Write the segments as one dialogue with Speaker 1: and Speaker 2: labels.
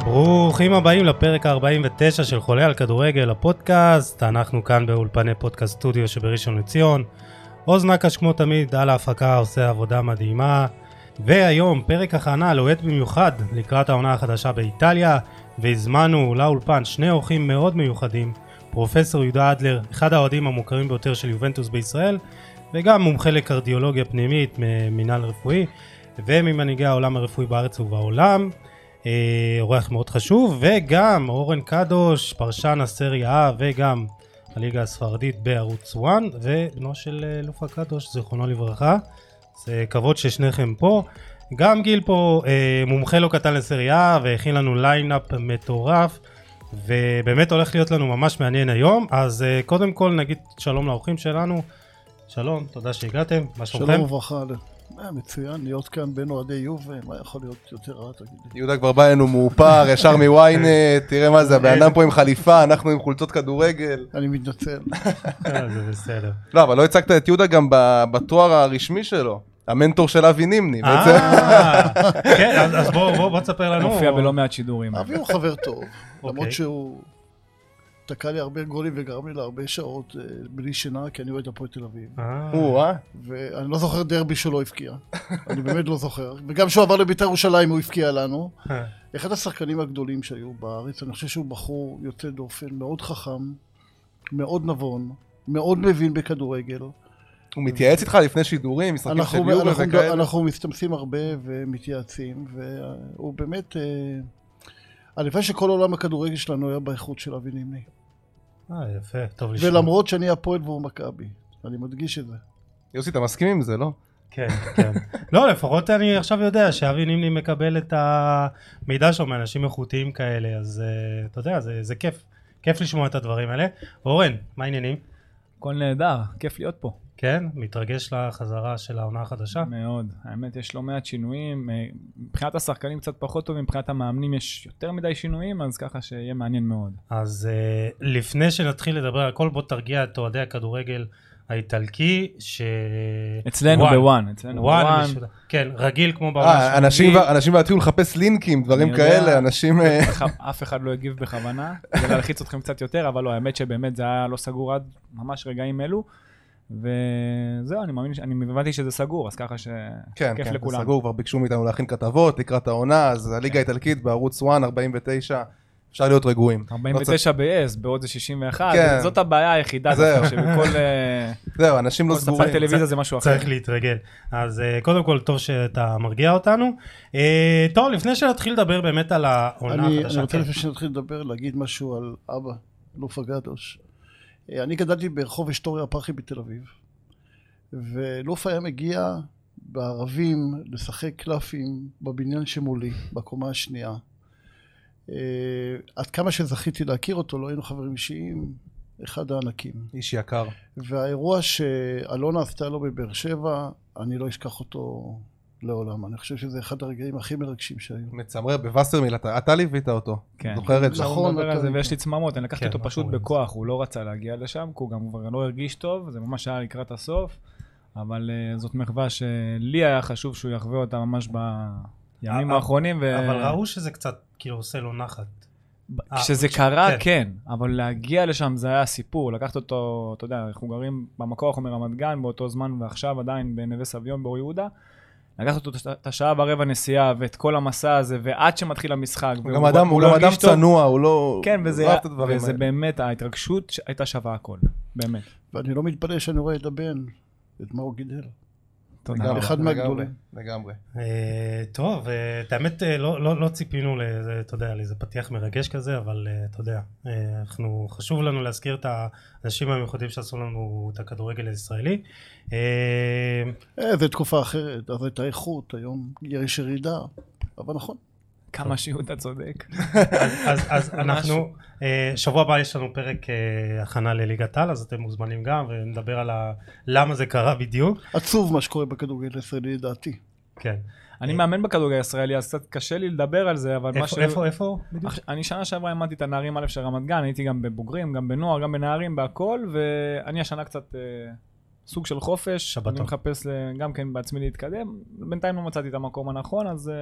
Speaker 1: וברוכים הבאים לפרק ה-49 של חולה על כדורגל, הפודקאסט. אנחנו כאן באולפני פודקאסט סטודיו שבראשון לציון. עוז נקש כמו תמיד על ההפקה עושה עבודה מדהימה. והיום פרק הכנה לוהט במיוחד לקראת העונה החדשה באיטליה, והזמנו לאולפן שני אורחים מאוד מיוחדים, פרופסור יהודה אדלר, אחד האוהדים המוכרים ביותר של יובנטוס בישראל, וגם מומחה לקרדיולוגיה פנימית ממינהל רפואי, וממנהיגי העולם הרפואי בארץ ובעולם. אה, אורח מאוד חשוב, וגם אורן קדוש, פרשן הסריה A וגם הליגה הספרדית בערוץ 1, ובנו של אה, לופה קדוש, זיכרונו לברכה. זה כבוד ששניכם פה. גם גיל פה אה, מומחה לא קטן לסריה A, והכין לנו ליינאפ מטורף, ובאמת הולך להיות לנו ממש מעניין היום. אז אה, קודם כל נגיד שלום לאורחים שלנו. שלום, תודה שהגעתם, מה שלומכם?
Speaker 2: שלום וברכה. אה, מצוין, להיות כאן בין אוהדי יובה, מה יכול להיות יותר רע, תגיד לי.
Speaker 3: יהודה כבר בא אלינו מאופר, ישר מוויינט, תראה מה זה, הבן אדם פה עם חליפה, אנחנו עם חולצות כדורגל.
Speaker 2: אני מתנצל.
Speaker 1: אה, זה בסדר.
Speaker 3: לא, אבל לא הצגת את יהודה גם ב- בתואר הרשמי שלו, המנטור של אבי נימני. בעצם.
Speaker 1: אה, כן, אז אז בוא, בוא, בוא תספר לנו.
Speaker 4: מופיע בלא מעט שידורים.
Speaker 2: אבי הוא חבר טוב, למרות
Speaker 1: אוקיי.
Speaker 2: שהוא תקע לי הרבה גולים וגרם לי להרבה שעות אה, בלי שינה, כי אני אוהד הפועל תל אביב.
Speaker 1: אה,
Speaker 3: או, אה?
Speaker 2: ואני לא זוכר דרבי שהוא לא הבקיע. אני באמת לא זוכר. וגם כשהוא עבר לבית"ר ירושלים הוא הבקיע לנו.
Speaker 1: אה,
Speaker 2: אחד השחקנים הגדולים שהיו בארץ, אני חושב שהוא בחור יוצא דופן, מאוד חכם, מאוד נבון, מאוד מבין בכדורגל.
Speaker 3: הוא מתייעץ איתך לפני שידורים, משחקים של
Speaker 2: אנחנו,
Speaker 3: יורו
Speaker 2: אנחנו,
Speaker 3: וכאלה.
Speaker 2: אנחנו מסתמסים הרבה ומתייעצים, והוא באמת... אה, הלוואי שכל עולם הכדורגל שלנו היה באיכות של אבי נימני.
Speaker 1: אה, יפה, טוב לשמוע.
Speaker 2: ולמרות שאני הפועל והוא מכבי, אני מדגיש את זה.
Speaker 3: יוסי, אתה מסכים עם זה, לא?
Speaker 1: כן, כן. לא, לפחות אני עכשיו יודע שאבי נימני מקבל את המידע שלו מאנשים איכותיים כאלה, אז אה, אתה יודע, זה זה כיף. כיף לשמוע את הדברים האלה. אורן, מה העניינים?
Speaker 4: הכל נהדר, כיף להיות פה.
Speaker 1: כן, מתרגש לחזרה של העונה החדשה?
Speaker 4: מאוד. האמת, יש לא מעט שינויים. אה, מבחינת השחקנים קצת פחות טובים, מבחינת המאמנים יש יותר מדי שינויים, אז ככה שיהיה מעניין מאוד.
Speaker 1: אז אה, לפני שנתחיל לדבר על הכל, בוא תרגיע את אוהדי הכדורגל האיטלקי, ש...
Speaker 4: אצלנו
Speaker 1: וואן.
Speaker 4: בוואן, אצלנו
Speaker 1: וואן,
Speaker 4: בוואן.
Speaker 1: בשביל- כן, רגיל כמו בעונה
Speaker 3: אה, אנשים כבר- אנשים כבר יתחילו לחפש לינקים, דברים
Speaker 4: אני
Speaker 3: כאלה,
Speaker 4: יודע.
Speaker 3: אנשים... אה,
Speaker 4: אף- אף אחד לא הגיב בכוונה, כדי להלחיץ אתכם קצת יותר, אבל לא, האמת שבאמת זה היה לא סגור עד ממש רגעים אלו. וזהו, אני מאמין, ש- אני הבנתי שזה סגור, אז ככה ש...
Speaker 3: כן, כן,
Speaker 4: כיף
Speaker 3: זה
Speaker 4: לכולם. כן.
Speaker 3: סגור, כבר ביקשו מאיתנו להכין כתבות לקראת העונה, אז הליגה האיטלקית בערוץ 1, 49, אפשר להיות רגועים. לא צריך-
Speaker 4: 49 ב-S, בעוד זה 61,
Speaker 3: כן.
Speaker 4: זאת הבעיה היחידה,
Speaker 3: זהו.
Speaker 4: שבכל אה,
Speaker 3: זהו, אנשים לא
Speaker 4: כל
Speaker 3: סגורים.
Speaker 4: ספק טלוויזיה זה משהו אחר.
Speaker 1: צריך להתרגל. אז אה, קודם כל, טוב שאתה מרגיע אותנו. אה, טוב, לפני שנתחיל לדבר באמת על העונה
Speaker 2: אני, אני
Speaker 1: החדשה.
Speaker 2: רוצה
Speaker 1: כן.
Speaker 2: לפני שנתחיל לדבר, להגיד משהו על אבא, לופה גדוש. אה, אני גדלתי ברחוב היסטוריה הפרחי בתל אביב, ולופה היה מגיע בערבים לשחק קלפים בבניין שמולי, בקומה השנייה. אה, עד כמה שזכיתי להכיר אותו, לא היינו חברים אישיים, אחד הענקים.
Speaker 3: איש יקר.
Speaker 2: והאירוע שאלונה עשתה לו בבאר שבע, אני לא אשכח אותו לעולם. אני חושב שזה אחד הרגעים הכי מרגשים שהיו.
Speaker 3: מצמרר בווסרמיל, אתה, אתה ליווית אותו,
Speaker 4: כן.
Speaker 3: זוכר את זה?
Speaker 2: נכון.
Speaker 4: נכון, מדבר על
Speaker 2: אתה-
Speaker 4: זה ויש לי צמרמוט, אני לקחתי
Speaker 1: כן,
Speaker 4: אותו
Speaker 1: אנחנו
Speaker 4: פשוט
Speaker 1: רואים את
Speaker 4: בכוח, הוא לא רצה להגיע לשם, כי הוא גם כבר לא הרגיש טוב, זה ממש היה לקראת הסוף, אבל אה, זאת מחווה שלי היה חשוב שהוא יחווה אותה ממש בימים
Speaker 1: אבל-
Speaker 4: האחרונים, ו-
Speaker 1: אה, אבל ראו שזה קצת כאילו עושה לו נחת.
Speaker 4: ב-
Speaker 1: אה,
Speaker 4: כשזה קרה,
Speaker 1: כן.
Speaker 4: כן, אבל להגיע לשם זה היה סיפור, לקחת אותו, אתה יודע, אנחנו גרים במקור, אנחנו מרמת גן באותו זמן, ועכשיו עדיין בנווה סביון, באור יהודה. לקחת אותו את הש- את השעה ורבע נסיעה, ואת כל המסע הזה, ועד שמתחיל המשחק.
Speaker 3: הוא גם
Speaker 4: והוא-
Speaker 3: אדם,
Speaker 4: והוא
Speaker 3: הוא
Speaker 4: לא
Speaker 3: גם אדם
Speaker 4: הרגיש טוב.
Speaker 3: צנוע, הוא לא...
Speaker 4: כן,
Speaker 3: הוא
Speaker 4: וזה,
Speaker 3: לא אהב את הדברים
Speaker 4: וזה
Speaker 3: האלה.
Speaker 4: באמת, ההתרגשות ש- הייתה שווה הכל, באמת.
Speaker 2: ואני לא מתפלא שאני רואה את הבן, את מה הוא גידל.
Speaker 4: תודה
Speaker 3: לגמרי,
Speaker 4: רבה.
Speaker 2: אחד
Speaker 3: לגמרי,
Speaker 2: מהגדולים.
Speaker 3: לגמרי.
Speaker 1: אה, טוב, אה, את האמת, אה, לא- לא לא ציפינו לאיזה, אתה יודע, לאיזה פתיח מרגש כזה, אבל אה, אתה יודע, אה, אנחנו, חשוב לנו להזכיר את האנשים המיוחדים שעשו לנו את הכדורגל הישראלי. אה,
Speaker 2: אה, זו תקופה אחרת, אז הייתה איכות, היום יש ירידה, אבל נכון.
Speaker 4: כמה שיהודה צודק.
Speaker 1: אז, אז אנחנו, אה, שבוע הבא יש לנו פרק אה, הכנה לליגת העל, אז אתם מוזמנים גם, ונדבר על ה- למה זה קרה בדיוק.
Speaker 2: עצוב מה שקורה בכדורגל הישראלי לדעתי.
Speaker 1: כן.
Speaker 4: אני מאמן בכדורגל הישראלי, אז קצת קשה לי לדבר על זה, אבל מה ש...
Speaker 1: איפה, איפה, איפה?
Speaker 3: אה,
Speaker 1: בדיוק?
Speaker 4: עכש- אני שנה שעברה אימדתי את הנערים א' של רמת גן, הייתי גם בבוגרים, גם בנוער, גם בנערים, בהכל, ואני השנה קצת אה, סוג של חופש.
Speaker 1: שבתון.
Speaker 4: אני מחפש אה, גם כן בעצמי להתקדם, בינתיים לא מצאתי את המקום הנכון, אז אה,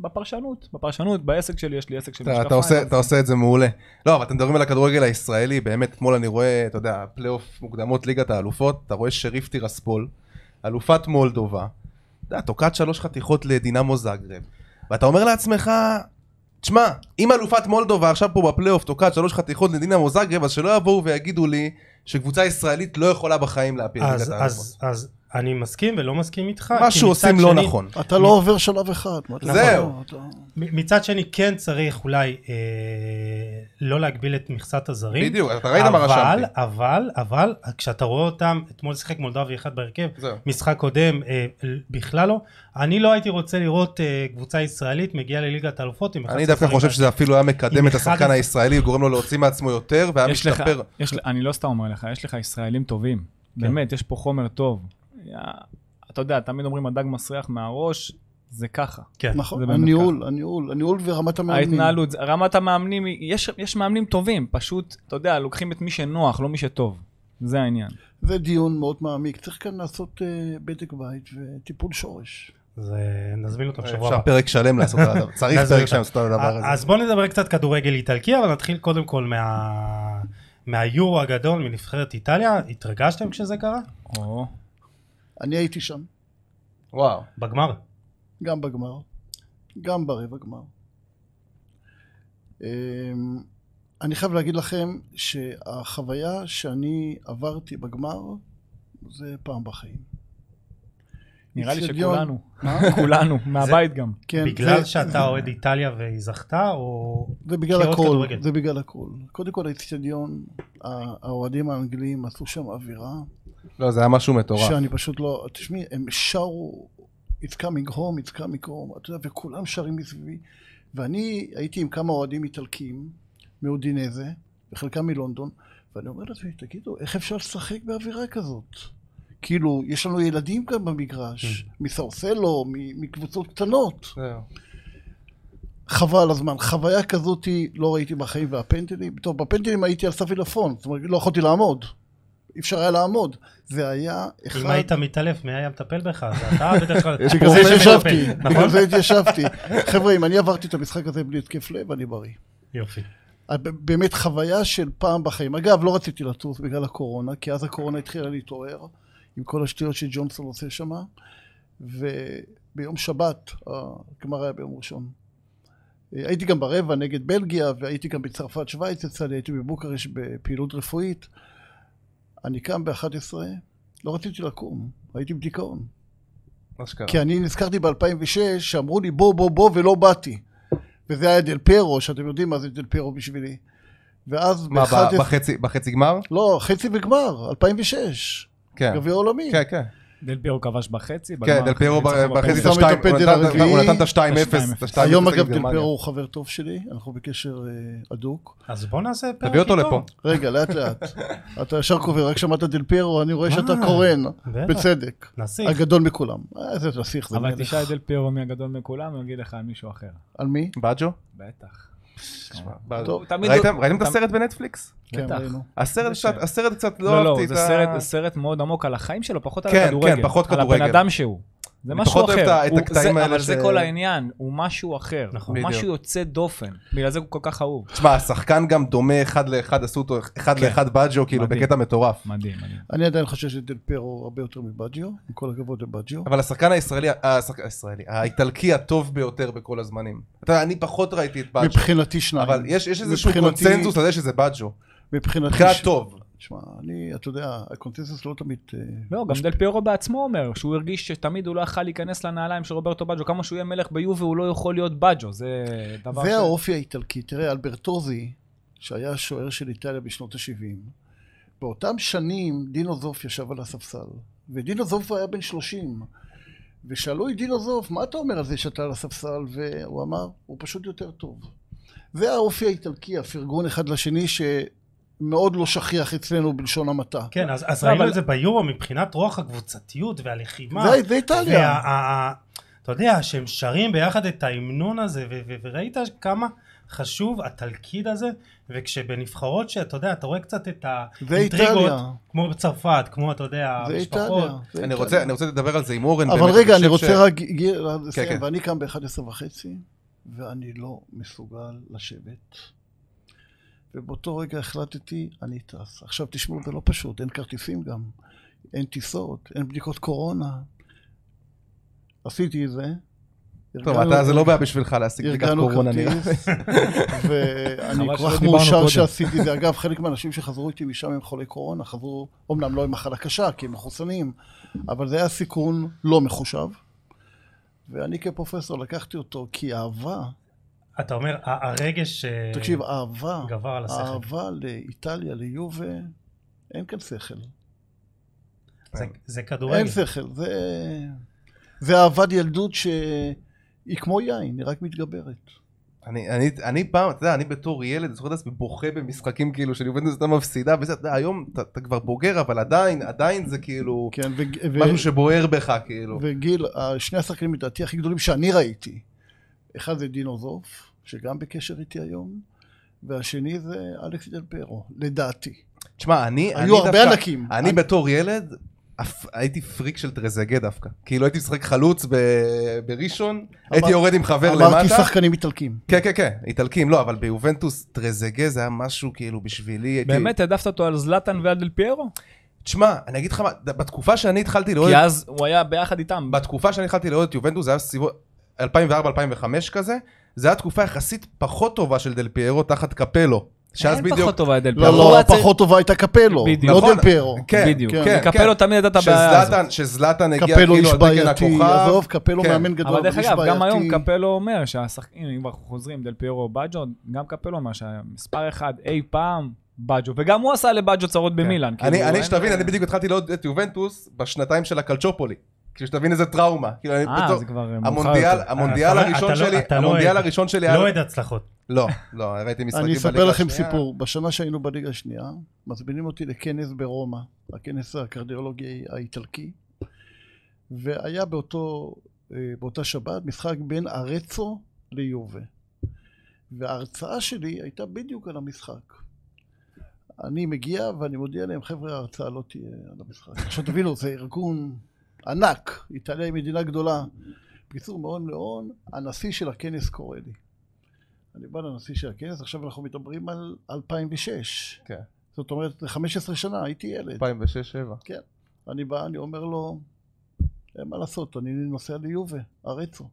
Speaker 5: בפרשנות, בפרשנות, בעסק שלי, יש לי עסק של
Speaker 3: אתה-
Speaker 5: משקפיים.
Speaker 3: אתה עושה-
Speaker 5: אז-
Speaker 3: אתה עושה את זה מעולה. לא, אבל אתם מדברים על הכדורגל הישראלי, באמת, אתמול אני רואה, אתה יודע, פלייאוף מוקדמות ליגת האלופות, אתה רואה שריף טירספול, אלופת מולדובה, אתה יודע, תוקעת שלוש חתיכות לדינמו זאגרב, ואתה אומר לעצמך, תשמע, אם אלופת מולדובה עכשיו פה בפלייאוף תוקעת שלוש חתיכות לדינמו זאגרב, אז שלא יבואו ויגידו לי שקבוצה ישראלית לא יכולה בחיים להפיל את ליגת
Speaker 1: אז,
Speaker 3: האלופות.
Speaker 1: אז, אז אני מסכים ולא מסכים איתך. כי
Speaker 3: משהו
Speaker 1: מצד
Speaker 3: עושים לא
Speaker 1: שני-
Speaker 3: נכון.
Speaker 2: אתה לא עובר שלב אחד. מה אתה-
Speaker 3: זהו.
Speaker 2: אתה-
Speaker 1: מ- מצד שני כן צריך אולי אה, לא להגביל את מכסת הזרים.
Speaker 3: בדיוק, אתה ראית מה רשמתי.
Speaker 1: אבל, אבל, אבל, כשאתה רואה אותם, אתמול שיחק מולדבי אחד בהרכב,
Speaker 3: זהו.
Speaker 1: משחק קודם אה, בכלל לא. אני לא הייתי רוצה לראות אה, קבוצה ישראלית מגיעה לליגת האלופות עם 11
Speaker 3: אני דווקא
Speaker 1: שחקנים
Speaker 3: חושב שזה אפילו היה
Speaker 1: עם
Speaker 3: מקדם את
Speaker 1: אחד
Speaker 3: השחקן
Speaker 1: עשר-
Speaker 3: הישראלי, גורם לו להוציא מעצמו יותר, והיה
Speaker 5: יש לך,
Speaker 3: משתפר.
Speaker 5: יש, ל- אני לא סתם אומר לך, יש לך ישראלים טובים.
Speaker 1: כן.
Speaker 5: באמת, יש פה חומר טוב. יא- אתה יודע, תמיד אומרים הדג מסריח מהראש, זה ככה.
Speaker 1: כן.
Speaker 5: זה
Speaker 2: נכון,
Speaker 5: באמת
Speaker 2: הניהול, הניהול, הניהול ורמת המאמנים.
Speaker 5: ההתנהלות, רמת המאמנים, היא- יש, יש מאמנים טובים, פשוט, אתה יודע, לוקחים את מי שנוח, לא מי שטוב. זה העניין.
Speaker 2: זה דיון מאוד מעמיק. צריך כאן לעשות אה, בדק בית וטיפול שורש.
Speaker 1: אז אה, נזמין אותם שבוע
Speaker 3: אפשר
Speaker 1: הבא.
Speaker 3: פרק שלם לעשות על הדבר, צריך
Speaker 1: נעזוב
Speaker 3: פרק
Speaker 1: את
Speaker 3: שלם לעשות על הדבר הזה.
Speaker 1: אז בואו נדבר קצת כדורגל איטלקי, אבל נתחיל קודם כל מה... מהיורו הגדול מנבחרת איטליה. התרגשתם כשזה קרה?
Speaker 5: או,
Speaker 2: אני הייתי שם,
Speaker 3: וואו.
Speaker 1: בגמר.
Speaker 2: גם בגמר, גם ברבע גמר. אמ, אני חייב להגיד לכם שהחוויה שאני עברתי בגמר זה פעם בחיים.
Speaker 5: נראה לי
Speaker 2: אצטדיון-
Speaker 5: שכולנו,
Speaker 2: מה?
Speaker 3: אה?
Speaker 5: כולנו, מהבית גם.
Speaker 2: כן,
Speaker 1: בגלל
Speaker 2: זה-
Speaker 1: שאתה אוהד איטליה והיא זכתה, או...
Speaker 2: זה בגלל
Speaker 1: כאוהד
Speaker 2: הכל,
Speaker 1: כדורגל.
Speaker 2: זה בגלל הכל. קודם כל האצטדיון, ה- האוהדים האנגלים עשו שם אווירה,
Speaker 3: לא, זה היה משהו מטורף.
Speaker 2: שאני פשוט לא, תשמעי, הם שרו It's coming home, It's coming home, אתה יודע, וכולם שרים מסביבי. ואני הייתי עם כמה אוהדים איטלקים, מאודינזה, וחלקם מלונדון, ואני אומר לעצמי, תגידו, איך אפשר לשחק באווירה כזאת? כאילו, יש לנו ילדים כאן במגרש, מסרסלו, מ- מקבוצות קטנות.
Speaker 3: זהו.
Speaker 2: חבל על הזמן. חוויה כזאת לא ראיתי בחיים, והפנדלים, טוב, בפנדלים הייתי על סף עילפון, זאת אומרת, לא יכולתי לעמוד. אי אפשר היה לעמוד. זה היה אחד...
Speaker 1: אם היית מתעלף, מי היה מטפל בך? זה אתה בדרך כלל...
Speaker 2: בגלל זה
Speaker 1: רופא
Speaker 2: התיישבתי,
Speaker 1: מטפל,
Speaker 2: בגלל
Speaker 1: נכון?
Speaker 2: זה התיישבתי. חבר'ה, אם אני עברתי את המשחק הזה בלי התקף לב, אני בריא.
Speaker 1: יופי.
Speaker 2: ב- באמת חוויה של פעם בחיים. אגב, לא רציתי לטוס בגלל הקורונה, כי אז הקורונה התחילה להתעורר, עם כל השטויות שג'ונסון עושה שמה, וביום שבת, הגמר היה ביום ראשון. אה, הייתי גם ברבע נגד בלגיה, והייתי גם בצרפת שווייץ יצא לי, הייתי בבוקרשט בפעילות רפואית. אני קם ב-11, לא רציתי לקום, הייתי בדיכאון.
Speaker 3: מה שקרה.
Speaker 2: כי אני נזכרתי ב-2006, שאמרו לי בוא בוא בוא ולא באתי. וזה היה דל פרו, שאתם יודעים מה זה דל פרו בשבילי. ואז
Speaker 3: מה,
Speaker 2: ב-11
Speaker 3: ב- בחצי- בחצי גמר?
Speaker 2: לא, חצי בגמר, 2006.
Speaker 3: כן.
Speaker 2: גביע עולמי.
Speaker 3: כן, כן.
Speaker 5: דל פירו כבש בחצי, בגמר
Speaker 3: כן, דל פירו ב-
Speaker 5: ניצחנו
Speaker 3: בחצי את
Speaker 5: בפנדל.
Speaker 2: הוא שם את
Speaker 3: השתיים,
Speaker 2: הפנדל
Speaker 3: הוא
Speaker 2: הרביעי.
Speaker 3: נתן- הוא נתן את ה-2-0. את ה-2-0
Speaker 2: היום
Speaker 3: נגד
Speaker 2: אגב דל
Speaker 3: גרמניה.
Speaker 2: פרו הוא חבר טוב שלי, אנחנו בקשר אה, הדוק.
Speaker 1: אז בוא נעשה פרק
Speaker 3: תביא אותו לפה.
Speaker 2: רגע, לאט לאט. אתה ישר קובע, רק שמעת דל פרו, אני רואה שאתה
Speaker 1: אה,
Speaker 2: קורן,
Speaker 1: בטח.
Speaker 2: בצדק.
Speaker 1: נסיך.
Speaker 2: הגדול מכולם. אה, איזה נסיך זה
Speaker 5: אבל
Speaker 2: מלך.
Speaker 5: תשאל את דל פירו מי הגדול מכולם, הוא יגיד לך על מישהו אחר.
Speaker 2: על מי?
Speaker 3: בג'ו?
Speaker 5: בטח.
Speaker 3: תשמע, בג'ו.
Speaker 2: טוב,
Speaker 5: תמיד
Speaker 3: ראיתם-
Speaker 5: הוא-
Speaker 3: ראיתם את
Speaker 5: תמ-
Speaker 3: הסרט בנטפליקס?
Speaker 2: כן,
Speaker 5: בטח.
Speaker 2: ראינו.
Speaker 3: הסרט
Speaker 5: זה
Speaker 3: קצת-
Speaker 5: שם.
Speaker 3: הסרט קצת לא
Speaker 5: לא, לא,
Speaker 3: אהבתי את
Speaker 5: זה
Speaker 3: ה...
Speaker 5: סרט, זה סרט מאוד עמוק על החיים שלו, פחות על
Speaker 3: כן,
Speaker 5: הכדורגל.
Speaker 3: כן, פחות
Speaker 5: על
Speaker 3: כדורגל.
Speaker 5: הבן אדם שהוא. זה
Speaker 3: אני
Speaker 5: משהו
Speaker 3: פחות אוהב את
Speaker 5: אחר.
Speaker 3: ה- את
Speaker 5: הוא-
Speaker 3: הקטעים
Speaker 5: זה-
Speaker 3: האלה
Speaker 5: אבל זה
Speaker 3: ש-
Speaker 5: כל העניין, הוא משהו אחר.
Speaker 1: נכון.
Speaker 5: הוא
Speaker 3: בדיוק.
Speaker 5: משהו יוצא דופן. בגלל זה הוא כל כך אהוב.
Speaker 3: תשמע, השחקן גם דומה אחד לאחד, עשו אותו אחד
Speaker 5: כן.
Speaker 3: לאחד בג'ו, כאילו,
Speaker 5: מדהים.
Speaker 3: בקטע מטורף.
Speaker 5: מדהים, מדהים.
Speaker 2: אני עדיין חושב שדל פרו הרבה יותר מבג'יו, עם כל הכבוד לבג'יו.
Speaker 3: אבל השחקן הישראלי, אה, השחקן הישראלי, האיטלקי הטוב ביותר בכל הזמנים. אתה יודע, אני פחות ראיתי את בג'ו.
Speaker 2: מבחינתי שניים.
Speaker 3: אבל יש יש איזשהו
Speaker 2: מבחינתי-
Speaker 3: קונצנזוס על זה שזה בג'ו.
Speaker 2: מבחינתי...
Speaker 3: מבחינת
Speaker 2: ש-
Speaker 3: טוב.
Speaker 2: תשמע, אני, אתה יודע, הקונצנזוס לא תמיד... אה,
Speaker 5: לא, גם דל פירו בעצמו אומר שהוא הרגיש שתמיד הוא לא יכל להיכנס לנעליים של רוברטו בג'ו. כמה שהוא יהיה מלך ביובי, הוא לא יכול להיות בג'ו. זה דבר
Speaker 2: זה האופי האיטלקי. תראה, אלברטוזי, שהיה השוער של איטליה בשנות ה-70, באותם שנים דינו זוף ישב על הספסל, ודינו זוף היה בן 30. ושאלו את דינו זוף, מה אתה אומר על זה שאתה על הספסל? והוא אמר, הוא פשוט יותר טוב. זה האופי האיטלקי, הפרגון אחד לשני, שמאוד לא שכיח אצלנו בלשון המעטה.
Speaker 1: כן, אז אז
Speaker 5: לא,
Speaker 1: ראינו
Speaker 5: אבל-
Speaker 1: את זה ביורו מבחינת רוח הקבוצתיות והלחימה.
Speaker 2: זה- זה איטליה.
Speaker 1: וה- ה- ה- אתה יודע, שהם שרים ביחד את ההמנון הזה, ו- ו- וראית כמה חשוב התלכיד הזה, וכשבנבחרות שאתה יודע, אתה רואה קצת את
Speaker 2: זה
Speaker 1: האינטריגות,
Speaker 2: איטליה.
Speaker 1: כמו בצרפת, כמו אתה יודע,
Speaker 2: זה
Speaker 1: המשפחות.
Speaker 2: איטליה. זה
Speaker 3: אני
Speaker 2: איטליה.
Speaker 3: רוצה, אני רוצה לדבר על זה עם אורן.
Speaker 2: אבל
Speaker 3: באמת,
Speaker 2: רגע, אני
Speaker 3: חושב
Speaker 2: רוצה
Speaker 3: ש-
Speaker 2: רק... גיל, רק לסיים,
Speaker 3: כן.
Speaker 2: ואני קם ב-11 וחצי, ואני לא מסוגל לשבת. ובאותו רגע החלטתי, אני טס. עכשיו תשמעו, זה לא פשוט, אין כרטיסים גם, אין טיסות, אין בדיקות קורונה. עשיתי את זה.
Speaker 3: טוב,
Speaker 2: ארגנו-
Speaker 3: אתה, זה לא בעיה בשבילך להשיג בדיקת
Speaker 2: ארגנו
Speaker 3: קורונה, נראה.
Speaker 2: כרטיס, ואני כל
Speaker 4: חבל שלא
Speaker 2: כך
Speaker 4: דיברנו קודם.
Speaker 2: מאושר שעשיתי את זה. אגב, חלק מהאנשים שחזרו איתי משם הם חולי קורונה, חזרו, אמנם לא עם מחלה קשה, כי הם מחוסנים, אבל זה היה סיכון לא מחושב. ואני כפרופסור לקחתי אותו כי אהבה,
Speaker 1: אתה אומר, ה- הרגש אה,
Speaker 2: תקשיב, אה, אהבה,
Speaker 1: גבר על השכל.
Speaker 2: אהבה לאיטליה, ליובה, אין כאן שכל.
Speaker 1: זה- זה כדורגל.
Speaker 2: אה, אין שכל, זה... זה אהבת ילדות שהיא כמו יין, היא רק מתגברת.
Speaker 3: אני, אני, אני פעם, אתה יודע, אני בתור ילד, אני זוכר את עצמי בוכה במשחקים כאילו של יובנטוס הייתה מפסידה, וזה, אתה יודע, היום אתה, אתה כבר בוגר, אבל עדיין, עדיין זה כאילו
Speaker 2: כן, ו- ו-
Speaker 3: משהו שבוער בך, כאילו.
Speaker 2: וגיל, ה- שני השחקנים לדעתי הכי גדולים שאני ראיתי. אחד זה דינו זוף, שגם בקשר איתי היום, והשני זה אלכס דל פרו, לדעתי.
Speaker 3: תשמע, אני, אני
Speaker 2: היו הרבה
Speaker 3: דווקא-
Speaker 2: ענקים.
Speaker 3: אני בתור ילד, אפ- הייתי פריק של טרזגה דווקא. כאילו הייתי משחק חלוץ ב- בראשון, הייתי יורד עם חבר
Speaker 2: אמרתי
Speaker 3: למטה.
Speaker 2: שחקנים איטלקים.
Speaker 3: כן, כן, כן, איטלקים, לא, אבל ביובנטוס טרזגה זה היה משהו כאילו בשבילי, הייתי...
Speaker 4: באמת העדפת אותו על זלאטן ועל דל פיירו?
Speaker 3: תשמע, אני אגיד לך מה, ד- בתקופה שאני התחלתי לאהוב...
Speaker 4: כי אז הוא היה ביחד איתם.
Speaker 3: בתקופה שאני התחלתי לאהוב את יובנטוס, זה היה סביבות 2004-2005 כזה, זה היה תקופה יחסית פחות טובה של דל פיירו תחת קפלו. שאז
Speaker 4: אין פחות
Speaker 3: בדיוק...
Speaker 4: טובה את דל
Speaker 2: לא,
Speaker 4: פיירו.
Speaker 2: לא,
Speaker 4: הוא היה צריך-
Speaker 2: הפחות טובה הייתה קפלו,
Speaker 4: בדיוק.
Speaker 2: לא
Speaker 3: נכון.
Speaker 2: דל פרו.
Speaker 3: כן,
Speaker 4: בדיוק.
Speaker 3: כן,
Speaker 2: כן.
Speaker 4: מקפלו תמיד הייתה את הבעיה הזאת.
Speaker 3: שזלאטן- שזלאטן הגיע
Speaker 2: קפלו
Speaker 3: כאילו
Speaker 2: איש
Speaker 3: על תקן
Speaker 2: בעייתי,
Speaker 3: הכוכב,
Speaker 2: עזוב, קפלו
Speaker 3: כן.
Speaker 2: מאמן גדול,
Speaker 4: אבל דרך
Speaker 2: איש
Speaker 4: אגב, גם
Speaker 2: בעייתי.
Speaker 4: היום קפלו אומר שהשחקנים, אם אנחנו חוזרים, דל פיירו בג'ו, גם קפלו אומר שהמספר אחד אי פעם בג'ו, וגם הוא עשה לבג'ו
Speaker 2: כן.
Speaker 4: צרות במילאן.
Speaker 3: כן. אני-
Speaker 4: כאילו,
Speaker 3: אני,
Speaker 4: אין-
Speaker 3: שתבין, אני בדיוק התחלתי לראות את יובנטוס בשנתיים של הקלצ'ופולי. כאילו שתבין איזה טראומה. כאילו, אני
Speaker 4: אה,
Speaker 3: בתור-
Speaker 4: זה כבר אה, מאוחר
Speaker 3: המונדיאל,
Speaker 4: יותר.
Speaker 3: המונדיאל
Speaker 1: אתה-
Speaker 3: הראשון
Speaker 1: אתה לא-
Speaker 3: שלי,
Speaker 1: אתה לא
Speaker 3: המונדיאל
Speaker 1: אוהד.
Speaker 3: הראשון שלי היה...
Speaker 1: לא אוהד הצלחות.
Speaker 3: לא, לא, ראיתי משחקים
Speaker 2: אני אספר
Speaker 3: בליגה
Speaker 2: לכם
Speaker 3: השנייה.
Speaker 2: סיפור. בשנה שהיינו בליגה השנייה, מזמינים אותי לכנס ברומא, הכנס הקרדיולוגי האיטלקי, והיה באותו, אה, באותה שבת משחק בין ארצו ליובה. וההרצאה שלי הייתה בדיוק על המשחק. אני מגיע ואני מודיע להם, חבר'ה, ההרצאה לא תהיה על המשחק. עכשיו תבינו, זה ארגון ענק, איטליה היא מדינה גדולה. בקיצור, מהון להון, הנשיא של הכנס קורא לי. אני בא לנשיא של הכנס, עכשיו אנחנו מדברים על 2006.
Speaker 3: כן.
Speaker 2: זאת אומרת, 15 שנה, הייתי ילד.
Speaker 3: 2006-2007.
Speaker 2: אני בא, אני אומר לו, אין מה לעשות, אני נוסע ליובה, ארצו.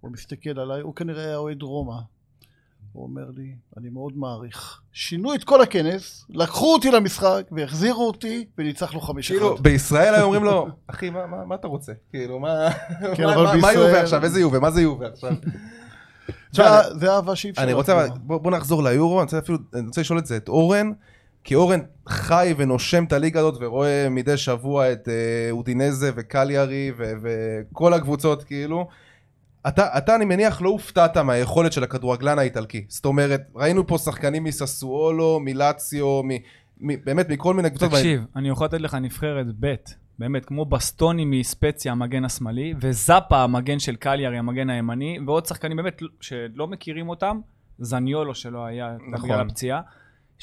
Speaker 2: הוא מסתכל עליי, הוא כנראה היה אוהד רומא. הוא אומר לי, אני מאוד מעריך. שינו את כל הכנס, לקחו אותי למשחק, והחזירו אותי, וניצחנו חמש
Speaker 3: כאילו,
Speaker 2: אחד.
Speaker 3: בישראל היו אומרים לו, אחי, מה- מה מה אתה רוצה? כאילו, מה...
Speaker 2: כן,
Speaker 3: מה-
Speaker 2: אבל
Speaker 3: מה- מה
Speaker 2: בישראל-
Speaker 3: יובה עכשיו? איזה יובה? מה זה יובה עכשיו?
Speaker 2: זה
Speaker 3: תשמע,
Speaker 2: ה- זה אהבה שאי אפשר...
Speaker 3: אני רוצה,
Speaker 2: להחזיר.
Speaker 3: בוא בוא נחזור ליורו, אני רוצה אפילו, אני רוצה לשאול את זה את אורן, כי אורן חי ונושם את הליגה הזאת ורואה מדי שבוע את אה, אודינזה וקליארי ו- וכל הקבוצות כאילו. אתה, אתה אני מניח לא הופתעת מהיכולת של הכדורגלן האיטלקי, זאת אומרת ראינו פה שחקנים מססואלו, מלציו, מ, מ, באמת מכל מיני קבוצות,
Speaker 4: תקשיב, אני יכול לתת לך נבחרת ב', באמת, כמו בסטוני מספציה, המגן השמאלי, וזאפה, המגן של קליארי, המגן הימני, ועוד שחקנים באמת שלא מכירים אותם, זניולו שלא היה
Speaker 3: נכון.
Speaker 4: נכון. בגלל הפציעה,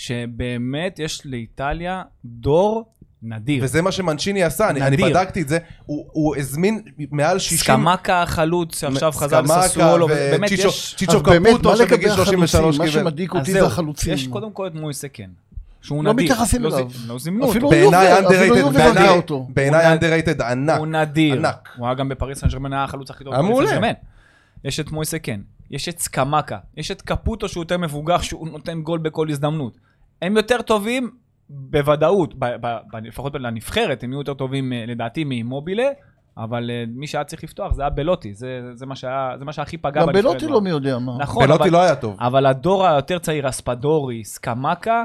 Speaker 4: שבאמת יש לאיטליה דור נדיר.
Speaker 3: וזה מה שמנצ'יני עשה, אני, אני
Speaker 4: נדיר.
Speaker 3: בדקתי את זה, הוא, הוא הזמין מעל 60...
Speaker 4: סקמקה החלוץ שעכשיו חזר
Speaker 3: סקמקה
Speaker 4: לססואלו,
Speaker 3: ו-
Speaker 4: באמת
Speaker 3: צ'יצ'ו-
Speaker 4: יש...
Speaker 3: צ'יצ'ו
Speaker 2: אז באמת,
Speaker 3: קפוטו
Speaker 2: מה לגבי
Speaker 3: שבגיל 33
Speaker 2: החלוצים?
Speaker 3: קיבל.
Speaker 2: מה שמדאיג
Speaker 4: אז
Speaker 2: אותי
Speaker 4: זהו,
Speaker 2: זה החלוצים.
Speaker 4: יש קודם כל את מויסה קן, שהוא
Speaker 2: לא
Speaker 4: נדיר.
Speaker 2: מתייחסים
Speaker 4: לא ז-
Speaker 2: אליו.
Speaker 4: לא זימנו אותו.
Speaker 2: אפילו
Speaker 3: בעיניי
Speaker 2: יובל, אפילו
Speaker 3: underrated,
Speaker 2: יובל
Speaker 3: בעיניי-
Speaker 2: זיהה אותו.
Speaker 3: בעיניי
Speaker 4: הוא נ-
Speaker 3: underrated ענק.
Speaker 4: הוא נדיר.
Speaker 3: ענק.
Speaker 4: הוא היה גם בפריס סן ג'רמן, היה החלוץ הכי טוב.
Speaker 3: היה
Speaker 4: בפריס
Speaker 3: מעולה.
Speaker 4: סן-ג'רמן. יש את מויסה קן, יש את סקמקה, יש את קפוטו שהוא יותר מבוגר, שהוא נותן גול בכל הזדמנות. הם יותר טובים בוודאות, ב- ב- ב- לפחות לנבחרת, הם יהיו יותר טובים אה, לדעתי מאימובילה, אבל אה, מי שהיה צריך לפתוח זה היה בלוטי, זה, זה, מה, שהיה, זה מה שהכי פגע
Speaker 2: גם
Speaker 4: בנבחרת.
Speaker 2: בלוטי לא מי יודע מה.
Speaker 4: נכון,
Speaker 3: בלוטי
Speaker 4: אבל,
Speaker 3: לא היה טוב.
Speaker 4: אבל הדור היותר צעיר, אספדורי, סקמקה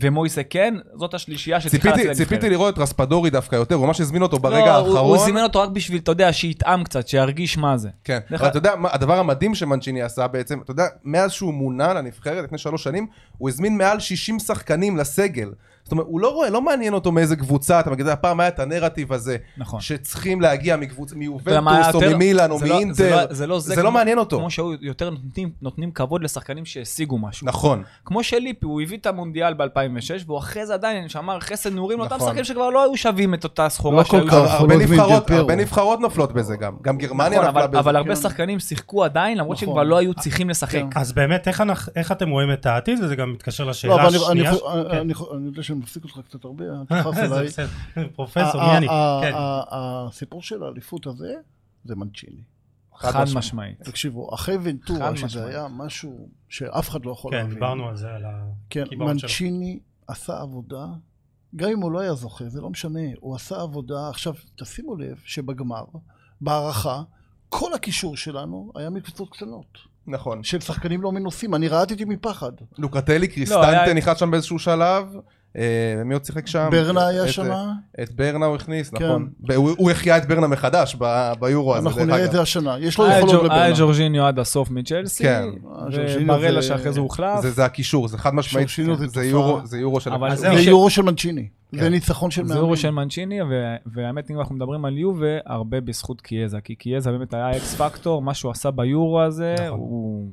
Speaker 4: ומויסה קן, זאת השלישייה שצריכה לצאת
Speaker 3: ציפיתי,
Speaker 4: לנבחרת.
Speaker 3: ציפיתי לראות את רספדורי דווקא יותר, הוא ממש הזמין אותו ברגע
Speaker 4: לא, הוא- הוא
Speaker 3: האחרון.
Speaker 4: זימן אותו רק בשביל, אתה יודע, שיטעם קצת, שירגיש מה זה.
Speaker 3: כן,
Speaker 4: לך-
Speaker 3: אבל אתה יודע, מה- הדבר המדהים שמנצ'יני עשה בעצם, אתה יודע, מאז שהוא מונה לנבחרת לפני שלוש שנים, הוא הזמין מעל 60 שחקנים לסגל. זאת זאת אומרת, הוא לא רואה, לא מעניין אותו מאיזה קבוצה, אתה יודע, פעם היה את הנרטיב הזה,
Speaker 4: נכון.
Speaker 3: שצריכים להגיע מקבוצה,
Speaker 4: אתה יודע מה היה
Speaker 3: מיובנטוס או
Speaker 4: יותר-
Speaker 3: ממילן או
Speaker 4: זה לא- זה
Speaker 3: מאינטר,
Speaker 4: לא- זה לא זה,
Speaker 3: זה לא
Speaker 4: כמו-
Speaker 3: מעניין אותו.
Speaker 4: כמו שהוא יותר נותנים- נותנים כבוד לשחקנים שהשיגו משהו.
Speaker 3: נכון,
Speaker 4: כמו שליפי, הוא הביא את המונדיאל ב-2006, והוא אחרי זה עדיין שמר חסד נעורים לאותם
Speaker 3: נכון.
Speaker 4: שחקנים שכבר לא היו שווים את אותה
Speaker 2: לא
Speaker 4: סחורה
Speaker 2: כל
Speaker 4: שהיו.
Speaker 2: כך.
Speaker 3: הר- הרבה
Speaker 2: חולות
Speaker 3: נבחרות-
Speaker 2: מדיל
Speaker 3: הרבה
Speaker 2: פירו.
Speaker 3: נבחרות נופלות בזה גם, גם
Speaker 4: נכון,
Speaker 3: גרמניה
Speaker 4: אבל,
Speaker 3: נפלה בזה.
Speaker 4: אבל הרבה
Speaker 2: כן.
Speaker 4: שחקנים שיחקו עדיין, למרות
Speaker 2: נכון.
Speaker 4: שהם כבר לא היו צריכים לשחק.
Speaker 2: כן.
Speaker 1: אז באמת, איך, אנחנו, איך אתם רואים את העתיד? וזה גם מתקשר לשאלה
Speaker 2: לא, אבל אני- אה,
Speaker 1: השנייה.
Speaker 2: אני-
Speaker 1: ש-
Speaker 2: אני-
Speaker 1: כן.
Speaker 2: אני אני יודע שאני מפסיק אותך קצת הרבה, אל תכעס
Speaker 1: זה
Speaker 2: עליי.
Speaker 1: בסדר.
Speaker 2: אה,
Speaker 1: פרופסור,
Speaker 2: ה-
Speaker 1: מי אני?
Speaker 2: ה-
Speaker 1: כן.
Speaker 2: ה- ה- הסיפור של האליפות הזה, זה מנצ'יני.
Speaker 3: חד
Speaker 4: חד
Speaker 3: משמעית.
Speaker 4: משמעית.
Speaker 2: תקשיבו, אחרי ונטורה,
Speaker 4: חד
Speaker 2: שזה
Speaker 4: משמעית.
Speaker 2: היה משהו שאף אחד לא יכול
Speaker 1: כן,
Speaker 2: להבין.
Speaker 1: דיברנו על זה, על ה...
Speaker 2: כן,
Speaker 1: הקיבעון שלו.
Speaker 2: מנצ'יני עשה עבודה, גם אם הוא לא היה זוכה, זה לא משנה, הוא עשה עבודה, עכשיו תשימו לב שבגמר, בהערכה, כל הקישור שלנו היה מקבוצות קטנות,
Speaker 3: נכון.
Speaker 2: של שחקנים לא מנוסים, אני רעדתי מפחד.
Speaker 3: לוקטלי,
Speaker 4: לא, היה-
Speaker 3: קריסטנטה נכנס שם באיזשהו שלב. אה, מי עוד שיחק שם?
Speaker 2: ברנה
Speaker 3: את-
Speaker 2: היה
Speaker 3: את-
Speaker 2: שמה,
Speaker 3: את ברנה הוא הכניס,
Speaker 2: כן.
Speaker 3: נכון. ב- הוא הוא החיה את ברנה מחדש ב- ביורו הזה,
Speaker 2: אנחנו נראה את זה השנה, יש
Speaker 1: אה,
Speaker 2: לו
Speaker 4: היה
Speaker 2: יכולות
Speaker 4: ג'ור- היה
Speaker 2: לברנה.
Speaker 4: ג'ורג'יניו עד הסוף מצ'לסי,
Speaker 3: כן.
Speaker 2: ג'ורג'יניו
Speaker 4: וברלה
Speaker 2: זה-
Speaker 4: שאחרי זה הוחלף.
Speaker 3: זה- זה הקישור, זה חד משמעית,
Speaker 2: שורשינו
Speaker 3: זה-
Speaker 2: זה
Speaker 3: זה
Speaker 2: תופעה.
Speaker 3: יורו- זה יורו של...
Speaker 4: אבל
Speaker 3: הקבוצה.
Speaker 1: אז זהו,
Speaker 2: זה
Speaker 1: ש-
Speaker 2: יורו של מנצ'יני,
Speaker 3: כן.
Speaker 2: זה ניצחון של
Speaker 4: זה אורו של
Speaker 2: מאמנים.
Speaker 4: מנצ'יני, ו- והאמת אם אנחנו מדברים על יובה, הרבה בזכות קיאזה, כי קיאזה באמת היה אקס פקטור, מה שהוא עשה ביורו הזה,
Speaker 1: נכון.
Speaker 4: הוא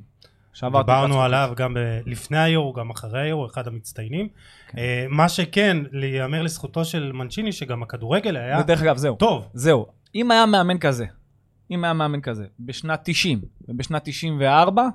Speaker 4: שבר...
Speaker 1: דיברנו עליו גם ב- לפני היורו, גם אחרי היורו, אחד המצטיינים.
Speaker 4: כן.
Speaker 1: אה, מה שכן, להיאמר לזכותו של מנצ'יני, שגם הכדורגל היה
Speaker 4: ודרך אגב, זהו.
Speaker 1: טוב.
Speaker 4: זהו. אם היה מאמן כזה, אם היה מאמן כזה, בשנת 90 ובשנת 94,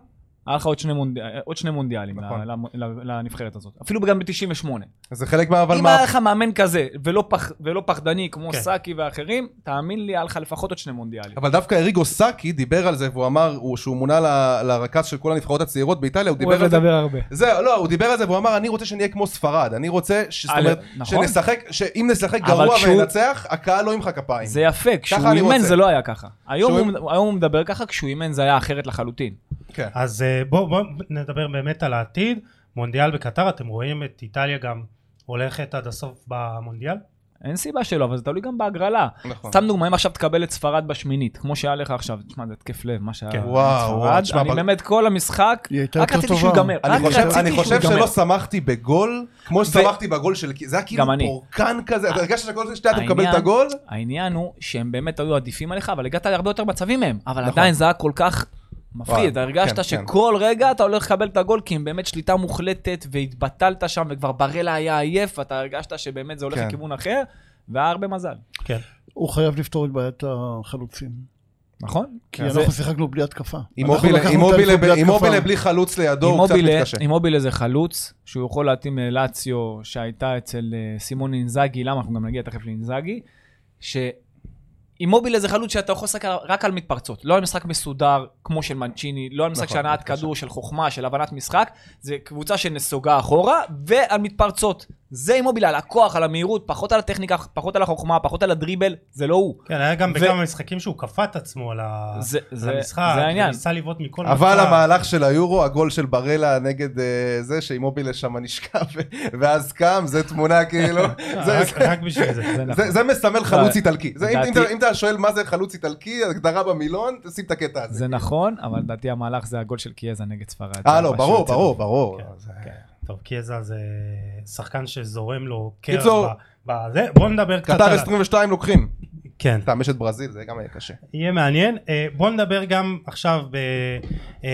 Speaker 4: היה לך עוד שני, מונד... עוד שני מונדיאלים
Speaker 3: נכון.
Speaker 4: נכון. לנבחרת הזאת. אפילו גם ב-98.
Speaker 3: זה חלק מה... אבל
Speaker 4: אם
Speaker 3: מה...
Speaker 4: היה לך מאמן כזה, ולא, פח... ולא פחדני כמו
Speaker 1: כן.
Speaker 4: כן. סאקי ואחרים, תאמין לי, היה לך לפחות עוד שני מונדיאלים.
Speaker 3: אבל דווקא אריגו סאקי דיבר על זה, והוא אמר הוא- שהוא מונה ל- לרכז של כל הנבחרות הצעירות באיטליה, הוא דיבר על זה.
Speaker 4: הרבה.
Speaker 3: זהו, לא, הוא דיבר על זה והוא אמר, אני רוצה שנהיה כמו ספרד, אני רוצה, ש- זאת
Speaker 4: על-
Speaker 3: אומרת,
Speaker 4: נכון.
Speaker 3: שנשחק, שאם נשחק
Speaker 4: אבל
Speaker 3: גרוע
Speaker 4: כשהוא-
Speaker 3: וננצח, הקהל לא ימחא כפיים.
Speaker 4: זה יפה, כשהוא
Speaker 3: אני
Speaker 4: אימן
Speaker 3: רוצה.
Speaker 4: זה לא היה ככה. היום
Speaker 3: כשהוא-
Speaker 4: הוא- היום הוא מדבר ככה, כשהוא אימן זה היה אחרת לחלוטין.
Speaker 3: כן.
Speaker 1: אז אה, בואו בוא, נדבר באמת על העתיד. מונדיאל בקטר, אתם רואים את איטליה גם הולכת עד הסוף במונדיאל?
Speaker 4: אין סיבה שלא, אבל זה תלוי גם בהגרלה.
Speaker 3: נכון.
Speaker 4: סתם דוגמא, אם עכשיו תקבל את ספרד בשמינית, כמו שהיה לך עכשיו, תשמע, זה התקף לב, מה שהיה.
Speaker 1: כן.
Speaker 3: וואו,
Speaker 4: ספרד,
Speaker 3: וואו, תשמע,
Speaker 4: אני
Speaker 3: אבל-
Speaker 4: באמת כל המשחק,
Speaker 2: היא הייתה
Speaker 4: רק
Speaker 2: יותר
Speaker 4: רציתי
Speaker 2: טובה.
Speaker 4: שהוא ייגמר.
Speaker 3: אני
Speaker 4: רק
Speaker 3: חושב,
Speaker 4: רציתי
Speaker 3: אני
Speaker 4: שהוא
Speaker 3: חושב
Speaker 4: ייגמר.
Speaker 3: שלא שמחתי בגול, כמו ששמחתי בגול של... זה היה כאילו
Speaker 4: גם אני.
Speaker 3: פורקן כזה, אתה הרגשת שכל שנייה אתה מקבל את
Speaker 4: העניין-
Speaker 3: הגול?
Speaker 4: העניין הוא שהם באמת היו עדיפים עליך, אבל הגעת להרבה יותר מצבים מהם, אבל
Speaker 3: נכון.
Speaker 4: עדיין זה היה כל כך מפחיד,
Speaker 3: וואי, כן,
Speaker 4: הרגשת שכל רגע אתה הולך לקבל את הגול, כי הם באמת שליטה מוחלטת, והתבטלת שם, וכבר ברלה היה עייף, ואתה הרגשת שבאמת זה הולך
Speaker 3: כן.
Speaker 4: לכיוון אחר, והיה הרבה מזל,
Speaker 1: כן.
Speaker 2: הוא חייב לפתור את בעיית החלוצים.
Speaker 4: נכון?
Speaker 2: כי
Speaker 3: כן,
Speaker 2: אנחנו
Speaker 3: זה-
Speaker 2: שיחקנו בלי התקפה.
Speaker 3: עם
Speaker 2: אנחנו
Speaker 3: מובילה-
Speaker 2: לקחנו
Speaker 3: עם
Speaker 2: את
Speaker 3: מובילה-
Speaker 2: האליפות בלי
Speaker 3: עם מובילה
Speaker 2: התקפה.
Speaker 3: בלי חלוץ לידו, הוא קצת
Speaker 4: אימובילה,
Speaker 3: מתקשה.
Speaker 4: אימובילה זה חלוץ, שהוא יכול להתאים ללציו שהייתה אצל אה, סימון אינזאגי, למה אנחנו גם נגיע תכף לאינזאגי, שאימובילה זה חלוץ שאתה יכול לשחק על- רק על מתפרצות, לא על משחק מסודר כמו של מנצ'יני, לא על משחק
Speaker 3: נכון,
Speaker 4: של הנעת
Speaker 3: מתקשה.
Speaker 4: כדור, של חוכמה, של הבנת משחק, זה קבוצה שנסוגה אחורה ועל מתפרצות. זה אימובילה, על הכוח, על המהירות, פחות על הטכניקה, פחות על החוכמה, פחות על הדריבל, זה לא הוא.
Speaker 1: כן, היה גם
Speaker 4: ו-
Speaker 1: בכמה משחקים שהוא כפה את עצמו על ה-
Speaker 4: זה-
Speaker 1: אה, על
Speaker 4: זה-
Speaker 1: המשחק,
Speaker 4: זה העניין.
Speaker 1: וניסה לבעוט מכל
Speaker 3: אבל
Speaker 1: מצב.
Speaker 3: המהלך של היורו, הגול של ברלה נגד אה, זה, שאימובילה שם נשכב, ואז קם, זה תמונה כאילו, זה-
Speaker 1: רק-
Speaker 3: זה-
Speaker 1: אה, רק בשביל זה.
Speaker 4: זה נכון.
Speaker 3: זה- זה מסמל חלוץ
Speaker 4: אבל-
Speaker 3: איטלקי. זה- אם- אם
Speaker 4: לדעתי-
Speaker 3: אתה- אם אתה שואל מה זה חלוץ איטלקי, הגדרה במילון, תשים את הקטע הזה.
Speaker 4: זה נכון, אבל לדעתי המהלך זה הגול של קיאזה נגד ספרד.
Speaker 3: אה,
Speaker 4: זה
Speaker 3: לא,
Speaker 4: משהו
Speaker 3: ברור,
Speaker 4: יוצא
Speaker 3: ברור, ברור.
Speaker 1: כן,
Speaker 3: זה-
Speaker 1: טוב, קיאזה זה שחקן שזורם לו קרח
Speaker 3: קיצור.
Speaker 1: ב- בזה. בואו נדבר קצת
Speaker 3: קטר
Speaker 1: על...
Speaker 3: 22 לוקחים.
Speaker 1: כן,
Speaker 3: סתם, יש את ברזיל, זה גם היה קשה.
Speaker 1: יהיה מעניין. אה, בואו נדבר גם עכשיו ב... אה,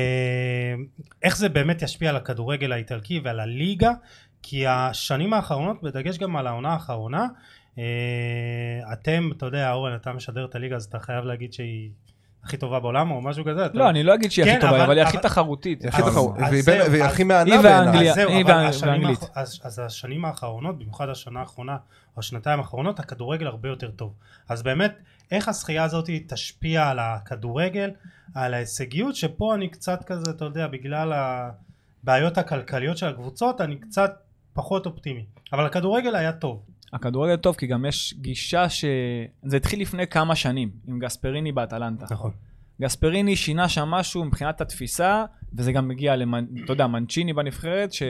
Speaker 1: איך זה באמת ישפיע על הכדורגל האיטלקי ועל הליגה, כי השנים האחרונות, בדגש גם על העונה האחרונה, אה, אתם, אתה יודע, אורן, אתה משדר את הליגה, אז אתה חייב להגיד שהיא הכי טובה בעולם או משהו כזה. אתה-
Speaker 4: לא, אני לא אגיד שהיא הכי
Speaker 1: כן,
Speaker 4: טובה,
Speaker 1: אבל-
Speaker 4: אבל היא הכי
Speaker 1: אבל-
Speaker 4: תחרותית.
Speaker 3: הכי
Speaker 1: אז-
Speaker 3: תחרות,
Speaker 1: אז
Speaker 3: והיא
Speaker 1: זהו,
Speaker 3: בין- והיא
Speaker 1: אז-
Speaker 3: הכי מהנה
Speaker 4: היא
Speaker 3: בעיניי.
Speaker 4: ואנגליה.
Speaker 1: אז זהו,
Speaker 4: היא
Speaker 1: אבל
Speaker 4: וה-
Speaker 1: השנים
Speaker 4: והאנגלית.
Speaker 1: האח- אז- אז השנים האחרונות, במיוחד השנה האחרונה, או השנתיים האחרונות, הכדורגל הרבה יותר טוב. אז באמת, איך הזכייה הזאת תשפיע על הכדורגל, על ההישגיות, שפה אני קצת כזה, אתה יודע, בגלל הבעיות הכלכליות של הקבוצות, אני קצת פחות אופטימי. אבל הכדורגל היה טוב.
Speaker 4: הכדורגל טוב, כי גם יש גישה ש... זה התחיל לפני כמה שנים, עם גספריני באטלנטה.
Speaker 1: נכון.
Speaker 4: גספריני שינה שם משהו מבחינת התפיסה, וזה גם מגיע, למנ... אתה יודע, מנצ'יני בנבחרת, ש...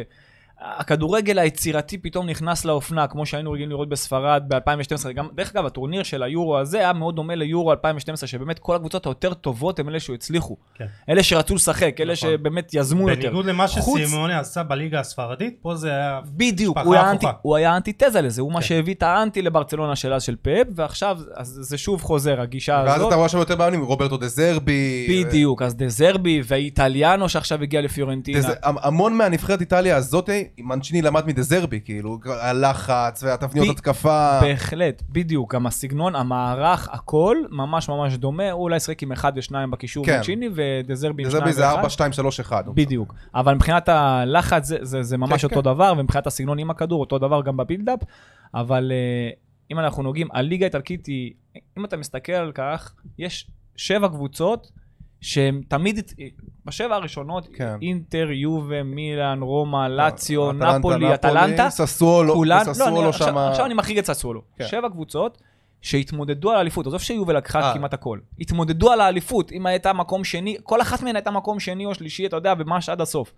Speaker 4: הכדורגל היצירתי פתאום נכנס לאופנה, כמו שהיינו רגילים לראות בספרד ב-2012. גם, דרך אגב, הטורניר של היורו הזה היה מאוד דומה ליורו 2012, שבאמת כל הקבוצות היותר טובות הן אלה שהצליחו.
Speaker 1: כן.
Speaker 4: אלה שרצו לשחק, אלה
Speaker 1: נכון.
Speaker 4: שבאמת יזמו יותר.
Speaker 1: בניגוד למה
Speaker 4: חוץ- כן.
Speaker 1: שסימוני עשה בליגה הספרדית, פה זה היה...
Speaker 4: בדיוק,
Speaker 1: משפחה
Speaker 4: הוא היה, אנטי,
Speaker 1: הפוכה.
Speaker 4: הוא היה אנטיתזה לזה, הוא מה
Speaker 1: כן.
Speaker 4: שהביא את האנטי לברצלונה של אז של פאפ, ועכשיו אז זה שוב חוזר, הגישה
Speaker 3: ואז
Speaker 4: הזאת.
Speaker 3: אתה רואה שם יותר מאמנים, רוברטו דה זרבי.
Speaker 4: בדיוק, אז דה זרבי ואיטליאנו שעכשיו הגיע
Speaker 3: דה
Speaker 4: לפיורנטינה.
Speaker 3: ז- המ- המון מהנבחרת איטליה הזאת, מנצ'יני למד מדה זרבי, כאילו, הלחץ והתבניות
Speaker 4: ב-
Speaker 3: התקפה.
Speaker 4: בהחלט, בדיוק, גם הסגנון, המערך, הכל ממש ממש דומה, הוא אולי שיחק עם אחד ושניים בקישור
Speaker 3: כן.
Speaker 4: מצ'יני, ודה זרבי עם
Speaker 3: דה
Speaker 4: שניים ואחד.
Speaker 3: זרבי זה 4, 2, 3, 1.
Speaker 4: בדיוק, אבל מבחינת הלחץ זה, זה, זה ממש
Speaker 3: כן,
Speaker 4: אותו דבר, ומבחינת הסגנון עם הכדור אותו דבר גם בבילדאפ, אבל אה, אם אנחנו נוגעים, הליגה האיטלקית היא, אם אתה מסתכל על כך, יש שבע קבוצות שהן תמיד, אה, בשבע הראשונות,
Speaker 3: כן. אה,
Speaker 4: אינטר, יובה, מילאן, רומא, לאציו,
Speaker 3: אטלנטה,
Speaker 4: נפולי, אטלנטה,
Speaker 3: ססוולו,
Speaker 4: כולן, לא, אני,
Speaker 3: ססוולו
Speaker 4: עכשיו,
Speaker 3: שמה.
Speaker 4: עכשיו אני מחריג את ססוולו.
Speaker 3: כן.
Speaker 4: שבע קבוצות שהתמודדו על האליפות, עזוב שיובל לקחה
Speaker 3: אה.
Speaker 4: כמעט הכל. התמודדו על האליפות, אם הייתה מקום שני, כל אחת מהן הייתה מקום שני או שלישי, אתה יודע, וממש עד הסוף.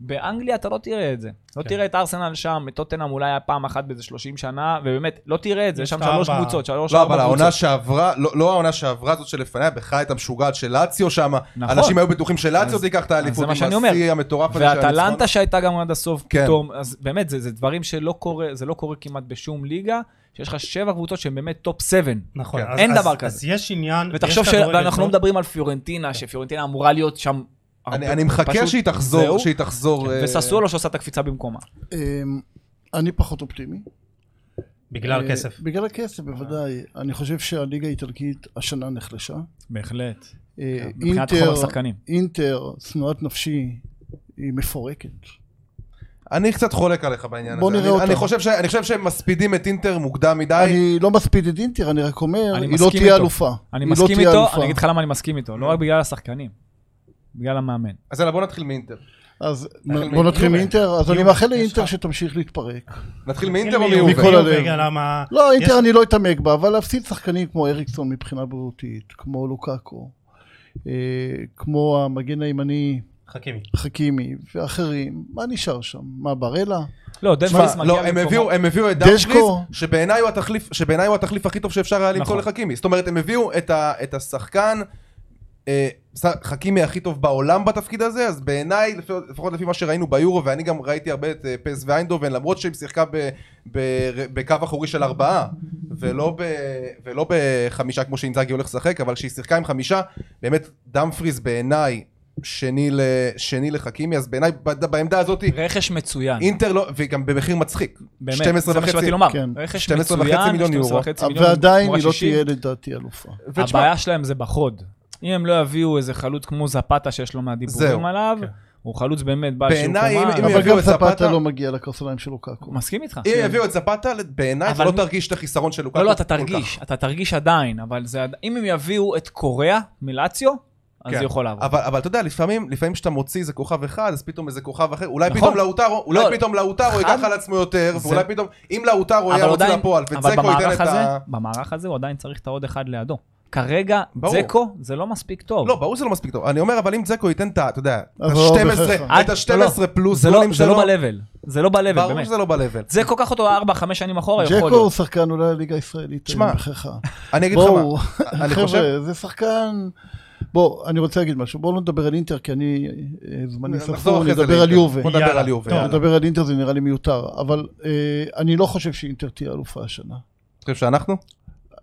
Speaker 4: באנגליה אתה לא תראה את זה. לא
Speaker 1: כן.
Speaker 4: תראה את ארסנל שם, את טוטנאם אולי היה פעם אחת באיזה 30 שנה, ובאמת, לא תראה את זה, יש
Speaker 1: יש את
Speaker 4: שם שלוש
Speaker 1: ארבע.
Speaker 4: קבוצות, שלוש
Speaker 3: לא,
Speaker 4: ארבע
Speaker 3: אבל
Speaker 4: קבוצות.
Speaker 3: העונה שעברה, לא לא העונה שעברה, זאת שלפניה, בכלל הייתה משוגעת של לאציו שם.
Speaker 4: נכון.
Speaker 3: אנשים היו בטוחים שלאציו
Speaker 4: אז-
Speaker 3: תיקח את האליפות
Speaker 4: זה מה שאני
Speaker 3: עם
Speaker 4: אומר.
Speaker 3: השיא המטורף הזה של הניצחון.
Speaker 4: ואטלנטה שהייתה גם עד הסוף
Speaker 3: כן.
Speaker 4: פתאום, אז באמת, זה, זה דברים שלא קורה, זה לא קורה כמעט בשום ליגה, שיש לך שבע קבוצות שהן באמת טופ 7.
Speaker 1: נכון.
Speaker 3: כן.
Speaker 1: אז-
Speaker 4: אין
Speaker 1: אז-
Speaker 4: דבר כזה.
Speaker 1: אז יש עניין...
Speaker 4: ותחשוב
Speaker 1: יש
Speaker 4: ש-
Speaker 1: כדורגל
Speaker 4: ואנחנו לא כן.
Speaker 1: טוב.
Speaker 4: מדברים על פיורנטינה, שפיורנטינה אמורה להיות שם...
Speaker 3: אני
Speaker 4: הרבה-
Speaker 3: אני מחכה
Speaker 4: פשוט
Speaker 3: שהיא
Speaker 4: זהו. כן.
Speaker 3: תחזור, שהיא תחזור. אה,
Speaker 4: וססוולו שעושה את הקפיצה במקומה.
Speaker 2: אמ, אני פחות אופטימי.
Speaker 1: בגלל
Speaker 2: אה,
Speaker 1: כסף.
Speaker 2: בגלל הכסף, בוודאי. אני חושב שהליגה האיטלקית השנה נחלשה.
Speaker 4: בהחלט.
Speaker 2: אה,
Speaker 4: כן, מבחינת
Speaker 2: אינטר-
Speaker 4: חומר שחקנים.
Speaker 2: אינטר, שנואת נפשי, היא מפורקת.
Speaker 3: אני קצת חולק עליך בעניין
Speaker 2: בוא
Speaker 3: הזה.
Speaker 2: נראה
Speaker 3: אני- אני
Speaker 2: אותו.
Speaker 3: חושב ש- אני חושב שהם מספידים את אינטר מוקדם מדי.
Speaker 2: אני לא מספיד את אינטר, אני רק אומר,
Speaker 4: אני
Speaker 2: היא לא
Speaker 4: מסכים
Speaker 2: תהיה
Speaker 4: איתו.
Speaker 2: אלופה.
Speaker 4: אני
Speaker 2: היא לא
Speaker 4: מסכים
Speaker 2: תהיה
Speaker 4: איתו,
Speaker 2: אלופה.
Speaker 4: אני אגיד לך למה אני מסכים איתו, לא רק בגלל השחקנים, בגלל המאמן.
Speaker 3: אז יאללה, בוא נתחיל מאינטר.
Speaker 2: אז
Speaker 3: נתחיל
Speaker 2: בוא
Speaker 3: מ-
Speaker 2: נתחיל
Speaker 3: יובה.
Speaker 2: מאינטר, אז
Speaker 1: יובה,
Speaker 2: אני מאחל
Speaker 1: יש
Speaker 2: לאינטר
Speaker 1: לך.
Speaker 2: שתמשיך להתפרק.
Speaker 3: נתחיל מאינטר או
Speaker 1: מיובה?
Speaker 3: מיובה?
Speaker 2: מכל הלב.
Speaker 1: מיובה, למה...
Speaker 2: לא,
Speaker 1: יש-
Speaker 2: אינטר אני לא אתעמק בה, אבל להפסיד שחקנים כמו אריקסון מבחינה בריאותית, כמו לוקאקו, אה, כמו המגן הימני
Speaker 1: חכימי.
Speaker 2: חכימי ואחרים, מה נשאר שם? מה, בראלה?
Speaker 4: לא,
Speaker 3: תשמע,
Speaker 4: דנפריס מגיע
Speaker 3: לא, הם הביאו, הם הביאו את דאפריס,
Speaker 2: דשקו.
Speaker 3: שבעיניי הוא התחליף, שבעיניי הוא התחליף הכי טוב שאפשר היה למצוא
Speaker 4: נכון.
Speaker 3: לחכימי. זאת אומרת, הם הביאו את, ה, את השחקן, אה, ש- חכימי הכי טוב בעולם בתפקיד הזה, אז בעיניי, לפי- לפחות לפי מה שראינו ביורו, ואני גם ראיתי הרבה את אה, פס ואיינדובן, למרות שהיא שיחקה ב, ב, בקו אחורי של ארבעה, ולא, ב, ולא בחמישה כמו שאינזאגי הולך לשחק, אבל כשהיא שיחקה עם חמישה, באמת דאמפריס בעיניי שני, ל, שני לחכימי, אז בעיניי ב- בעמדה הזאת...
Speaker 4: רכש מצוין,
Speaker 3: אינטר לא, וגם במחיר מצחיק.
Speaker 4: באמת,
Speaker 3: 12
Speaker 4: זה מה
Speaker 3: וחצי.
Speaker 4: שבאתי לומר,
Speaker 2: כן.
Speaker 4: רכש
Speaker 3: 12
Speaker 4: מצוין,
Speaker 3: וחצי מיליון
Speaker 4: 12
Speaker 3: יורו.
Speaker 4: וחצי מיליון
Speaker 2: ועדיין
Speaker 4: תמורת
Speaker 2: היא לא
Speaker 4: 60.
Speaker 2: תהיה לדעתי אלופה.
Speaker 3: ותשמע,
Speaker 4: הבעיה שלהם זה בחוד. אם הם לא יביאו איזה חלוץ כמו זפתה שיש לו מהדיבורים
Speaker 3: זהו,
Speaker 4: עליו,
Speaker 1: כן.
Speaker 4: הוא חלוץ באמת בעל שיעור
Speaker 3: בעיניי,
Speaker 4: קומה.
Speaker 3: אם
Speaker 4: אבל-
Speaker 2: אבל
Speaker 3: יביאו
Speaker 2: גם
Speaker 3: את זפתה-
Speaker 2: ספטה לא מגיע לקרסוליים של לוקאקו.
Speaker 4: מסכים איתך. כן.
Speaker 3: אם יביאו את זפתה, בעיניי אתה
Speaker 4: אבל-
Speaker 3: לא תרגיש את החיסרון של לוקאקו.
Speaker 4: לא, לא, אתה
Speaker 3: כל
Speaker 4: תרגיש, אתה תרגיש עדיין, אבל זה עד- אם הם יביאו את קוריאה מלאציו, אז
Speaker 3: כן.
Speaker 4: זה יכול
Speaker 3: כך.
Speaker 4: לעבור.
Speaker 3: אבל, אבל אתה יודע, לפעמים, לפעמים כשאתה מוציא איזה כוכב אחד, אז פתאום איזה כוכב אחר, אולי
Speaker 4: נכון.
Speaker 3: פתאום לאוטרו, אולי
Speaker 4: לא,
Speaker 3: פתאום לאוטרו ייקח
Speaker 4: חד-
Speaker 3: על עצמו יותר,
Speaker 4: זה-
Speaker 3: ואולי פתאום, אם לאוטרו היה מוצא לפועל,
Speaker 4: אבל
Speaker 3: וצקו ייתן את
Speaker 4: במערך הזה,
Speaker 3: ה...
Speaker 4: במערך הזה הוא עדיין צריך את העוד אחד לידו. כרגע,
Speaker 3: ברור.
Speaker 4: זקו זה לא מספיק טוב.
Speaker 3: לא, ברור שזה לא מספיק טוב. אני אומר, אבל אם צקו ייתן את ה... אתה יודע, את
Speaker 2: אז לא
Speaker 3: ה-12,
Speaker 2: בהכרח.
Speaker 3: את
Speaker 4: עד-
Speaker 3: ה-12 פלוס
Speaker 4: אה, זה לא-
Speaker 3: גולים
Speaker 4: זה
Speaker 3: שלו,
Speaker 4: לא ב-level, זה לא ב-level,
Speaker 3: ברור
Speaker 4: באמת.
Speaker 3: שזה לא ב-level.
Speaker 4: זה כל כך אותו 4-5 שנים אחורה, יכול
Speaker 2: ג'קו הוא
Speaker 4: להיות.
Speaker 2: שחקן אולי הליגה הישראלית,
Speaker 3: תשמע,
Speaker 2: אני מבחיך.
Speaker 3: אני אגיד לך מה,
Speaker 2: בואו,
Speaker 3: אני חושב...
Speaker 2: חבר'ה, זה שחקן... בוא, אני רוצה להגיד משהו, בואו לא נדבר על אינטר, כי אני, אה, זמני
Speaker 3: נחזור
Speaker 2: ספור,
Speaker 3: אחרי זה
Speaker 2: נדבר על
Speaker 3: לאינטר.
Speaker 2: יובה.
Speaker 3: בוא נדבר
Speaker 1: יאללה,
Speaker 3: על יובל.
Speaker 1: טוב.
Speaker 3: יאללה.
Speaker 2: לדבר על אינטר זה נראה לי מיותר, אבל אה, אני לא חושב שאינטר תהיה אלופה השנה.
Speaker 3: אתה חושב שאנחנו?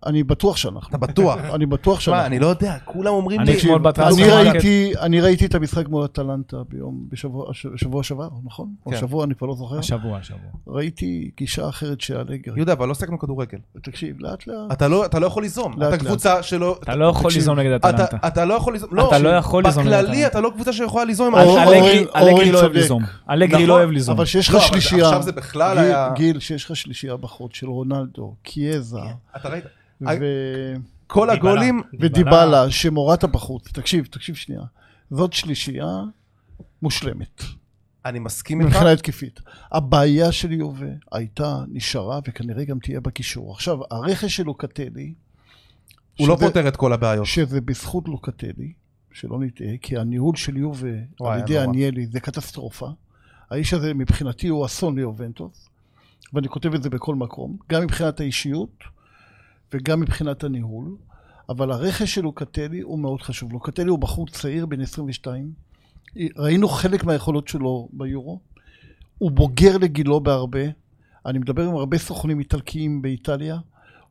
Speaker 2: אני בטוח שאנחנו.
Speaker 3: אתה בטוח.
Speaker 2: אני בטוח
Speaker 3: שמע,
Speaker 2: שאנחנו.
Speaker 3: אני לא יודע, כולם אומרים
Speaker 4: אני
Speaker 3: לי...
Speaker 4: אתמול בטרנספר
Speaker 2: אני
Speaker 4: מרקט.
Speaker 2: ראיתי, אני ראיתי את המשחק מול אטלנטה ביום, בשבוע הש- שבוע שעבר, נכון? או
Speaker 3: כן.
Speaker 2: שבוע, אני כבר לא זוכר.
Speaker 4: השבוע, השבוע.
Speaker 2: ראיתי גישה אחרת של אלגר.
Speaker 3: יהודה, אבל לא עסקנו כדורגל.
Speaker 2: תקשיב, לאט לאט.
Speaker 3: אתה לא, אתה לא יכול ליזום.
Speaker 2: אה. לאט,
Speaker 3: אתה
Speaker 2: לאט.
Speaker 3: קבוצה שלא...
Speaker 4: אתה לא יכול
Speaker 2: תקשיב,
Speaker 4: ליזום נגד אטלנטה.
Speaker 3: אתה, אתה לא יכול ליזום.
Speaker 4: אתה לא יכול ליזום
Speaker 3: בכללי
Speaker 4: לאטלנטה.
Speaker 3: אתה לא קבוצה שיכולה ליזום עם
Speaker 2: או-
Speaker 3: אנשים.
Speaker 2: או- אורן- אורן
Speaker 4: אלגרי אלגרי לא אוהב
Speaker 2: צודק.
Speaker 4: ליזום. אלגרי לא
Speaker 3: נכון,
Speaker 4: אוהב ליזום.
Speaker 2: אבל שיש לך
Speaker 3: לא, אבל
Speaker 2: שלישייה,
Speaker 3: עכשיו זה בכלל
Speaker 2: גיל-
Speaker 3: היה-
Speaker 2: גיל, שיש לך שלישייה בחוץ של רונלדו, קיאזה
Speaker 3: אתה ראית?
Speaker 2: ו-
Speaker 3: כל הגולים...
Speaker 1: דיבלה.
Speaker 2: ודיבאלה, שמורטה בחוץ. תקשיב, תקשיב שנייה. זאת שלישייה מושלמת.
Speaker 3: אני מסכים איתך.
Speaker 2: מבחינה התקפית. הבעיה של יובה הייתה, נשארה, וכנראה גם תהיה בקישור. עכשיו, הרכש של לוקטלי,
Speaker 3: הוא לא
Speaker 2: שזה-
Speaker 3: פותר את כל הבעיות.
Speaker 2: שזה בזכות לוקטלי, שלא נטעה, כי הניהול של יובה
Speaker 3: וואי,
Speaker 2: על ידי
Speaker 3: נורא.
Speaker 2: אניאלי זה קטסטרופה. האיש הזה מבחינתי הוא אסון ליובנטוס, ואני כותב את זה בכל מקום, גם מבחינת האישיות וגם מבחינת הניהול, אבל הרכש של לוקטלי הוא מאוד חשוב. לוקטלי הוא בחור צעיר בן 22, ראינו חלק מהיכולות שלו ביורו, הוא בוגר לגילו בהרבה, אני מדבר עם הרבה סוכנים איטלקיים באיטליה,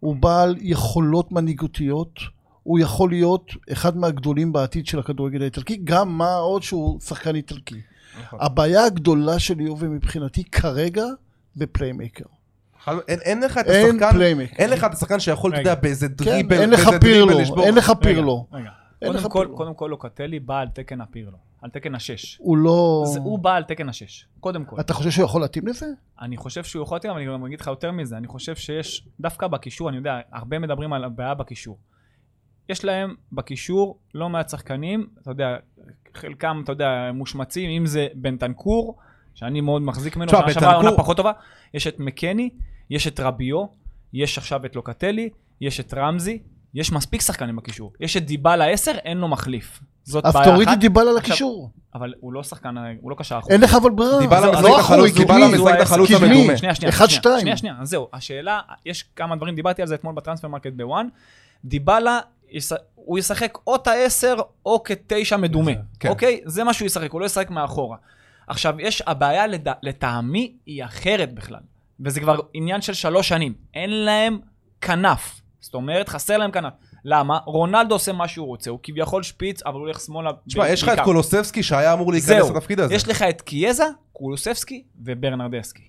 Speaker 2: הוא בעל יכולות מנהיגותיות, הוא יכול להיות אחד מהגדולים בעתיד של הכדורגל האיטלקי, גם מה עוד שהוא שחקן איטלקי.
Speaker 3: נכון.
Speaker 2: הבעיה הגדולה של יובי מבחינתי כרגע זה פליימייקר.
Speaker 3: חל- אין- אין לך את
Speaker 2: אין
Speaker 3: השחקן,
Speaker 2: פליימק.
Speaker 3: אין לך את השחקן שיכול, אתה
Speaker 4: רגע.
Speaker 3: יודע, באיזה
Speaker 2: כן,
Speaker 3: דריבל,
Speaker 2: אין לך
Speaker 3: באיזה דריבל
Speaker 2: פירלו,
Speaker 3: לשבור.
Speaker 2: אין לך
Speaker 4: רגע,
Speaker 2: פירלו.
Speaker 4: רגע.
Speaker 2: אין לך
Speaker 4: קודם כל,
Speaker 2: פירלו.
Speaker 4: קודם כל לוקטלי בא על תקן הפירלו, על תקן השש.
Speaker 2: הוא לא...
Speaker 4: זה- הוא בא על תקן השש, קודם כל.
Speaker 2: אתה חושב שהוא יכול להתאים לזה?
Speaker 4: אני חושב שהוא יכול להתאים, אבל אני גם אגיד לך יותר מזה, אני חושב שיש, דווקא בקישור, אני יודע, הרבה מדברים על הבעיה בקישור. יש להם בקישור לא מעט שחקנים, אתה יודע, חלקם, אתה יודע, מושמצים, אם זה בנטנקור, שאני מאוד מחזיק ממנו,
Speaker 3: תשמע,
Speaker 4: שנה שעברה
Speaker 3: בנטנקור-
Speaker 4: עונה פחות טובה, יש את מקני, יש את רביו, יש עכשיו את לוקטלי, יש את רמזי, יש מספיק שחקנים בקישור. יש את דיבלה 10, אין לו מחליף. זאת
Speaker 2: אז
Speaker 4: בעיה
Speaker 2: תוריד
Speaker 4: אחת,
Speaker 2: את דיבלה
Speaker 4: עכשיו-
Speaker 2: לקישור.
Speaker 4: אבל הוא לא שחקן, הוא לא קשר אחורי.
Speaker 2: אין לך אבל ברירה.
Speaker 3: דיבלה
Speaker 2: זה
Speaker 3: משחק
Speaker 2: לא
Speaker 3: את החלוץ,
Speaker 2: אחורי,
Speaker 3: דיבלה
Speaker 2: קדמי.
Speaker 3: משחק את החלוץ
Speaker 2: קדמי.
Speaker 3: המדומה.
Speaker 4: שנייה, שנייה,
Speaker 2: אחד,
Speaker 4: שנייה,
Speaker 2: שתיים.
Speaker 4: שנייה, שנייה, אז זהו, השאלה, יש כמה דברים, דיברתי על זה אתמול בטרנספר מרקט בוואן, דיבלה, יש- הוא ישחק או את העשר או כתשע מדומה,
Speaker 3: כן.
Speaker 4: אוקיי? זה מה שהוא ישחק, הוא לא ישחק מאחורה. עכשיו, יש, הבעיה לד- לטעמי היא אחרת בכלל, וזה כבר עניין של שלוש שנים, אין להם כנף, זאת אומרת, חסר להם כנף. למה? רונלדו עושה מה שהוא רוצה, הוא כביכול שפיץ, אבל הוא הולך שמאלה.
Speaker 3: תשמע, יש לך את
Speaker 4: בעיקר.
Speaker 3: קולוסבסקי שהיה אמור להיכנס
Speaker 4: זהו.
Speaker 3: לתפקיד הזה.
Speaker 4: יש לך את קיאזה, קולוספסקי וברנרדסקי.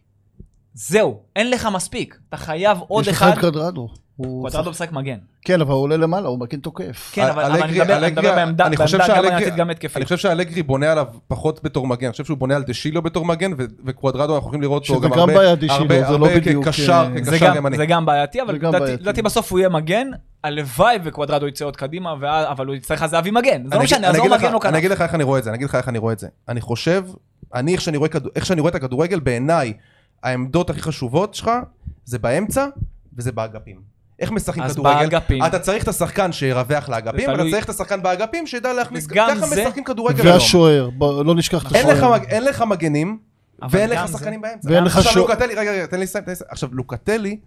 Speaker 4: זהו, אין לך מספיק. אתה חייב עוד
Speaker 2: יש לך
Speaker 4: אחד.
Speaker 2: את קוודרדו. הוא
Speaker 4: קוואטרדו משחק מגן.
Speaker 2: כן, אבל הוא עולה למעלה, הוא מכין תוקף.
Speaker 4: כן, אבל אבל אני
Speaker 3: אלגרי-
Speaker 4: מדבר אני
Speaker 3: אלגרי-
Speaker 4: מדבר בעמדה
Speaker 3: אני חושב
Speaker 4: בעמדה גם
Speaker 3: שאלגרי-
Speaker 4: הגנתית, גם התקפית.
Speaker 3: אני חושב שאלגרי בונה עליו פחות בתור מגן, אני חושב שהוא בונה על דשילו בתור מגן, ו- וקוואדרדו אנחנו יכולים לראות
Speaker 2: שזה
Speaker 3: אותו גם
Speaker 2: גם
Speaker 3: הרבה,
Speaker 2: בעיה דשילו,
Speaker 3: הרבה-
Speaker 2: זה לא
Speaker 3: הרבה
Speaker 2: בדיוק,
Speaker 3: כקשר,
Speaker 2: אה,
Speaker 4: זה
Speaker 3: כקשר
Speaker 4: גם-
Speaker 3: ימני.
Speaker 4: זה גם בעייתי, אבל
Speaker 2: זה גם
Speaker 4: לדעתי-
Speaker 2: בעייתי.
Speaker 4: לדעתי בסוף הוא יהיה מגן. הלוואי וקוואדרדו יצא עוד קדימה, ואז- אבל הוא יצטרך אז להביא מגן. זה לא
Speaker 3: אני אגיד-
Speaker 4: משנה,
Speaker 3: אני
Speaker 4: עזוב
Speaker 3: אגיד לך-
Speaker 4: מגן או כנף.
Speaker 3: אני אגיד לך איך אני רואה את זה, אני אגיד לך איך אני רואה את זה. אני חושב, אני איך שאני רואה כדור- איך שאני רואה את הכדורגל, בעיניי, העמדות הכי חשובות שלך, זה באמצע, וזה באגפים. איך משחקים
Speaker 4: אז
Speaker 3: כדורגל?
Speaker 4: באגפים.
Speaker 3: אתה צריך את השחקן שירווח לאגפים,
Speaker 4: זה
Speaker 3: אתה
Speaker 4: תלוי-
Speaker 3: צריך את השחקן באגפים שידע להכניס...
Speaker 4: וגם
Speaker 3: ככה
Speaker 4: זה-
Speaker 3: משחקים כדורגל היום.
Speaker 2: והשוער, בוא, לא נשכח את
Speaker 3: אין לך
Speaker 2: השוער.
Speaker 3: מג- אין לך מגנים,
Speaker 4: אבל
Speaker 3: ואין
Speaker 4: גם
Speaker 3: לך
Speaker 4: זה-
Speaker 3: שחקנים באמצע.
Speaker 2: ואין לך
Speaker 3: עכשיו
Speaker 2: שוער.
Speaker 3: לוקטלי, רגע, רגע, תן לי לסיים, תן לי לסיים. עכשיו, לוקטלי,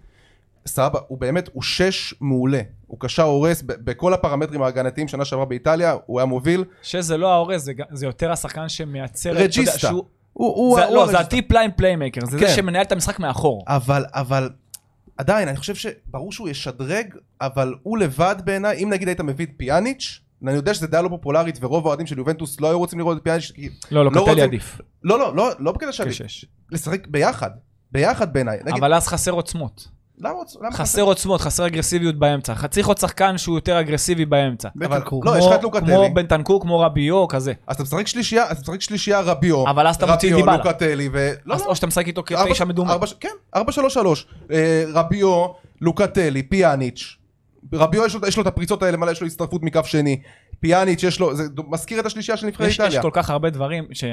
Speaker 3: סבבה, הוא באמת, הוא שש מעולה. הוא קשר הורס ב- בכל הפרמטרים ההגנתיים שנה שעברה באיטליה, הוא היה מוביל.
Speaker 4: שזה לא ההורס, זה גם- זה יותר השחקן שמייצר... אתה יודע,
Speaker 3: רג'יסטה.
Speaker 4: שהוא-
Speaker 3: הוא- הוא-
Speaker 4: זה-
Speaker 3: הוא
Speaker 4: לא, זה
Speaker 3: הרג'יסטה.
Speaker 4: הטיפ ליין פליימקר. זה זה
Speaker 3: כן.
Speaker 4: שמנהל את המשחק מאחור.
Speaker 3: אבל, אבל, עדיין, אני חושב שברור שהוא ישדרג, אבל הוא לבד בעיניי, אם נגיד היית מביא את פיאניץ', אני יודע שזו דעה לא פופולרית, ורוב האוהדים של יובנטוס לא היו רוצים לראות את פיאניץ', כי...
Speaker 4: לא, לא,
Speaker 3: לא
Speaker 4: קטלי
Speaker 3: רוצה-
Speaker 4: עדיף.
Speaker 3: לא, לא, לא, לא בקטע שלי,
Speaker 4: כשש.
Speaker 3: לשחק ביחד, ביחד בעיניי. נגיד,
Speaker 4: אבל אז חסר עוצמות.
Speaker 3: למה רוצ- למה
Speaker 4: חסר עוצמות, חסר אגרסיביות באמצע. חצי עוד שחקן שהוא יותר אגרסיבי באמצע.
Speaker 3: אבל-
Speaker 2: בטנקור.
Speaker 3: לא, יש לך את לוקטלי.
Speaker 4: כמו בנטנקור, כמו רביו, כזה.
Speaker 3: אז אתה משחק שלישייה, אז אתה משחק שלישייה רביו,
Speaker 4: אבל אז אתה מוציא את
Speaker 3: רביו,
Speaker 4: דיבלה.
Speaker 3: לוקטלי, ו... לא,
Speaker 4: אז
Speaker 3: לא,
Speaker 4: או שאתה משחק איתו
Speaker 3: ארבע-
Speaker 4: כתשע מדומה.
Speaker 3: ארבע אה, ש- כן, 433. רביו, לוקטלי, פיאניץ'. רביו יש לו, יש לו את הפריצות האלה, מלא, יש לו הצטרפות מקו שני. פיאניץ', יש לו, זה דו- מזכיר את השלישייה של נבחרת
Speaker 4: יש יש
Speaker 3: איטליה.
Speaker 4: כל כך הרבה דברים, ש-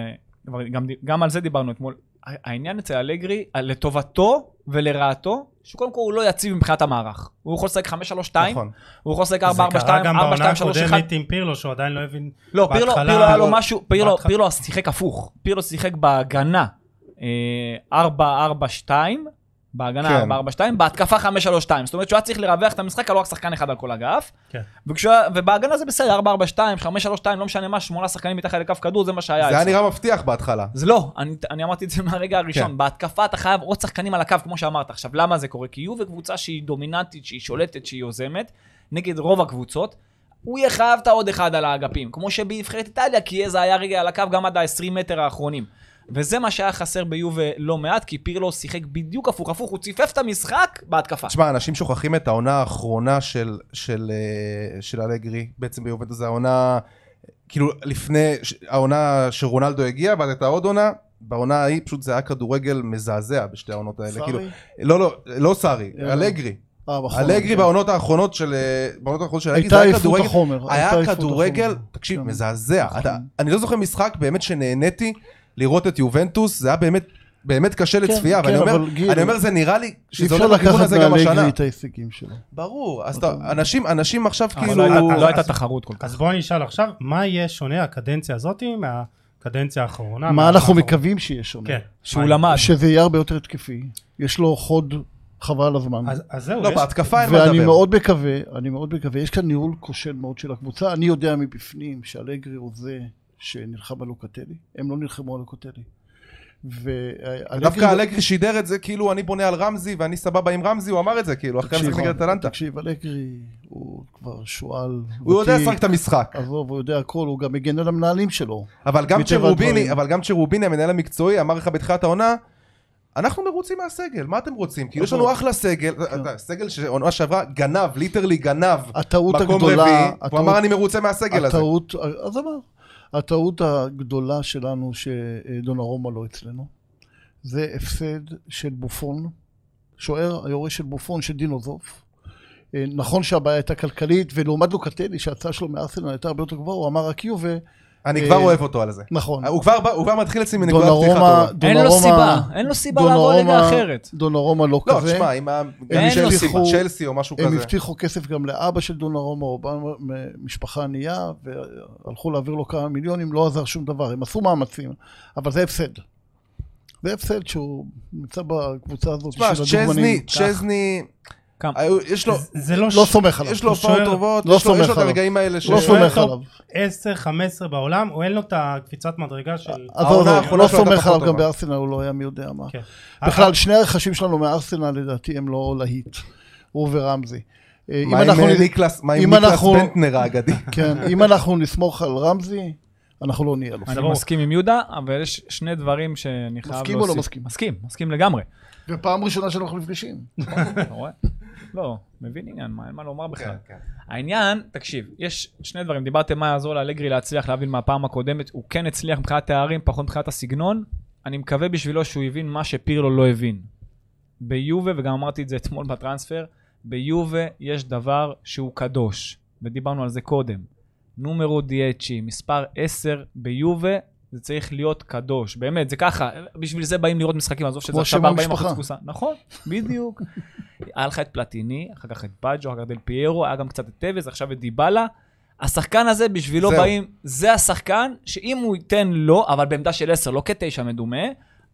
Speaker 4: כבר גם די- גם על זה דיברנו אתמול. ה- העניין אצל אלגרי, ה- לטובתו ולרעתו, שקודם כל הוא לא יציב מבחינת המערך. הוא יכול לשחק 5-3-2,
Speaker 3: נכון.
Speaker 4: הוא יכול לשחק
Speaker 1: זה
Speaker 4: 4-4-2,
Speaker 1: קרה גם בעונה
Speaker 4: 4-2-3-1.
Speaker 1: הקודמת עם פירלו, שהוא עדיין לא הבין
Speaker 4: לא, פירלו,
Speaker 1: בהתחלה-
Speaker 4: פירלו היה לו
Speaker 1: לא,
Speaker 4: משהו, פירלו,
Speaker 1: בהתחלה-
Speaker 4: פירלו שיחק הפוך. פירלו שיחק בהגנה אה, 4-4-2,
Speaker 3: כן.
Speaker 4: בהגנה 4-4-2, בהתקפה 5-3-2. זאת אומרת שהוא היה צריך לרווח את המשחק, על לא רק שחקן אחד על כל אגף.
Speaker 1: כן.
Speaker 4: וכשהוא היה- ובהגנה זה בסדר, 4-4-2, 5-3-2, לא משנה מה, שמונה שחקנים מתחת לקו כדור, זה מה שהיה.
Speaker 3: זה היה
Speaker 4: אה, אצלו.
Speaker 3: נראה מבטיח בהתחלה.
Speaker 4: אז לא, אני, אני אמרתי את זה מהרגע הראשון. כן. בהתקפה אתה חייב עוד שחקנים על הקו, כמו שאמרת. עכשיו, למה זה קורה? כי יובה קבוצה שהיא דומיננטית, שהיא שולטת, שהיא יוזמת, נגד רוב הקבוצות. הוא יהיה חייב את העוד אחד על האגפים, כמו שבנבחרת איטליה, כי זה היה רגע על הקו גם עד ה-20 מטר האחרונים. וזה מה שהיה חסר ביובה לא מעט, כי פירלו שיחק בדיוק הפוך הפוך, הוא ציפף את המשחק בהתקפה.
Speaker 3: תשמע, אנשים שוכחים את העונה האחרונה של, של, אה, של אלגרי, בעצם ביובנטוס, זה העונה, כאילו, לפני ש- העונה שרונלדו הגיע, ואז הייתה עוד עונה, בעונה ההיא פשוט זה היה כדורגל מזעזע בשתי העונות האלה. כאילו, לא, לא, לא סארי,
Speaker 2: אה,
Speaker 3: אלגרי.
Speaker 2: אה, בחומר,
Speaker 3: אלגרי
Speaker 2: כן.
Speaker 3: בעונות האחרונות של אה, בעונות האחרונות של אלגרי,
Speaker 2: הייתה
Speaker 3: זה היה
Speaker 2: עייפות
Speaker 3: כדורגל,
Speaker 2: החומר. הייתה
Speaker 3: היה
Speaker 2: עייפות
Speaker 3: כדורגל,
Speaker 2: החומר.
Speaker 3: תקשיב,
Speaker 2: כן.
Speaker 3: מזעזע.
Speaker 2: נכון.
Speaker 3: אתה- אני לא זוכר משחק באמת שנהניתי לראות את יובנטוס, זה היה באמת... באמת קשה לצפייה,
Speaker 2: כן,
Speaker 3: ואני אומר,
Speaker 2: אבל גיל-
Speaker 3: אני אומר, זה נראה לי
Speaker 2: אי
Speaker 3: שזה
Speaker 2: אפשר
Speaker 3: הולך לכיוון
Speaker 2: לקחת
Speaker 3: הזה גם השנה.
Speaker 2: מאלגרי את ההישגים שלו.
Speaker 3: ברור, אז אתה, אנשים, אנשים עכשיו
Speaker 4: אבל
Speaker 2: אה,
Speaker 3: כאילו...
Speaker 4: לא הייתה- לא
Speaker 1: אז-
Speaker 4: הייתה תחרות כל כך.
Speaker 1: אז בוא נשאל עכשיו, מה יהיה שונה הקדנציה הזאת מה, קדנציה האחרונה.
Speaker 2: מה אנחנו
Speaker 1: האחרון.
Speaker 2: מקווים שיהיה שונה?
Speaker 1: כן.
Speaker 4: שהוא
Speaker 1: מה-
Speaker 4: למד.
Speaker 2: שזה יהיה הרבה יותר התקפי. יש לו חוד חבל על הזמן.
Speaker 1: אז אז זהו,
Speaker 3: לא,
Speaker 1: יש-
Speaker 3: בהתקפה אין מה
Speaker 2: ואני
Speaker 3: לדבר.
Speaker 2: מאוד מקווה, אני מאוד מקווה, יש כאן ניהול כושל מאוד של הקבוצה, אני יודע מבפנים שאלגרי הוא זה שנלחם על לוקטלי, הם לא נלחמו על לוקטלי. ואלגרי- לא-
Speaker 3: דווקא אלגרי שידר את זה, כאילו אני בונה על רמזי ואני סבבה עם רמזי, הוא אמר את זה, כאילו, אחרי
Speaker 2: תקשיב,
Speaker 3: המשחק נגד אטלנטה.
Speaker 2: תקשיב, אלגרי הוא כבר שועל.
Speaker 3: הוא יודע
Speaker 2: ותיק,
Speaker 3: לשחק את המשחק.
Speaker 2: עזוב, הוא יודע הכל, הוא גם מגן על המנהלים שלו.
Speaker 3: אבל גם
Speaker 2: מטבע הדברים.
Speaker 3: צ'רוביני, אבל גם צ'רוביני, המנהל המקצועי, אמר לך בתחילת העונה, אנחנו מרוצים מהסגל, מה אתם רוצים? כאילו יש לנו אחלה סגל, אתה- אתה- סגל שעונה שעברה גנב, ליטרלי גנב,
Speaker 2: הטעות
Speaker 3: מקום
Speaker 2: הגדולה...
Speaker 3: רביעי, הוא
Speaker 2: הטעות-
Speaker 3: אמר אני מרוצה מהסגל הזה.
Speaker 2: הטעות, אז אמר, הטעות הגדולה שלנו שדונרומה לא אצלנו, זה הפסד של בופון, שוער היורש של בופון של דינוזוף. אה, נכון שהבעיה הייתה כלכלית, ולעומת לוקטלי שההצעה שלו מארסנל הייתה הרבה יותר גבוהה, הוא אמר רק יובה,
Speaker 3: אני כבר
Speaker 2: אה,
Speaker 3: אוהב אותו על זה.
Speaker 2: נכון.
Speaker 3: הוא כבר בא- הוא כבר מתחיל אצלי מנקודת פתיחה
Speaker 2: דונרומה,
Speaker 3: טובה.
Speaker 4: אין לו
Speaker 2: דונרומה-
Speaker 4: סיבה, אין לו סיבה לעבור ליגה
Speaker 2: דונרומה-
Speaker 4: אחרת.
Speaker 2: דונרומה לא
Speaker 3: לא,
Speaker 2: כזה.
Speaker 3: תשמע, אם ה-
Speaker 2: אין לו
Speaker 3: צ'לסי-
Speaker 2: סיבה.
Speaker 3: צ'לסי או משהו
Speaker 2: הם
Speaker 3: כזה.
Speaker 2: הבטיחו כסף גם לאבא של דונרומה, הוא בא ממשפחה ענייה, והלכו להעביר לו כמה מיליונים, לא עזר שום דבר, הם עשו מאמצים, אבל זה הפסד. זה הפסד שהוא נמצא בקבוצה הזאת
Speaker 3: תשמע,
Speaker 2: בשביל הדוגמנים.
Speaker 3: צ'זני, צ'זני,
Speaker 4: כמה?
Speaker 3: היו- יש לו...
Speaker 1: זה- זה לא...
Speaker 2: לא
Speaker 1: ש-
Speaker 2: סומך עליו.
Speaker 3: יש לו
Speaker 1: הוא
Speaker 3: הופעות
Speaker 1: שוער-
Speaker 3: טובות,
Speaker 2: לא
Speaker 3: יש לו יש לו
Speaker 2: סומך
Speaker 3: את
Speaker 2: עליו.
Speaker 3: הרגעים האלה ש...
Speaker 2: לא סומך
Speaker 1: טוב.
Speaker 2: עליו.
Speaker 1: 10-15 בעולם, או אין לו את הקפיצת מדרגה של...
Speaker 2: עזוב,
Speaker 3: העונה
Speaker 2: עזוב,
Speaker 3: האחרונה
Speaker 2: לא
Speaker 3: שלו הייתה
Speaker 2: סומך עליו
Speaker 3: פחות
Speaker 2: גם
Speaker 3: טובה.
Speaker 2: בארסנל, הוא לא היה מי יודע מה.
Speaker 1: כן.
Speaker 2: בכלל, שני הרכשים שלנו מארסנל לדעתי הם לא להיט, הוא ורמזי. אה, אם
Speaker 3: מה עם
Speaker 2: אנחנו-
Speaker 3: אה, ניקלס מה עם
Speaker 2: אם
Speaker 3: ניקלס
Speaker 2: אנחנו-
Speaker 3: בנטנר האגדי?
Speaker 2: כן, אם אנחנו נסמוך על רמזי, אנחנו לא נהיה אלופים.
Speaker 1: זה
Speaker 4: אני
Speaker 1: ברור.
Speaker 4: מסכים עם יהודה, אבל יש שני דברים שאני חייב להוסיף.
Speaker 2: מסכים או לא מסכים?
Speaker 4: מסכים, מסכים לגמרי.
Speaker 2: ופעם ראשונה שאנחנו נפגשים.
Speaker 4: אתה רואה? לא, מבין עניין, מה- אין מה לומר בכלל. העניין, תקשיב, יש שני דברים, דיברתם מה יעזור לאלגרי להצליח להבין מהפעם הקודמת, הוא כן הצליח מבחינת תארים, פחות מבחינת הסגנון, אני מקווה בשבילו שהוא הבין מה שפירלו לא הבין. ביובה, וגם אמרתי את זה אתמול בטרנספר, ביובה יש דבר שהוא קדוש, ודיברנו על זה קודם. נומרו דיאצ'י, מספר 10 ביובה, זה צריך להיות קדוש, באמת, זה ככה, בשביל זה באים לראות משחקים, עזוב שזה
Speaker 2: כמו
Speaker 4: עכשיו
Speaker 2: שם
Speaker 4: 40
Speaker 2: המשפחה.
Speaker 4: אחוז תפוסה. נכון, בדיוק. היה לך את פלטיני, אחר כך את פאג'ו, אחר כך את דל פיירו, היה גם קצת את טוויז, עכשיו את דיבלה. השחקן הזה, בשבילו
Speaker 3: זהו.
Speaker 4: באים, זה השחקן שאם הוא ייתן לו, אבל בעמדה של 10, לא כתשע מדומה,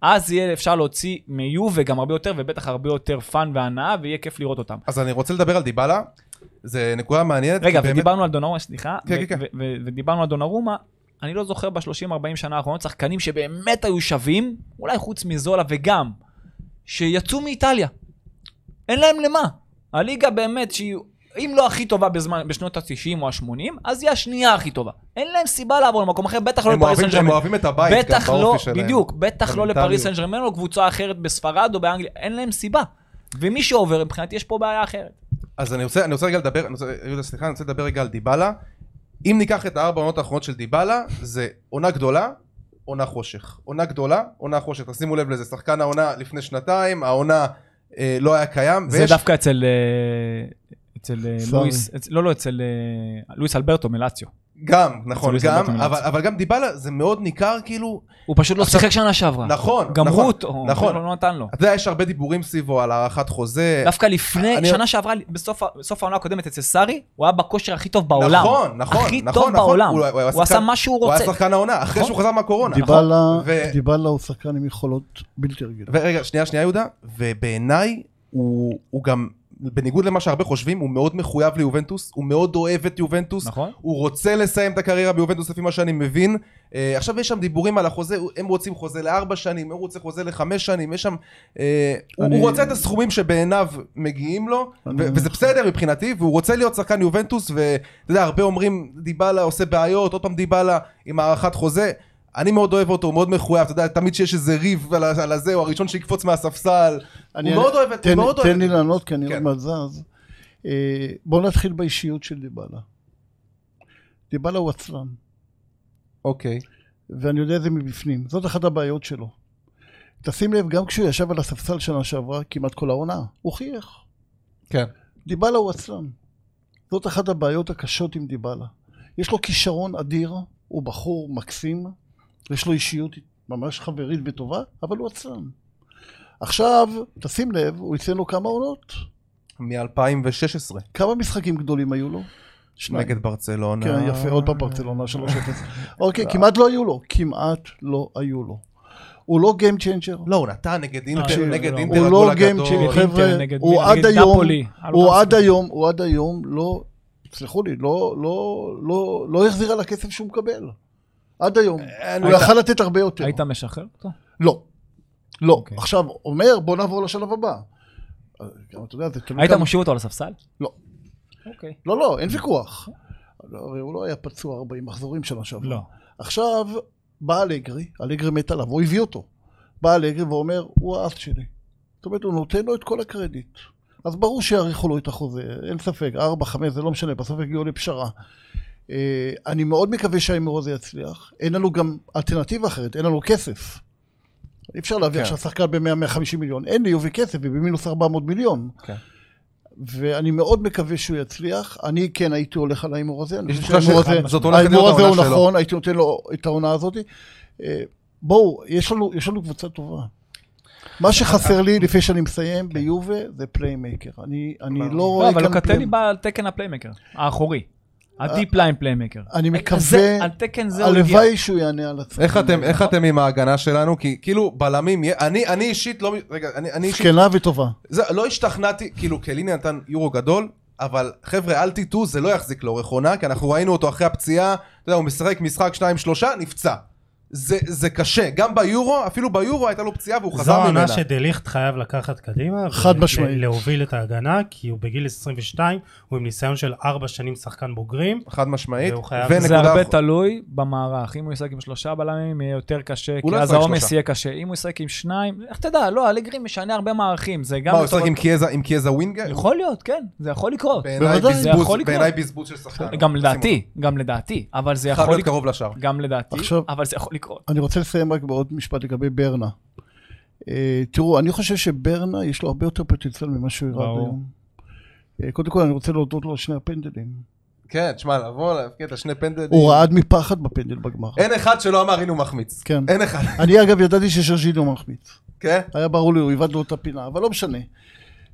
Speaker 4: אז יהיה אפשר להוציא מיובה גם הרבה יותר, ובטח הרבה יותר פאן והנאה, ויהיה כיף לראות אותם.
Speaker 3: אז אני רוצה לדבר על דיבלה, זה נקודה מעניינת.
Speaker 4: רגע,
Speaker 3: כי באמת-
Speaker 4: ודיברנו על דונרומה, סליחה,
Speaker 3: כן,
Speaker 4: ו-
Speaker 3: כן, כן.
Speaker 4: ו- ו- ודיברנו על דונרומה, אני לא זוכר ב-30-40 שנה האחרונות שחקנים שבאמת היו שווים, אולי חוץ מזולה וגם, שיצאו מאיטליה. אין להם למה. הליגה באמת שהיא, אם לא הכי טובה בזמן, בשנות ה-90 או ה-80, אז היא השנייה הכי טובה. אין להם סיבה לעבור למקום אחר, בטח לא
Speaker 3: הם
Speaker 4: לפריס
Speaker 3: אוהבים-
Speaker 4: סן
Speaker 3: הם
Speaker 4: ג'רמן.
Speaker 3: אוהבים את הבית, גם
Speaker 4: בטח לא,
Speaker 3: באופי שלהם.
Speaker 4: בדיוק, בטח לא
Speaker 3: המנטליות.
Speaker 4: לפריס סן ג'רמן או קבוצה אחרת בספרד או באנגליה, אין להם סיבה. ומי שעובר, מבחינתי יש פה בעיה אחרת.
Speaker 3: אז אני רוצה, אני רוצה רגע לדבר, אני רוצה, יהודה סליחה, אני רוצה לדבר רגע על דיבלה. אם ניקח את הארבע עונות האחרונות של דיבלה, זה עונה גדולה, עונה חושך. עונה גדולה, עונה חושך. תשימו לב לזה, שחקן העונה לפני שנתיים, העונה אה, לא היה קיים.
Speaker 4: זה
Speaker 3: ויש-
Speaker 4: דווקא אצל... אה, אצל אה,
Speaker 2: סארי.
Speaker 4: לואיס, אצ- לא, לא, אצל אה, לואיס אלברטו מלאציו.
Speaker 3: גם, נכון,
Speaker 4: אצל
Speaker 3: גם,
Speaker 4: וסרטון
Speaker 3: אבל,
Speaker 4: מלאציו.
Speaker 3: אבל גם דיבלה זה מאוד ניכר כאילו,
Speaker 4: הוא פשוט לא
Speaker 3: עכשיו-
Speaker 4: שיחק שנה שעברה.
Speaker 3: נכון,
Speaker 4: גמרו
Speaker 3: נכון,
Speaker 4: אותו,
Speaker 3: נכון.
Speaker 4: לא נתן לו.
Speaker 3: אתה יודע, יש הרבה דיבורים סביבו על הארכת חוזה.
Speaker 4: דווקא לפני,
Speaker 3: אני-
Speaker 4: שנה שעברה, בסוף ה- בסוף העונה הקודמת אצל סארי, הוא היה בכושר הכי טוב בעולם.
Speaker 3: נכון, נכון,
Speaker 4: הכי
Speaker 3: נכון,
Speaker 4: טוב
Speaker 3: נכון.
Speaker 4: בעולם.
Speaker 3: הוא- הוא היה
Speaker 4: הוא עשה
Speaker 3: שחקן-
Speaker 4: מה שהוא
Speaker 3: הוא
Speaker 4: רוצה.
Speaker 3: היה שחקן העונה, אחרי
Speaker 4: נכון.
Speaker 3: שהוא חזר מהקורונה.
Speaker 2: דיבלה,
Speaker 3: ו-
Speaker 2: דיבלה הוא שחקן עם יכולות בלתי רגילות.
Speaker 3: ורגע, שנייה, שנייה, יהודה. ובעיניי, הוא, הוא גם, בניגוד למה שהרבה חושבים, הוא מאוד מחויב ליובנטוס, הוא מאוד אוהב את יובנטוס.
Speaker 4: נכון?
Speaker 3: הוא רוצה לסיים את הקריירה ביובנטוס לפי מה שאני מבין. אה, עכשיו יש שם דיבורים על החוזה, הוא- הם רוצים חוזה לארבע שנים, הוא רוצה חוזה לחמש שנים, יש שם... אה, הוא-
Speaker 2: אני-
Speaker 3: הוא רוצה את הסכומים שבעיניו מגיעים לו, ו-
Speaker 2: אני-
Speaker 3: וזה בסדר מבחינתי, והוא רוצה להיות שחקן יובנטוס, ואתה יודע, הרבה אומרים, דיבלה עושה בעיות, עוד פעם דיבלה עם הארכת חוזה. אני מאוד אוהב אותו, הוא מאוד מחויב, אתה יודע, תמיד שיש איזה ריב על ה- על הזה, הוא הראשון שיקפוץ מהספסל.
Speaker 2: אני-
Speaker 3: הוא מאוד אוהב את... הוא
Speaker 2: תן,
Speaker 3: מאוד
Speaker 2: תן
Speaker 3: אוהב...
Speaker 2: לי לענות כי אני
Speaker 3: כן.
Speaker 2: עוד מעט זז. אה, בואו נתחיל באישיות של דיבלה. דיבלה הוא עצלן,
Speaker 3: אוקיי.
Speaker 2: ואני יודע את זה מבפנים. זאת אחת הבעיות שלו. תשים לב, גם כשהוא ישב על הספסל שנה שעברה, כמעט כל העונה, הוא חייך.
Speaker 3: כן.
Speaker 2: דיבלה הוא עצלן. זאת אחת הבעיות הקשות עם דיבלה. יש לו כישרון אדיר, הוא בחור מקסים, יש לו אישיות ממש חברית וטובה, אבל הוא עצלן. עכשיו, תשים לב, הוא אצלנו כמה עונות?
Speaker 3: מ-2016.
Speaker 2: כמה משחקים גדולים היו לו? שניים.
Speaker 3: נגד ברצלונה.
Speaker 2: כן, יפה, עוד פעם ברצלונה, 3-0. אוקיי, כמעט לא היו לו, כמעט לא היו לו. הוא לא Game Changer.
Speaker 3: לא, הוא נתן נגד אינטר,
Speaker 2: תקשיב,
Speaker 3: נגד
Speaker 1: לא.
Speaker 3: אינטר,
Speaker 2: הוא
Speaker 3: הגול
Speaker 2: לא game
Speaker 3: הגדול.
Speaker 2: changer. חבר'ה, הוא עד היום- הוא עד היום, הוא עד היום לא, סלחו לי, לא, לא, לא, לא החזיר על הכסף שהוא מקבל. עד היום.
Speaker 4: אה,
Speaker 2: הוא
Speaker 4: היית-
Speaker 2: יכל לתת הרבה יותר.
Speaker 4: היית משחרר אותו?
Speaker 2: לא. לא.
Speaker 4: אוקיי.
Speaker 2: עכשיו, אומר, בוא נעבור לשלב הבא. אז גם, אתה יודע, זה תלוי
Speaker 4: היית
Speaker 2: גם-
Speaker 4: משאיר אותו על הספסל?
Speaker 2: לא.
Speaker 4: אוקיי.
Speaker 2: לא, לא, אין ויכוח. לא, הרי הוא לא היה פצוע 40 מחזורים שנה שעברה.
Speaker 4: לא.
Speaker 2: עכשיו, בא אלגרי, אלגרי מת עליו, הוא הביא אותו. בא אלגרי ואומר, הוא האף שלי. זאת אומרת, הוא נותן לו את כל הקרדיט. אז ברור שיעריכו לו את החוזה, אין ספק, ארבע, חמש, זה לא משנה, בסוף יגיעו לפשרה. אה, אני מאוד מקווה שההימור הזה יצליח. אין לנו גם אלטרנטיבה אחרת, אין לנו כסף. אי אפשר להביא
Speaker 3: כן.
Speaker 2: עכשיו שחקן ב-100-150 מיליון. אין לי יובי כסף, היא במינוס 400 מיליון.
Speaker 3: כן.
Speaker 2: ואני מאוד מקווה שהוא יצליח. אני כן הייתי הולך על ההימור הזה. אני
Speaker 3: יש
Speaker 2: חושב
Speaker 3: תחושה
Speaker 2: שההימור
Speaker 3: שחם-
Speaker 2: הזה-
Speaker 3: זאת הולכת להיות
Speaker 2: ההימור הזה הוא
Speaker 3: העונה שלו.
Speaker 2: נכון, הייתי נותן לו את העונה הזאת. אה, בואו, יש לנו, יש לנו קבוצה טובה. מה שחסר לי, לפני שאני
Speaker 3: כן.
Speaker 2: מסיים, ביובה, זה פליימקר. אני, אני
Speaker 3: ברור.
Speaker 2: לא
Speaker 4: לא,
Speaker 2: רואה
Speaker 4: אבל
Speaker 2: כאן
Speaker 4: לוקטלי
Speaker 2: פליימקר.
Speaker 4: בא על תקן הפליימקר, האחורי.
Speaker 3: אה,
Speaker 4: הדיפ ליין פליימקר.
Speaker 2: אני
Speaker 4: זה-
Speaker 2: מקווה,
Speaker 4: על תקן זה הוא הגיע.
Speaker 2: הלוואי שהוא לא- יענה על עצמו.
Speaker 3: איך אתם, איך אתם עם ההגנה שלנו? כי כאילו בלמים, יה- אני, אני אישית לא, מ- רגע, אני, אני אישית,
Speaker 2: זקנה וטובה.
Speaker 3: זה, לא השתכנעתי, כאילו קליני נתן יורו גדול, אבל חבר'ה אל תטעו, זה לא יחזיק לאורך עונה, כי אנחנו ראינו אותו אחרי הפציעה, אתה יודע, הוא משחק משחק שניים שלושה, נפצע. זה, זה קשה, גם ביורו, אפילו ביורו הייתה לו פציעה והוא
Speaker 1: זו
Speaker 3: חזר ממנה.
Speaker 1: העונה שדליכט חייב לקחת קדימה.
Speaker 2: חד
Speaker 1: ול-
Speaker 2: משמעית.
Speaker 1: להוביל את ההגנה, כי הוא בגיל 22, הוא עם ניסיון של 4 שנים שחקן בוגרים.
Speaker 3: חד משמעית,
Speaker 1: והוא חייב-
Speaker 3: ונקודה
Speaker 4: זה הרבה
Speaker 3: אח-
Speaker 4: תלוי במערך. אם הוא ישחק עם שלושה בלמים, יהיה יותר קשה,
Speaker 3: הוא
Speaker 4: כי
Speaker 3: לא
Speaker 4: אז
Speaker 3: ישחק
Speaker 4: העומס
Speaker 3: שלושה.
Speaker 4: יהיה קשה. אם הוא ישחק עם שניים, איך אתה יודע, לא, אלגרי משנה הרבה מערכים. זה גם...
Speaker 3: מה, הוא
Speaker 4: לטובת-
Speaker 3: ישחק עם קיאזה- עם קיאזה ווינגר?
Speaker 4: יכול להיות, כן, זה יכול לקרות.
Speaker 3: בעיניי
Speaker 2: בוודאי.
Speaker 4: זה
Speaker 3: בזבוז-
Speaker 4: יכול לקרות.
Speaker 3: בעיניי בזבוז של שחקן.
Speaker 4: גם לדעתי, גם לדעתי, אבל זה
Speaker 3: חייב
Speaker 4: יכול
Speaker 3: להיות
Speaker 4: לקרות.
Speaker 3: קרוב לשער.
Speaker 4: גם לדעתי,
Speaker 2: עכשיו-
Speaker 4: אבל זה יכול לקרות.
Speaker 2: אני רוצה לסיים רק בעוד משפט לגבי ברנה. אה, תראו, אני חושב שברנה יש לו הרבה יותר פוטנציאל ממה שהוא הראה
Speaker 4: ברור.
Speaker 2: היום. אה, קודם כל אני רוצה להודות לו על שני הפנדלים.
Speaker 3: כן, תשמע, לבוא, להפקיע את השני פנדלים.
Speaker 2: הוא רעד מפחד בפנדל בגמר.
Speaker 3: אין אחד שלא אמר, הנה הוא מחמיץ.
Speaker 2: אה, כן.
Speaker 3: אין אחד.
Speaker 2: אני אגב ידעתי ששרג'ינו מחמיץ.
Speaker 3: כן?
Speaker 2: היה ברור לי, הוא איבד לו את הפינה, אבל לא משנה.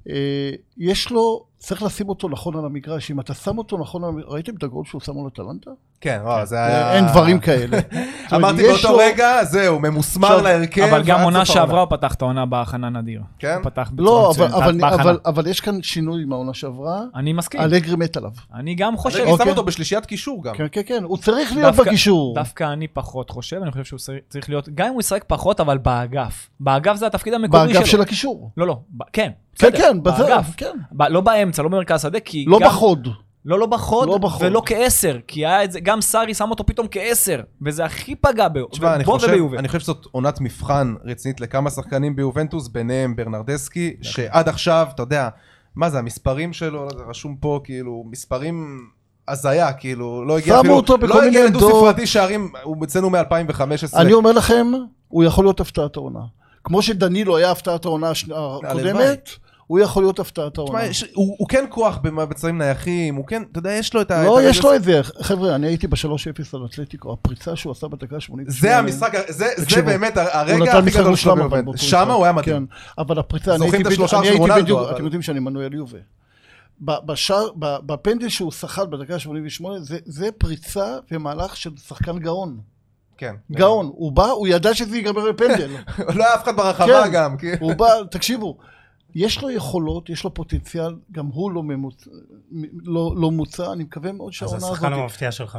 Speaker 2: אה, יש לו, צריך לשים אותו נכון על המגרש. אם אתה שם אותו נכון על המגרש, ראיתם את הגול שהוא שם על אטלנטה?
Speaker 3: כן, וואו, זה היה...
Speaker 2: אה, אין דברים כאלה. זאת אומרת,
Speaker 3: אמרתי
Speaker 2: יש
Speaker 3: באותו
Speaker 2: לו-
Speaker 3: רגע, זהו, ממוסמר
Speaker 2: עכשיו,
Speaker 3: להרכב.
Speaker 4: אבל גם
Speaker 3: ועד
Speaker 4: עונה
Speaker 3: סוף כן, העונה.
Speaker 4: שעברה הוא פתח את העונה בהכנה נדיר.
Speaker 3: כן?
Speaker 4: הוא פתח בצורה
Speaker 2: לא, אבל-
Speaker 4: מצוינת,
Speaker 2: אבל-
Speaker 4: בהכנה.
Speaker 2: אבל- אבל יש כאן שינוי מהעונה שעברה.
Speaker 4: אני מסכים,
Speaker 2: אלגרי מת עליו.
Speaker 4: אני גם
Speaker 3: אני
Speaker 4: חושב,
Speaker 3: שם
Speaker 2: אוקיי.
Speaker 3: אותו בשלישיית קישור גם.
Speaker 2: כן, כן, כן, הוא צריך להיות
Speaker 4: דווקא-
Speaker 2: בקישור.
Speaker 4: דווקא אני פחות חושב, אני חושב שהוא צריך- צריך להיות, גם אם הוא ישחק פחות, אבל באגף. באגף זה התפקיד המקורי
Speaker 2: באגף
Speaker 4: שלו.
Speaker 2: של הקישור.
Speaker 4: לא, לא, ב- כן,
Speaker 2: כן,
Speaker 4: בסדר,
Speaker 2: כן, בזה,
Speaker 4: באגף.
Speaker 2: כן.
Speaker 4: ב- לא באמצע, לא במרכז השדה, כי
Speaker 2: לא
Speaker 4: גם-
Speaker 2: בחוד.
Speaker 4: לא, לא בחוד,
Speaker 2: לא בחוד.
Speaker 4: ולא כעשר, כי היה את זה, גם סארי שם אותו פתאום כעשר, וזה הכי פגע בו,
Speaker 3: תשמע, אני
Speaker 4: בו
Speaker 3: חושב-
Speaker 4: וביובל.
Speaker 3: אני חושב שזאת עונת מבחן רצינית לכמה שחקנים ביובנטוס, ביניהם ברנרדסקי, שעד עכשיו, אתה יודע, מה זה, המספרים שלו, זה רשום פה, כאילו, מספרים... הזיה, כאילו, לא הגיע
Speaker 2: שמו
Speaker 3: אפילו,
Speaker 2: אותו בכל
Speaker 3: לא הגיע
Speaker 2: מיני
Speaker 3: לדו
Speaker 2: עמדות.
Speaker 3: ספרתי שערים, הוא אצלנו מ-2015.
Speaker 2: אני אומר לכם, הוא יכול להיות הפתעת העונה. כמו שדנילו היה הפתעת העונה הש- הקודמת, הוא יכול להיות הפתעת העונה.
Speaker 4: לא.
Speaker 3: תשמע, יש- הוא הוא כן כוח במצבים נייחים, הוא כן, אתה יודע, יש לו את ה...
Speaker 2: לא,
Speaker 3: את ה-
Speaker 2: יש לו את זה. חבר'ה, אני הייתי ב-3-0 על אתלטיקו, הפריצה שהוא עשה בדקה ה-88.
Speaker 3: זה המשחק, ה- זה זה
Speaker 2: תקשיבו,
Speaker 3: באמת הר-
Speaker 2: הוא
Speaker 3: הרגע
Speaker 2: נתן
Speaker 3: הכי
Speaker 2: משחק
Speaker 3: גדול
Speaker 2: מושלם,
Speaker 3: שלו
Speaker 2: אבל
Speaker 3: ביובנטוס.
Speaker 2: באותו
Speaker 3: שם
Speaker 2: משחק.
Speaker 3: הוא היה מדהים.
Speaker 2: כן, אבל הפריצה, אני
Speaker 3: זוכרים
Speaker 2: הייתי
Speaker 3: את השלושה
Speaker 2: בדיוק, אני
Speaker 3: של
Speaker 2: הייתי
Speaker 3: רונלדו,
Speaker 2: בדיוק,
Speaker 3: אבל-
Speaker 2: אתם יודעים שאני מנואל יובה. ב- בשער- ב- בפנדל שהוא סחט בדקה ה-88, זה פריצה ומהלך של שחקן גאון.
Speaker 3: כן.
Speaker 2: גאון. הוא בא, הוא ידע שזה ייגמר בפנדל.
Speaker 3: לא היה אף אחד ברחבה
Speaker 2: כן.
Speaker 3: גם. כי-
Speaker 2: הוא בא, תקשיבו, יש לו יכולות, יש לו פוטנציאל, גם הוא לא ממוצ- מ- לא- לא מוצא, אני מקווה מאוד
Speaker 1: אז
Speaker 2: שהעונה הזאת...
Speaker 1: השחקן המפתיע שלך.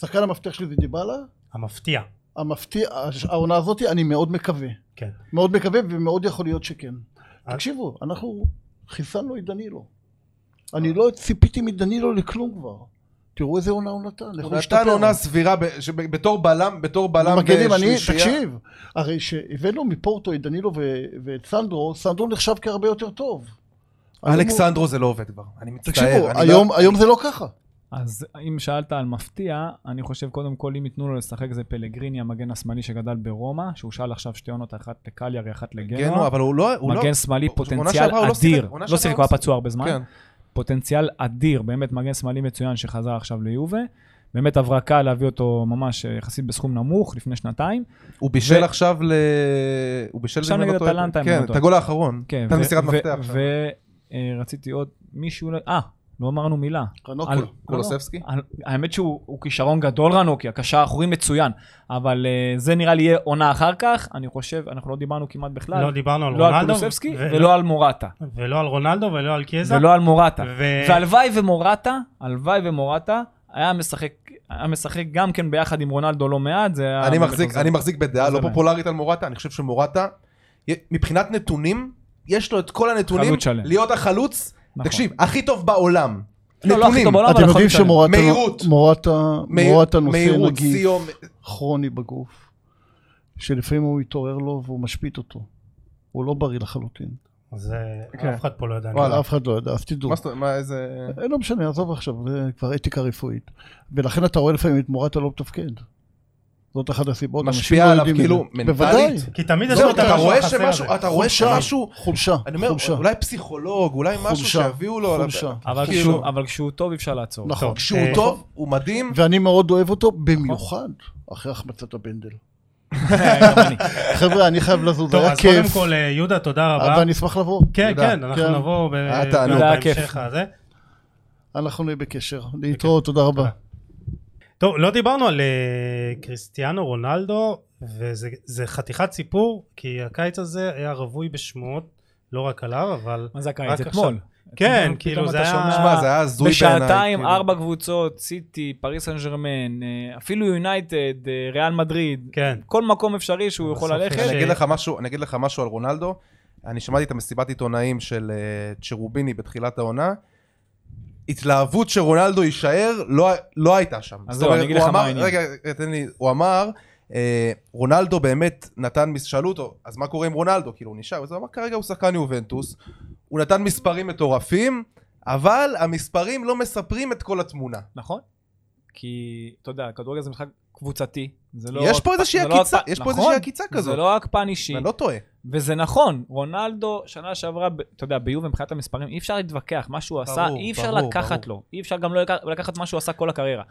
Speaker 2: שחקן המפתח שלי זה דיבלה,
Speaker 1: המפתיע.
Speaker 2: המפתיע, הש- העונה הזאת, אני מאוד מקווה.
Speaker 1: כן.
Speaker 2: מאוד מקווה ומאוד יכול להיות שכן.
Speaker 3: אה.
Speaker 1: אז-
Speaker 2: תקשיבו, אנחנו חיסלנו את דנילו. אני לא ציפיתי מדנילו לכלום כבר. תראו איזה עונה הוא נתן, איך
Speaker 3: הוא
Speaker 2: הוא
Speaker 3: נתן
Speaker 2: השתפר.
Speaker 3: עונה סבירה ב- שב- בתור בלם, בתור בלם
Speaker 2: מגנים, אני,
Speaker 3: בשלישייה.
Speaker 2: תקשיב, הרי שהבאנו מפורטו את דנילו ו- ואת סנדרו, סנדרו נחשב כהרבה יותר טוב.
Speaker 3: אלכסנדרו זה לא עובד כבר, אני מצטער.
Speaker 2: תקשיבו,
Speaker 3: אני לא-
Speaker 2: היום, היום זה לא ככה.
Speaker 4: אז אם שאלת על מפתיע, אני חושב קודם כל אם ייתנו לו לשחק זה פלגריני, המגן השמאלי שגדל ברומא, שהוא שאל עכשיו שתי עונות, אחת לקליארי, אחת
Speaker 3: גנו,
Speaker 4: לגנוע.
Speaker 3: אבל הוא לא... הוא לא-
Speaker 4: כן, מגן שמאלי
Speaker 3: הוא- עונה
Speaker 4: פוטנציאל
Speaker 3: שעברה הוא לא שיחק,
Speaker 4: אדיר.
Speaker 3: עונה
Speaker 4: לא
Speaker 3: שעברה
Speaker 4: שיחק,
Speaker 3: הוא
Speaker 4: הוא היה
Speaker 3: שיחק.
Speaker 4: פצוע הרבה זמן.
Speaker 3: כן.
Speaker 4: פוטנציאל אדיר, באמת מגן שמאלי מצוין שחזר עכשיו ליובה. באמת עברה קל להביא אותו ממש אה, יחסית בסכום נמוך, לפני שנתיים.
Speaker 3: הוא בישל
Speaker 4: ו-
Speaker 3: עכשיו ל... הוא בישל
Speaker 4: עכשיו
Speaker 3: אם אני לא
Speaker 4: נגד
Speaker 3: טועה.
Speaker 4: אטלנטה, אם אני
Speaker 3: כן,
Speaker 4: לא
Speaker 3: את
Speaker 4: טועה.
Speaker 3: הגול האחרון.
Speaker 4: כן,
Speaker 3: נתן מסירת מפתח.
Speaker 4: ורציתי עוד מישהו, אה, לא אמרנו מילה.
Speaker 2: רנוקו.
Speaker 4: על- לא,
Speaker 3: קולוספסקי?
Speaker 4: על- האמת שהוא הוא כישרון גדול רנוקי, הקשר האחורי מצוין, אבל אה, זה נראה לי יהיה עונה אחר כך, אני חושב, אנחנו לא דיברנו כמעט בכלל,
Speaker 1: לא דיברנו על
Speaker 4: לא על
Speaker 1: רונלדו,
Speaker 4: קולוספסקי
Speaker 1: ו- לא.
Speaker 4: ולא על מורטה,
Speaker 1: ולא על רונלדו ולא על קיזה.
Speaker 4: ולא על מורטה.
Speaker 1: ו-
Speaker 4: והלוואי ומורטה, הלוואי ומורטה, היה משחק, היה משחק גם כן ביחד עם רונלדו לא מעט, זה היה...
Speaker 3: אני
Speaker 4: באמת
Speaker 3: מחזיק,
Speaker 4: עוזר.
Speaker 3: אני מחזיק בדעה לא
Speaker 4: עוזר להם.
Speaker 3: פופולרית על מורטה, אני חושב שמורטה, מבחינת נתונים, יש לו את כל הנתונים,
Speaker 4: חלוץ שלם.
Speaker 3: להיות החלוץ,
Speaker 4: נכון.
Speaker 3: תקשיב, הכי טוב בעולם.
Speaker 4: לא, לא הכי
Speaker 3: נתונים,
Speaker 4: טוב בעולם, אבל
Speaker 2: אתם יודעים
Speaker 4: יכול להיות
Speaker 2: שמורטה
Speaker 3: מהירות.
Speaker 2: מורטה,
Speaker 3: מהיר-
Speaker 2: מורטה נושא
Speaker 3: מהירות,
Speaker 2: נגיף
Speaker 3: סיום,
Speaker 2: כרוני בגוף, שלפעמים הוא מתעורר לו והוא משפיט אותו. הוא לא בריא לחלוטין.
Speaker 1: זה
Speaker 3: כן.
Speaker 1: אף אחד פה לא יודע.
Speaker 3: וואלה.
Speaker 2: אף אחד לא ידע, אז תדעו.
Speaker 3: מה זאת אומרת, מה, איזה...
Speaker 2: אה, לא משנה, עזוב עכשיו, זה כבר אתיקה רפואית. ולכן אתה רואה לפעמים את מורטה לא מתפקד. זאת אחת הסיבות. אנשים
Speaker 3: משפיע
Speaker 2: לא
Speaker 3: עליו
Speaker 2: יודעים
Speaker 3: כאילו
Speaker 2: את זה.
Speaker 3: מנטלית?
Speaker 2: בוודאי.
Speaker 1: כי
Speaker 4: לא,
Speaker 1: תמיד יש
Speaker 3: זהו,
Speaker 1: לו את
Speaker 3: לא, אתה
Speaker 1: המשהו
Speaker 3: רואה
Speaker 1: החסר
Speaker 3: שמשהו,
Speaker 1: הזה.
Speaker 3: אתה רואה שמשהו,
Speaker 2: חולשה,
Speaker 3: אני אומר,
Speaker 2: חולשה.
Speaker 3: אולי פסיכולוג, אולי משהו
Speaker 2: חולשה,
Speaker 3: שיביאו לו, על הבן.
Speaker 2: חולשה.
Speaker 4: אבל
Speaker 3: כאילו-
Speaker 4: כשהוא- אבל כשהוא טוב אי אפשר לעצור.
Speaker 2: נכון.
Speaker 1: טוב,
Speaker 3: כשהוא
Speaker 1: אה,
Speaker 3: טוב, הוא מדהים,
Speaker 2: ואני מאוד אוהב אותו, במיוחד אחרי החמצת הפנדל.
Speaker 4: גם אני.
Speaker 2: חבר'ה, אני חייב לזוז,
Speaker 1: טוב,
Speaker 2: היה
Speaker 1: אז קודם
Speaker 2: כיף.
Speaker 1: כל, אה, יהודה, תודה רבה.
Speaker 2: אבל אני אשמח לבוא.
Speaker 1: כן,
Speaker 3: תודה.
Speaker 1: כן, אנחנו
Speaker 2: כן.
Speaker 1: נבוא ב-
Speaker 3: היה תענוג.
Speaker 4: זה היה כיף.
Speaker 1: בהמשך הזה.
Speaker 2: אנחנו נהיה בקשר. להתראות, תודה רבה.
Speaker 1: טוב, לא דיברנו על אה, קריסטיאנו רונלדו, וזה זה חתיכת סיפור, כי הקיץ הזה היה רווי בשמועות, לא רק עליו, אבל...
Speaker 4: מה זה
Speaker 1: רק
Speaker 4: הקיץ?
Speaker 1: עכשיו.
Speaker 4: אתמול.
Speaker 1: כן,
Speaker 4: אתמול
Speaker 1: כאילו,
Speaker 4: פתאום
Speaker 1: זה
Speaker 4: אתה
Speaker 1: היה-
Speaker 4: שומע-
Speaker 3: שמע, זה היה הזוי בעיניי.
Speaker 4: אה, בשעתיים,
Speaker 3: כאילו.
Speaker 4: ארבע קבוצות, סיטי, פריס סן ג'רמן, אה, אפילו יונייטד, אה, ריאל מדריד,
Speaker 1: כן.
Speaker 4: כל מקום אפשרי שהוא יכול
Speaker 1: בסוף
Speaker 4: ללכת.
Speaker 1: יש-
Speaker 3: אני אגיד לך משהו, אני אגיד לך משהו על רונלדו. אני שמעתי את המסיבת עיתונאים של אה, צ'רוביני בתחילת העונה. התלהבות שרונלדו יישאר לא, לא הייתה שם.
Speaker 4: אז
Speaker 3: זאת
Speaker 4: לא,
Speaker 3: אומרת,
Speaker 4: אני אגיד
Speaker 3: הוא
Speaker 4: לך מה
Speaker 3: אמר-
Speaker 4: העניין.
Speaker 3: רגע, תן לי, הוא אמר, אה, רונלדו באמת נתן, מס- שאלו אותו, אז מה קורה עם רונלדו? כאילו, הוא נשאר, אז הוא אמר, כרגע הוא שחקן יובנטוס, הוא נתן מספרים מטורפים, אבל המספרים לא מספרים את כל התמונה.
Speaker 4: נכון. כי, אתה יודע, כדורגל זה משחק קבוצתי. זה לא
Speaker 3: יש
Speaker 4: רק
Speaker 3: פה
Speaker 4: פ-
Speaker 3: איזושהי
Speaker 4: זה לא רק
Speaker 3: עקיצה,
Speaker 4: פ-
Speaker 3: יש פה
Speaker 4: נכון,
Speaker 3: איזושהי עקיצה
Speaker 4: זה
Speaker 3: כזאת.
Speaker 4: לא רק פן אישי,
Speaker 3: אני לא טועה.
Speaker 4: וזה נכון, רונלדו, שנה שעברה, ב- אתה יודע, ביובה מבחינת המספרים, אי אפשר להתווכח, מה שהוא עשה,
Speaker 3: ברור,
Speaker 4: אי אפשר
Speaker 3: ברור,
Speaker 4: לקחת
Speaker 3: ברור.
Speaker 4: לו, אי אפשר גם לא לק- לקחת מה שהוא עשה כל הקריירה.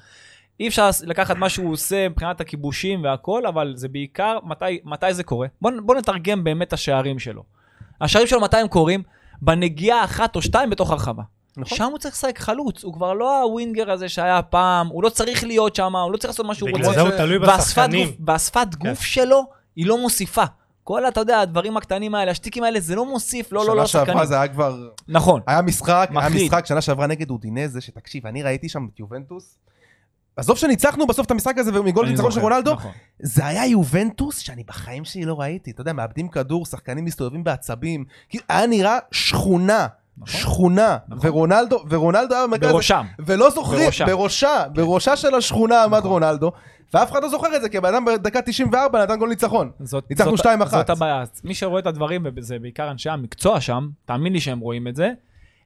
Speaker 4: אי אפשר לס- לקחת מה שהוא עושה מבחינת הכיבושים והכל, אבל זה בעיקר, מתי, מתי זה קורה? בוא, נ- בוא נתרגם באמת את השערים שלו. השערים שלו, מתי הם קורים? בנגיעה אחת או שתיים בתוך הרחבה.
Speaker 3: נכון.
Speaker 4: שם הוא צריך לשחק חלוץ, הוא כבר לא הווינגר הזה שהיה פעם, הוא לא צריך להיות שם, הוא לא צריך לעשות מה שהוא רוצה.
Speaker 1: בגלל זה הוא תלוי
Speaker 4: והשפת
Speaker 1: בשחקנים. כן.
Speaker 4: גוף, והשפת גוף שלו היא לא מוסיפה. כל, אתה יודע, הדברים הקטנים האלה, השטיקים האלה, זה לא מוסיף, לא, לא, לא,
Speaker 3: שנה שעברה
Speaker 4: לשחקנים.
Speaker 3: זה היה כבר...
Speaker 4: נכון.
Speaker 3: היה משחק,
Speaker 4: מחריד.
Speaker 3: היה משחק שנה שעברה נגד אודינזה, שתקשיב, אני ראיתי שם את יובנטוס. עזוב שניצחנו בסוף את המשחק הזה ומגול
Speaker 4: אני
Speaker 3: ניצחון של
Speaker 4: זוכר,
Speaker 3: רונלדו,
Speaker 4: נכון.
Speaker 3: זה היה יובנטוס שאני בחיים שלי לא ראיתי. אתה יודע, מאבדים כדור, שחקנים מסתובבים בעצבים. כאילו, היה נראה שכונה,
Speaker 4: נכון.
Speaker 3: שכונה.
Speaker 4: נכון.
Speaker 3: ורונלדו, ורונלדו היה במרכז,
Speaker 4: בראשם.
Speaker 3: ולא זוכרים,
Speaker 4: בראשה.
Speaker 3: בראשה, בראשה של השכונה עמד
Speaker 4: נכון.
Speaker 3: רונלדו, ואף אחד לא זוכר את זה, כי הבן אדם בדקה 94 נתן גול ניצחון.
Speaker 4: זאת,
Speaker 3: ניצחנו
Speaker 4: זאת-
Speaker 3: 2-1.
Speaker 4: זאת הבעיה. אז מי שרואה את הדברים, וזה בעיקר אנשי המקצוע שם, תאמין לי שהם רואים את זה,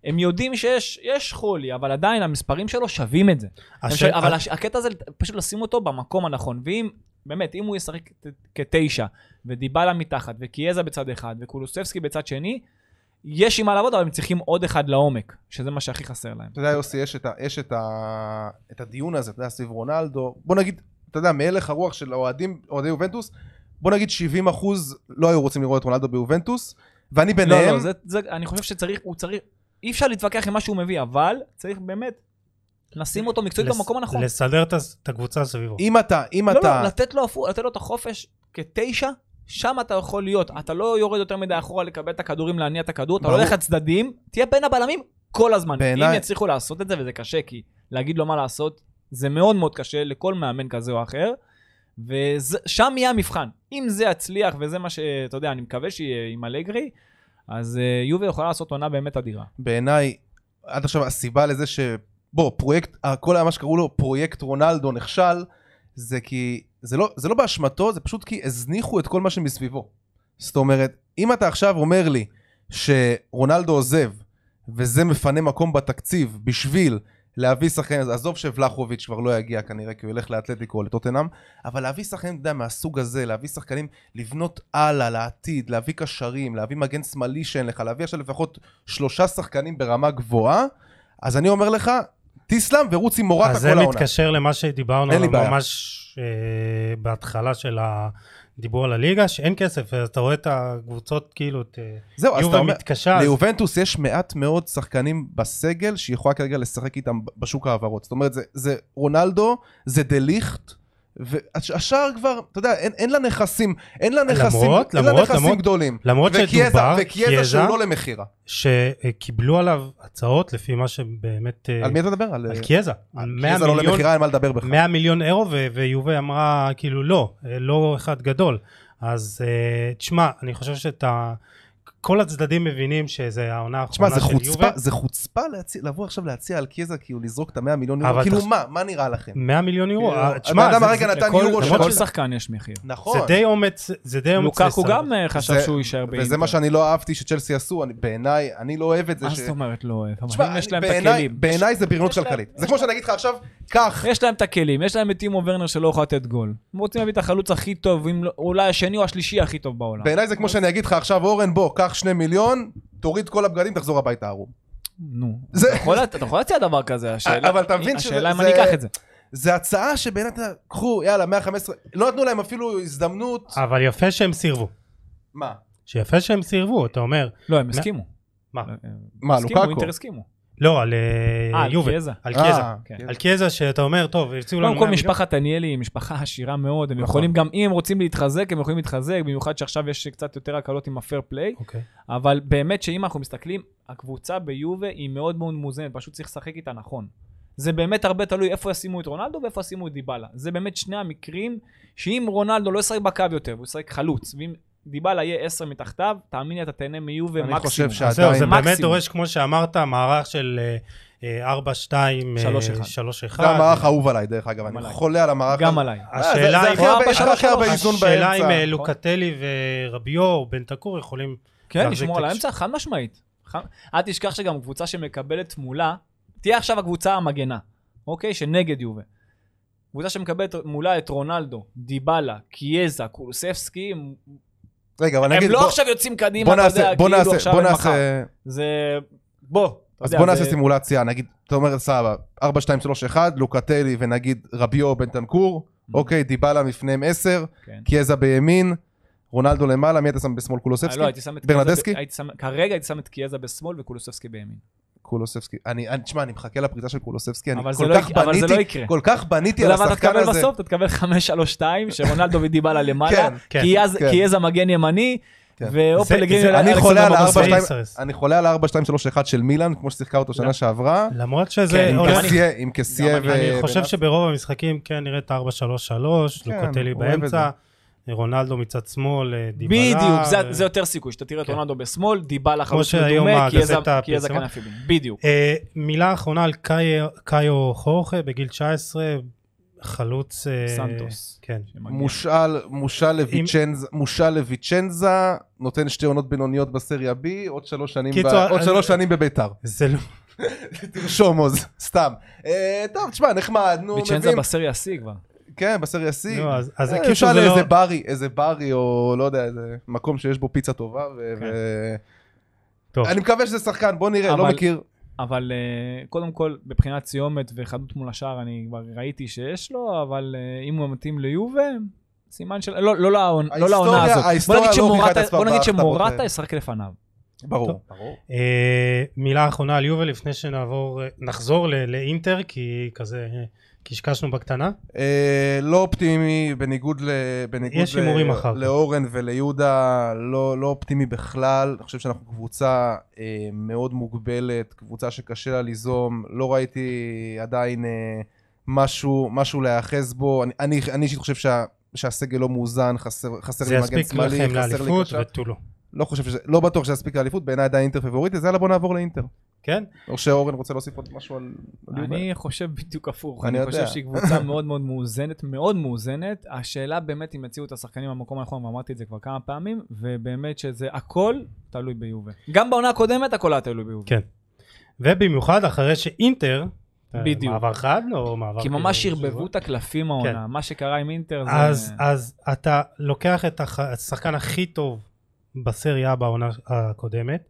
Speaker 4: הם יודעים שיש יש חולי, אבל עדיין המספרים שלו שווים את זה.
Speaker 1: הש-
Speaker 4: השאל, אבל הש... הקטע זה לת- פשוט לשים אותו במקום הנכון, ואם, באמת, אם הוא ישחק כ- כתשע, ודיבלה מתחת, וקיאזה בצד אחד, וקולוספסקי בצד שני, יש עם מה לעבוד, אבל הם צריכים עוד אחד לעומק, שזה מה שהכי חסר להם.
Speaker 3: אתה יודע, יוסי, יש, את, ה, יש את, ה, את הדיון הזה, אתה יודע, סביב רונלדו. בוא נגיד, אתה יודע, מהלך הרוח של האוהדים, אוהדי יובנטוס, בוא נגיד 70 אחוז לא היו רוצים לראות את רונלדו ביובנטוס, ואני ביניהם,
Speaker 4: לא, לא, זה, זה, אני חושב שצריך, הוא צריך, אי אפשר להתווכח עם מה שהוא מביא, אבל צריך באמת לשים אותו מקצועית
Speaker 1: לס-
Speaker 4: במקום הנכון.
Speaker 1: לסדר את הס- את הקבוצה סביבו.
Speaker 3: אם אתה, אם
Speaker 4: לא,
Speaker 3: אתה,
Speaker 4: לא, לתת לו, הפוך, לתת לו את החופש כתשע, שם אתה יכול להיות. אתה לא יורד יותר מדי אחורה לקבל את הכדורים, להניע את הכדור, אתה
Speaker 3: ברור.
Speaker 4: הולך לצדדים, תהיה בין הבלמים כל הזמן.
Speaker 3: בעיניי-
Speaker 4: אם יצליחו לעשות את זה, וזה קשה, כי להגיד לו מה לעשות, זה מאוד מאוד קשה לכל מאמן כזה או אחר, ושם יהיה המבחן. אם זה יצליח, וזה מה שאתה יודע, אני מקווה שיהיה עם אלגרי, אז אה, יובל יכולה לעשות עונה באמת אדירה.
Speaker 3: בעיניי, עד עכשיו הסיבה לזה ש... בוא, פרויקט, כל מה שקראו לו פרויקט רונלדו נכשל, זה כי, זה לא, זה לא באשמתו, זה פשוט כי הזניחו את כל מה שמסביבו. זאת אומרת, אם אתה עכשיו אומר לי שרונלדו עוזב, וזה מפנה מקום בתקציב בשביל להביא שחקן, אז עזוב שוולחוביץ' כבר לא יגיע כנראה, כי הוא ילך לאתלטיקו או לטוטנאם, אבל להביא שחקנים, אתה יודע, מהסוג הזה, להביא שחקנים, לבנות הלאה, לעתיד, להביא קשרים, להביא מגן שמאלי שאין לך, להביא עכשיו לפחות שלושה שחקנים ברמה גבוהה, אז אני אומר לך, תסלם ורוץ עם מורטה
Speaker 1: אז זה
Speaker 3: כל העונה.
Speaker 1: מתקשר למה שדיברנו
Speaker 3: אין לי
Speaker 1: עליו
Speaker 3: בעיה.
Speaker 1: ממש אה, בהתחלה של דיברו על הליגה, שאין כסף, אז אתה רואה את הקבוצות, כאילו, את אה,
Speaker 3: זהו, אז אתה
Speaker 1: יובה
Speaker 3: אומר,
Speaker 1: מתקשה, אז
Speaker 3: ליובנטוס יש מעט מאוד שחקנים בסגל שהיא יכולה כרגע לשחק איתם בשוק ההעברות. זאת אומרת, זה, זה רונלדו, זה דה ליכט, והשאר כבר, אתה יודע, אין, אין לה נכסים, אין לה נכסים,
Speaker 1: למרות,
Speaker 3: אין לה
Speaker 1: למרות,
Speaker 3: נכסים
Speaker 1: למרות-
Speaker 3: גדולים.
Speaker 1: למרות שדובר,
Speaker 3: וקיאזה שהוא לא למכירה.
Speaker 1: שקיבלו עליו הצעות לפי מה שבאמת... אה,
Speaker 3: על מי אתה מדבר? על
Speaker 1: על קיאזה.
Speaker 3: על
Speaker 1: 100
Speaker 3: קיאזה לא
Speaker 1: מיליון,
Speaker 3: למכירה, אין מה לדבר בכלל.
Speaker 1: 100 מיליון אירו, ו- ויובה אמרה, כאילו, לא, אה, לא אחד גדול. אז אה, תשמע, אני חושב שאת ה... כל הצדדים מבינים שזה העונה
Speaker 3: תשמע,
Speaker 1: האחרונה של
Speaker 3: זה
Speaker 1: יובה.
Speaker 3: חוצפה, זה חוצפה להציע- לבוא עכשיו להציע על קיאזה, כאילו לזרוק את המאה מיליון יורו,
Speaker 1: אבל
Speaker 3: כאילו
Speaker 1: תחש-
Speaker 3: מה, מה נראה לכם?
Speaker 1: 100 מיליון יורו.
Speaker 3: כאילו,
Speaker 1: אה, תשמע,
Speaker 3: הבן אדם
Speaker 1: זה-
Speaker 3: הרגע
Speaker 1: זה-
Speaker 3: נתן
Speaker 4: לכל-
Speaker 3: יורו של-
Speaker 4: לכל שחקן יש מחיר.
Speaker 3: נכון.
Speaker 1: זה די אומץ, זה די אומץ.
Speaker 4: לוקקו
Speaker 1: לסרב.
Speaker 4: גם אה, חשב
Speaker 3: זה-
Speaker 4: שהוא יישאר באינטר.
Speaker 3: וזה מה שאני לא אהבתי שצ'לסי עשו, אני- בעיניי, אני לא אוהב את זה.
Speaker 4: מה
Speaker 3: ש-
Speaker 4: זאת אומרת לא אוהב?
Speaker 3: תשמע,
Speaker 4: אבל יש
Speaker 3: אני-
Speaker 4: להם את
Speaker 3: בעיניי-
Speaker 4: הכלים.
Speaker 3: בעיניי זה בריונות
Speaker 4: יש להם-
Speaker 3: כלכלית. זה
Speaker 4: יש
Speaker 3: כמו שאני אגיד לך עכשיו, קח.
Speaker 4: יש להם את הכלים, יש להם את טימו ורנר שלא יכול לתת גול. הם רוצים להביא את החלוץ הכי טוב, אם לא- אולי השני או השלישי הכי טוב בעולם.
Speaker 3: בעיניי זה כמו שאני אגיד לך עכשיו, אורן, בוא, קח שני מיליון, תוריד כל הבגדים, תחזור הביתה ערום.
Speaker 4: נו.
Speaker 3: זה-
Speaker 4: אתה יכול- אתה יכול להציע דבר כזה, השאלה...
Speaker 3: אבל אתה מבין שזה-
Speaker 4: השאלה אם
Speaker 3: זה-
Speaker 4: אני אקח את זה.
Speaker 3: זה הצעה שבעיניי, אתה יודע, קחו, יאללה, 115, לא נתנו להם אפילו הזדמנות.
Speaker 4: אה,
Speaker 1: אבל יפה שהם סירבו.
Speaker 3: מה?
Speaker 1: שיפה שהם סירבו, אתה אומר.
Speaker 4: לא, הם הסכימו.
Speaker 1: מה?
Speaker 3: מה,
Speaker 4: הסכימו,
Speaker 3: לוקקו?
Speaker 4: אינטר הסכימו.
Speaker 1: לא, על אה,
Speaker 4: אה, על
Speaker 1: יובה.
Speaker 4: קיאזה.
Speaker 1: על
Speaker 3: אה,
Speaker 1: קיאזה.
Speaker 4: כן.
Speaker 1: על קיאזה שאתה אומר, טוב, הציעו לנו
Speaker 4: קודם כל
Speaker 1: 100 מיליון.
Speaker 4: משפחת עניאלי היא משפחה עשירה מאוד, הם
Speaker 3: נכון.
Speaker 4: יכולים גם, אם הם רוצים להתחזק, הם יכולים להתחזק, במיוחד שעכשיו יש קצת יותר הקלות עם הפייר פליי,
Speaker 1: אוקיי.
Speaker 4: אבל באמת שאם אנחנו מסתכלים, הקבוצה ביובה היא מאוד מאוד מאוזנת, פשוט צריך לשחק איתה נכון. זה באמת הרבה תלוי איפה ישימו את רונלדו ואיפה ישימו את דיבלה. זה באמת שני המקרים שאם רונלדו לא ישחק בקו יותר, והוא ישחק חלוץ, ואם דיבלה יהיה 10 מתחתיו, תאמין לי, אתה תהנה מיובה
Speaker 3: אני
Speaker 4: מקסימום.
Speaker 3: חושב
Speaker 1: אז
Speaker 3: שעדיין-
Speaker 1: זהו, זה באמת
Speaker 4: מקסימום.
Speaker 1: דורש, כמו שאמרת, מערך של אה, 4, 2,
Speaker 4: 3-1.
Speaker 1: 3, 1.
Speaker 3: זה המערך האהוב עליי, דרך אגב, אני
Speaker 4: גם עליי.
Speaker 3: חולה על המערך.
Speaker 4: גם
Speaker 3: הזה.
Speaker 4: עליי.
Speaker 3: אה, זה- זה
Speaker 1: השאלה
Speaker 3: הכי
Speaker 1: אם-
Speaker 3: הרבה-
Speaker 4: ארבע,
Speaker 3: יש לך
Speaker 4: שלוש,
Speaker 3: הכי הרבה
Speaker 4: שלוש.
Speaker 3: איזון
Speaker 1: השאלה אם אה,
Speaker 3: באמצע.
Speaker 1: לוקטלי ורביו או בן תקור יכולים...
Speaker 4: כן,
Speaker 1: להחזיק
Speaker 4: לשמור
Speaker 1: את
Speaker 4: על
Speaker 1: הקש-
Speaker 4: האמצע, חד משמעית. חד- אל תשכח שגם קבוצה שמקבלת מולה, תהיה עכשיו הקבוצה המגנה, אוקיי? שנגד יובה. קבוצה שמקבלת מולה את רונלדו, דיבלה, קיאזה, קולוספסקי, הם
Speaker 3: רגע, אבל נגיד,
Speaker 4: הם לא
Speaker 3: בוא-
Speaker 4: עכשיו יוצאים קדימה,
Speaker 3: בוא
Speaker 4: אתה
Speaker 3: נעשה,
Speaker 4: יודע,
Speaker 3: בוא
Speaker 4: כאילו
Speaker 3: נעשה,
Speaker 4: עכשיו
Speaker 3: בוא
Speaker 4: הם מחר.
Speaker 3: נעשה,
Speaker 4: זה... בוא. אתה
Speaker 3: אז
Speaker 4: יודע,
Speaker 3: בוא
Speaker 4: זה-
Speaker 3: נעשה סימולציה, נגיד, תומר סבא, 4, 2, 3, 1, לוקטלי ונגיד רביו בן תנקור, אוקיי, דיבלה מפניהם 10,
Speaker 4: Mm-hmm. כן.
Speaker 3: קיאזה בימין, רונלדו למעלה, מי אתה שם בשמאל?
Speaker 4: אה,
Speaker 3: קולוספסקי?
Speaker 4: לא, הייתי שם את
Speaker 3: ברנדסקי?
Speaker 4: ב- הייתי שם- כרגע הייתי שם את קיאזה בשמאל וקולוספסקי בימין.
Speaker 3: קולוספסקי. אני, אני- תשמע, אני מחכה לפריצה של קולוספסקי, אני
Speaker 4: אבל זה
Speaker 3: כל
Speaker 4: לא
Speaker 3: כך
Speaker 4: יקרה, אבל זה לא
Speaker 3: בניתי,
Speaker 4: יקרה.
Speaker 3: כל כך בניתי
Speaker 4: אתה
Speaker 3: על
Speaker 4: יודע מה אתה
Speaker 3: השחקן
Speaker 4: תקבל
Speaker 3: הזה.
Speaker 4: בסוף? אתה תקבל 5-3-2, שרונלדו ודיבלה למעלה,
Speaker 3: כן,
Speaker 1: כן.
Speaker 4: קיאז-
Speaker 3: כן.
Speaker 4: קיאזה מגן ימני,
Speaker 3: כן.
Speaker 1: זה-
Speaker 4: ואופן לגריני
Speaker 1: זה-
Speaker 4: על
Speaker 1: אני
Speaker 4: אלכסנדר
Speaker 3: חולה על הארבע,
Speaker 4: בוסרי.
Speaker 3: שתיים-
Speaker 1: סרס.
Speaker 3: אני חולה על 4, 2, 3, 1 של מילאן, כמו ששיחקה אותו שנה
Speaker 4: לא.
Speaker 3: שעברה,
Speaker 1: למרות שזה
Speaker 4: כן,
Speaker 3: עם
Speaker 1: הולך...
Speaker 4: אני-
Speaker 3: קסיה, עם קסיה
Speaker 4: גם
Speaker 3: ו...
Speaker 1: אני חושב
Speaker 3: ו-
Speaker 1: שברוב המשחקים כן נראית 4-3-3,
Speaker 3: כן,
Speaker 1: לוקטלי
Speaker 3: אוהב את
Speaker 1: באמצע, רונלדו מצד שמאל, אה, דיבלה.
Speaker 4: בדיוק, זה-
Speaker 1: ו-
Speaker 4: זה יותר סיכוי, שאתה תראה את
Speaker 1: כן.
Speaker 4: רונלדו בשמאל, דיבלה
Speaker 1: כמו
Speaker 4: חלוץ
Speaker 1: שהיום
Speaker 4: מדומה,
Speaker 1: הגזטה
Speaker 4: כי איזה
Speaker 1: פרסמה.
Speaker 4: כנף יבין. בדיוק.
Speaker 1: אה, מילה אחרונה על קאיו- קאיו חורכה בגיל 19, חלוץ... אה,
Speaker 4: סנטוס.
Speaker 1: כן.
Speaker 3: מושאל, מושאל לויצ'נזה, מושאל לויצ'נזה, נותן שתי עונות בינוניות בסריה B, עוד שלוש שנים,
Speaker 1: קיצור,
Speaker 3: ב... עוד
Speaker 1: אני-
Speaker 3: שלוש שנים בביתר.
Speaker 1: זה לא...
Speaker 3: תרשום עוז, סתם. אה, טוב, תשמע, נחמד, נו,
Speaker 4: ויצ'נזה
Speaker 3: מביאים,
Speaker 4: בסריה C כבר.
Speaker 3: כן, בסריה C.
Speaker 1: נו, אז אז זה
Speaker 3: אה,
Speaker 1: כאילו זה
Speaker 3: אפשר
Speaker 1: לא...
Speaker 3: לאיזה ברי, איזה ברי, או לא יודע, איזה מקום שיש בו פיצה טובה, ו...
Speaker 1: כן.
Speaker 3: ו-
Speaker 1: טוב.
Speaker 3: אני מקווה שזה שחקן, בוא נראה, לא
Speaker 4: אבל-
Speaker 3: מכיר.
Speaker 4: אבל אה, קודם כל, מבחינת סיומת וחדות מול השער, אני כבר ראיתי שיש לו, אבל אה, אם הוא מתאים ליובה, סימן של... לא לא לעונ- לא
Speaker 3: ההיסטוריה-
Speaker 4: לעונה הזאת. בוא
Speaker 3: ההיסטוריה
Speaker 4: נגיד
Speaker 3: לא הוכיחה את
Speaker 4: שמורטה-
Speaker 3: עצמה
Speaker 4: בוא נגיד
Speaker 3: בהחתמות
Speaker 4: שמורטה
Speaker 3: האלה.
Speaker 4: ישחק לפניו.
Speaker 3: ברור.
Speaker 1: אה, מילה אחרונה על יובל לפני שנעבור, אה, נחזור ל- לאינטר, כי כזה אה, קשקשנו בקטנה.
Speaker 3: אה, לא אופטימי, בניגוד, ל- בניגוד
Speaker 1: יש הימורים אחר כך.
Speaker 3: לאורן וליהודה, לא, לא אופטימי בכלל. אני חושב שאנחנו קבוצה אה, מאוד מוגבלת, קבוצה שקשה לה ליזום. לא ראיתי עדיין אה, משהו, משהו להיאחז בו. אני- אני אני אישית חושב שה, שהסגל לא מאוזן, חסר, חסר
Speaker 1: זה
Speaker 3: לי מגן
Speaker 1: יספיק
Speaker 3: שמאלי,
Speaker 1: לכם
Speaker 3: חסר לי
Speaker 1: לאליפות
Speaker 3: קשר.
Speaker 1: ותו לא.
Speaker 3: לא חושב שזה, לא בטוח שזה יספיק לאליפות, בעיניי עדיין אינטר פבוריטי, אז יאללה בוא נעבור לאינטר.
Speaker 1: כן?
Speaker 3: או שאורן רוצה להוסיף עוד משהו על... על יובל.
Speaker 4: אני חושב בדיוק הפוך.
Speaker 3: אני
Speaker 4: אני
Speaker 3: יודע.
Speaker 4: חושב שהיא קבוצה מאוד מאוד מאוזנת, מאוד מאוזנת. השאלה באמת אם יציעו את השחקנים במקום הנכון, ואמרתי את זה כבר כמה פעמים, ובאמת שזה הכל תלוי ביובה. גם בעונה הקודמת הכל היה תלוי ביובה.
Speaker 1: כן. ובמיוחד אחרי שאינטר, אה,
Speaker 4: בדיוק.
Speaker 1: מעבר חד או מעבר...
Speaker 4: כי
Speaker 1: כאילו
Speaker 4: ממש
Speaker 1: שבוע?
Speaker 4: ערבבו את הקלפים העונה. מה שקרה עם אינטר
Speaker 1: כן. אז,
Speaker 4: זה...
Speaker 1: אז אתה לוקח את הח- השחקן הכי טוב בסריה בעונה הקודמת,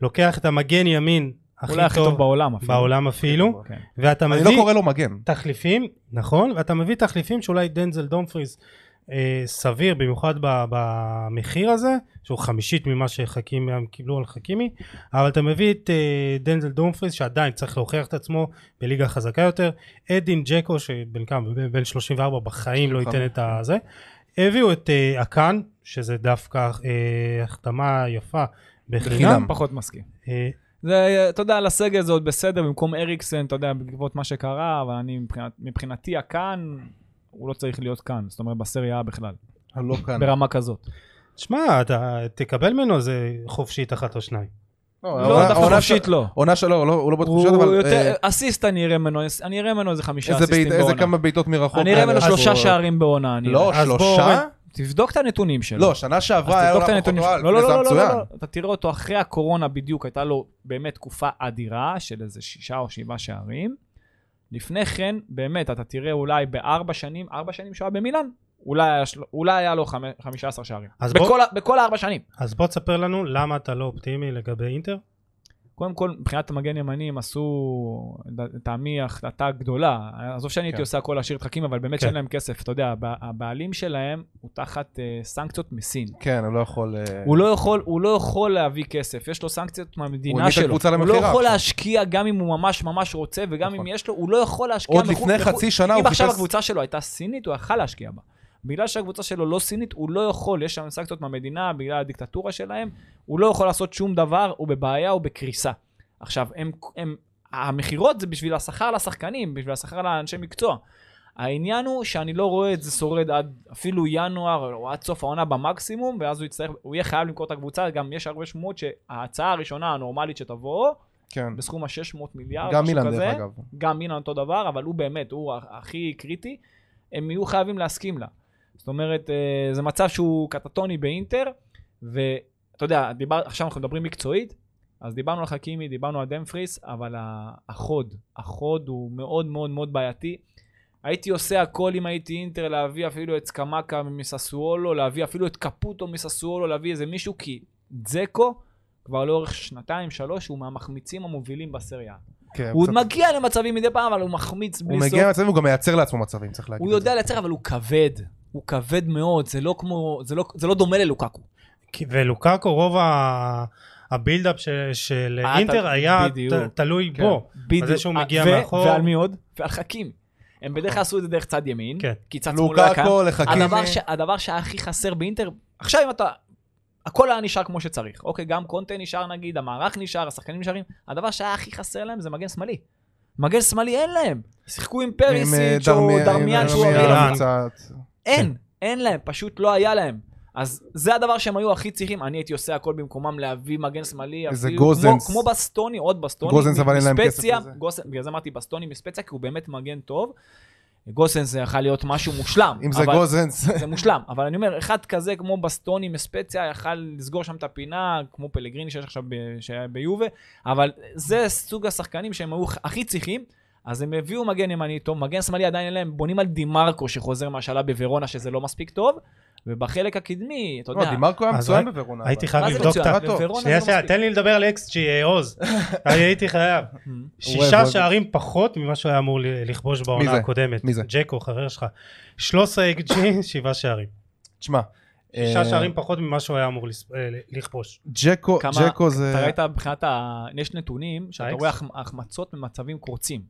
Speaker 1: לוקח את המגן ימין הכי
Speaker 4: אולי הכי טוב בעולם אפילו.
Speaker 1: בעולם אפילו,
Speaker 4: כן.
Speaker 1: ואתה
Speaker 3: אני לא
Speaker 1: מביא
Speaker 3: קורא לו מגן.
Speaker 1: תחליפים, נכון, ואתה מביא תחליפים שאולי דנזל דומפריס אה, סביר, במיוחד ב- במחיר הזה, שהוא חמישית ממה שחכימי הם קיבלו על חכימי, אבל אתה מביא את אה, דנזל דומפריס שעדיין צריך להוכיח את עצמו בליגה חזקה יותר, אדין ג'קו שבן כמה, ב- בן 34 בחיים לא ייתן את הזה, הביאו את אה, אקן, שזה דווקא אה, החתמה יפה בחינם.
Speaker 3: בחינם.
Speaker 4: פחות מסכים.
Speaker 1: אה,
Speaker 4: זה, אתה יודע, לסגל זה עוד בסדר, במקום אריקסן, אתה יודע, בעקבות מה שקרה, אבל אני, מבחינת, מבחינתי, הכאן, הוא לא צריך להיות כאן, זאת אומרת, בסריה A בכלל,
Speaker 3: הלא לא כאן.
Speaker 4: ברמה כזאת.
Speaker 1: שמע, אתה תקבל ממנו איזה חופשית אחת או שניים.
Speaker 4: לא,
Speaker 3: העונה-
Speaker 4: דווקא
Speaker 3: העונה
Speaker 4: חופשית
Speaker 3: של-
Speaker 4: לא.
Speaker 3: עונה שלו, לא- הוא לא בתחושות,
Speaker 4: הוא
Speaker 3: אבל...
Speaker 4: יותר,
Speaker 3: אה,
Speaker 4: אסיסט אני אראה ממנו, אני אראה ממנו איזה חמישה
Speaker 3: איזה
Speaker 4: אסיסטים
Speaker 3: בעיט- איזה
Speaker 4: בעונה.
Speaker 3: כמה בעיטות מרחוק.
Speaker 4: אני אראה
Speaker 3: כאלה,
Speaker 4: ממנו
Speaker 3: אז הוא-
Speaker 4: שלושה שערים בעונה. אני
Speaker 3: לא,
Speaker 4: אראה.
Speaker 1: אז בוא,
Speaker 3: שלושה?
Speaker 1: אורן.
Speaker 4: תבדוק את הנתונים שלו.
Speaker 3: לא, שנה שעברה
Speaker 4: אז
Speaker 3: היה
Speaker 4: תבדוק את
Speaker 3: עונה
Speaker 4: הנתונים שלו.
Speaker 3: חובה,
Speaker 4: לא, לא,
Speaker 3: וזה
Speaker 4: לא, לא,
Speaker 3: מצוין.
Speaker 4: לא, לא. אתה תראה אותו אחרי הקורונה בדיוק, הייתה לו באמת תקופה אדירה של איזה שישה או שבעה שערים. לפני כן, באמת, אתה תראה אולי בארבע שנים, ארבע שנים שהוא היה במילאן, אולי היה של- אולי היה לו חמ- 15 שערים.
Speaker 1: אז
Speaker 4: בכל
Speaker 1: בוא-
Speaker 4: ה- בכל הארבע שנים.
Speaker 1: אז בוא תספר לנו למה אתה לא אופטימי לגבי אינטר.
Speaker 4: קודם כל, מבחינת המגן ימני, הם עשו, לטעמי, החלטה גדולה. עזוב שאני הייתי
Speaker 3: כן.
Speaker 4: עושה הכל להשאיר את חכימי, אבל באמת
Speaker 1: כן.
Speaker 4: שאין להם כסף. אתה יודע, הבע- הבעלים שלהם הוא תחת אה, סנקציות מסין.
Speaker 3: כן, הוא לא יכול... אה,
Speaker 4: הוא לא, יכול, הוא לא יכול להביא כסף, יש לו סנקציות
Speaker 3: הוא
Speaker 4: מהמדינה
Speaker 3: הביא את
Speaker 4: שלו.
Speaker 3: הקבוצה
Speaker 4: הוא לא
Speaker 3: למכירה
Speaker 4: יכול
Speaker 3: עכשיו.
Speaker 4: להשקיע גם אם הוא ממש ממש רוצה, וגם
Speaker 3: נכון.
Speaker 4: אם יש לו, הוא לא יכול להשקיע
Speaker 3: עוד
Speaker 4: מחוץ-
Speaker 3: לפני
Speaker 4: מחוץ-
Speaker 3: חצי שנה
Speaker 4: אם
Speaker 3: הוא
Speaker 4: עכשיו
Speaker 3: חיפש...
Speaker 4: הקבוצה שלו הייתה סינית, הוא יכל להשקיע בה. בגלל שהקבוצה שלו לא סינית, הוא לא יכול, יש שם סנקציות מהמדינה, בגלל הדיקטטורה שלהם, הוא לא יכול לעשות שום דבר, הוא בבעיה, הוא בקריסה. עכשיו, הם, הם, המכירות זה בשביל השכר לשחקנים, בשביל השכר לאנשי מקצוע. העניין הוא שאני לא רואה את זה שורד עד אפילו ינואר, או עד סוף העונה במקסימום, ואז הוא יצטרך, הוא יהיה חייב למכור את הקבוצה, גם יש הרבה שמועות שההצעה הראשונה הנורמלית שתבוא,
Speaker 3: כן.
Speaker 4: בסכום ה-600 מיליארד,
Speaker 3: גם
Speaker 4: משהו
Speaker 3: מילן,
Speaker 4: כזה,
Speaker 3: דרך אגב.
Speaker 4: גם מילן אותו דבר, אבל הוא באמת, הוא ה- הכי קריטי, הם יהיו חייבים להסכים לה. זאת אומרת, אה, זה מצב שהוא קטטוני באינטר, ואתה יודע, דיבר, עכשיו אנחנו מדברים מקצועית, אז דיברנו על חכימי, דיברנו על דמפריס, אבל ה- החוד, החוד הוא מאוד מאוד מאוד בעייתי. הייתי עושה הכל אם הייתי אינטר להביא אפילו את סקמקה מססוולו, להביא אפילו את קפוטו מססוולו, להביא איזה מישהו, כי דזקו כבר לאורך שנתיים, שלוש, הוא מהמחמיצים המובילים בסריה.
Speaker 3: כן,
Speaker 4: הוא עוד
Speaker 3: קצת-
Speaker 4: מגיע למצבים מדי פעם, אבל הוא מחמיץ
Speaker 3: הוא
Speaker 4: בלי סוף.
Speaker 3: מגיע למצבים, הוא גם מייצר לעצמו מצבים, צריך להגיד.
Speaker 4: הוא
Speaker 3: את זה.
Speaker 4: יודע לייצר, אבל הוא כבד. הוא כבד מאוד, זה לא כמו... זה לא- זה לא דומה ללוקקו.
Speaker 1: כי- ולוקאקו רוב ה- הבילדאפ של- של
Speaker 4: אה,
Speaker 1: אינטר
Speaker 4: אתה-
Speaker 1: היה
Speaker 4: בדיוק.
Speaker 1: ת- תלוי
Speaker 3: כן.
Speaker 1: בו.
Speaker 4: בדיוק.
Speaker 1: זה שהוא מגיע
Speaker 4: ו-
Speaker 1: מאחור- נכון.
Speaker 4: ועל מי עוד? ועל חכים. הם בדרך כלל עשו את זה דרך צד ימין,
Speaker 1: כן.
Speaker 4: כי צד שמאל לא היה קיים.
Speaker 3: לוקאקו, לחכימי.
Speaker 4: הדבר ש- הדבר שהיה הכי חסר באינטר, עכשיו אם אתה... הכל היה נשאר כמו שצריך. אוקיי, גם קונטה נשאר נגיד, המערך נשאר, השחקנים נשארים. הדבר שהיה הכי חסר להם זה מגן שמאלי. מגן שמאלי אין להם. שיחקו עם פריסיץ'
Speaker 3: אה,
Speaker 4: או דרמיאן שהוא
Speaker 1: דרמיאן.
Speaker 4: אביב
Speaker 1: אילן.
Speaker 3: כן.
Speaker 4: אין, אין להם, פשוט לא היה להם. אז זה הדבר שהם היו הכי צריכים, אני הייתי עושה הכל במקומם להביא מגן שמאלי,
Speaker 3: איזה
Speaker 4: אפילו
Speaker 3: גוזנס.
Speaker 4: כמו, כמו בסטוני, עוד בסטוני,
Speaker 3: גוזנס,
Speaker 4: מ-
Speaker 3: אבל אין להם כסף
Speaker 4: מספציה,
Speaker 3: לזה.
Speaker 4: גוז, בגלל זה אמרתי בסטוני מספציה, כי הוא באמת מגן טוב. גוזנס זה יכול להיות משהו מושלם.
Speaker 3: אם זה
Speaker 4: אבל-
Speaker 3: גוזנס.
Speaker 4: זה מושלם, אבל אני אומר, אחד כזה כמו בסטוני מספציה, יכל לסגור שם את הפינה, כמו פלגריני שיש עכשיו ב, שהיה ביובה, אבל זה סוג השחקנים שהם היו הכי צריכים, אז הם הביאו מגן ימני טוב, מגן שמאלי עדיין אין להם, בונים על דימרקו שחוזר מהשאלה בוורונה, שזה לא מספיק טוב, ובחלק הקדמי, אתה
Speaker 3: לא,
Speaker 4: יודע,
Speaker 3: דימרקו היה
Speaker 1: אז
Speaker 3: מצוין
Speaker 1: רק-
Speaker 3: בוורונה.
Speaker 1: הייתי
Speaker 3: אבל.
Speaker 1: חייב
Speaker 4: מה זה
Speaker 1: לבדוק את ה...
Speaker 4: מצוין?
Speaker 3: את ה-
Speaker 4: בוורונה
Speaker 1: שנייה,
Speaker 4: זה לא
Speaker 1: שנייה,
Speaker 4: מספיק.
Speaker 1: תן לי לדבר על XG, אה, עוז. אני הייתי חייב. שישה
Speaker 3: אוהב.
Speaker 1: שערים פחות ממה שהוא היה אמור ל- לכבוש בעונה
Speaker 3: זה?
Speaker 1: הקודמת.
Speaker 3: מי זה?
Speaker 1: ג'קו, חבר שלך. 13 XG, שבעה שערים.
Speaker 3: תשמע.
Speaker 1: שישה
Speaker 3: אה,
Speaker 1: שערים פחות ממה שהוא היה אמור לס- אה, ל- לכבוש.
Speaker 3: ג'קו,
Speaker 4: כמה-
Speaker 3: ג'קו זה...
Speaker 4: אתה ראית מבחינת ה... יש נתונים, שאתה
Speaker 1: האקס?
Speaker 4: רואה החמ- החמצות ממצבים קורצים.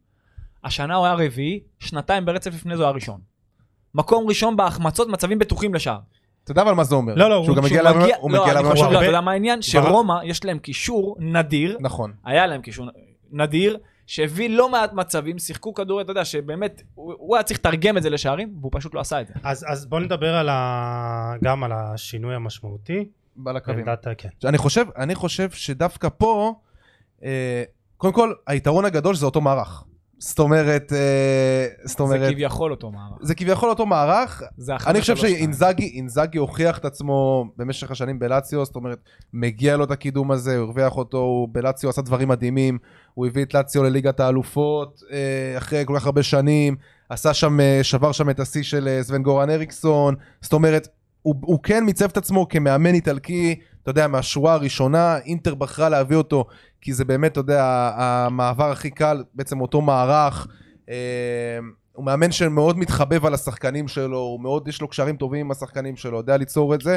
Speaker 4: השנה הוא היה רביעי, שנתיים ברצף לפני זה הוא היה ראשון. מקום ראשון בהחמצות, מצבים בטוחים לשער.
Speaker 3: אתה יודע אבל מה זה אומר.
Speaker 1: לא, לא,
Speaker 3: שהוא
Speaker 1: הוא-
Speaker 3: גם מגיע
Speaker 4: שהוא
Speaker 3: למה...
Speaker 4: מגיע-
Speaker 3: הוא
Speaker 4: לא,
Speaker 3: מגיע
Speaker 4: אני
Speaker 3: למה...
Speaker 4: חושב,
Speaker 1: הרבה-
Speaker 4: לא, אתה יודע מה העניין? שרומא, יש להם קישור נדיר,
Speaker 3: נכון.
Speaker 4: היה להם קישור נדיר, שהביא לא מעט מצבים, שיחקו כדורי, אתה יודע, שבאמת, הוא הוא היה צריך לתרגם את זה לשערים, והוא פשוט לא עשה את זה.
Speaker 1: אז אז בוא נדבר על ה- גם על השינוי המשמעותי.
Speaker 3: בא לקווים.
Speaker 1: עמדת ה- כן.
Speaker 3: אני חושב, אני חושב שדווקא פה, אה, קודם כל, היתרון הגדול זה אותו מערך. זאת אומרת, אה, זאת
Speaker 4: זה
Speaker 3: אומרת,
Speaker 4: כביכול אותו מערך.
Speaker 3: זה כביכול אותו מערך.
Speaker 4: זה לא
Speaker 3: אני חושב
Speaker 4: 5-3-2.
Speaker 3: שאינזאגי אינזאגי הוכיח את עצמו במשך השנים בלציו, זאת אומרת, מגיע לו את הקידום הזה, הוא הרוויח אותו, הוא בלציו עשה דברים מדהימים, הוא הביא את לציו לליגת האלופות אה, אחרי כל כך הרבה שנים, עשה שם, אה, שבר שם את השיא של אה, סוון גורן אריקסון, זאת אומרת, הוא, הוא כן מיצב את עצמו כמאמן איטלקי, אתה יודע, מהשורה הראשונה, אינטר בחרה להביא אותו, כי זה באמת, אתה יודע, המעבר הכי קל, בעצם אותו מערך. אה, הוא מאמן שמאוד מתחבב על השחקנים שלו, הוא מאוד, יש לו קשרים טובים עם השחקנים שלו, יודע ליצור את זה.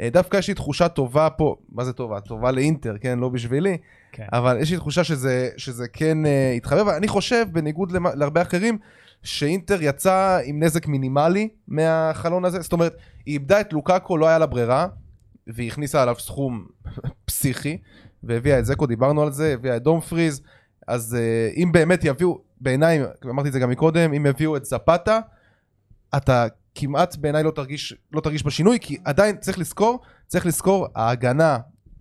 Speaker 3: אה, דווקא יש לי תחושה טובה פה, מה זה טובה? טובה לאינטר, כן? לא בשבילי.
Speaker 4: כן.
Speaker 3: אבל יש לי תחושה שזה, שזה כן אה, התחבב. אני חושב, בניגוד למה, להרבה אחרים, שאינטר יצא עם נזק מינימלי מהחלון הזה. זאת אומרת, היא איבדה את לוקאקו, לא היה לה ברירה, והיא הכניסה עליו סכום פסיכי, והביאה את זקו, דיברנו על זה, הביאה את דום פריז. אז אה, אם באמת יביאו, בעיניי, אמרתי את זה גם מקודם, אם יביאו את זפתה, אתה כמעט בעיניי לא תרגיש, לא תרגיש בשינוי, כי עדיין צריך לזכור, צריך לזכור, ההגנה,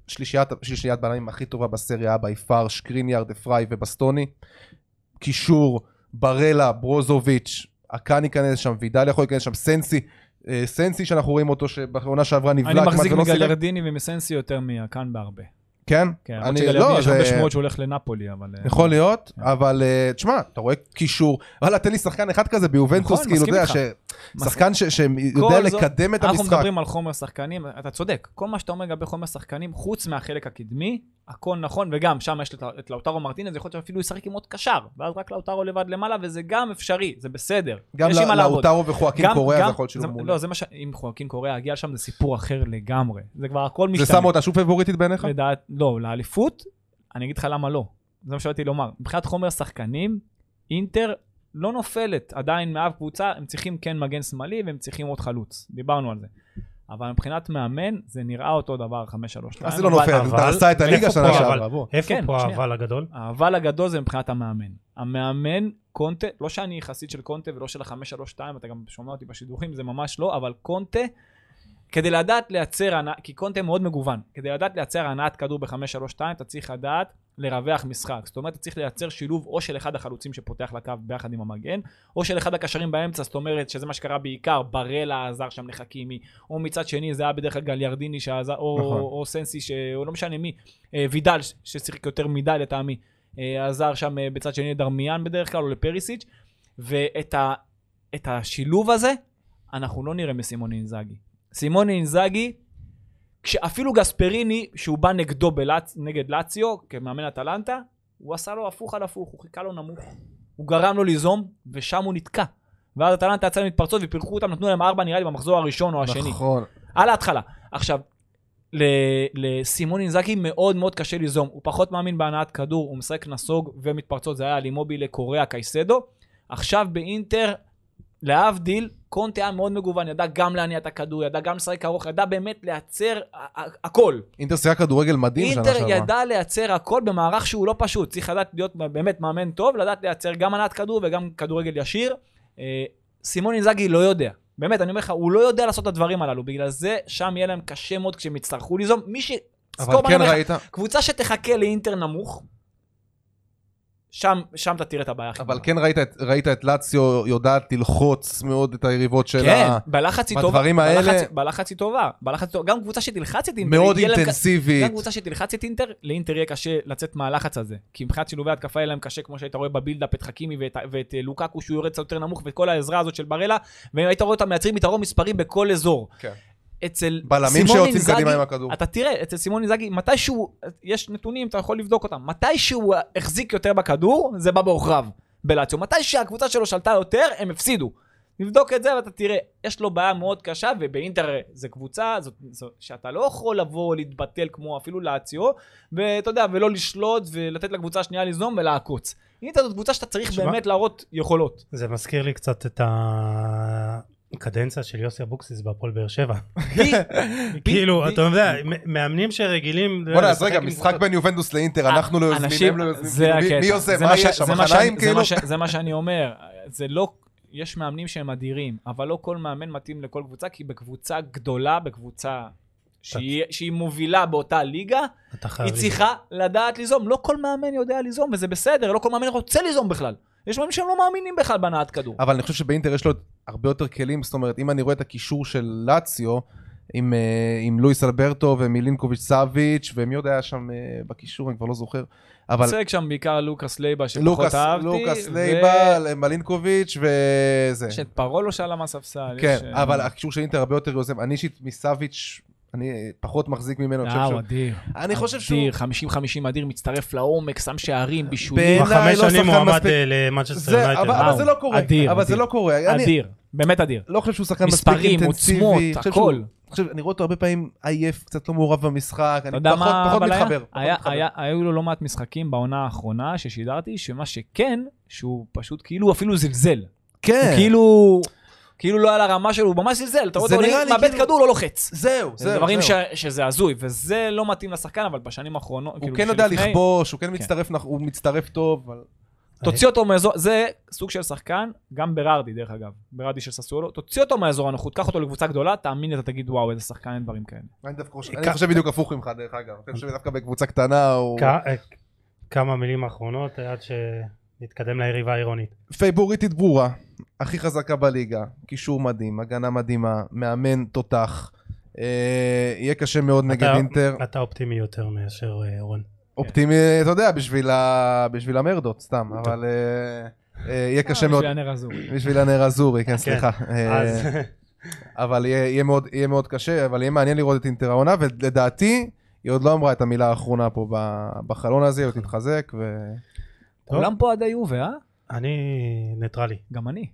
Speaker 3: שלישיית, שלישיית בלמים הכי טובה בסריה בי פאר, שקריניאר, דה פריי ובסטוני, קישור, ברלה, ברוזוביץ', אקן ייכנס שם, וידל יכול להיכנס שם, סנסי, אה, סנסי שאנחנו רואים אותו שבעונה שעברה נבלע,
Speaker 4: אני
Speaker 3: כמעט
Speaker 4: מחזיק
Speaker 3: ולא לא שיחק.
Speaker 4: מגלרדיני ומסנסי יותר מכאן בהרבה.
Speaker 3: כן,
Speaker 4: כן,
Speaker 3: אני-
Speaker 4: למרות שגלרדיני יש
Speaker 3: זה-
Speaker 4: הרבה שמועות שהוא הולך לנפולי, אבל... אה,
Speaker 3: יכול להיות,
Speaker 4: כן.
Speaker 3: אבל אה, תשמע, אתה רואה קישור, וואלה, תן לי שחקן אחד כזה ביובנטוס,
Speaker 4: נכון,
Speaker 3: כאילו, אתה יודע,
Speaker 4: מסכים
Speaker 3: ש- שחקן ש- שיודע
Speaker 4: כל זאת-
Speaker 3: לקדם את
Speaker 4: אנחנו
Speaker 3: המשחק.
Speaker 4: מדברים על חומר שחקנים, אתה צודק, כל מה שאתה אומר לגבי חומר שחקנים, חוץ מהחלק הקדמי, הכל נכון, וגם שם יש את- את לאוטרו מרטינז, יכול להיות שאפילו ישחק עם עוד קשר, ואז רק לאוטרו לבד למעלה, וזה גם אפשרי, זה בסדר.
Speaker 3: גם
Speaker 4: יש עם מה
Speaker 3: לא-
Speaker 4: לעבוד.
Speaker 3: לאוטרו וחואקין
Speaker 4: גם-
Speaker 3: קוריאה
Speaker 4: גם-
Speaker 3: זה יכול להיות שילוב
Speaker 4: זה-
Speaker 3: מעולה.
Speaker 4: לא, זה מה ש... אם חואקין קוריאה יגיע לשם, זה סיפור אחר לגמרי. זה כבר הכל
Speaker 3: זה
Speaker 4: משתנה.
Speaker 3: שם אותה שוב פבוריטית בעיניך?
Speaker 4: לדעת, לא, לאליפות, אני אגיד לך למה לא. זה מה שבאתי לומר. מבחינת חומר שחקנים, אינטר לא נופלת עדיין מאף קבוצה, הם צריכים כן מגן שמאלי והם צריכים עוד חלוץ. דיברנו על זה. אבל מבחינת מאמן, זה נראה אותו דבר 5-3-2.
Speaker 3: אז זה לא
Speaker 4: אבל-
Speaker 3: נופל,
Speaker 1: אבל-
Speaker 3: אתה עשה את הליגה
Speaker 1: איפה
Speaker 3: שנה
Speaker 1: פה,
Speaker 3: שעברה,
Speaker 1: אבל-
Speaker 3: בוא.
Speaker 1: איפה
Speaker 4: כן,
Speaker 1: פה
Speaker 4: שנייה.
Speaker 1: האבל הגדול?
Speaker 4: האבל הגדול זה מבחינת המאמן. המאמן, קונטה, לא שאני חסיד של קונטה ולא של ה-532, אתה גם שומע אותי בשידורים, זה ממש לא, אבל קונטה, כדי לדעת לייצר, הנע- כי קונטה מאוד מגוון, כדי לדעת לייצר הנעת כדור ב-532, אתה צריך לדעת לרווח משחק. זאת אומרת, אתה צריך לייצר שילוב או של אחד החלוצים שפותח לקו ביחד עם המגן, או של אחד הקשרים באמצע, זאת אומרת, שזה מה שקרה בעיקר, ברלה עזר שם לחכימי, או מצד שני, זה היה בדרך כלל גליארדיני שעזר, או,
Speaker 3: נכון.
Speaker 4: או סנסי, ש... או לא משנה מי, אה, וידל, ש- ששיחק יותר מדי לטעמי, אה, עזר שם אה, בצד שני לדרמיאן בדרך כלל, או לפריסיץ', ואת ה, את השילוב הזה, אנחנו לא נראה מסימוני אינזאגי. סימוני אינזאגי, כשאפילו גספריני, שהוא בא נגדו בלצ... נגד לאציו, כמאמן אטלנטה, הוא עשה לו הפוך על הפוך, הוא חיכה לו נמוך, הוא גרם לו ליזום, ושם הוא נתקע. ואז אטלנטה יצאה למתפרצות ופירחו אותם, נתנו להם ארבע נראה לי במחזור הראשון או השני.
Speaker 3: נכון.
Speaker 4: על ההתחלה. עכשיו, ל- לסימון אינזקי מאוד מאוד קשה ליזום. הוא פחות מאמין בהנעת כדור, הוא משחק נסוג ומתפרצות, זה היה לימובי לקוריאה קייסדו. עכשיו באינטר, להבדיל, קונטה היה מאוד מגוון, ידע גם להניע את הכדור, ידע גם לשחק ארוך, ידע באמת לייצר ה- ה- הכל.
Speaker 3: אינטר שיחק כדורגל מדהים שנה
Speaker 4: אינטר
Speaker 3: שעברה.
Speaker 4: ידע לייצר הכל במערך שהוא לא פשוט. צריך לדעת להיות באמת מאמן טוב, לדעת לייצר גם הנעת כדור וגם כדורגל ישיר. אה, סימון אינזאגי לא יודע. באמת, אני אומר לך, הוא לא יודע לעשות את הדברים הללו. בגלל זה, שם יהיה להם קשה מאוד כשהם יצטרכו ליזום. מי ש...
Speaker 3: אבל
Speaker 4: זכור מה אני
Speaker 3: כן
Speaker 4: אומר לך,
Speaker 3: ראית,
Speaker 4: קבוצה שתחכה לאינטר נמוך, שם, שם אתה תראה את הבעיה הכי
Speaker 3: אבל
Speaker 4: גדולה.
Speaker 3: כן ראית את- ראית את לאציו יודעת ללחוץ מאוד את היריבות
Speaker 4: כן,
Speaker 3: שלה.
Speaker 4: בלחץ היא טובה.
Speaker 3: בדברים האלה-
Speaker 4: בלחץ- בלחץ היא טובה. בלחץ היא טובה. גם קבוצה שתלחץ את אינטר,
Speaker 3: מאוד
Speaker 4: יהיה להם ק- גם
Speaker 3: אינטנסיבית.
Speaker 4: קבוצה שתלחץ את אינטר, לאינטר יהיה קשה לצאת מהלחץ הזה. כי מבחינת שילובי התקפה יהיה להם קשה, כמו שהיית רואה בבילדאפ את חכימי ואת, ואת אה, לוקקו שהוא יורד קצת יותר נמוך, ואת כל העזרה הזאת של ברלה, והיית רואה אותם מייצרים יתרון מספרי בכל אזור.
Speaker 3: כן.
Speaker 4: אצל
Speaker 3: בלמים
Speaker 4: סימון
Speaker 3: שיוצאים
Speaker 4: אינזאגי-
Speaker 3: קדימה עם הכדור.
Speaker 4: אתה תראה, אצל סימון איזגי, מתי שהוא, יש נתונים, אתה יכול לבדוק אותם, מתי שהוא החזיק יותר בכדור, זה בא בעוכריו בלאציו. מתי שהקבוצה שלו שלטה יותר, הם הפסידו. נבדוק את זה ואתה תראה, יש לו בעיה מאוד קשה, ובאינטר זה קבוצה זאת, זאת, שאתה לא יכול לבוא להתבטל כמו אפילו לאציו, ואתה יודע, ולא לשלוט ולתת לקבוצה השנייה ליזום ולעקוץ. אינטר זאת קבוצה שאתה צריך
Speaker 1: שמע.
Speaker 4: באמת להראות יכולות.
Speaker 1: זה מזכיר לי קצת את הקדנציה של יוסי אבוקסיס בהפועל באר שבע.
Speaker 4: בי- בי-
Speaker 1: כאילו,
Speaker 4: בי-
Speaker 1: אתה יודע, מ- מאמנים שרגילים... אתה יודע,
Speaker 3: בוא'נה, אז
Speaker 1: לשחק
Speaker 3: רגע,
Speaker 1: עם
Speaker 3: משחק בין יובנטוס לאינטר, אנחנו לא יוזמים,
Speaker 4: אה, אנשים-
Speaker 3: הם לא יוזמים.
Speaker 4: זה
Speaker 3: כאילו, מי-
Speaker 4: הקטע.
Speaker 3: מי עושה?
Speaker 4: זה
Speaker 3: מה
Speaker 4: מה ש-
Speaker 3: יש שם?
Speaker 4: זה מה ש-
Speaker 3: חניים
Speaker 4: זה
Speaker 3: כאילו?
Speaker 4: מה ש- זה מה שאני אומר, זה לא... יש מאמנים שהם אדירים, אבל לא כל מאמן מתאים לכל קבוצה, כי בקבוצה גדולה, בקבוצה שהיא שהיא מובילה באותה ליגה,
Speaker 1: אתה חייב...
Speaker 4: היא צריכה לדעת ליזום. לא כל מאמן יודע ליזום, וזה בסדר, לא כל מאמן רוצה ליזום בכלל. יש מאמנים שהם לא מאמינים בכלל בהנעת כדור.
Speaker 3: אבל אני חושב שבאינטר יש לו הרבה יותר כלים, זאת אומרת, אם אני רואה את הקישור של לאציו, עם, אה, עם לואיס אלברטו ומילינקוביץ' סאביץ', ומי עוד היה שם אה, בקישור, אני כבר לא זוכר. אבל
Speaker 4: צועק שם בעיקר לוקאס לייבה, שפחות
Speaker 3: לוקאס,
Speaker 4: אהבתי.
Speaker 3: לוקאס
Speaker 4: ו-
Speaker 3: לייבל, מלינקוביץ' וזה.
Speaker 4: יש את פרולו שעלה מהספסל.
Speaker 3: כן,
Speaker 4: יש, אה,
Speaker 3: אבל הקישור של אינטר הרבה יותר יוזם. אני אישית מסאביץ', אני פחות מחזיק ממנו, אני
Speaker 4: אה,
Speaker 3: חושב
Speaker 4: הוא
Speaker 3: שהוא...
Speaker 4: אדיר.
Speaker 3: אני חושב שהוא...
Speaker 4: אדיר, 50-50 אדיר, מצטרף לעומק, שם שערים, בישולים.
Speaker 3: בעיניי
Speaker 1: בחמש
Speaker 3: לא
Speaker 1: שנים
Speaker 3: שחקן
Speaker 1: הוא עמד
Speaker 3: מספיק-
Speaker 1: אה, למנצ'סטר
Speaker 3: זה- אבל
Speaker 1: יונייטד.
Speaker 3: אבל זה לא קורה,
Speaker 4: אדיר,
Speaker 3: אבל זה
Speaker 4: אדיר.
Speaker 3: לא קורה. אני-
Speaker 4: אדיר, באמת אדיר.
Speaker 3: לא חושב שהוא שחקן מספיק
Speaker 4: מספרים,
Speaker 3: אינטנסיבי.
Speaker 4: עוצמות,
Speaker 3: אני חושב שהוא-
Speaker 4: הכל.
Speaker 3: אני חושב- אני רואה אותו הרבה פעמים עייף, קצת לא מעורב במשחק,
Speaker 4: אתה
Speaker 3: אני
Speaker 4: יודע
Speaker 3: פחות
Speaker 4: מה
Speaker 3: פחות
Speaker 4: אבל היה?
Speaker 3: מתחבר. פחות
Speaker 4: היה-
Speaker 3: מתחבר.
Speaker 4: היה- היו לו לא מעט משחקים בעונה האחרונה ששידרתי, שמה שכן, שהוא פשוט כאילו אפילו זלזל.
Speaker 3: כן,
Speaker 4: הוא כאילו... כאילו לא על הרמה שלו, הוא ממש זלזל, אתה רואה
Speaker 3: זה
Speaker 4: אותו
Speaker 3: נראה לי
Speaker 4: מאבד
Speaker 3: כאילו-
Speaker 4: כדור, לא לוחץ.
Speaker 3: זהו,
Speaker 4: זה
Speaker 3: זהו,
Speaker 4: דברים
Speaker 3: זהו.
Speaker 4: ש- שזה הזוי, וזה לא מתאים לשחקן, אבל בשנים האחרונות, כאילו
Speaker 3: הוא כן יודע
Speaker 4: שלפני,
Speaker 3: לכבוש, הוא כן מצטרף, נכ- הוא מצטרף טוב, אבל...
Speaker 1: אה,
Speaker 4: תוציא אותו מאזור, זה סוג של שחקן, גם ברארדי דרך אגב, ברארדי של ססוולו, תוציא אותו מאזור הנוחות, קח אותו לקבוצה גדולה, תאמין לי, אתה תגיד וואו, איזה שחקן, אין דברים כאלה.
Speaker 3: אני דווקא חושב- אני חושב אוקיי. בדיוק הפוך ממך, דרך אגב. אני חושב שדווקא בקבוצה קטנה הוא...
Speaker 1: כ- אה, כמה מילים אחרונות עד שנתקדם ליריבה העירונית.
Speaker 3: פייבוריטית ברורה, הכי חזקה בליגה, קישור מדהים, הגנה מדהימה, מאמן תותח. אה, יהיה קשה מאוד נגד
Speaker 1: אתה-
Speaker 3: אינטר.
Speaker 1: אתה אופטימי יותר מאשר אה, רון.
Speaker 3: אופטימי, אתה יודע, בשביל ה- בשביל המרדות, סתם,
Speaker 1: כן.
Speaker 3: אבל אה, אה, יהיה קשה מאוד.
Speaker 4: בשביל הנר הזו.
Speaker 3: בשביל הנר הזורי, כן, סליחה. אה,
Speaker 1: אז
Speaker 3: אבל יהיה יהיה מאוד- יהיה מאוד קשה, אבל יהיה מעניין לראות את אינטר העונה, ולדעתי, היא עוד לא אמרה את המילה האחרונה פה ב- בחלון הזה, היא עוד
Speaker 1: נכון.
Speaker 3: תתחזק, ו...
Speaker 1: טוב.
Speaker 4: כולם פה עדי יובה, אה?
Speaker 1: אני ניטרלי.
Speaker 4: גם אני.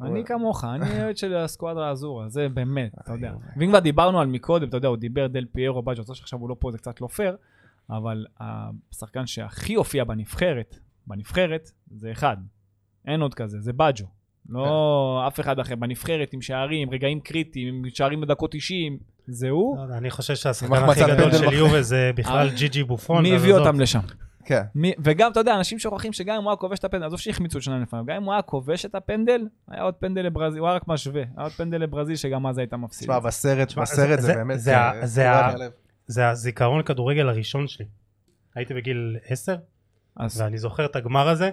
Speaker 3: וואלה.
Speaker 4: אני כמוך, אני אוהד של הסקואדרה הזורה, זה באמת, אתה יודע.
Speaker 3: איי,
Speaker 4: ואם כבר דיברנו על מקודם, אתה יודע, הוא דיבר דל פיירו בג'ו, שעכשיו הוא לא פה, זה קצת לא פייר, אבל השחקן שהכי הופיע בנבחרת, בנבחרת, זה אחד. אין עוד כזה, זה בג'ו. לא אף אחד אחר, בנבחרת עם שערים, רגעים קריטיים, עם שערים בדקות 90, זה הוא.
Speaker 1: לא יודע, אני חושב שהשחקן הכי
Speaker 3: מחמצת
Speaker 1: גדול
Speaker 3: פנדל
Speaker 1: של
Speaker 3: בחיים.
Speaker 1: יובה זה
Speaker 3: אה,
Speaker 1: בכלל ג'י ג'י בופון.
Speaker 4: מי
Speaker 1: אבל
Speaker 4: הביא
Speaker 1: עזוב.
Speaker 4: אותם לשם?
Speaker 3: כן.
Speaker 4: מי, וגם, אתה יודע, אנשים שוכחים שגם אם הוא היה כובש את הפנדל, עזוב שהחמיצו את שניים לפניו, גם אם הוא היה כובש את הפנדל, היה עוד פנדל לברזיל, הוא היה רק משווה, היה עוד פנדל לברזיל שגם אז היית מפסיד.
Speaker 3: תשמע, בסרט,
Speaker 1: תשמע,
Speaker 3: בסרט
Speaker 1: זה-
Speaker 3: זה באמת...
Speaker 1: זה ה-
Speaker 3: אה,
Speaker 1: זה
Speaker 3: קורע
Speaker 1: ה-
Speaker 3: את הלב.
Speaker 1: זה הזיכרון כדורגל הראשון שלי. הייתי בגיל 10,
Speaker 4: אז
Speaker 1: ואני זוכר את הגמר הזה,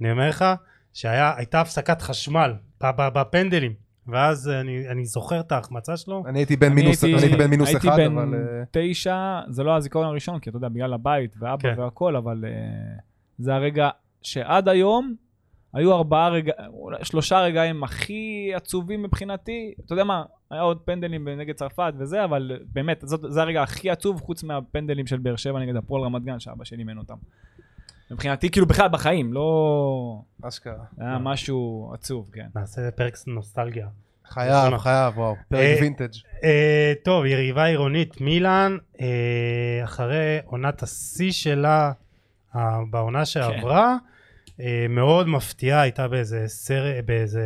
Speaker 1: אני אומר לך שהייתה הפסקת חשמל ב- ב- בפנדלים, ואז אני, אני זוכר את ההחמצה שלו,
Speaker 3: אני הייתי בן
Speaker 4: אני
Speaker 3: מינוס- אני
Speaker 4: הייתי-
Speaker 3: הייתי בן מינוס
Speaker 4: הייתי
Speaker 3: אחד,
Speaker 4: בן-
Speaker 3: אבל... אה,
Speaker 4: תשע, זה לא הזיכרון הראשון, כי אתה יודע, בגלל הבית ואבא
Speaker 1: כן.
Speaker 4: והכל, אבל אה, זה הרגע שעד היום היו ארבעה רגעים, שלושה רגעים הכי עצובים מבחינתי. אתה יודע מה, היה עוד פנדלים נגד צרפת וזה, אבל אה, באמת, זאת, זה הרגע הכי עצוב, חוץ מהפנדלים של באר שבע נגד הפועל רמת גן, שאבא שלי אימן אותם. מבחינתי, כאילו בכלל בחיים, לא...
Speaker 3: אשכרה.
Speaker 4: היה משהו עצוב, כן.
Speaker 1: נעשה פרק נוסטלגיה.
Speaker 3: חייב, חייב, וואו. פרק
Speaker 1: אה,
Speaker 3: וינטג'.
Speaker 1: אה, טוב, יריבה עירונית מילאן, אה, אחרי עונת השיא שלה אה,
Speaker 3: כן.
Speaker 1: בעונה שעברה, אה, מאוד מפתיעה, הייתה באיזה סרט, באיזה...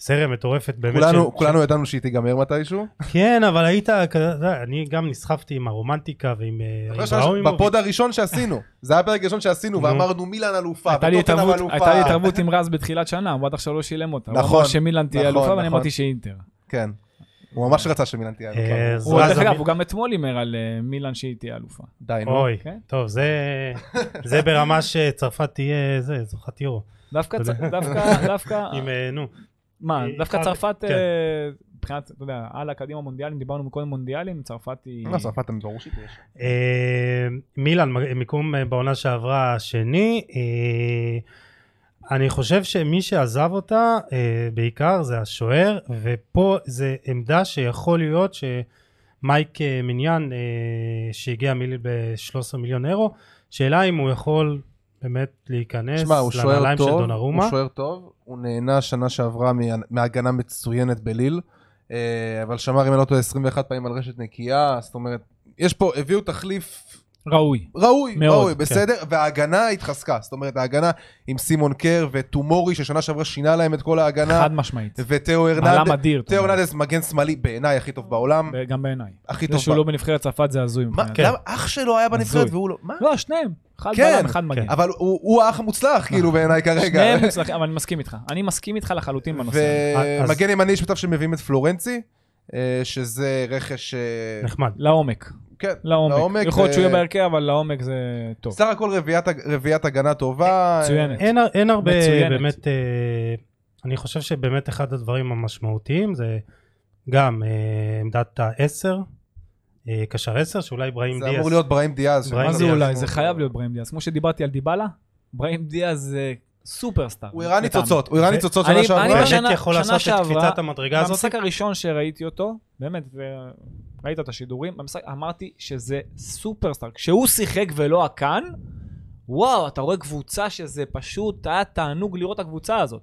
Speaker 1: סריה מטורפת באמת.
Speaker 3: כולנו-
Speaker 1: של-
Speaker 3: כולנו ידענו שהיא תיגמר מתישהו.
Speaker 1: כן, אבל היית, כזה- זה, אני גם נסחפתי עם הרומנטיקה ועם אה,
Speaker 3: אתה זוכר
Speaker 1: איברהימוביץ'.
Speaker 3: בפוד הראשון שעשינו, זה היה הפרק הראשון שעשינו,
Speaker 1: נו.
Speaker 3: ואמרנו מילאן אלופה,
Speaker 4: הייתה לי
Speaker 3: וטוטנאם
Speaker 4: התערבות-
Speaker 3: אלופה.
Speaker 4: הייתה לי התערבות עם רז בתחילת שנה, הוא עד עכשיו לא שילם אותה. הוא
Speaker 3: נכון,
Speaker 4: אמר שמילן תהיה
Speaker 3: נכון,
Speaker 4: אלופה,
Speaker 3: נכון.
Speaker 4: ואני אמרתי שאינטר.
Speaker 3: כן. הוא ממש רצה שמילאן תהיה
Speaker 1: אה,
Speaker 3: אלופה.
Speaker 1: אז
Speaker 4: הוא,
Speaker 1: רז
Speaker 4: דרך
Speaker 1: אמיר-
Speaker 4: אגב, הוא גם אתמול הימר על אה, מילאן שהיא תהיה אלופה.
Speaker 3: די, נו.
Speaker 1: אוי,
Speaker 4: כן.
Speaker 1: טוב, זה, זה ברמה שצרפת תהיה, זה, זוכת יורו.
Speaker 4: דווקא,
Speaker 1: אתה
Speaker 4: צ-
Speaker 1: יודע.
Speaker 4: דווקא, דווקא,
Speaker 1: עם, אה, נו,
Speaker 4: מה,
Speaker 1: אה,
Speaker 4: דווקא
Speaker 1: אה,
Speaker 4: צרפת,
Speaker 1: כן.
Speaker 4: אה, מבחינת, אתה יודע, הלאה, קדימה מונדיאלים, דיברנו קודם מונדיאלים, צרפת היא...
Speaker 3: לא, צרפת, הם ברור שהיא תהיה שם.
Speaker 1: אה, מילאן, מ- מיקום אה, בעונה שעברה השני. אה, אני חושב שמי שעזב אותה אה, בעיקר זה השוער, ופה זה עמדה שיכול להיות שמייק אה, מניין, אה, שהגיע מילי ב-13 מיליון אירו, שאלה אם הוא יכול באמת להיכנס
Speaker 3: שמע, הוא שוער
Speaker 1: לנעליים של
Speaker 3: טוב,
Speaker 1: דונרומה.
Speaker 3: הוא שוער טוב, הוא נהנה שנה שעברה מה- מהגנה מצוינת בליל, אה, אבל שמר אם אני לא טועה 21 פעמים על רשת נקייה, זאת אומרת, יש פה, הביאו תחליף
Speaker 4: ראוי.
Speaker 3: ראוי,
Speaker 4: מאוד,
Speaker 3: ראוי,
Speaker 4: כן.
Speaker 3: בסדר, וההגנה התחזקה, זאת אומרת ההגנה עם סימון קר וטומורי ששנה שעברה שינה להם את כל ההגנה,
Speaker 4: חד משמעית.
Speaker 3: ותאו
Speaker 4: עלם
Speaker 3: הרננדז,
Speaker 4: אדיר. אתה
Speaker 3: תאו
Speaker 4: אומר.
Speaker 3: הרננדז מגן שמאלי בעיניי הכי טוב בעולם,
Speaker 4: ו- גם בעיניי.
Speaker 3: הכי
Speaker 4: זה
Speaker 3: טוב,
Speaker 4: שהוא
Speaker 3: ב-
Speaker 4: לא בנבחרת צרפת זה הזוי.
Speaker 3: מה,
Speaker 4: מבחינתי.
Speaker 3: למה אח שלו היה בנבחרת
Speaker 4: הזוי.
Speaker 3: והוא לא, מה?
Speaker 4: לא, שניהם. אחד
Speaker 3: כן,
Speaker 4: בלם, אחד מגן.
Speaker 3: אבל הוא הוא האח המוצלח כאילו בעיניי כרגע,
Speaker 4: אה. שניהם מוצלחים, אבל אני מסכים איתך. אני מסכים איתך לחלוטין בנושא. הזה.
Speaker 1: אז-
Speaker 3: ומגן ימני שותף שמביאים את פלורנצי, אה, שזה רכש, אה,
Speaker 4: נכון.
Speaker 1: נחמד.
Speaker 4: לעומק.
Speaker 3: כן,
Speaker 4: לעומק. יכול להיות
Speaker 3: אה,
Speaker 4: שהוא יהיה בהרכב, אבל לעומק זה טוב.
Speaker 3: סך הכל רביעיית- רביעיית הגנה טובה, אה,
Speaker 4: מצוינת.
Speaker 1: אין, הר- אין הרבה
Speaker 4: מצוינת.
Speaker 1: באמת, אה, אני חושב שבאמת אחד הדברים המשמעותיים זה גם אה, עמדת העשר, אה, קשר עשר, שאולי אברהים
Speaker 3: זה
Speaker 1: דיאס.
Speaker 3: אמור להיות בראים דיאז,
Speaker 1: בראים
Speaker 4: מה זה
Speaker 1: דיאז.
Speaker 4: אולי? זה חייב להיות בראים דיאז. כמו שדיברתי על דיבלה, בראים דיאז זה סופרסטאר.
Speaker 3: הוא הראה
Speaker 4: לטעמי.
Speaker 3: ניצוצות, הוא הראה
Speaker 1: זה-
Speaker 3: ניצוצות
Speaker 4: אני-
Speaker 3: שנה
Speaker 4: אני
Speaker 3: שעברה.
Speaker 1: באמת
Speaker 4: בשנה-
Speaker 1: יכול
Speaker 4: שנה
Speaker 1: לעשות את
Speaker 4: שעברה,
Speaker 1: קפיצת המדרגה הזאת.
Speaker 4: במשחק הראשון שראיתי אותו, באמת, ו- ראית את השידורים במשחק, אמרתי שזה סופרסטאר. כשהוא שיחק ולא הקאן, וואו, אתה רואה קבוצה שזה פשוט היה תענוג לראות את הקבוצה הזאת.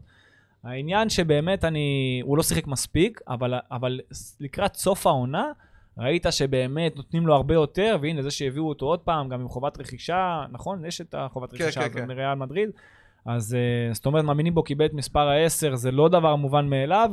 Speaker 4: העניין שבאמת אני, הוא לא שיחק מספיק, אבל, אבל לקראת סוף העונה, ראית שבאמת נותנים לו הרבה יותר, והנה זה שהביאו אותו עוד פעם, גם עם חובת רכישה, נכון? יש את החובת
Speaker 3: כן,
Speaker 4: רכישה
Speaker 3: כן,
Speaker 4: הזאת
Speaker 3: כן.
Speaker 4: מריאל מדריד. אז אה, זאת אומרת, מאמינים בו קיבל את מספר ה-10, זה לא דבר מובן מאליו.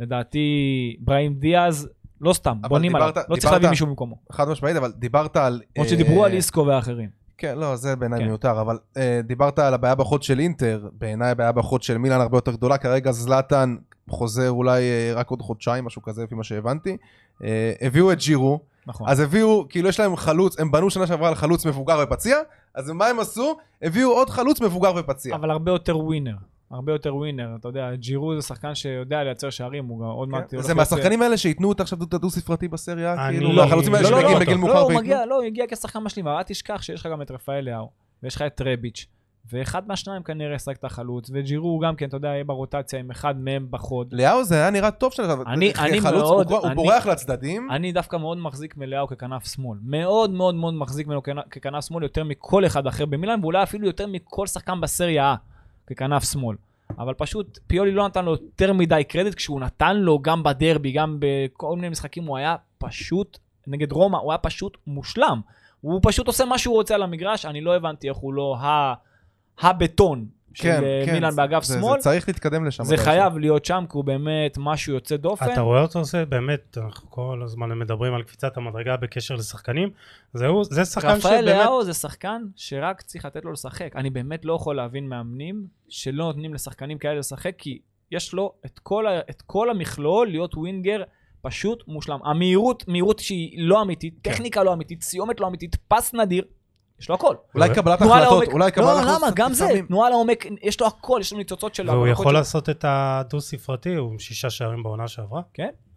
Speaker 4: לדעתי, בראים דיאז, לא סתם,
Speaker 3: אבל
Speaker 4: בונים עליו.
Speaker 3: דיברת-
Speaker 4: לא צריך
Speaker 3: דיברת-
Speaker 4: להביא מישהו במקומו.
Speaker 3: חד משמעית, אבל דיברת על...
Speaker 4: למרות שדיברו
Speaker 3: אה,
Speaker 4: על איסקו ואחרים.
Speaker 3: כן, לא, זה בעיניי
Speaker 4: כן.
Speaker 3: מיותר, אבל אה, דיברת על הבעיה בחוד של אינטר, בעיניי הבעיה בחוד של מילאן הרבה יותר גדולה, כרגע זלאטן חוזר אולי אה, רק עוד חודשיים, משהו כזה לפי מה שהבנתי. אה, הביאו את ג'ירו,
Speaker 4: נכון.
Speaker 3: אז הביאו, כאילו יש להם חלוץ, הם בנו שנה שעברה על חלוץ מבוגר ופציע, אז מה הם עשו? הביאו עוד חלוץ מבוגר ופציע.
Speaker 4: אבל הרבה יותר ווינר. הרבה יותר ווינר, אתה יודע, ג'ירו זה שחקן שיודע לייצר שערים, הוא גם עוד מעט...
Speaker 3: כן?
Speaker 4: הולך
Speaker 3: זה
Speaker 4: להיות-
Speaker 3: מהשחקנים האלה שייתנו את עכשיו דו ספרתי בסריה,
Speaker 1: אני
Speaker 3: כאילו,
Speaker 1: לא-
Speaker 3: מהחלוצים האלה
Speaker 1: לא, לא,
Speaker 3: שמגיעים
Speaker 1: לא,
Speaker 3: בגיל
Speaker 1: לא,
Speaker 4: לא,
Speaker 3: מאוחר
Speaker 4: הוא
Speaker 3: וייתנו-
Speaker 4: מגיע, לא, הוא הגיע כשחקן משלים, אבל אל תשכח שיש לך גם את רפאל לאו, ויש לך את טרביץ', ואחד מהשניים כנראה ישחק את החלוץ, וג'ירו גם כן, אתה יודע, יהיה ברוטציה עם אחד מהם בחוד.
Speaker 3: לאהו זה היה נראה טוב שלך,
Speaker 4: אני- אני מאוד-
Speaker 3: הוא
Speaker 4: אני-
Speaker 3: בורח לצדדים,
Speaker 4: אני דווקא מאוד מחזיק מלאו ככנף שמאל. מאוד מאוד מאוד מחזיק ממנו ככנ- ככנף שמאל יותר מכל אחד אחר במילאן, ואולי אפילו יותר מכל שחקן בסריה A ככנף שמאל. אבל פשוט פיולי לא נתן לו יותר מדי קרדיט, כשהוא נתן לו גם בדרבי, גם בכל מיני משחקים, הוא היה פשוט, נגד רומא, הוא היה פשוט מושלם. הוא פשוט עושה מה שהוא רוצה על המגרש, אני לא הבנתי איך הוא לא ה... הבטון של
Speaker 3: כן,
Speaker 4: אה,
Speaker 3: כן,
Speaker 4: מילאן
Speaker 3: זה-
Speaker 4: באגף
Speaker 3: זה-
Speaker 4: שמאל.
Speaker 3: זה צריך להתקדם לשם.
Speaker 4: זה
Speaker 3: אתה
Speaker 4: חייב להיות שם, כי הוא באמת משהו יוצא דופן.
Speaker 1: אתה רואה אותו עושה, באמת, אנחנו כל הזמן מדברים על קפיצת המדרגה בקשר לשחקנים. זהו, זה שחקן
Speaker 4: רפאל
Speaker 1: שבאמת...
Speaker 4: לאו זה שחקן שרק צריך לתת לו לשחק. אני באמת לא יכול להבין מאמנים שלא נותנים לשחקנים כאלה לשחק, כי יש לו את כל, ה- את כל המכלול להיות ווינגר פשוט מושלם. המהירות, מהירות שהיא לא אמיתית,
Speaker 3: כן.
Speaker 4: טכניקה לא אמיתית, סיומת לא אמיתית, פס נדיר, יש לו הכל.
Speaker 3: אולי קבלת
Speaker 4: תנועה
Speaker 3: החלטות,
Speaker 4: לעומק,
Speaker 3: אולי קבלת
Speaker 4: לא,
Speaker 3: החלטות.
Speaker 4: למה? גם זה,
Speaker 3: לפעמים.
Speaker 4: תנועה לעומק, יש לו הכל, יש לו ניצוצות של...
Speaker 1: והוא
Speaker 4: העמקות
Speaker 1: יכול
Speaker 4: של-
Speaker 1: לעשות את הדו-ספרתי, הוא עם שישה שערים בעונה שעברה.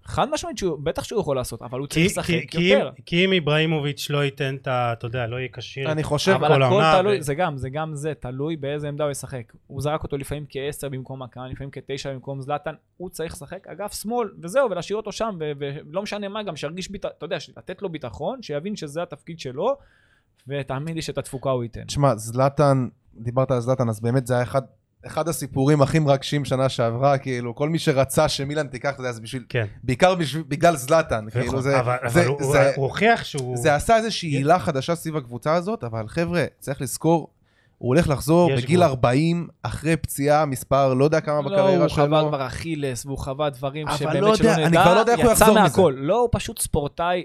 Speaker 4: חד משמעית, שהוא- בטח שהוא יכול לעשות, אבל הוא צריך
Speaker 1: כי-
Speaker 4: לשחק
Speaker 1: כי- כי אם-
Speaker 4: יותר.
Speaker 1: כי אם איבראימוביץ' לא ייתן את ה... אתה יודע, לא יהיה כשיר.
Speaker 3: אני חושב,
Speaker 1: כל
Speaker 4: אבל הכל
Speaker 1: העונה,
Speaker 4: תלוי,
Speaker 1: ו-
Speaker 4: זה גם, זה גם זה, תלוי באיזה עמדה הוא ישחק. הוא זרק אותו לפעמים כעשר במקום הקהל, לפעמים כתשע במקום זלאטן, הוא צריך לשחק אגף שמאל, וזהו, ולהשאיר אותו שם, ו- ולא משנה מה, גם שירגיש ביטחון, אתה יודע, לתת לו ביטחון, שיבין שזה התפקיד שלו, ותאמין לי שאת התפוקה הוא ייתן.
Speaker 3: תשמע, זלאטן, דיברת על זלאטן, אז באמת זה היה אחד... אחד הסיפורים הכי מרגשים שנה שעברה, כאילו, כל מי שרצה שמילן תיקח את זה, אז בשביל,
Speaker 1: כן.
Speaker 3: בעיקר בשביל, בגלל זלאטן, כאילו, זה,
Speaker 1: נכון, אבל
Speaker 3: זה,
Speaker 1: אבל הוא- הוא
Speaker 3: זה,
Speaker 1: הוא הוכיח שהוא...
Speaker 3: זה עשה איזושהי עילה חדשה סביב הקבוצה הזאת, אבל חבר'ה, צריך לזכור, הוא הולך לחזור
Speaker 1: יש
Speaker 3: בגיל
Speaker 1: גבול.
Speaker 3: 40, אחרי פציעה, מספר לא יודע כמה
Speaker 4: לא,
Speaker 3: בקריירה
Speaker 4: הוא
Speaker 3: שלו.
Speaker 4: חווה כבר אכילס, והוא חווה דברים
Speaker 3: אבל
Speaker 4: שבאמת
Speaker 3: לא
Speaker 4: שלא
Speaker 3: יודע,
Speaker 4: נדע,
Speaker 3: אני כבר לא יודע איך הוא
Speaker 4: יצא
Speaker 3: יחזור מזה.
Speaker 4: מהכל. לא, הוא פשוט ספורטאי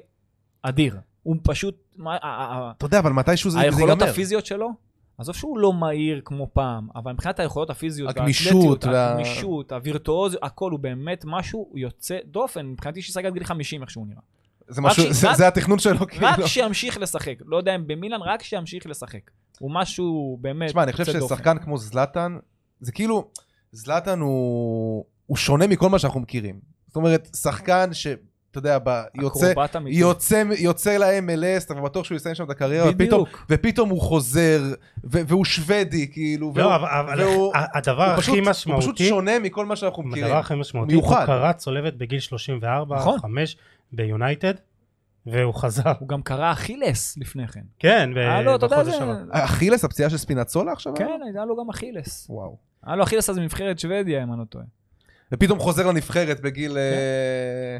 Speaker 4: אדיר. הוא פשוט, מה- ה- ה- ה-
Speaker 3: אתה יודע, אבל מתישהו זה זה ייגמר.
Speaker 4: היכולות הפיזיות שלו, עזוב שהוא לא מהיר כמו פעם, אבל מבחינת היכולות הפיזיות,
Speaker 3: הגמישות
Speaker 4: האתלטיות,
Speaker 3: וה-
Speaker 4: הגמישות, הווירטואוזיות, הכל הוא באמת משהו יוצא דופן, מבחינתי שישחק עד גיל 50 איך שהוא נראה.
Speaker 3: זה משהו-
Speaker 4: רק ש-
Speaker 3: זה-
Speaker 4: רק-
Speaker 3: זה התכנון שלו, כאילו.
Speaker 4: רק שימשיך לשחק, לא יודע אם במילן, רק שימשיך לשחק. הוא משהו באמת
Speaker 3: תשמע, אני חושב
Speaker 4: יוצא דופן.
Speaker 3: ששחקן כמו זלאטן, זה כאילו, זלאטן הוא, הוא שונה מכל מה שאנחנו מכירים. זאת אומרת, שחקן ש... אתה יודע, ב, יוצא,
Speaker 4: אקרובט אמיתי.
Speaker 3: יוצא, יוצא ל-MLS, אתה בטוח שהוא יסיים שם את הקריירה, ופתאום,
Speaker 4: בדיוק.
Speaker 3: ופתאום הוא חוזר, ו, והוא שוודי, כאילו, והוא,
Speaker 1: לא, אבל- אבל
Speaker 3: והוא-
Speaker 1: ה- הדבר
Speaker 3: הוא,
Speaker 1: הכי
Speaker 3: פשוט, הוא פשוט
Speaker 1: משמעותי...
Speaker 3: שונה מכל מה שאנחנו מכירים.
Speaker 1: הדבר הכי משמעותי, הוא
Speaker 3: מיוחד.
Speaker 1: קרע צולבת בגיל 34,
Speaker 4: נכון.
Speaker 1: 5 ביונייטד, והוא חזר.
Speaker 4: הוא גם קרא אכילס לפני כן.
Speaker 1: כן,
Speaker 3: אה,
Speaker 4: היה
Speaker 3: לא,
Speaker 4: לו, אתה יודע,
Speaker 1: בחודש
Speaker 4: זה...
Speaker 1: שעבר.
Speaker 3: אכילס, הפציעה של ספינצולה עכשיו?
Speaker 4: כן, היה לו גם אכילס.
Speaker 3: וואו.
Speaker 4: היה לו אכילס אז מנבחרת שוודיה, אם אני לא טועה.
Speaker 3: ופתאום חוזר לנבחרת
Speaker 4: כן.
Speaker 3: בגיל... אה,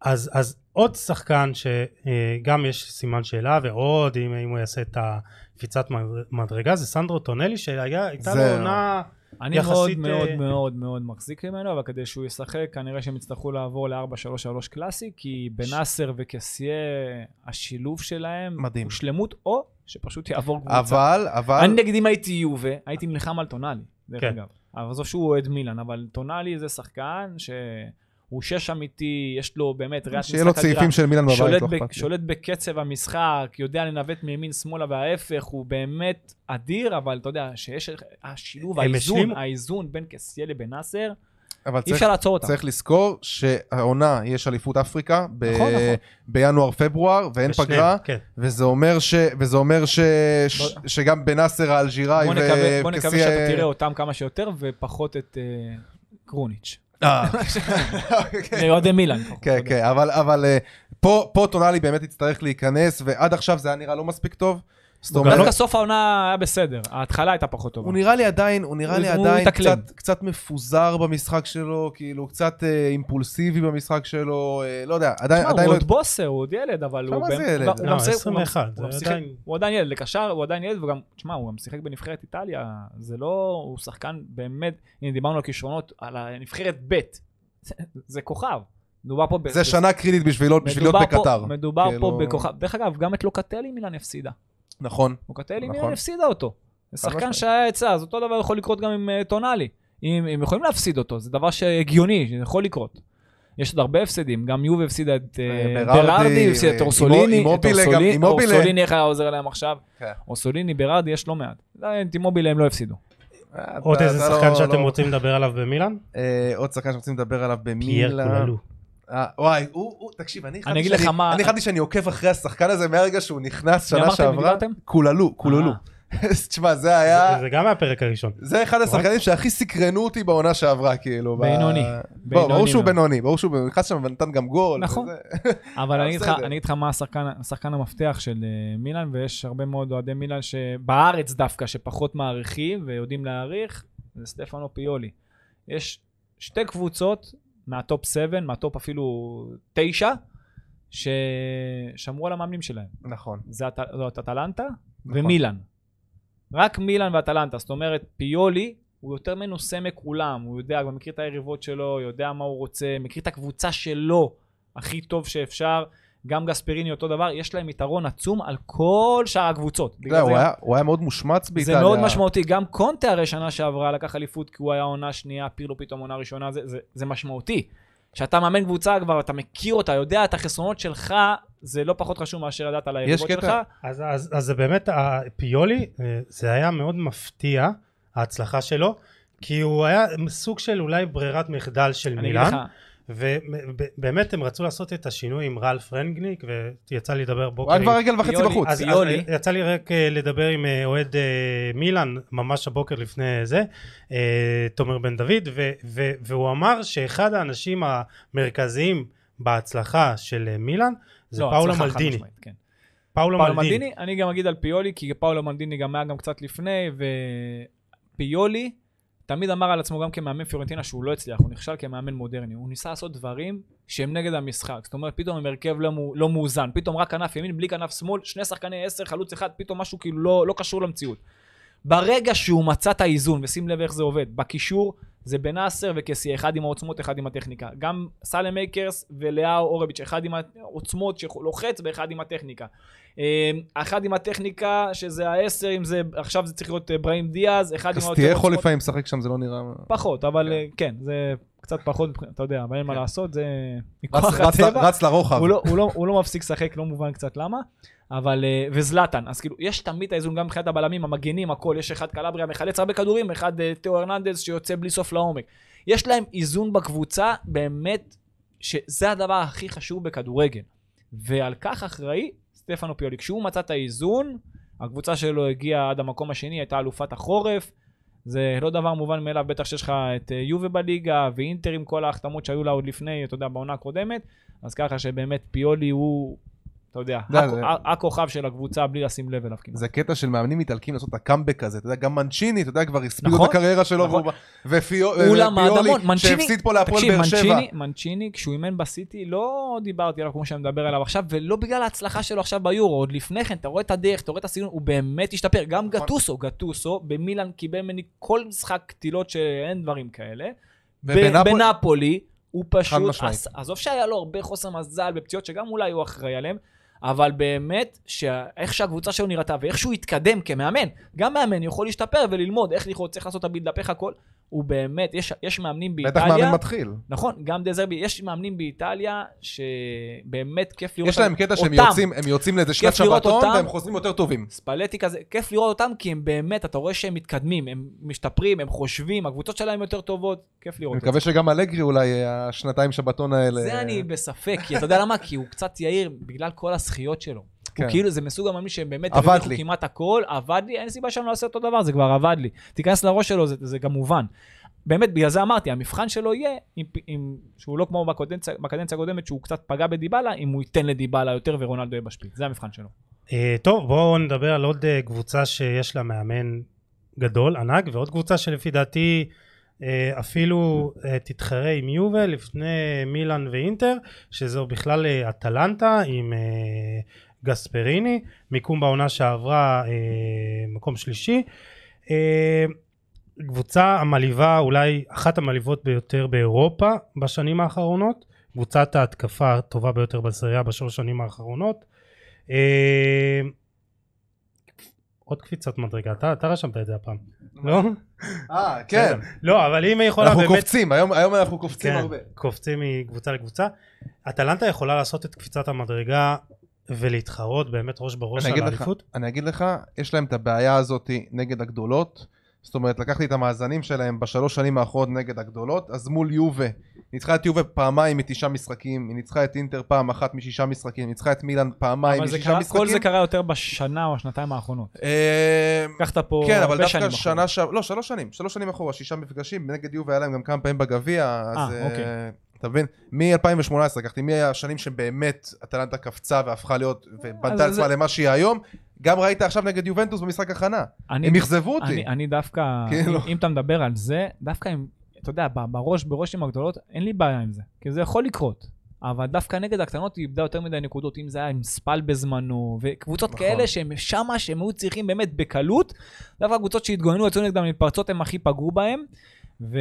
Speaker 1: אז, אז עוד שחקן שגם יש סימן שאלה ועוד אם, אם הוא יעשה את הקפיצת מד- מדרגה זה סנדרו טונלי שהייתה לו
Speaker 3: זהו.
Speaker 1: עונה
Speaker 4: אני
Speaker 1: יחסית,
Speaker 4: יחסית... מאוד
Speaker 1: אה,
Speaker 4: מאוד
Speaker 3: כן.
Speaker 4: מאוד מאוד מחזיק ממנו, אבל כדי שהוא ישחק, כנראה שהם יצטרכו לעבור ל-4-3-3 קלאסי, כי בנאסר וקסיה, השילוב שלהם
Speaker 3: מדהים.
Speaker 4: הוא שלמות, או שפשוט יעבור קבוצה.
Speaker 3: אבל, אבל...
Speaker 4: אני נגיד אם הייתי יובה, הייתי נלחם על טונאלי, דרך
Speaker 1: כן.
Speaker 4: אגב. אבל עזוב שהוא אוהד מילן, אבל טונאלי זה שחקן שהוא שש אמיתי, יש לו באמת ראיית משחק
Speaker 3: שיהיה לו צעיפים של מילן בבית, לא
Speaker 4: שולט,
Speaker 3: אכפת לי.
Speaker 4: ב- שולט בקצב המשחק, יודע לנווט מימין שמאלה וההפך, הוא באמת אדיר, אבל אתה יודע, שיש השילוב,
Speaker 1: הם
Speaker 4: האיזון,
Speaker 1: השלימו.
Speaker 4: האיזון בין קסיה לבין נאסר,
Speaker 3: אבל
Speaker 4: אי
Speaker 3: צריך
Speaker 4: אפשר לעצור אותם.
Speaker 3: צריך לזכור שהעונה יש אליפות אפריקה ב-
Speaker 4: נכון, נכון.
Speaker 3: בינואר-פברואר ואין
Speaker 1: בשניהם,
Speaker 3: פגרה,
Speaker 1: כן.
Speaker 3: וזה אומר ש- וזה אומר ש- ש- שגם בנאסר האלג'יראי
Speaker 4: בוא נקווה- בוא נקווה שאתה
Speaker 3: וכסיה-
Speaker 4: תראה אותם כמה שיותר ופחות את אה, קרוניץ'.
Speaker 3: אה,
Speaker 4: לאוהדי מילאן.
Speaker 3: כן, כן, אבל- אבל אה, פה פה טונאלי באמת יצטרך להיכנס, ועד עכשיו זה היה נראה לא מספיק טוב. זאת
Speaker 1: הוא גם
Speaker 3: אומרת,
Speaker 4: דווקא סוף העונה היה בסדר, ההתחלה הייתה פחות טובה.
Speaker 3: הוא נראה לי עדיין, הוא נראה
Speaker 4: הוא-
Speaker 3: לי
Speaker 4: הוא
Speaker 3: עדיין
Speaker 4: מתאקלם.
Speaker 3: קצת, קצת מפוזר במשחק שלו, כאילו קצת אה, אימפולסיבי במשחק שלו, אה, לא יודע, עדיין,
Speaker 4: תשמע, הוא
Speaker 3: עדיין לא...
Speaker 4: עוד בוסר, הוא עוד ילד, אבל הוא...
Speaker 3: כמה זה
Speaker 4: באמת-
Speaker 3: ילד?
Speaker 4: הוא גם- הוא
Speaker 1: לא,
Speaker 4: גם שיחק- הוא גם-
Speaker 1: 21,
Speaker 4: הוא גם
Speaker 1: זה
Speaker 4: שיחק-
Speaker 1: עדיין-
Speaker 4: הוא עדיין ילד, לקשר הוא עדיין ילד, וגם, תשמע, הוא גם שיחק בנבחרת איטליה, זה לא... הוא שחקן באמת... הנה, דיברנו על כישרונות, על הנבחרת ב'. זה- זה כוכב. מדובר פה ב...
Speaker 3: זה שנה קריטית בשבילו, בשביל להיות
Speaker 4: מדובר פה-
Speaker 3: בקטר.
Speaker 4: מדובר
Speaker 3: כאילו-
Speaker 4: פה בכוכב. דרך אגב, גם את לוקטלי מילאן הפסידה.
Speaker 3: נכון.
Speaker 4: לוקטלי
Speaker 3: נכון.
Speaker 4: מילאן הפסידה אותו. זה שחקן
Speaker 3: משמעית.
Speaker 4: שהיה עצה, אז אותו דבר יכול לקרות גם עם אה, טונאלי. אם הם יכולים להפסיד אותו, זה דבר שהגיוני, שזה יכול לקרות. יש עוד הרבה הפסדים, גם יובי הפסידה את אה,
Speaker 3: בררדי,
Speaker 4: בררדי, הפסידה את
Speaker 3: אה,
Speaker 4: אורסוליני,
Speaker 3: אימו-
Speaker 4: את
Speaker 3: אימובילה גם,
Speaker 4: אורסוליני,
Speaker 3: אימובילה.
Speaker 4: אורסוליני איך היה עוזר להם עכשיו?
Speaker 3: כן.
Speaker 4: אורסוליני, בררדי, יש לא מעט. לא, את אימובילה הם לא הפסידו.
Speaker 3: אה,
Speaker 1: עוד
Speaker 3: אתה-
Speaker 1: איזה
Speaker 3: אתה
Speaker 1: שחקן
Speaker 3: לא-
Speaker 1: שאתם
Speaker 3: לא-
Speaker 1: רוצים לדבר עליו במילאן?
Speaker 3: אה, עוד שחקן שרוצים לדבר עליו
Speaker 1: פייר
Speaker 3: במילה.
Speaker 1: קוללו.
Speaker 3: אה, וואי, הוא, הוא- תקשיב, אני החלטתי
Speaker 4: אגיד לך
Speaker 3: שאני-
Speaker 4: מה-
Speaker 3: אני החלטתי שאני עוקב אחרי השחקן הזה מהרגע שהוא נכנס
Speaker 4: מי
Speaker 3: שנה
Speaker 4: אמרתם? אה, מי
Speaker 3: שעברה.
Speaker 4: דיברתם?
Speaker 3: קוללו, קוללו. תשמע, זה היה...
Speaker 1: זה- זה גם מהפרק הראשון.
Speaker 3: זה אחד השחקנים שהכי סקרנו אותי בעונה שעברה, כאילו. ב-
Speaker 4: בינוני.
Speaker 3: בוא, ברור
Speaker 4: בינוני
Speaker 3: שהוא
Speaker 4: מאוד.
Speaker 3: בינוני, ברור שהוא בינוני. נכנס שם ונתן גם גול.
Speaker 4: נכון.
Speaker 3: וזה.
Speaker 4: אבל אני אגיד לך-
Speaker 3: בסדר.
Speaker 4: אני אגיד לך מה השחקן, השחקן המפתח של אה, מילאן, ויש הרבה מאוד אוהדי מילאן שבארץ דווקא, שפחות מעריכים ויודעים להעריך, זה סטפנו פיולי. יש שתי קבוצות מהטופ 7, מהטופ אפילו 9, ששמרו על המאמנים שלהם.
Speaker 3: נכון.
Speaker 4: זה הט- זאת אטלנטה
Speaker 3: נכון.
Speaker 4: ומילאן. רק מילאן ואטלנטה, זאת אומרת, פיולי הוא יותר מנוסה מכולם, הוא יודע, גם מכיר את היריבות שלו, יודע מה הוא רוצה, מכיר את הקבוצה שלו הכי טוב שאפשר, גם גספריני אותו דבר, יש להם יתרון עצום על כל שאר הקבוצות.
Speaker 3: אתה יודע, לא, הוא היה- הוא היה מאוד מושמץ באיטליה.
Speaker 4: זה מאוד משמעותי, גם קונטה הרי שנה שעברה לקח אליפות כי הוא היה עונה שנייה, פירלו פתאום עונה ראשונה, זה, זה, זה משמעותי. כשאתה מאמן קבוצה כבר, אתה מכיר אותה, יודע את החסרונות שלך, זה לא פחות חשוב מאשר לדעת על היריבות
Speaker 3: קטע-
Speaker 4: שלך.
Speaker 1: אז, אז, אז זה באמת, פיולי, אה, זה היה מאוד מפתיע, ההצלחה שלו, כי הוא היה סוג של אולי ברירת מחדל של
Speaker 4: אני אגיד
Speaker 1: מילאן,
Speaker 4: לך,
Speaker 1: ובאמת הם רצו לעשות את השינוי עם רלף רנגניק, ויצא לי לדבר
Speaker 3: הוא
Speaker 1: בוקר.
Speaker 3: היה
Speaker 1: עם-
Speaker 3: כבר רגל וחצי
Speaker 4: פיולי,
Speaker 3: בחוץ.
Speaker 1: אז, אז
Speaker 4: פיולי.
Speaker 1: יצא לי רק אה, לדבר עם אה, אוהד אה, מילאן ממש הבוקר לפני זה, אה, תומר בן דוד, ו, ו, והוא אמר שאחד האנשים המרכזיים בהצלחה של אה, מילאן זה
Speaker 4: לא,
Speaker 1: פאולו
Speaker 4: הצלחה, חד
Speaker 1: מלדיני.
Speaker 4: משמעית, כן.
Speaker 1: פאולו
Speaker 4: פאולו
Speaker 1: מלדיני.
Speaker 4: מלדיני, אני גם אגיד על פיולי, כי פאולו מלדיני גם היה גם קצת לפני, ופיולי תמיד אמר על עצמו גם כמאמן פיורנטינה שהוא לא הצליח, הוא נכשל כמאמן מודרני, הוא ניסה לעשות דברים שהם נגד המשחק, זאת אומרת פתאום עם הרכב לא, מאו- לא מאוזן, פתאום רק כנף ימין בלי כנף שמאל, שני שחקני עשר, חלוץ אחד, פתאום משהו כאילו לא, לא קשור למציאות. ברגע שהוא מצא את האיזון, ושים לב איך זה עובד, בקישור זה בן אסר וקסי, אחד עם העוצמות, אחד עם הטכניקה. גם סאלם מייקרס ולאהו אורביץ', אחד עם העוצמות שלוחץ ואחד עם הטכניקה. אה, אחד עם הטכניקה, שזה העשר, אם זה, עכשיו זה צריך להיות אה, בראים דיאז, אחד עם
Speaker 3: קסטייה יכול לפעמים לשחק שם, זה לא נראה...
Speaker 4: פחות, אבל אה, כן, זה קצת פחות, אתה יודע, אבל אין מה
Speaker 3: כן.
Speaker 4: לעשות, זה
Speaker 3: רץ-
Speaker 4: מכוח
Speaker 3: רץ-
Speaker 4: הטבע.
Speaker 3: רץ לרוחב.
Speaker 4: הוא לא- הוא לא- הוא לא מפסיק לשחק, לא מובן קצת למה, אבל, אה, וזלאטן, אז כאילו, יש תמיד את האיזון גם מבחינת הבלמים, המגנים, הכל, יש אחד קלבריה מחלץ הרבה כדורים, אחד אה, תאו הרננדז שיוצא בלי סוף לעומק. יש להם איזון בקבוצה, באמת, שזה הדבר הכי חשוב בכדורגל. ועל כך אחראי סטפנו פיולי. כשהוא מצא את האיזון, הקבוצה שלו הגיעה עד המקום השני, הייתה אלופת החורף. זה לא דבר מובן מאליו, בטח שיש לך את אה, יובה בליגה ואינטר עם כל ההחתמות שהיו לה עוד לפני, אתה יודע, בעונה הקודמת. אז ככה שבאמת פיולי הוא, אתה יודע,
Speaker 3: יודע,
Speaker 4: הכ-
Speaker 3: זה-
Speaker 4: ה- הכוכב של הקבוצה בלי לשים לב אליו כמעט.
Speaker 3: זה קטע של מאמנים איטלקים לעשות את הקאמבק הזה, אתה יודע, גם מנצ'יני, אתה יודע, כבר הספידו
Speaker 4: נכון,
Speaker 3: את הקריירה שלו,
Speaker 4: נכון.
Speaker 3: והוא- ופיו-
Speaker 4: הוא למד
Speaker 3: ופיולי,
Speaker 4: המון, מנצ'יני,
Speaker 3: שהפסיד פה להפועל
Speaker 4: תקשיב,
Speaker 3: באר שבע.
Speaker 4: מנצ'יני, מנצ'יני, כשהוא אימן בסיטי, לא דיברתי עליו כמו שאני מדבר עליו עכשיו, ולא בגלל ההצלחה שלו עכשיו ביורו, עוד לפני כן, אתה רואה את הדרך, אתה רואה את הסגנון, הוא באמת השתפר.
Speaker 3: נכון.
Speaker 4: גם גטוסו, גטוסו במילאן קיבל ממני כל משחק קטילות שאין דברים כאלה.
Speaker 3: ובנפול-
Speaker 4: ב- בנפולי, הוא
Speaker 3: חד
Speaker 4: פשוט,
Speaker 3: משמעית.
Speaker 4: עש- עזוב שהיה לו הרבה חוסר מזל בפציעות, שגם אולי הוא אחראי עליהן, אבל באמת, שה- איך שהקבוצה שלו נראתה ואיך שהוא התקדם כמאמן, גם מאמן יכול להשתפר וללמוד איך לכרות, צריך לעשות את הבילדאפ, איך הכל, הוא באמת, יש, יש מאמנים
Speaker 3: בטח
Speaker 4: באיטליה,
Speaker 3: מאמן מתחיל.
Speaker 4: נכון, גם דזרבי, יש מאמנים באיטליה שבאמת כיף לראות
Speaker 3: יש להם קטע שהם
Speaker 4: אותם.
Speaker 3: יוצאים, הם יוצאים לאיזה שנת
Speaker 4: כיף לראות
Speaker 3: שבתון,
Speaker 4: אותם.
Speaker 3: והם חוזרים יותר טובים.
Speaker 4: ספלטי כזה, כיף לראות אותם, כי הם באמת, אתה רואה שהם מתקדמים, הם משתפרים, הם חושבים, הקבוצות שלהם יותר טובות, כיף
Speaker 3: אני
Speaker 4: לראות את זה.
Speaker 3: מקווה שגם אלגרי אולי, אה, השנתיים שבתון האלה...
Speaker 4: נכון. זה אני בספק, כי אתה יודע למה? כי הוא קצת יהיר בגלל כל הזכיות שלו. הוא
Speaker 3: כן.
Speaker 4: כאילו, זה מסוג המאמין שהם באמת
Speaker 3: עבד
Speaker 4: הרוויחו
Speaker 3: לי.
Speaker 4: כמעט הכל, עבד לי, אין סיבה שאני לא אעשה אותו דבר, זה כבר עבד לי. תיכנס לראש שלו, זה, זה גם מובן. באמת, בגלל זה אמרתי, המבחן שלו יהיה, אם, אם, שהוא לא כמו בקדנציה, בקדנציה הקודמת, שהוא קצת פגע בדיבלה, אם הוא ייתן לדיבלה יותר ורונלדו יהיה בשפיץ. זה המבחן שלו.
Speaker 1: אה, טוב, בואו נדבר על עוד אה, קבוצה שיש לה מאמן גדול, ענק, ועוד קבוצה שלפי דעתי אה, אפילו אה, תתחרה עם יובל לפני מילאן ואינטר, שזו בכלל אה, אטלנטה עם אה, גספריני, מיקום בעונה שעברה אה, מקום שלישי. אה, קבוצה המלאיבה, אולי אחת המלאיבות ביותר באירופה בשנים האחרונות, קבוצת ההתקפה הטובה ביותר בסריה בשלוש שנים האחרונות. אה, עוד קפיצת מדרגה, אתה, אתה רשמת את זה הפעם, לא?
Speaker 3: אה, כן.
Speaker 1: לא, אבל אם היא
Speaker 4: נכון,
Speaker 1: יכולה
Speaker 3: אנחנו
Speaker 1: באמת...
Speaker 3: קופצים, היום היום אנחנו קופצים
Speaker 1: כן,
Speaker 3: הרבה.
Speaker 1: קופצים מקבוצה לקבוצה. אטלנטה יכולה לעשות את קפיצת המדרגה ולהתחרות באמת ראש בראש
Speaker 3: אני
Speaker 1: על
Speaker 3: אגיד לך-
Speaker 1: האליפות.
Speaker 3: אני אגיד לך, יש להם את הבעיה הזאת נגד הגדולות. זאת אומרת, לקחתי את המאזנים שלהם בשלוש שנים האחרונות נגד הגדולות, אז מול יובה. ניצחה את יובה פעמיים מתשעה משחקים, היא ניצחה את אינטר פעם אחת משישה משחקים, היא ניצחה את מילאן פעמיים
Speaker 4: אבל זה
Speaker 3: משישה
Speaker 4: קרה,
Speaker 3: משחקים.
Speaker 4: כל זה קרה יותר בשנה או השנתיים האחרונות.
Speaker 3: אה,
Speaker 4: לקחת פה
Speaker 3: כן, אבל
Speaker 4: הרבה שנים
Speaker 3: דווקא
Speaker 4: אחורה.
Speaker 3: שנה שעברה, לא, שלוש שנים, שלוש שנים אחורה, שישה מפגשים, נגד יובה היה להם גם כמה פעמים בגביע, אז... אה,
Speaker 4: אוקיי.
Speaker 3: אתה מבין? מ-2018 לקחתי, מהשנים שבאמת אטלנטה קפצה והפכה להיות, ובנתה
Speaker 4: אז
Speaker 3: עצמה
Speaker 4: זה-
Speaker 3: למה שהיא היום, גם ראית עכשיו נגד יובנטוס במשחק הכנה.
Speaker 4: אני-
Speaker 3: הם אכזבו אותי.
Speaker 4: אני, אני דווקא,
Speaker 3: כאילו.
Speaker 4: אם, אם אתה מדבר על זה, דווקא אם, אתה יודע, ב- בראש, בראש עם הגדולות, אין לי בעיה עם זה, כי זה יכול לקרות. אבל דווקא נגד הקטנות היא איבדה יותר מדי נקודות, אם זה היה עם ספל בזמנו, וקבוצות
Speaker 3: נכון.
Speaker 4: נכון. כאלה שהם שמה, שהם היו צריכים באמת בקלות, דווקא הקבוצות שהתגוננו יצאו נגדם מתפרצות, הם הכי פגעו בהם.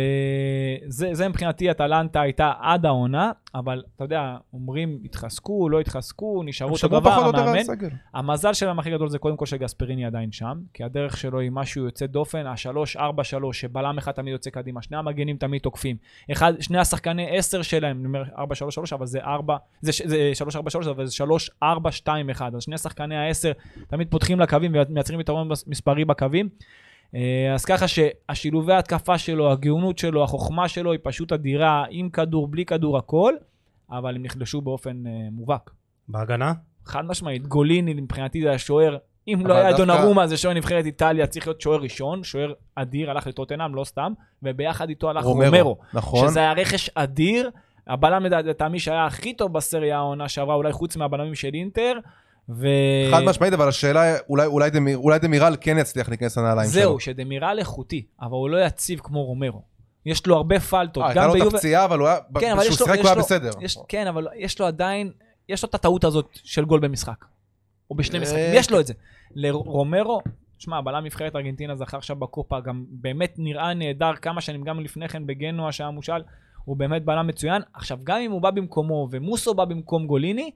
Speaker 4: וזה זה מבחינתי, אטלנטה הייתה עד העונה, אבל אתה יודע, אומרים, התחזקו, לא התחזקו, נשארו אותו
Speaker 3: שמעו פחות או יותר
Speaker 4: דבר,
Speaker 3: על
Speaker 4: המאמן.
Speaker 3: הסגל.
Speaker 4: המזל שלהם הכי גדול זה קודם כל שגספריני עדיין שם, כי הדרך שלו היא משהו יוצא דופן, השלוש, ארבע, שלוש, שבלם אחד תמיד יוצא קדימה, שני המגנים תמיד תוקפים, אחד, שני השחקני עשר שלהם, אני אומר ארבע, שלוש, שלוש, אבל זה ארבע, זה, ש- זה שלוש, ארבע, שלוש, אבל זה שלוש, ארבע, שתיים, אחד, אז שני שחקני העשר תמיד פותחים לקווים ומייצרים יתרון מס- מספרי בקווים. אה, אז ככה שהשילובי ההתקפה שלו, הגאונות שלו, החוכמה שלו היא פשוט אדירה, עם כדור, בלי כדור, הכל, אבל הם נחלשו באופן אה, מובהק.
Speaker 1: בהגנה?
Speaker 4: חד משמעית, גוליני מבחינתי זה השוער, אם
Speaker 3: אבל
Speaker 4: לא היה
Speaker 3: דווקא-
Speaker 4: דונרומה זה שוער נבחרת איטליה, צריך להיות שוער ראשון, שוער אדיר, הלך לטוטנאם, לא סתם, וביחד איתו הלך רומרו,
Speaker 3: נכון.
Speaker 4: שזה היה רכש אדיר, הבלם לדע- לטעמי שהיה הכי טוב בסריה העונה שעברה, אולי חוץ מהבלמים של אינטר, ו...
Speaker 3: חד משמעית, אבל השאלה, אולי- אולי דמיר- אולי דמירל כן יצליח להיכנס לנעליים שלו.
Speaker 4: זהו, שדמירל איכותי, אבל הוא לא יציב כמו רומרו. יש לו הרבה פלטות,
Speaker 3: אה, הייתה
Speaker 4: גם
Speaker 3: לו את
Speaker 4: ביובל...
Speaker 3: הפציעה, אבל הוא היה,
Speaker 4: כן, אבל
Speaker 3: כשהוא
Speaker 4: יש לו-
Speaker 3: שיחק
Speaker 4: יש
Speaker 3: הוא היה
Speaker 4: לו-
Speaker 3: בסדר.
Speaker 4: יש, כן, אבל יש לו עדיין, יש לו את הטעות הזאת של גול במשחק. או בשני
Speaker 3: אה,
Speaker 4: משחקים, יש לו את זה. לרומרו, שמע, בלם נבחרת ארגנטינה זכר שם בקופה, גם באמת נראה נהדר כמה שנים, גם לפני כן בגנוע שהיה מושאל, הוא באמת בלם מצוין. עכשיו, גם אם הוא בא במקומו ומוסו בא במקום גוליני,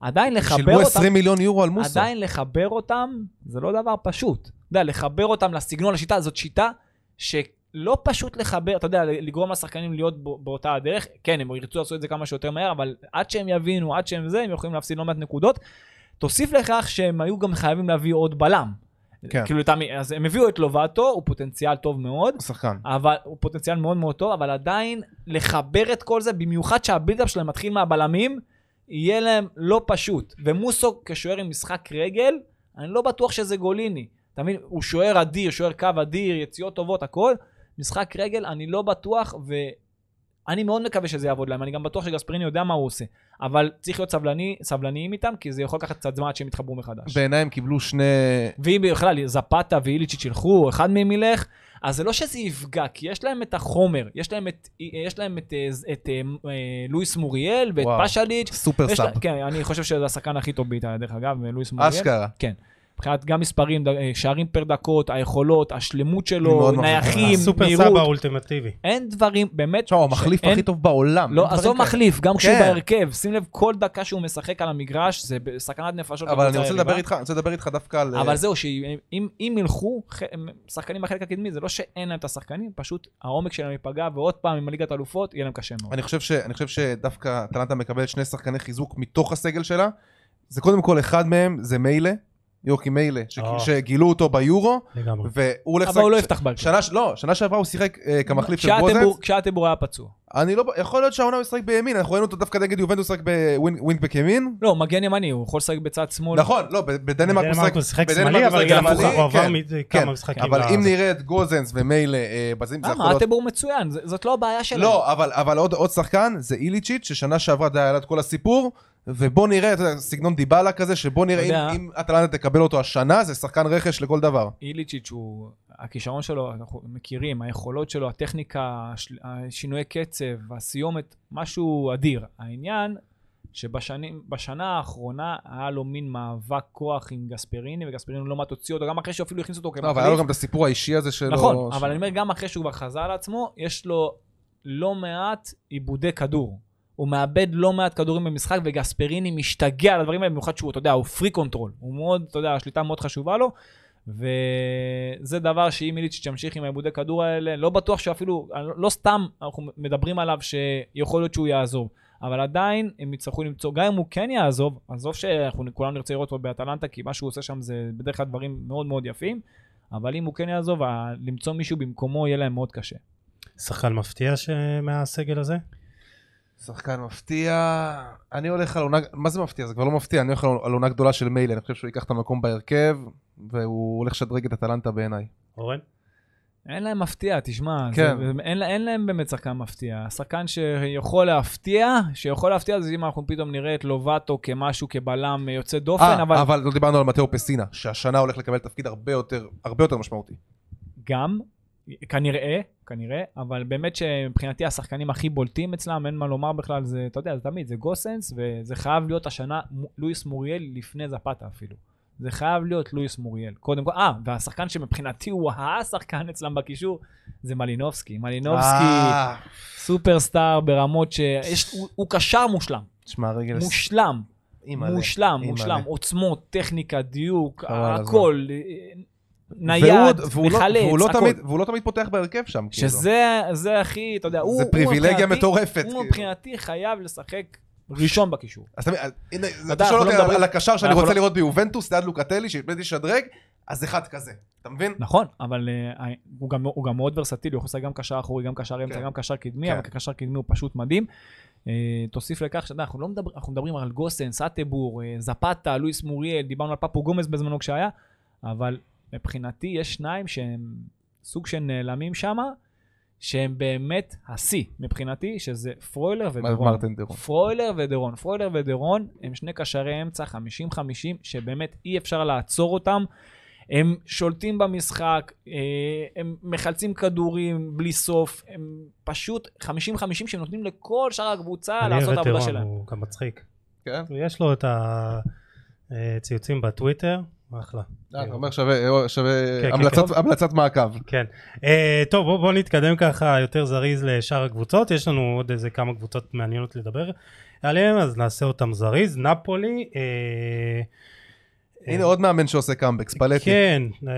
Speaker 4: עדיין לחבר
Speaker 3: שילמו
Speaker 4: אותם,
Speaker 3: 20 מיליון יורו על מוסו.
Speaker 4: עדיין לחבר אותם, זה לא דבר פשוט. אתה יודע, לחבר אותם לסגנון, לשיטה, זאת שיטה שלא פשוט לחבר, אתה יודע, לגרום לשחקנים להיות בו- באותה הדרך. כן, הם ירצו לעשות את זה כמה שיותר מהר, אבל עד שהם יבינו, עד שהם זה, הם יכולים להפסיד לא מעט נקודות. תוסיף לכך שהם היו גם חייבים להביא עוד בלם.
Speaker 3: כן.
Speaker 4: כאילו, לטעמי- אז הם הביאו את לובטו, הוא פוטנציאל טוב מאוד.
Speaker 3: שחקן.
Speaker 4: אבל הוא פוטנציאל מאוד מאוד טוב, אבל עדיין לחבר את כל זה, במיוחד שהבילדאפ שלהם מתחיל מהבלמים, יהיה להם לא פשוט. ומוסו כשוער עם משחק רגל, אני לא בטוח שזה גוליני. אתה מבין? הוא שוער אדיר, שוער קו אדיר, יציאות טובות, הכל. משחק רגל, אני לא בטוח, ואני מאוד מקווה שזה יעבוד להם. אני גם בטוח שגספריני יודע מה הוא עושה. אבל צריך להיות סבלני, סבלניים איתם, כי זה יכול לקחת קצת זמן עד שהם יתחברו מחדש.
Speaker 3: בעיניי הם קיבלו שני...
Speaker 4: ואם בכלל זפתה ואיליצ'יץ' ילכו, אחד מהם ילך, אז זה לא שזה יפגע, כי יש להם את החומר, יש להם את, יש להם את, אה, את, את לואיס מוריאל ואת
Speaker 3: וואו.
Speaker 4: פשליץ'.
Speaker 3: סופר
Speaker 4: יש
Speaker 3: סאב.
Speaker 4: לה, כן, אני חושב שזה השחקן הכי טוב באיטליה, דרך אגב, לואיס מוריאל.
Speaker 3: אשכרה.
Speaker 4: מבחינת גם מספרים, ד- אה, שערים פר דקות, היכולות, השלמות
Speaker 3: אני
Speaker 4: שלו,
Speaker 3: מאוד מחזיק
Speaker 4: נייחים,
Speaker 1: הסופר סבא
Speaker 4: מהירות,
Speaker 1: האולטימטיבי.
Speaker 4: אין דברים, באמת,
Speaker 3: תשמע, הוא המחליף
Speaker 4: שאין-
Speaker 3: הכי טוב בעולם.
Speaker 4: לא,
Speaker 3: אין
Speaker 4: עזוב
Speaker 3: דברים כאלה.
Speaker 4: מחליף, גם כשהוא
Speaker 3: כן.
Speaker 4: בהרכב, שים לב, כל דקה שהוא משחק על המגרש, זה בסכנת נפשות.
Speaker 3: אבל אני
Speaker 4: לקבוצה
Speaker 3: רוצה
Speaker 4: היריבה.
Speaker 3: לדבר איתך, אני רוצה לדבר איתך דווקא על...
Speaker 4: אבל זהו, שאם אם ילכו ח- שחקנים מהחלק הקדמי, זה לא שאין להם את השחקנים, פשוט העומק שלהם ייפגע, ועוד פעם, עם הליגת אלופות, יהיה להם קשה מאוד.
Speaker 3: אני לא חושב, ש, אני חושב שדווקא טלנטה מקבלת שני שחקני חיזוק מתוך הסגל שלה. זה קודם כל, אחד מהם זה מילא, יורקי מילא, שג-
Speaker 1: אה.
Speaker 3: שגילו אותו ביורו,
Speaker 1: לגמרי.
Speaker 3: והוא הולך...
Speaker 4: אבל הוא לא
Speaker 3: לשחק-
Speaker 4: יפתח בהרכב.
Speaker 3: שנה, ש- לא, שנה שעברה הוא שיחק אה, כמחליף של
Speaker 4: כשהטבור-
Speaker 3: ברוזנס.
Speaker 4: כשהטבור היה פצוע.
Speaker 3: אני לא... יכול להיות שהעונה הוא ישחק בימין, אנחנו ראינו אותו דווקא נגד יובנטוס רק בווינגבק ימין.
Speaker 4: לא, מגן ימני, הוא יכול לשחק בצד שמאל.
Speaker 3: נכון, לא, ב- בדנמרק הוא
Speaker 1: דנמרק
Speaker 3: שיחק...
Speaker 1: הוא שיחק
Speaker 3: בדנמרק
Speaker 1: שמאלי, אבל
Speaker 3: שיחק
Speaker 1: גם הוא
Speaker 3: שמאלי,
Speaker 1: הוא עבר
Speaker 3: כן,
Speaker 1: מ-
Speaker 3: כן.
Speaker 1: כמה משחקים.
Speaker 3: אבל
Speaker 4: לא,
Speaker 3: אם
Speaker 1: ל-
Speaker 3: נראה את גוזנס ומילא אה, בזים, זה יכול
Speaker 4: למה?
Speaker 3: להיות...
Speaker 4: הטבור מצוין, ז- זאת לא הבעיה שלנו.
Speaker 3: לא, אבל, אבל עוד, עוד שחקן זה איליצ'יט, ששנה שעברה די היה לה את כל הסיפור, ובוא נראה, אתה יודע, סגנון דיבאלה כזה, שבוא נראה
Speaker 4: אתה יודע- לא,
Speaker 3: אם, אם אטלנטה תקבל אותו השנה, זה שחקן רכש לכל דבר.
Speaker 4: איליצ'יץ' הוא, הכישרון שלו, אנחנו מכירים, היכולות שלו, הטכניקה, השל- השינויי קצב, הסיומת, משהו אדיר. העניין שבשנה האחרונה היה לו מין מאבק כוח עם גספריני, וגספריני לא מה תוציא אותו, גם אחרי שאפילו הכניס אותו
Speaker 3: לא, אבל היה לו גם את הסיפור האישי הזה שלו.
Speaker 4: נכון,
Speaker 3: ש-
Speaker 4: אבל אני אומר, גם אחרי שהוא כבר חזר לעצמו, יש לו לא מעט עיבודי כדור. הוא מאבד לא מעט כדורים במשחק, וגספריני משתגע על הדברים האלה, במיוחד שהוא, אתה יודע, הוא פרי קונטרול. הוא מאוד, אתה יודע, השליטה מאוד חשובה לו, וזה דבר שאם איליצ'יץ' ימשיך עם העיבודי כדור האלה, לא בטוח שאפילו, לא סתם אנחנו מדברים עליו שיכול להיות שהוא יעזוב. אבל עדיין הם יצטרכו למצוא, גם אם הוא כן יעזוב, עזוב שאנחנו כולנו נרצה לראות אותו באטלנטה, כי מה שהוא עושה שם זה בדרך כלל דברים מאוד מאוד יפים, אבל אם הוא כן יעזוב, ה- למצוא מישהו במקומו יהיה להם מאוד קשה.
Speaker 1: שחקן מפתיע ש- מהסגל הזה?
Speaker 3: שחקן מפתיע, אני הולך על עונה, מה זה מפתיע? זה כבר לא מפתיע, אני הולך על על עונה גדולה של מילא, אני חושב שהוא ייקח את המקום בהרכב, והוא הולך לשדרג את אטלנטה בעיניי.
Speaker 1: אורן?
Speaker 4: אין להם מפתיע, תשמע,
Speaker 3: כן.
Speaker 4: כן. זה, אין, לה- אין להם באמת שחקן מפתיע. שחקן שיכול להפתיע, שיכול להפתיע זה אם אנחנו פתאום נראה את לובטו כמשהו, כבלם יוצא דופן,
Speaker 3: אה,
Speaker 4: אבל,
Speaker 3: אבל לא דיברנו על מתאו פסינה, שהשנה הולך לקבל תפקיד הרבה יותר, הרבה יותר משמעותי.
Speaker 4: גם, כנראה, כנראה, אבל באמת שמבחינתי השחקנים הכי בולטים אצלם, אין מה לומר בכלל, זה, אתה יודע, זה תמיד, זה גוסנס, וזה חייב להיות השנה מ- לואיס מוריאל לפני זפתה אפילו. זה חייב להיות לואיס מוריאל. קודם כל, אה, והשחקן שמבחינתי הוא השחקן אצלם בקישור, זה מלינובסקי. מלינובסקי,
Speaker 3: אה,
Speaker 4: סופרסטאר ברמות ש... יש, הוא, הוא קשר מושלם.
Speaker 3: תשמע, רגל...
Speaker 4: מושלם,
Speaker 3: אימא'לה.
Speaker 4: מושלם,
Speaker 3: אימא'לה.
Speaker 4: מושלם. עוצמות, טכניקה, דיוק,
Speaker 3: חבל על הזמן.
Speaker 4: הכל. אה, נייד,
Speaker 3: והוא- והוא לא-
Speaker 4: מחלץ,
Speaker 3: והוא לא
Speaker 4: הכל.
Speaker 3: תמיד- והוא לא תמיד פותח בהרכב שם, כאילו.
Speaker 4: שזה זה הכי, אתה יודע, הוא...
Speaker 3: זה
Speaker 4: הוא
Speaker 3: פריבילגיה
Speaker 4: מבחינתי-
Speaker 3: מטורפת.
Speaker 4: הוא
Speaker 3: כאילו.
Speaker 4: מבחינתי חייב לשחק ראשון בקישור.
Speaker 3: אז אתה מבין, אז הנה, זה- אתה
Speaker 4: אנחנו
Speaker 3: שואל
Speaker 4: לא
Speaker 3: אותי על-
Speaker 4: מדברים-
Speaker 3: על הקשר שאני
Speaker 4: אנחנו
Speaker 3: רוצה
Speaker 4: לא-
Speaker 3: לראות ביובנטוס, ליד לוקטלי, שהתמדתי לשדרג, אז אחד כזה. אתה מבין?
Speaker 4: נכון, אבל אה, הוא גם- הוא גם מאוד ורסטילי, הוא יכול לשחק גם קשר אחורי, גם קשר אמצע,
Speaker 3: כן.
Speaker 4: גם קשר קדמי,
Speaker 3: כן.
Speaker 4: אבל כקשר קדמי הוא פשוט מדהים. אה, תוסיף לכך שאתה יודע, אנחנו לא מדברים, אנחנו מדברים על גוסן, סאטבור, אה, זפתה, לואיס מוריאל, דיברנו על פפו גומז בזמנו כשהיה, אבל מבחינתי יש שניים שהם סוג של נעלמים שמה, שהם באמת השיא מבחינתי, שזה פרוילר ודורון.
Speaker 3: מרטין דרון.
Speaker 4: פרוילר ודרון. פרוילר ודרון הם שני קשרי אמצע 50-50, שבאמת אי אפשר לעצור אותם. הם שולטים במשחק, אה, הם מחלצים כדורים בלי סוף, הם פשוט 50-50 שהם נותנים לכל שאר הקבוצה
Speaker 1: אני
Speaker 4: לעשות את
Speaker 1: אוהב את
Speaker 4: העבודה
Speaker 1: אירון,
Speaker 4: שלהם.
Speaker 1: הוא גם מצחיק.
Speaker 3: כן?
Speaker 1: יש לו את הציוצים בטוויטר, אחלה.
Speaker 3: אה, אתה אומר שווה- שווה
Speaker 1: כן, כן,
Speaker 3: המלצת- המלצת מעקב.
Speaker 1: כן. אה, טוב, בואו בוא נתקדם ככה יותר זריז לשאר הקבוצות. יש לנו עוד איזה כמה קבוצות מעניינות לדבר עליהן, אז נעשה אותן זריז. נפולי. אה,
Speaker 3: הנה
Speaker 4: כן.
Speaker 1: אה,
Speaker 3: עוד מאמן שעושה קאמבק, ספלטי.
Speaker 1: כן, אה,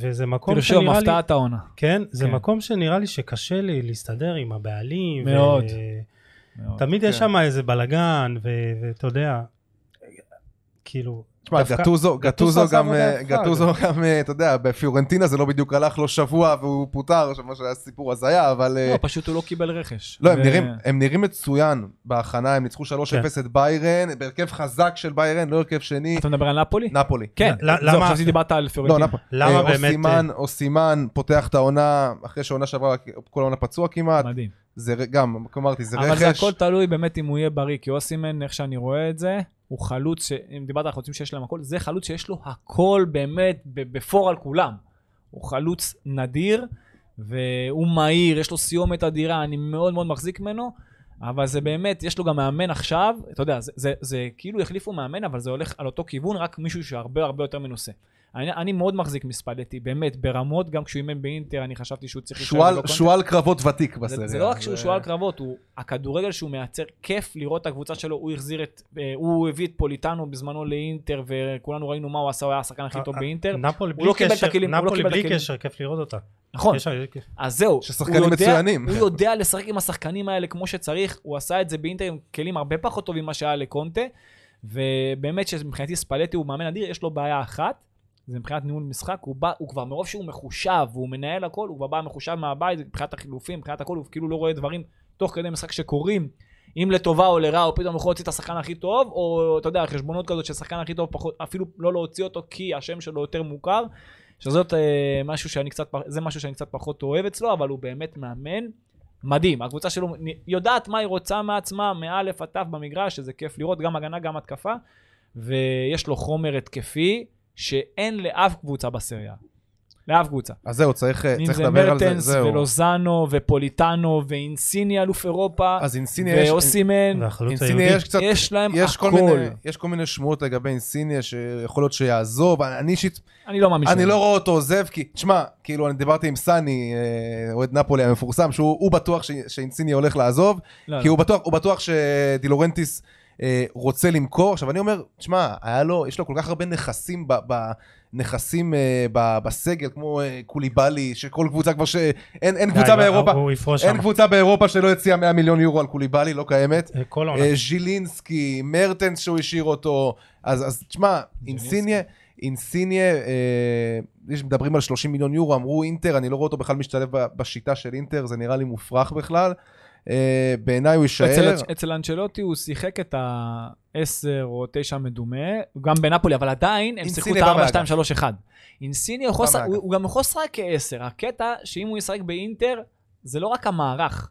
Speaker 1: וזה מקום
Speaker 4: תרשום,
Speaker 1: שנראה לי...
Speaker 4: הפתעת העונה.
Speaker 1: כן, זה
Speaker 4: כן.
Speaker 1: מקום שנראה לי שקשה לי להסתדר עם הבעלים. ו-
Speaker 4: מאוד.
Speaker 1: מאוד, תמיד יש
Speaker 3: כן.
Speaker 1: שם איזה בלאגן, ואתה יודע, כאילו...
Speaker 3: תשמע,
Speaker 1: דווקא-
Speaker 3: גטוזו, גטוזו
Speaker 1: עשה
Speaker 3: גם,
Speaker 1: עבודה
Speaker 3: אה,
Speaker 1: יפה,
Speaker 3: גטוזו גם, אה, אתה יודע, בפיורנטינה זה לא בדיוק הלך לו שבוע והוא פוטר, עכשיו, מה שהיה סיפור הזיה, אבל... אה,
Speaker 4: לא, פשוט הוא לא קיבל רכש.
Speaker 3: לא,
Speaker 4: ו- כן.
Speaker 3: הם נראים, הם נראים מצוין בהכנה, הם ניצחו 3-0 את ביירן, בהרכב חזק של ביירן, לא הרכב שני,
Speaker 4: אתה מדבר על נפולי?
Speaker 3: נפולי.
Speaker 4: כן,
Speaker 1: ל-
Speaker 4: זהו,
Speaker 1: למה-
Speaker 4: חשבתי שדיברת על
Speaker 3: לא,
Speaker 4: פיורנטינה.
Speaker 3: נפולי.
Speaker 1: למה
Speaker 3: אה,
Speaker 1: באמת,
Speaker 3: אוסימן, אוסימן פותח את העונה, אחרי שהעונה שעברה, כל העונה פצוע כמעט,
Speaker 4: מדהים.
Speaker 3: זה ר- גם, כמו אמרתי, זה
Speaker 4: אבל זה
Speaker 3: רכש.
Speaker 4: הכל תלוי באמת אם הוא יהיה בריא, כי אוסימן, איך שאני רואה את זה, הוא חלוץ, ש... אם דיברת על חלוצים שיש להם הכל, זה חלוץ שיש לו הכל באמת ב- בפור על כולם. הוא חלוץ נדיר, והוא מהיר, יש לו סיומת אדירה, אני מאוד מאוד מחזיק ממנו, אבל זה באמת, יש לו גם מאמן עכשיו, אתה יודע, זה, זה, זה כאילו החליפו מאמן, אבל זה הולך על אותו כיוון, רק מישהו שהרבה הרבה יותר מנוסה. אני, אני מאוד מחזיק מספלטי, באמת, ברמות, גם כשהוא אימן באינטר, אני חשבתי שהוא צריך להישאר
Speaker 3: שועל-
Speaker 4: בלוקונטה.
Speaker 3: שועל קרבות ותיק בסריה. אה,
Speaker 4: זה, זה לא רק שהוא שועל קרבות, הוא, הכדורגל שהוא מייצר, כיף לראות את הקבוצה שלו, הוא החזיר את, אה, הוא הביא את פוליטנו בזמנו לאינטר, וכולנו ראינו מה הוא עשה, הוא היה השחקן הכי טוב
Speaker 1: אה,
Speaker 4: באינטר.
Speaker 1: נפולי
Speaker 4: לא
Speaker 1: בלי
Speaker 4: קיבל את
Speaker 1: קשר,
Speaker 4: הכלים, הוא לא
Speaker 1: נפולי
Speaker 4: קיבל את
Speaker 1: בלי
Speaker 4: הכלים.
Speaker 1: קשר, כיף לראות אותה.
Speaker 4: נכון,
Speaker 1: יש שם-
Speaker 4: אז זהו.
Speaker 3: ששחקנים
Speaker 4: הוא יודע-
Speaker 3: מצוינים.
Speaker 4: הוא יודע לשחק עם השחקנים האלה כמו שצריך, הוא עשה את זה באינטר עם כלים הרבה פחות טובים ממה שהיה לקונטה, ובאמת שמבחינתי ספלטי הוא מאמן אדיר, יש לו בעיה אחת, זה מבחינת ניהול משחק, הוא, בא, הוא כבר מרוב שהוא מחושב והוא מנהל הכל, הוא כבר בא מחושב מהבית, מבחינת החילופים, מבחינת הכל, הוא כאילו לא רואה דברים תוך כדי משחק שקורים, אם לטובה או לרע, הוא פתאום יכול להוציא את השחקן הכי טוב, או אתה יודע, חשבונות כזאת שהשחקן הכי טוב, פחות, אפילו לא להוציא אותו כי השם שלו יותר מוכר, שזאת אה, משהו שאני קצת, פח- זה משהו שאני קצת פחות אוהב אצלו, אבל הוא באמת מאמן מדהים. הקבוצה שלו נ- יודעת מה היא רוצה מעצמה, מאלף עד תף במגרש, שזה כיף לראות, גם הגנה, גם התקפה, ויש לו חומר התקפי שאין לאף קבוצה בסריה. לאף קבוצה.
Speaker 3: אז זהו, צריך אה,
Speaker 4: אם
Speaker 3: צריך
Speaker 4: זה
Speaker 3: לדבר על זה,
Speaker 4: מרטנס
Speaker 3: זהו.
Speaker 4: ולוזאנו ופוליטאנו ואינסיני אלוף אירופה
Speaker 3: אז אינסיניה יש...
Speaker 4: ואוסימן.
Speaker 1: והחלוץ
Speaker 3: אינסיניה
Speaker 1: היהודי.
Speaker 3: יש קצת...
Speaker 4: יש להם
Speaker 3: יש כל,
Speaker 4: הכל.
Speaker 3: מיני, יש כל מיני שמועות לגבי אינסיניה שיכול להיות שיעזוב, אני אישית
Speaker 4: אני לא מאמין
Speaker 3: אני
Speaker 4: שהוא-
Speaker 3: לא רואה אותו עוזב, כי, תשמע, כאילו, אני דיברתי עם סני, אה, אוהד נפולי המפורסם, שהוא הוא בטוח ש- שאינסיני הולך לעזוב,
Speaker 4: לא,
Speaker 3: כי
Speaker 4: לא.
Speaker 3: הוא בטוח, הוא בטוח שדילורנטיס אה, רוצה למכור. עכשיו, אני אומר, תשמע, היה לו, יש לו כל כך הרבה נכסים ב... ב נכסים אה, ב- בסגל, כמו אה, קוליבאלי, שכל קבוצה כבר ש... אין, אין
Speaker 1: די, לא,
Speaker 3: קבוצה באירופה,
Speaker 1: אה, הוא יפרוש שם.
Speaker 3: אין קבוצה באירופה שלא הציעה 100 מיליון יורו על קוליבאלי, לא קיימת.
Speaker 1: אה, כל העונה.
Speaker 3: אה, ז'ילינסקי, מרטנס שהוא השאיר אותו, אז אז תשמע, אינסיניה, אינסיניה, אה, יש- מדברים על 30 מיליון יורו, אמרו אינטר, אני לא רואה אותו בכלל משתלב ב- בשיטה של אינטר, זה נראה לי מופרך בכלל. אה, בעיניי הוא יישאר.
Speaker 4: אצל- אצל אנצ'לוטי הוא שיחק את ה-10 או 9 מדומה, גם בנפולי, אבל עדיין הם שיחקו
Speaker 3: אינסיני
Speaker 4: את
Speaker 3: בא
Speaker 4: ה-4,
Speaker 3: מהאגף.
Speaker 4: 2, 3, 1. אינסיני יכול
Speaker 3: בא
Speaker 4: לשחק- הוא
Speaker 3: מהאגף.
Speaker 4: הוא גם יכול לשחק כ-10. הקטע שאם הוא ישחק באינטר, זה לא רק המערך.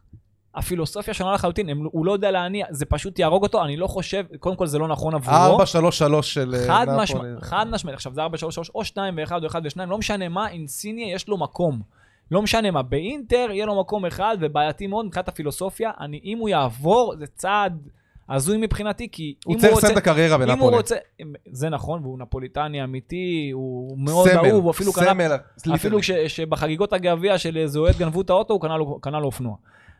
Speaker 4: הפילוסופיה שונה לחלוטין, הם- הוא לא יודע להניע, זה פשוט יהרוג אותו, אני לא חושב, קודם כל זה לא נכון עבורו.
Speaker 3: 4-3-3 של אה,
Speaker 4: חד
Speaker 3: נפולי.
Speaker 4: משמעית, חד משמעית. עכשיו זה 4, 3, 3, או 2 ו-1 או 1 ו-2, לא משנה מה, אינסיניה יש לו מקום. לא משנה מה, באינטר יהיה לו מקום אחד, ובעייתי מאוד מבחינת הפילוסופיה. אני, אם הוא יעבור, זה צעד הזוי מבחינתי, כי אם
Speaker 3: הוא צריך
Speaker 4: רוצה...
Speaker 3: לסיים את הקריירה
Speaker 4: אם הוא
Speaker 3: בנפולי.
Speaker 4: רוצה, זה נכון, והוא נפוליטני אמיתי, הוא מאוד
Speaker 3: סמל,
Speaker 4: אהוב, הוא אפילו קנה
Speaker 3: סמל, סליפר.
Speaker 4: אפילו כש- שבחגיגות הגביע של איזה אוהד גנבו את האוטו, הוא קנה לו, קנה לו אופנוע.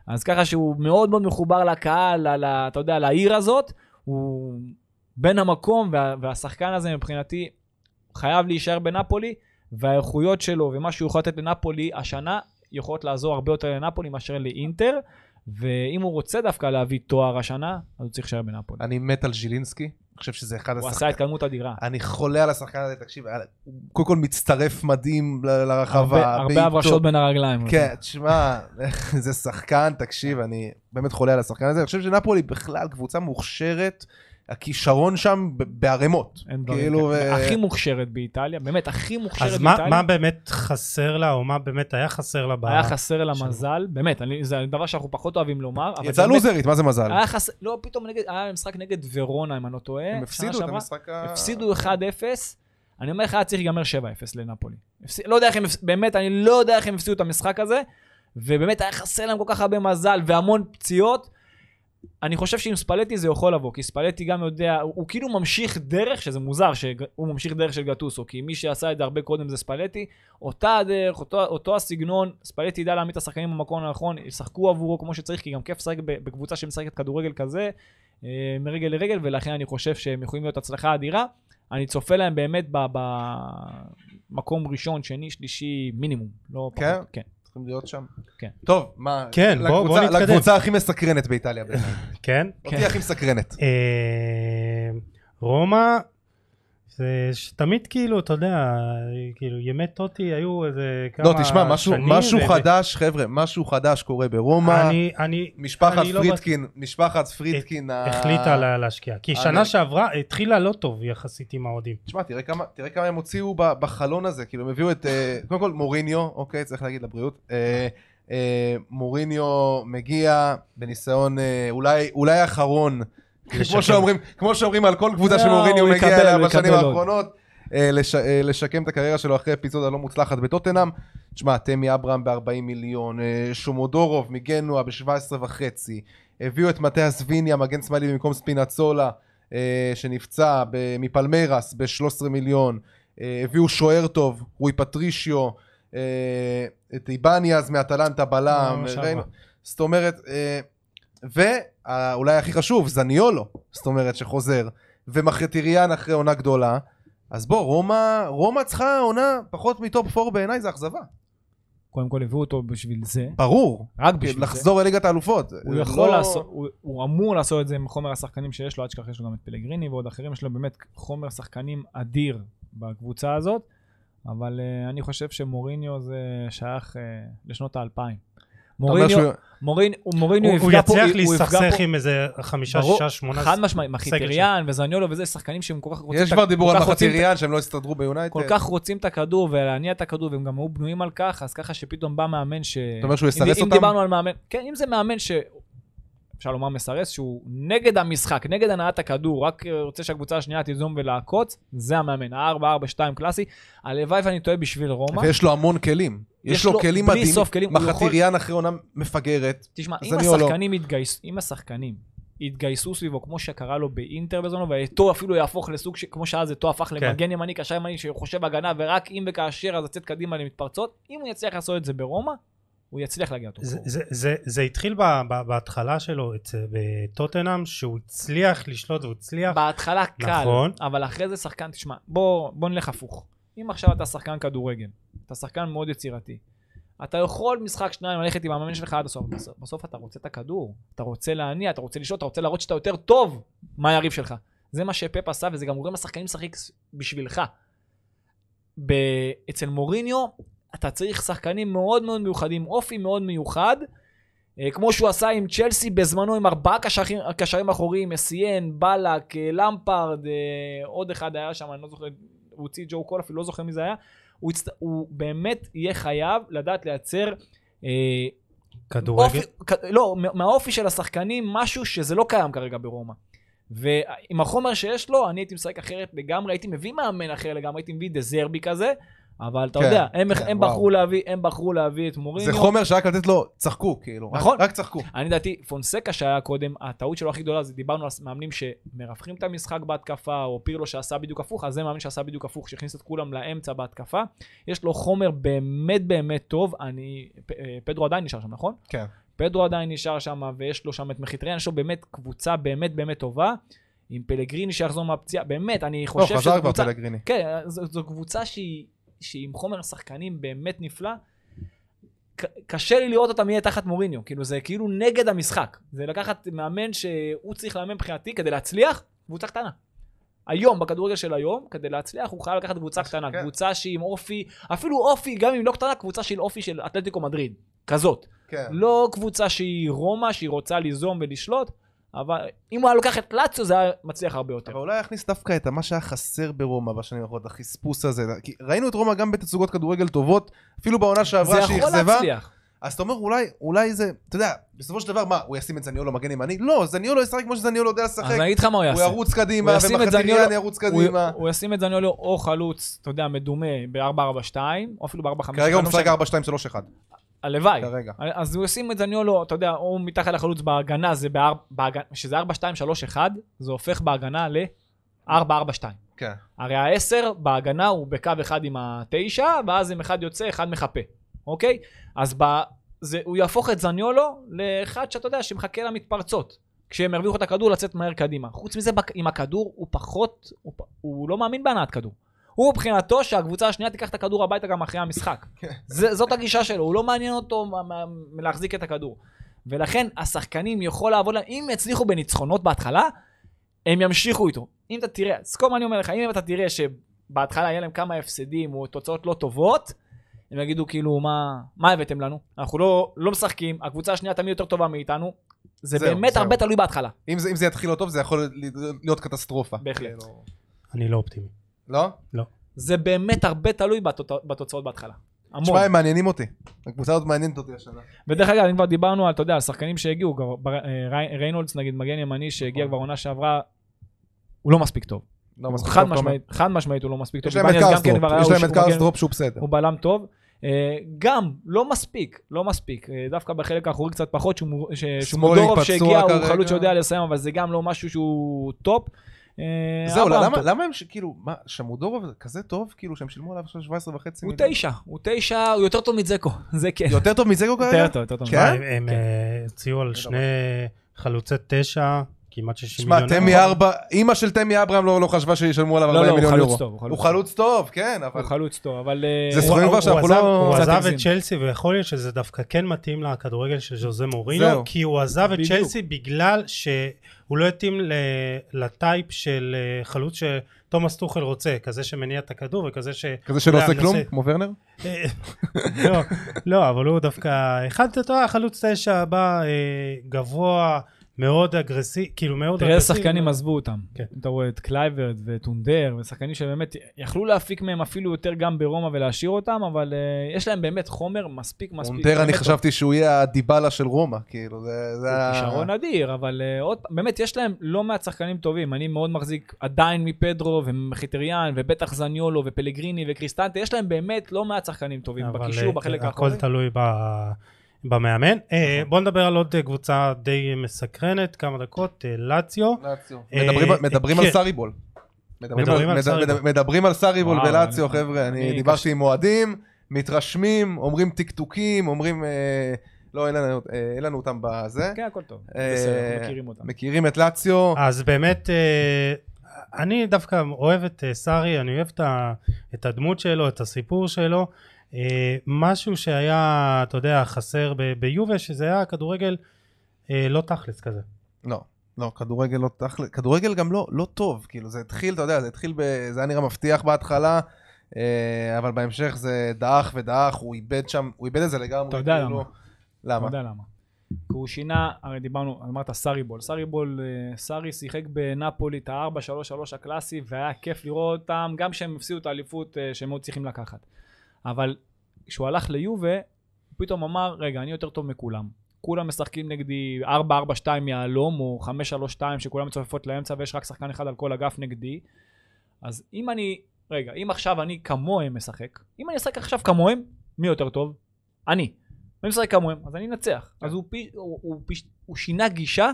Speaker 4: אז ככה שהוא מאוד מאוד מחובר לקהל, ל, ל, אתה יודע, לעיר הזאת, הוא בן המקום, וה, והשחקן הזה מבחינתי חייב להישאר בנפולי, והאיכויות שלו ומה שהוא יכול לתת לנפולי השנה, יכולות לעזור הרבה יותר לנפולי מאשר לאינטר, ואם הוא רוצה דווקא להביא תואר השנה, אז הוא צריך להישאר בנפולי.
Speaker 3: אני מת על ז'ילינסקי, אני חושב שזה אחד
Speaker 4: הוא
Speaker 3: השחקנים.
Speaker 4: עשה התקדמות אדירה.
Speaker 3: אני חולה על השחקן הזה, תקשיב, על- הוא קודם כל מצטרף מדהים ל- לרחבה.
Speaker 4: הרבה הרבה
Speaker 3: בעיטות.
Speaker 4: הברשות בין הרגליים.
Speaker 3: כן, תשמע, זה שחקן, תקשיב, אני באמת חולה על השחקן הזה. אני חושב שנפולי בכלל קבוצה מוכשרת, הכישרון שם ב- בערימות.
Speaker 4: אין דברים
Speaker 3: כאילו,
Speaker 4: כאלה.
Speaker 3: ו-
Speaker 4: הכי מוכשרת באיטליה, באמת, הכי מוכשרת
Speaker 1: אז מה-
Speaker 4: באיטליה.
Speaker 1: מה באמת חסר לה, או מה באמת היה חסר לה ב...
Speaker 4: היה חסר לה מזל, באמת, אני- זה דבר שאנחנו פחות אוהבים לומר, אבל
Speaker 3: יצאה
Speaker 4: באמת,
Speaker 3: לוזרית, מה זה מזל?
Speaker 4: היה חסר, לא, פתאום נגד, היה להם משחק נגד ורונה, אם אני לא טועה,
Speaker 3: הם
Speaker 4: שנה
Speaker 3: הפסידו את
Speaker 4: שעברה.
Speaker 3: המשחק ה...
Speaker 4: הפסידו 1-0, אני אומר לך, היה צריך להיגמר 7-0 לנפולי. הפס- לא יודע איך הם, הפס- באמת, אני לא יודע איך הם הפסידו את המשחק הזה, ובאמת היה חסר להם כל כך הרבה מזל והמון פציעות. אני חושב שעם ספלטי זה יכול לבוא, כי ספלטי גם יודע, הוא, הוא כאילו ממשיך דרך, שזה מוזר שהוא ממשיך דרך של גטוסו, כי מי שעשה את זה הרבה קודם זה ספלטי, אותה הדרך, אותו, אותו הסגנון, ספלטי ידע להעמיד את השחקנים במקום הנכון, ישחקו עבורו כמו שצריך, כי גם כיף לשחק ב- בקבוצה שמשחקת כדורגל כזה, אה, מרגל לרגל, ולכן אני חושב שהם יכולים להיות הצלחה אדירה. אני צופה להם באמת במקום ראשון, שני, שלישי, מינימום. לא
Speaker 3: כן?
Speaker 4: פחות, כן.
Speaker 3: צריכים להיות שם.
Speaker 4: כן.
Speaker 3: טוב, מה...
Speaker 1: כן, בוא- בוא
Speaker 3: לקבוצה-
Speaker 1: נתקדם.
Speaker 3: לקבוצה הכי מסקרנת באיטליה בעיניי.
Speaker 1: כן?
Speaker 3: אותי הכי מסקרנת.
Speaker 1: אה, רומא, זה שתמיד כאילו, אתה יודע, כאילו ימי טוטי היו איזה כמה
Speaker 3: לא, תשמע, משהו-
Speaker 1: שנים,
Speaker 3: משהו
Speaker 1: ו-
Speaker 3: חדש, חבר'ה, משהו חדש קורה ברומא.
Speaker 1: אני, אני
Speaker 3: משפחת
Speaker 1: אני לא
Speaker 3: פרידקין, משפחת פרידקין...
Speaker 4: אה,
Speaker 3: ה-
Speaker 1: החליטה לה- להשקיע. כי
Speaker 3: אה, אני-
Speaker 1: שנה שעברה התחילה לא טוב יחסית עם האוהדים.
Speaker 3: תשמע, תראה כמה, תראה כמה הם הוציאו ב- בחלון הזה, כאילו הם הביאו את, אה, קודם כל מוריניו, אוקיי, צריך להגיד לבריאות, אה, אה, מוריניו מגיע בניסיון אה, אולי, אולי אחרון, כאילו,
Speaker 1: לשקם.
Speaker 3: כמו שאומרים, כמו שאומרים על כל קבוצה
Speaker 4: לא,
Speaker 3: שמוריניו
Speaker 4: הוא
Speaker 3: מגיע
Speaker 4: יקבל,
Speaker 3: אליה
Speaker 4: הוא
Speaker 3: בשנים
Speaker 4: יקבל עוד.
Speaker 3: האחרונות, אה, לש- אה, לשקם את הקריירה שלו אחרי אפיזודה לא מוצלחת בטוטנאם. תשמע, תמי אברהם ב-40 מיליון, אה, שומודורוב מגנוע ב-17 וחצי, הביאו את מתיאס ויניה, מגן שמאלי במקום ספינצולה, אה, שנפצע ב- מפלמרס ב-13 מיליון, אה, הביאו שוער טוב, רוי פטרישיו, אה, את איבניאז מאטלנטה בלם,
Speaker 4: מה שעברה.
Speaker 3: ראינו- זאת אומרת, אה, ואולי הכי חשוב, זניולו, זאת אומרת, שחוזר, ומחטיריאן אחרי עונה גדולה, אז בוא, רומא, רומא צריכה עונה פחות מטופ 4 בעיניי, זה אכזבה.
Speaker 4: קודם כל הביאו אותו בשביל זה,
Speaker 3: ברור. כן,
Speaker 4: רק בשביל זה.
Speaker 3: לחזור לליגת האלופות.
Speaker 4: הוא
Speaker 3: זה
Speaker 4: יכול
Speaker 3: לא-
Speaker 4: לעשות, הוא- הוא אמור לעשות את זה עם חומר השחקנים שיש לו, עד שכח יש לו גם את פלגריני ועוד אחרים, יש לו באמת חומר שחקנים אדיר בקבוצה הזאת, אבל אה, אני חושב שמוריניו זה שייך אה, לשנות האלפיים.
Speaker 3: אתה אומר
Speaker 4: מוריניו,
Speaker 3: שהוא-
Speaker 4: מורין- הוא- מוריניו
Speaker 1: הוא הוא
Speaker 4: יפגע פה,
Speaker 1: יצליח
Speaker 4: הוא יפגע
Speaker 1: להסתכסך
Speaker 4: פה-
Speaker 1: עם איזה חמישה,
Speaker 4: ברור,
Speaker 1: שישה, שמונה...
Speaker 4: חד משמעית,
Speaker 1: סגל
Speaker 4: מחיטריאן וזניולו וזה, שחקנים שהם כל כך רוצים...
Speaker 3: יש
Speaker 4: את ה-
Speaker 3: כבר דיבור
Speaker 4: כל
Speaker 3: על
Speaker 4: כך רוצים את-
Speaker 3: מחטיריאן שהם לא הסתדרו ביונייטד.
Speaker 4: כל כך רוצים את הכדור ולהניע את הכדור, והם גם היו בנויים על כך, אז ככה שפתאום בא מאמן ש...
Speaker 3: אתה אומר שהוא
Speaker 4: אם-
Speaker 3: יסרס
Speaker 4: אם
Speaker 3: אותם?
Speaker 4: דיברנו על מאמן, כן, אם זה מאמן ש... אפשר לומר מסרס, שהוא נגד המשחק, נגד הנעת הכדור, רק אה, רוצה שהקבוצה השנייה תיזום ולעקוץ, זה המאמן, ה-4-4-2 קלאסי. הלוואי ואני טועה בשביל רומא.
Speaker 3: ויש לו המון כלים. יש
Speaker 4: יש
Speaker 3: לו
Speaker 4: לו
Speaker 3: כלים
Speaker 4: בלי
Speaker 3: מדהימים.
Speaker 4: סוף כלים, הוא יכול-
Speaker 3: מחטיריאן אחרי עונה מפגרת.
Speaker 4: תשמע,
Speaker 3: אז
Speaker 4: אם
Speaker 3: אני או לא?
Speaker 4: השחקנים, יתגייס, אם השחקנים יתגייסו סביבו, כמו שקרה לו באינטר בזמנו, ואתו אפילו יהפוך לסוג, ש... כמו שאז אתו הפך
Speaker 1: כן.
Speaker 4: למגן ימני, קשר ימני שחושב הגנה, ורק אם וכאשר אז לצאת קדימה למתפרצות, אם הוא יצליח לעשות את זה ברומא, הוא יצליח להגיע אותו.
Speaker 1: זה, זה, זה, זה התחיל ב, ב, בהתחלה שלו אצל- בטוטנאם, שהוא הצליח לשלוט והוא הצליח.
Speaker 4: בהתחלה קל,
Speaker 1: נכון.
Speaker 4: אבל אחרי זה שחקן, תשמע, בוא, בוא נלך הפוך. אם עכשיו אתה שחקן כדורגל, אתה שחקן מאוד יצירתי, אתה יכול משחק שניים ללכת עם המאמן שלך עד הסוף, בסוף, בסוף אתה רוצה את הכדור, אתה רוצה להניע, אתה רוצה לשלוט, אתה רוצה להראות שאתה יותר טוב מהיריב שלך. זה מה שפפ עשה, וזה גם גורם לשחקנים לשחק ס- בשבילך. ב... אצל מוריניו, אתה צריך שחקנים מאוד מאוד מיוחדים, אופי מאוד מיוחד, אה, כמו שהוא עשה עם צ'לסי בזמנו, עם ארבעה קשרים, קשרים אחוריים, אסיאן, בלק, אה, למפרד, אה, עוד אחד היה שם, אני לא זוכר, הוא הוציא את ג'ו קול, אפילו לא זוכר מי זה היה. הוא, הצט... הוא באמת יהיה חייב לדעת לייצר אה,
Speaker 1: כדורגל.
Speaker 4: אופי, כ- לא, מה- מהאופי של השחקנים, משהו שזה לא קיים כרגע ברומא. ועם החומר שיש לו, אני הייתי משחק אחרת לגמרי, הייתי מביא מאמן אחר לגמרי, הייתי מביא דזרבי כזה, אבל אתה
Speaker 3: כן,
Speaker 4: יודע, הם,
Speaker 3: כן,
Speaker 4: הם,
Speaker 3: וואו.
Speaker 4: בחרו להביא, הם בחרו להביא את
Speaker 3: זה
Speaker 4: מוריניו.
Speaker 3: חומר שרק לתת לו, צחקו כאילו. רק-
Speaker 4: נכון.
Speaker 3: רק צחקו.
Speaker 4: אני לדעתי, פונסקה שהיה קודם, הטעות שלו הכי גדולה זה דיברנו על מאמנים שמרווחים את המשחק בהתקפה, או פירלו שעשה בדיוק הפוך, אז זה מאמן שעשה בדיוק הפוך, שהכניס את כולם לאמצע בהתקפה. יש לו חומר באמת באמת טוב, אני... פ- אה, פדרו עדיין נשאר שם, נכון?
Speaker 3: כן.
Speaker 4: פדרו עדיין נשאר שם, ויש לו שם את מחיטריאן, יש לו באמת קבוצה באמת באמת טובה, עם פלגריני שיחזור מהפציעה, באמת, אני
Speaker 3: לא,
Speaker 4: חושב
Speaker 3: חזר
Speaker 4: שזו
Speaker 3: כבר
Speaker 4: קבוצה...
Speaker 3: פלגריני.
Speaker 4: כן, זו, זו קבוצה שהיא, שהיא עם חומר שחקנים באמת נפלא. ק- קשה לי לראות אותה מי תחת מוריניו, כאילו זה כאילו נגד המשחק. זה לקחת מאמן שהוא צריך לאמן מבחינתי כדי להצליח, קבוצה קטנה. היום, בכדורגל של היום, כדי להצליח, הוא חייב לקחת קבוצה קטנה,
Speaker 3: כן.
Speaker 4: קבוצה שהיא עם אופי, אפילו אופי, גם אם לא קטנה, קבוצה שהיא אופי של אתלטיקו מדריד, כזאת.
Speaker 3: כן.
Speaker 4: לא קבוצה שהיא רומא, שהיא רוצה ליזום ולשלוט, אבל אם הוא היה לוקח את לאציו זה היה מצליח הרבה יותר.
Speaker 3: אבל אולי יכניס דווקא את מה שהיה חסר ברומא בשנים האחרונות, החספוס הזה. כי ראינו את רומא גם בתצוגות כדורגל טובות, אפילו בעונה
Speaker 4: זה
Speaker 3: שעברה
Speaker 4: יכול
Speaker 3: שאכזבה.
Speaker 4: להצליח.
Speaker 3: אז אתה אומר, אולי, אולי זה, אתה יודע, בסופו של דבר, מה, הוא ישים את זניולו מגן ימני? לא, זניולו ישחק כמו שזניולו יודע
Speaker 4: אז
Speaker 3: לשחק.
Speaker 4: אני אגיד לך מה הוא
Speaker 3: הוא
Speaker 4: יעשה.
Speaker 3: ירוץ קדימה,
Speaker 4: הוא ישים את
Speaker 3: ומחטיריאן
Speaker 4: זניולו-
Speaker 3: ירוץ
Speaker 4: הוא,
Speaker 3: קדימה.
Speaker 4: הוא ישים את זניולו או חלוץ, אתה יודע, מדומה ב-442, או אפילו ב-452.
Speaker 3: כרגע הוא משחק 4, 2, 3, 1.
Speaker 4: לא הלוואי.
Speaker 3: כרגע.
Speaker 4: אז הוא ישים את זניולו, אתה יודע, או מתחת לחלוץ בהגנה, זה באר- בהגנה, שזה 4231, זה הופך בהגנה ל-442.
Speaker 3: כן.
Speaker 4: הרי ה-10 בהגנה הוא בקו אחד עם ה-9, ואז אם אחד יוצא, אחד מחפה, אוקיי? אז ב... זה, הוא יהפוך את זניולו לאחד שאתה יודע, שמחכה למתפרצות. כשהם ירוויחו את הכדור, לצאת מהר קדימה. חוץ מזה, בק- עם הכדור, הוא פחות, הוא, פ- הוא לא מאמין בהנעת כדור. הוא מבחינתו שהקבוצה השנייה תיקח את הכדור הביתה גם אחרי המשחק. זה, זאת הגישה שלו, הוא לא מעניין אותו מה- מה- מלהחזיק את הכדור. ולכן השחקנים יכול לעבוד להם, אם יצליחו בניצחונות בהתחלה, הם ימשיכו איתו. אם אתה תראה, סקום אני אומר לך, אם אתה תראה שבהתחלה היה להם כמה הפסדים או תוצאות לא טובות, הם יגידו כאילו, מה, מה הבאתם לנו? אנחנו לא, לא משחקים, הקבוצה השנייה תמיד יותר טובה מאיתנו. זה
Speaker 3: זהו,
Speaker 4: זהו, באמת
Speaker 3: זהו.
Speaker 4: זהו. הרבה תלוי בהתחלה,
Speaker 3: אם זה, אם זה יתחיל לא טוב, זה יכול להיות קטסטרופה. כאילו.
Speaker 4: בהחלט.
Speaker 1: אני לא אופטימי.
Speaker 3: לא?
Speaker 4: זה באמת הרבה תלוי בתוצא, בתוצאות בהתחלה. המון.
Speaker 3: תשמע, הם מעניינים אותי. הקבוצה הזאת מעניינת אותי השנה.
Speaker 4: ודרך אגב, אם כבר דיברנו על, אתה יודע, על שחקנים שהגיעו, כבר, בר- אה, רי- ריינולדס נגיד, מגן ימני שהגיע
Speaker 3: נכון.
Speaker 4: כבר עונה שעברה, הוא לא מספיק טוב.
Speaker 3: לא, מספיק
Speaker 4: חד
Speaker 3: טוב, תומר.
Speaker 4: משמעית, חד משמעית הוא לא מספיק טוב.
Speaker 3: יש להם את
Speaker 4: איבניאס גם כן כבר
Speaker 3: קרסטרופ,
Speaker 4: היה,
Speaker 3: יש
Speaker 4: הוא-
Speaker 3: להם את
Speaker 4: הוא מגן-
Speaker 3: קרסטרופ שהוא בסדר.
Speaker 4: הוא בלם טוב. אה, גם, לא מספיק, לא מספיק. אה, דווקא בחלק האחורי קצת פחות, שהוא מו- ש- שמודורוב
Speaker 3: פצוע
Speaker 4: שהגיע, הוא
Speaker 3: כרגע.
Speaker 4: חלוץ שיודע לסיים, אבל זה גם לא משהו שהוא טופ. אה,
Speaker 3: זהו,
Speaker 4: אברהם
Speaker 3: למה-
Speaker 4: טוב.
Speaker 3: למה הם, ש- כאילו, מה, שמודורוב זה כזה טוב, כאילו, שהם שילמו עליו עכשיו 17 וחצי
Speaker 4: הוא
Speaker 3: מיליון?
Speaker 4: תשע, הוא תשע, הוא יותר טוב מזקו, זה כן.
Speaker 3: יותר טוב כן. מזגו כרגע?
Speaker 4: יותר טוב, יותר טוב.
Speaker 3: כן?
Speaker 1: הם הם, אה, הוציאו על שני חלוצי תשע כמעט 60
Speaker 3: שמע,
Speaker 1: מיליון.
Speaker 3: תמי ארבע, אימא של תמי אברהם לא לא חשבה שישלמו עליו
Speaker 5: לא, לא,
Speaker 3: 40
Speaker 5: הוא
Speaker 3: מיליון
Speaker 5: חלוץ
Speaker 3: יורו.
Speaker 5: טוב, הוא חלוץ
Speaker 3: הוא חלוץ טוב, כן, אבל...
Speaker 5: הוא חלוץ טוב, אבל... אה,
Speaker 3: זה
Speaker 5: הוא-
Speaker 3: סכומים
Speaker 5: הוא-
Speaker 3: כבר שאנחנו
Speaker 5: הוא עזב-
Speaker 3: לא-
Speaker 1: הוא
Speaker 5: קצת
Speaker 1: עזב את
Speaker 5: הגזים.
Speaker 1: צ'לסי, ויכול להיות שזה דווקא כן מתאים לכדורגל של ז'וזה מורינו,
Speaker 3: זהו.
Speaker 1: כי הוא עזב את
Speaker 5: בדיוק.
Speaker 1: צ'לסי בגלל שהוא לא התאים ל- לטייפ של אה, חלוץ שתומאס טוחל רוצה, כזה שמניע את הכדור וכזה ש...
Speaker 3: כזה
Speaker 1: אתה
Speaker 3: שלא
Speaker 1: יודע,
Speaker 3: עושה כלום,
Speaker 1: מנסה-
Speaker 3: כמו ורנר?
Speaker 1: אה, לא, לא, אבל הוא דווקא, אחד, אתה יודע, חלוץ תשע בא אה, גבוה, מאוד אגרסיבי, כאילו מאוד
Speaker 4: תראה איזה שחקנים עזבו אותם.
Speaker 1: כן.
Speaker 4: אם אתה רואה את קלייברד וטונדר, ושחקנים שבאמת יכלו להפיק מהם אפילו יותר גם ברומא ולהשאיר אותם, אבל אה, יש להם באמת חומר מספיק מספיק.
Speaker 3: אונטר, אני
Speaker 4: באמת
Speaker 3: חשבתי שהוא יהיה הדיבלה של רומא, כאילו, זה... זה ה-
Speaker 4: הוא כישרון אדיר, אבל אה, עוד פעם, באמת, יש להם לא מעט שחקנים טובים. אני מאוד מחזיק עדיין מפדרו ומחיטריאן, ובטח זניולו ופלגריני וקריסטנטה, יש להם באמת לא מעט שחקנים טובים
Speaker 1: אבל,
Speaker 4: בקישור,
Speaker 1: אה,
Speaker 4: בחלק
Speaker 1: הכל
Speaker 4: האחורי. נכון.
Speaker 1: תלוי ב- במאמן. אה, בוא נדבר על עוד אה, קבוצה די מסקרנת, כמה דקות, אה, לאציו.
Speaker 4: נכון.
Speaker 3: מדברים-
Speaker 1: אה,
Speaker 3: מדברים על
Speaker 1: כן.
Speaker 3: סאריבול. מדברים
Speaker 1: מדברים
Speaker 3: על-
Speaker 1: על
Speaker 3: מד-
Speaker 1: סאריבול.
Speaker 3: מד- מדברים על סאריבול
Speaker 4: וואו,
Speaker 3: ולאציו,
Speaker 4: אני-
Speaker 3: חבר'ה, אני
Speaker 4: אני
Speaker 3: דיברתי
Speaker 4: קשה.
Speaker 3: עם אוהדים, מתרשמים, אומרים טקטוקים, אומרים... אה, לא, אין לנו- אה, אין לנו אותם בזה.
Speaker 4: כן, הכל טוב.
Speaker 3: אה,
Speaker 4: בסדר, אנחנו מכירים אותם.
Speaker 3: מכירים את לאציו.
Speaker 1: אז באמת, אה, אני דווקא אוהב את אה, סארי, אני אוהב את ה- את הדמות שלו, את הסיפור שלו. אה, משהו שהיה, אתה יודע, חסר ב- ביובה, שזה היה כדורגל אה, לא תכלס כזה.
Speaker 3: לא, לא, כדורגל לא תכל'ס, כדורגל גם לא, לא טוב, כאילו זה התחיל, אתה יודע, זה התחיל, ב, זה היה נראה מבטיח בהתחלה, אה, אבל בהמשך זה דעך ודעך, הוא איבד שם, הוא איבד את זה לגמרי, כאילו.
Speaker 4: אתה יודע למה.
Speaker 3: למה?
Speaker 4: אתה יודע למה. כי הוא שינה, הרי דיברנו, אמרת סאריבול. סאריבול, אה, סארי שיחק בנפולי את ה-4-3-3 הקלאסי, והיה כיף לראות אותם, גם כשהם הפסידו את האליפות אה, שהם מאוד צריכים לקחת. אבל כשהוא הלך ליובה, הוא פתאום אמר, רגע, אני יותר טוב מכולם. כולם משחקים נגדי 4-4-2 יהלום, או 5-3-2 שכולם מצופפות לאמצע ויש רק שחקן אחד על כל אגף נגדי. אז אם אני, רגע, אם עכשיו אני כמוהם משחק, אם אני אשחק עכשיו כמוהם, מי יותר טוב? אני. אני משחק כמוהם, אז אני אנצח. אז הוא, פי, הוא, הוא, פי, הוא שינה גישה,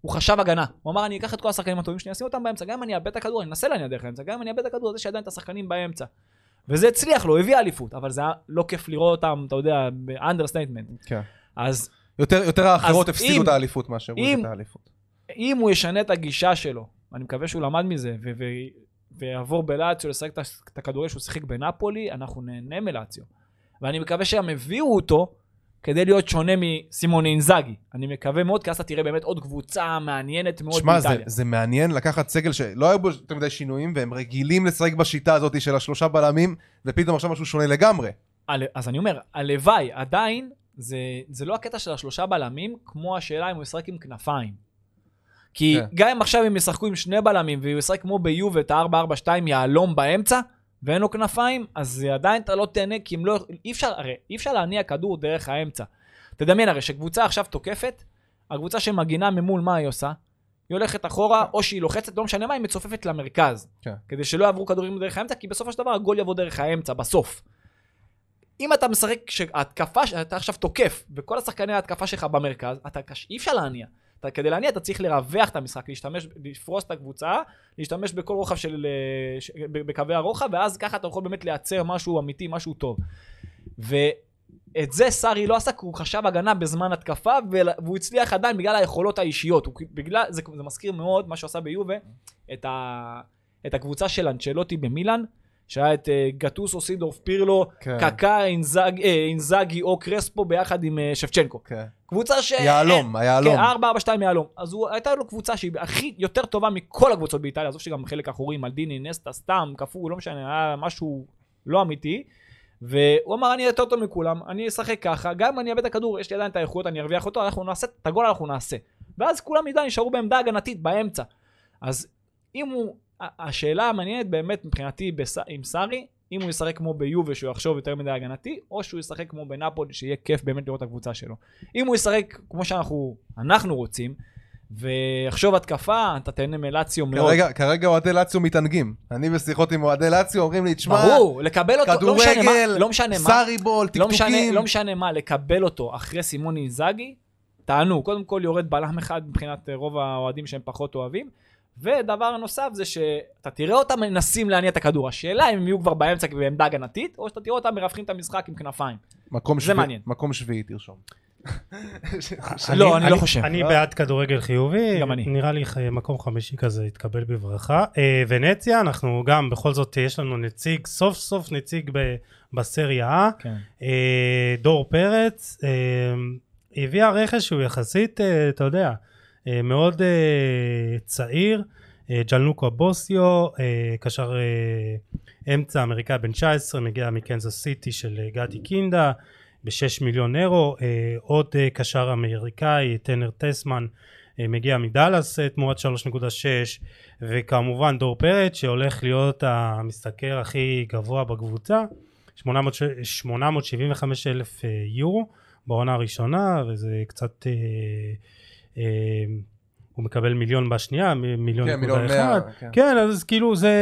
Speaker 4: הוא חשב הגנה. הוא אמר, אני אקח את כל השחקנים הטובים שלי, אשים אותם באמצע, גם אם אני אאבד את הכדור, אני אנסה להניע דרך האמצע, גם אם אני אאבד את הכדור, אז יש עדיין את השחקנים באמצע. וזה הצליח לו, הביא אליפות, אבל זה היה לא כיף לראות אותם, אתה יודע, באנדרסטייטמנט.
Speaker 3: כן.
Speaker 4: אז
Speaker 3: יותר, יותר האחרות
Speaker 4: אז
Speaker 3: הפסידו
Speaker 4: אם-
Speaker 3: את האליפות מאשר הוא
Speaker 4: אם-
Speaker 3: הביא את האליפות.
Speaker 4: אם הוא ישנה את הגישה שלו, אני מקווה שהוא למד מזה, ו- ו- ויעבור בלאציו לשחק את הש- את הכדורגל שהוא שיחק בנפולי, אנחנו נהנה מלאציו. ואני מקווה שהם הביאו אותו כדי להיות שונה מסימון אינזאגי. אני מקווה מאוד, כי אז אתה תראה באמת עוד קבוצה מעניינת מאוד
Speaker 3: שמע, זה,
Speaker 4: באיטליה.
Speaker 3: זה מעניין לקחת סגל שלא היו בו יותר מדי שינויים, והם רגילים לשחק בשיטה הזאת של השלושה בלמים, ופתאום עכשיו משהו שונה לגמרי.
Speaker 4: על- אז אני אומר, הלוואי, עדיין, זה, זה לא הקטע של השלושה בלמים, כמו השאלה אם הוא ישחק עם כנפיים. כי
Speaker 3: כן.
Speaker 4: גם אם עכשיו הם ישחקו עם שני בלמים, והוא ישחק כמו ביוב את ה-4-4-2 יהלום באמצע, ואין לו כנפיים, אז זה עדיין אתה לא תהנה, כי אם לא... אי אפשר, הרי אי אפשר להניע כדור דרך האמצע. תדמיין הרי שקבוצה עכשיו תוקפת, הקבוצה שמגינה ממול, מה היא עושה? היא הולכת אחורה, או שהיא לוחצת, לא משנה מה, היא מצופפת למרכז.
Speaker 3: כן.
Speaker 4: כדי שלא יעברו כדורים דרך האמצע, כי בסופו של דבר הגול יבוא דרך האמצע, בסוף. אם אתה משחק, כשההתקפה, שאתה עכשיו תוקף, וכל השחקני ההתקפה שלך במרכז, אתה קש... אי אפשר להניע. אתה, כדי להניע אתה צריך לרווח את המשחק, להשתמש, לפרוס את הקבוצה, להשתמש בכל רוחב של... אה, ש... ב- בקווי הרוחב, ואז ככה אתה יכול באמת לייצר משהו אמיתי, משהו טוב. ואת זה סארי לא עשה, כי הוא חשב הגנה בזמן התקפה, ול- והוא הצליח עדיין בגלל היכולות האישיות. הוא... כ- בגלל... זה, זה מזכיר מאוד מה שהוא עשה ביובה, את, ה... את הקבוצה של אנצ'לוטי במילאן, שהיה את אה, גטוסו, סידורף, פירלו,
Speaker 3: כן.
Speaker 4: קקה, אינזאג- אה, אינזאגי או קרספו ביחד עם אה, שפצ'נקו.
Speaker 3: כן.
Speaker 4: קבוצה ש...
Speaker 3: יהלום,
Speaker 4: כן,
Speaker 3: היהלום.
Speaker 4: 4, 4, 2 יהלום. אז הוא, הייתה לו קבוצה שהיא הכי יותר טובה מכל הקבוצות באיטליה, עזוב שגם חלק האחורי, מלדיני, נסטה, סתם, קפוא, לא משנה, היה משהו לא אמיתי. והוא אמר, אני יותר טוב מכולם, אני אשחק ככה, גם אם אני אאבד את הכדור, יש לי עדיין את האיכות, אני ארוויח אותו, אנחנו נעשה את הגול, אנחנו נעשה. ואז כולם עדיין נשארו בעמדה הגנתית, באמצע. אז אם הוא, ה- השאלה המעניינת באמת מבחינתי בס, עם סארי, אם הוא ישחק כמו ביובה שהוא יחשוב יותר מדי הגנתי, או שהוא ישחק כמו בנפולי, שיהיה כיף באמת לראות את הקבוצה שלו. אם הוא ישחק כמו שאנחנו אנחנו רוצים, ויחשוב התקפה, אתה תהנה מלאציו מאוד.
Speaker 3: כרגע- כרגע אוהדי לאציו מתענגים. אני בשיחות עם אוהדי לאציו אומרים לי, תשמע,
Speaker 4: ברור, לקבל אותו, לא משנה מה,
Speaker 3: כדורגל,
Speaker 4: לא משנה מה,
Speaker 3: סאריבול,
Speaker 4: לא משנה,
Speaker 3: טקטוקים.
Speaker 4: לא משנה מה, לקבל אותו אחרי סימון איזאגי, טענו, קודם כל יורד בלם אחד מבחינת אה, רוב האוהדים שהם פחות אוהבים, ודבר נוסף זה שאתה תראה אותם מנסים להניע את הכדור, השאלה אם הם יהיו כבר באמצע בעמדה הגנתית, או שאתה תראה אותם מרווחים את המשחק עם כנפיים.
Speaker 3: מקום
Speaker 4: זה
Speaker 3: שביעי-
Speaker 4: מעניין.
Speaker 3: מקום שביעי, תרשום.
Speaker 4: לא, אני לא חושב.
Speaker 1: אני בעד כדורגל חיובי,
Speaker 4: גם אני.
Speaker 1: נראה לי ח- מקום חמישי כזה יתקבל בברכה. אה, ונציה, אנחנו גם, בכל זאת, אה, יש לנו נציג, סוף סוף נציג ב- בסריה A.
Speaker 4: כן.
Speaker 1: אה, דור פרץ אה, הביאה רכש שהוא יחסית, אה, אתה יודע, אה, מאוד אה, צעיר, אה, ג'לנוקו בוסיו, אה, קשר אה, אמצע אמריקאי בן 19, מגיע מקנזס סיטי של אה, גדי קינדה ב-6 מיליון אירו, אה, עוד אה, קשר אמריקאי, טנר טסמן, אה, מגיע מדאלאס אה, תמורת 3.6 וכמובן דור פרץ שהולך להיות המשתכר הכי גבוה בקבוצה 800 875 אלף אה, יורו בעונה הראשונה, וזה קצת... אה, אה, הוא מקבל מיליון בשנייה, מ- מיליון
Speaker 3: כן,
Speaker 1: נקודה
Speaker 3: מיליון
Speaker 1: אחד.
Speaker 3: מאה. כן.
Speaker 1: כן, אז כאילו זה...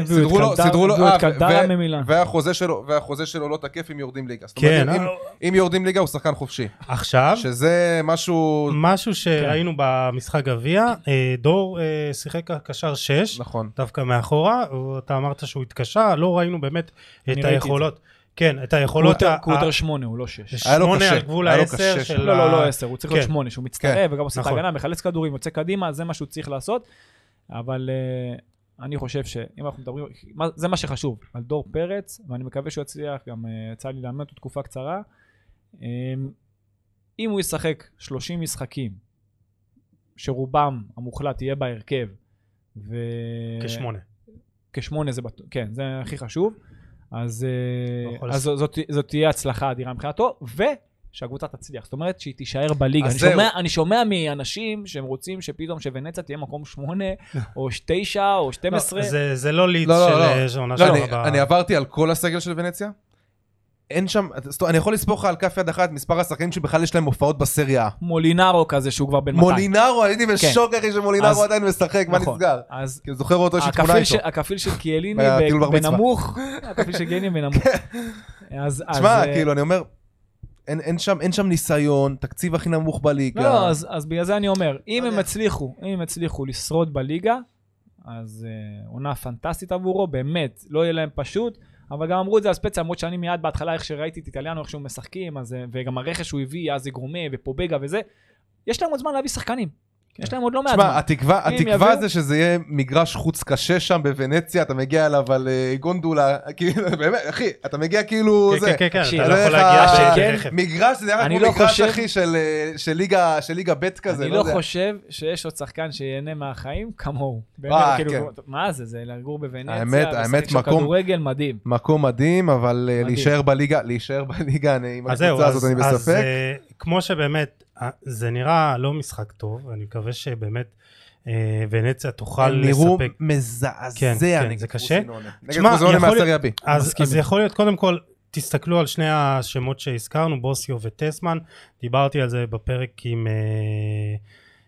Speaker 4: הביאו את
Speaker 3: סידרו לו,
Speaker 4: קנטרה-
Speaker 3: סידרו לו,
Speaker 4: הביאו את
Speaker 3: אה, ו-
Speaker 4: קנטרה
Speaker 3: ו-
Speaker 4: ממילאן.
Speaker 3: והחוזה שלו, והחוזה שלו לא תקף אם יורדים ליגה. זאת
Speaker 1: כן, אה,
Speaker 3: אומרת, אם- אם יורדים ליגה הוא שחקן חופשי.
Speaker 1: עכשיו,
Speaker 3: שזה כן. משהו...
Speaker 1: משהו שראינו במשחק גביע, אה, דור אה, שיחק קשר 6,
Speaker 3: נכון.
Speaker 1: דווקא מאחורה, הוא- אתה אמרת שהוא התקשה, לא ראינו באמת
Speaker 4: ראיתי
Speaker 1: את
Speaker 4: את זה.
Speaker 1: היכולות. כן, את היכולות... ה-
Speaker 4: קווטר שמונה, הוא לא שש.
Speaker 3: היה לו
Speaker 1: שמונה
Speaker 3: קשה,
Speaker 1: על גבול
Speaker 3: היה לו
Speaker 1: העשר
Speaker 3: קשה.
Speaker 1: של
Speaker 4: לא, לא, לא
Speaker 1: ה-
Speaker 4: עשר, הוא צריך להיות
Speaker 1: כן.
Speaker 4: שמונה, שהוא
Speaker 3: כן,
Speaker 4: מצטרף וגם עושה את
Speaker 1: נכון.
Speaker 4: ההגנה, מחלץ כדורים, יוצא קדימה, זה מה שהוא צריך לעשות. אבל אה, אני חושב שאם אנחנו מדברים, מה- זה מה שחשוב, על דור פרץ, ואני מקווה שהוא יצליח, גם אה, יצא לי לאמן אותו תקופה קצרה. אה, אם הוא ישחק 30 משחקים, שרובם המוחלט יהיה בהרכב, ו...
Speaker 1: כשמונה.
Speaker 4: כשמונה זה, בטוח- כן, זה הכי חשוב. אז, אה,
Speaker 1: לא יכול
Speaker 4: אז זאת, זאת, זאת תהיה הצלחה אדירה מבחינתו, ושהקבוצה תצליח. זאת אומרת שהיא תישאר בליגה.
Speaker 3: אז
Speaker 4: אני
Speaker 3: זהו.
Speaker 4: שומע, אני שומע מאנשים שהם רוצים שפתאום שוונציה תהיה מקום שמונה, או תשע, או שתים
Speaker 1: לא,
Speaker 4: עשרה.
Speaker 1: זה- זה לא ליד
Speaker 3: לא, לא,
Speaker 1: של
Speaker 3: לא.
Speaker 1: אה, של עונה
Speaker 3: לא,
Speaker 1: שעברה.
Speaker 3: אני- אני עברתי על כל הסגל של ונציה. אין שם, זאת אומרת, אני יכול לספור לך על כף יד אחת את מספר השחקנים שבכלל יש להם הופעות בסריה. A.
Speaker 4: מולינרו כזה שהוא כבר בן 200.
Speaker 3: מולינרו, הייתי בשוק אחי
Speaker 4: כן. אז-
Speaker 3: שמולינרו עדיין משחק, מה
Speaker 4: נכון. אה,
Speaker 3: נסגר?
Speaker 4: אז
Speaker 3: כי זוכר אותו, לא, יש לי תמונה
Speaker 4: הכפיל
Speaker 3: איתו.
Speaker 4: של- הכפיל של קיאליני
Speaker 3: היה כאילו בר מצווה. כן.
Speaker 4: בנמוך, הכפיל של קיאליני בנמוך. אז... אז,
Speaker 3: תשמע,
Speaker 4: אה,
Speaker 3: כאילו, אני אומר, אין- אין שם- אין שם ניסיון, תקציב הכי נמוך בליגה.
Speaker 4: לא, לא, אז, אז בגלל זה אני אומר, אם
Speaker 3: לא
Speaker 4: הם
Speaker 3: יודע.
Speaker 4: הצליחו, אם הם הצליחו לשרוד בליגה, אז אה, עונה פנטסטית עבורו, באמת, לא יהיה להם פשוט, אבל גם אמרו את זה על ספציה, למרות שאני מיד בהתחלה, איך שראיתי את איטליאנו, איך שהם משחקים, אז, אה, וגם הרכש שהוא הביא, אז זה גרומה ופובגה וזה, יש להם עוד זמן להביא שחקנים.
Speaker 3: כן.
Speaker 4: יש להם עוד לא מעט
Speaker 3: תשמע,
Speaker 4: זמן.
Speaker 3: התקווה,
Speaker 4: אם
Speaker 3: התקווה
Speaker 4: יביאו-
Speaker 3: זה שזה יהיה מגרש חוץ קשה שם בוונציה, אתה מגיע אליו על אה, גונדולה, כאילו, באמת, אחי, אתה מגיע כאילו,
Speaker 1: כן,
Speaker 3: זה,
Speaker 1: כן, כן, כן, אתה
Speaker 4: תקשיב,
Speaker 1: לא
Speaker 3: זה
Speaker 1: יכול
Speaker 3: איך
Speaker 1: להגיע
Speaker 3: ה-
Speaker 4: שכן,
Speaker 1: ברכב.
Speaker 3: מגרש, זה נראה
Speaker 4: אני
Speaker 3: כמו
Speaker 4: לא
Speaker 3: מגרש,
Speaker 4: חושב-
Speaker 3: אחי, של, אה, של ליגה- של ליגה ב' כזה,
Speaker 4: אני
Speaker 3: לא
Speaker 4: לא
Speaker 3: יודע.
Speaker 4: חושב שיש עוד שחקן שיהנה מהחיים כמוהו. באמת,
Speaker 3: אה,
Speaker 4: כאילו,
Speaker 3: כן.
Speaker 4: מה זה, זה לגור בוונציה,
Speaker 3: האמת- האמת,
Speaker 4: שם
Speaker 3: מקום-
Speaker 4: כדורגל מדהים.
Speaker 3: מקום מדהים, אבל אה,
Speaker 4: מדהים.
Speaker 3: להישאר בליגה, להישאר בליגה, אני עם
Speaker 1: אז זהו,
Speaker 3: הקבוצה הזאת,
Speaker 1: אז,
Speaker 3: אני
Speaker 1: אז
Speaker 3: בספק.
Speaker 1: אה, כמו שבאמת, אה, זה נראה לא משחק טוב, אני מקווה שבאמת אה, ונציה תוכל
Speaker 3: הם נראו
Speaker 1: לספק. כן,
Speaker 3: מזעזע
Speaker 1: כן,
Speaker 3: נגד
Speaker 1: זה קשה.
Speaker 3: פרוסינונה. נגד
Speaker 1: תשמע,
Speaker 3: פרוסינונה
Speaker 1: יכול
Speaker 3: מהסריה B.
Speaker 1: אז,
Speaker 4: מסכים
Speaker 1: אז יכול להיות, קודם כל, תסתכלו על שני השמות שהזכרנו, בוסיו וטסמן, דיברתי על זה בפרק עם... אה,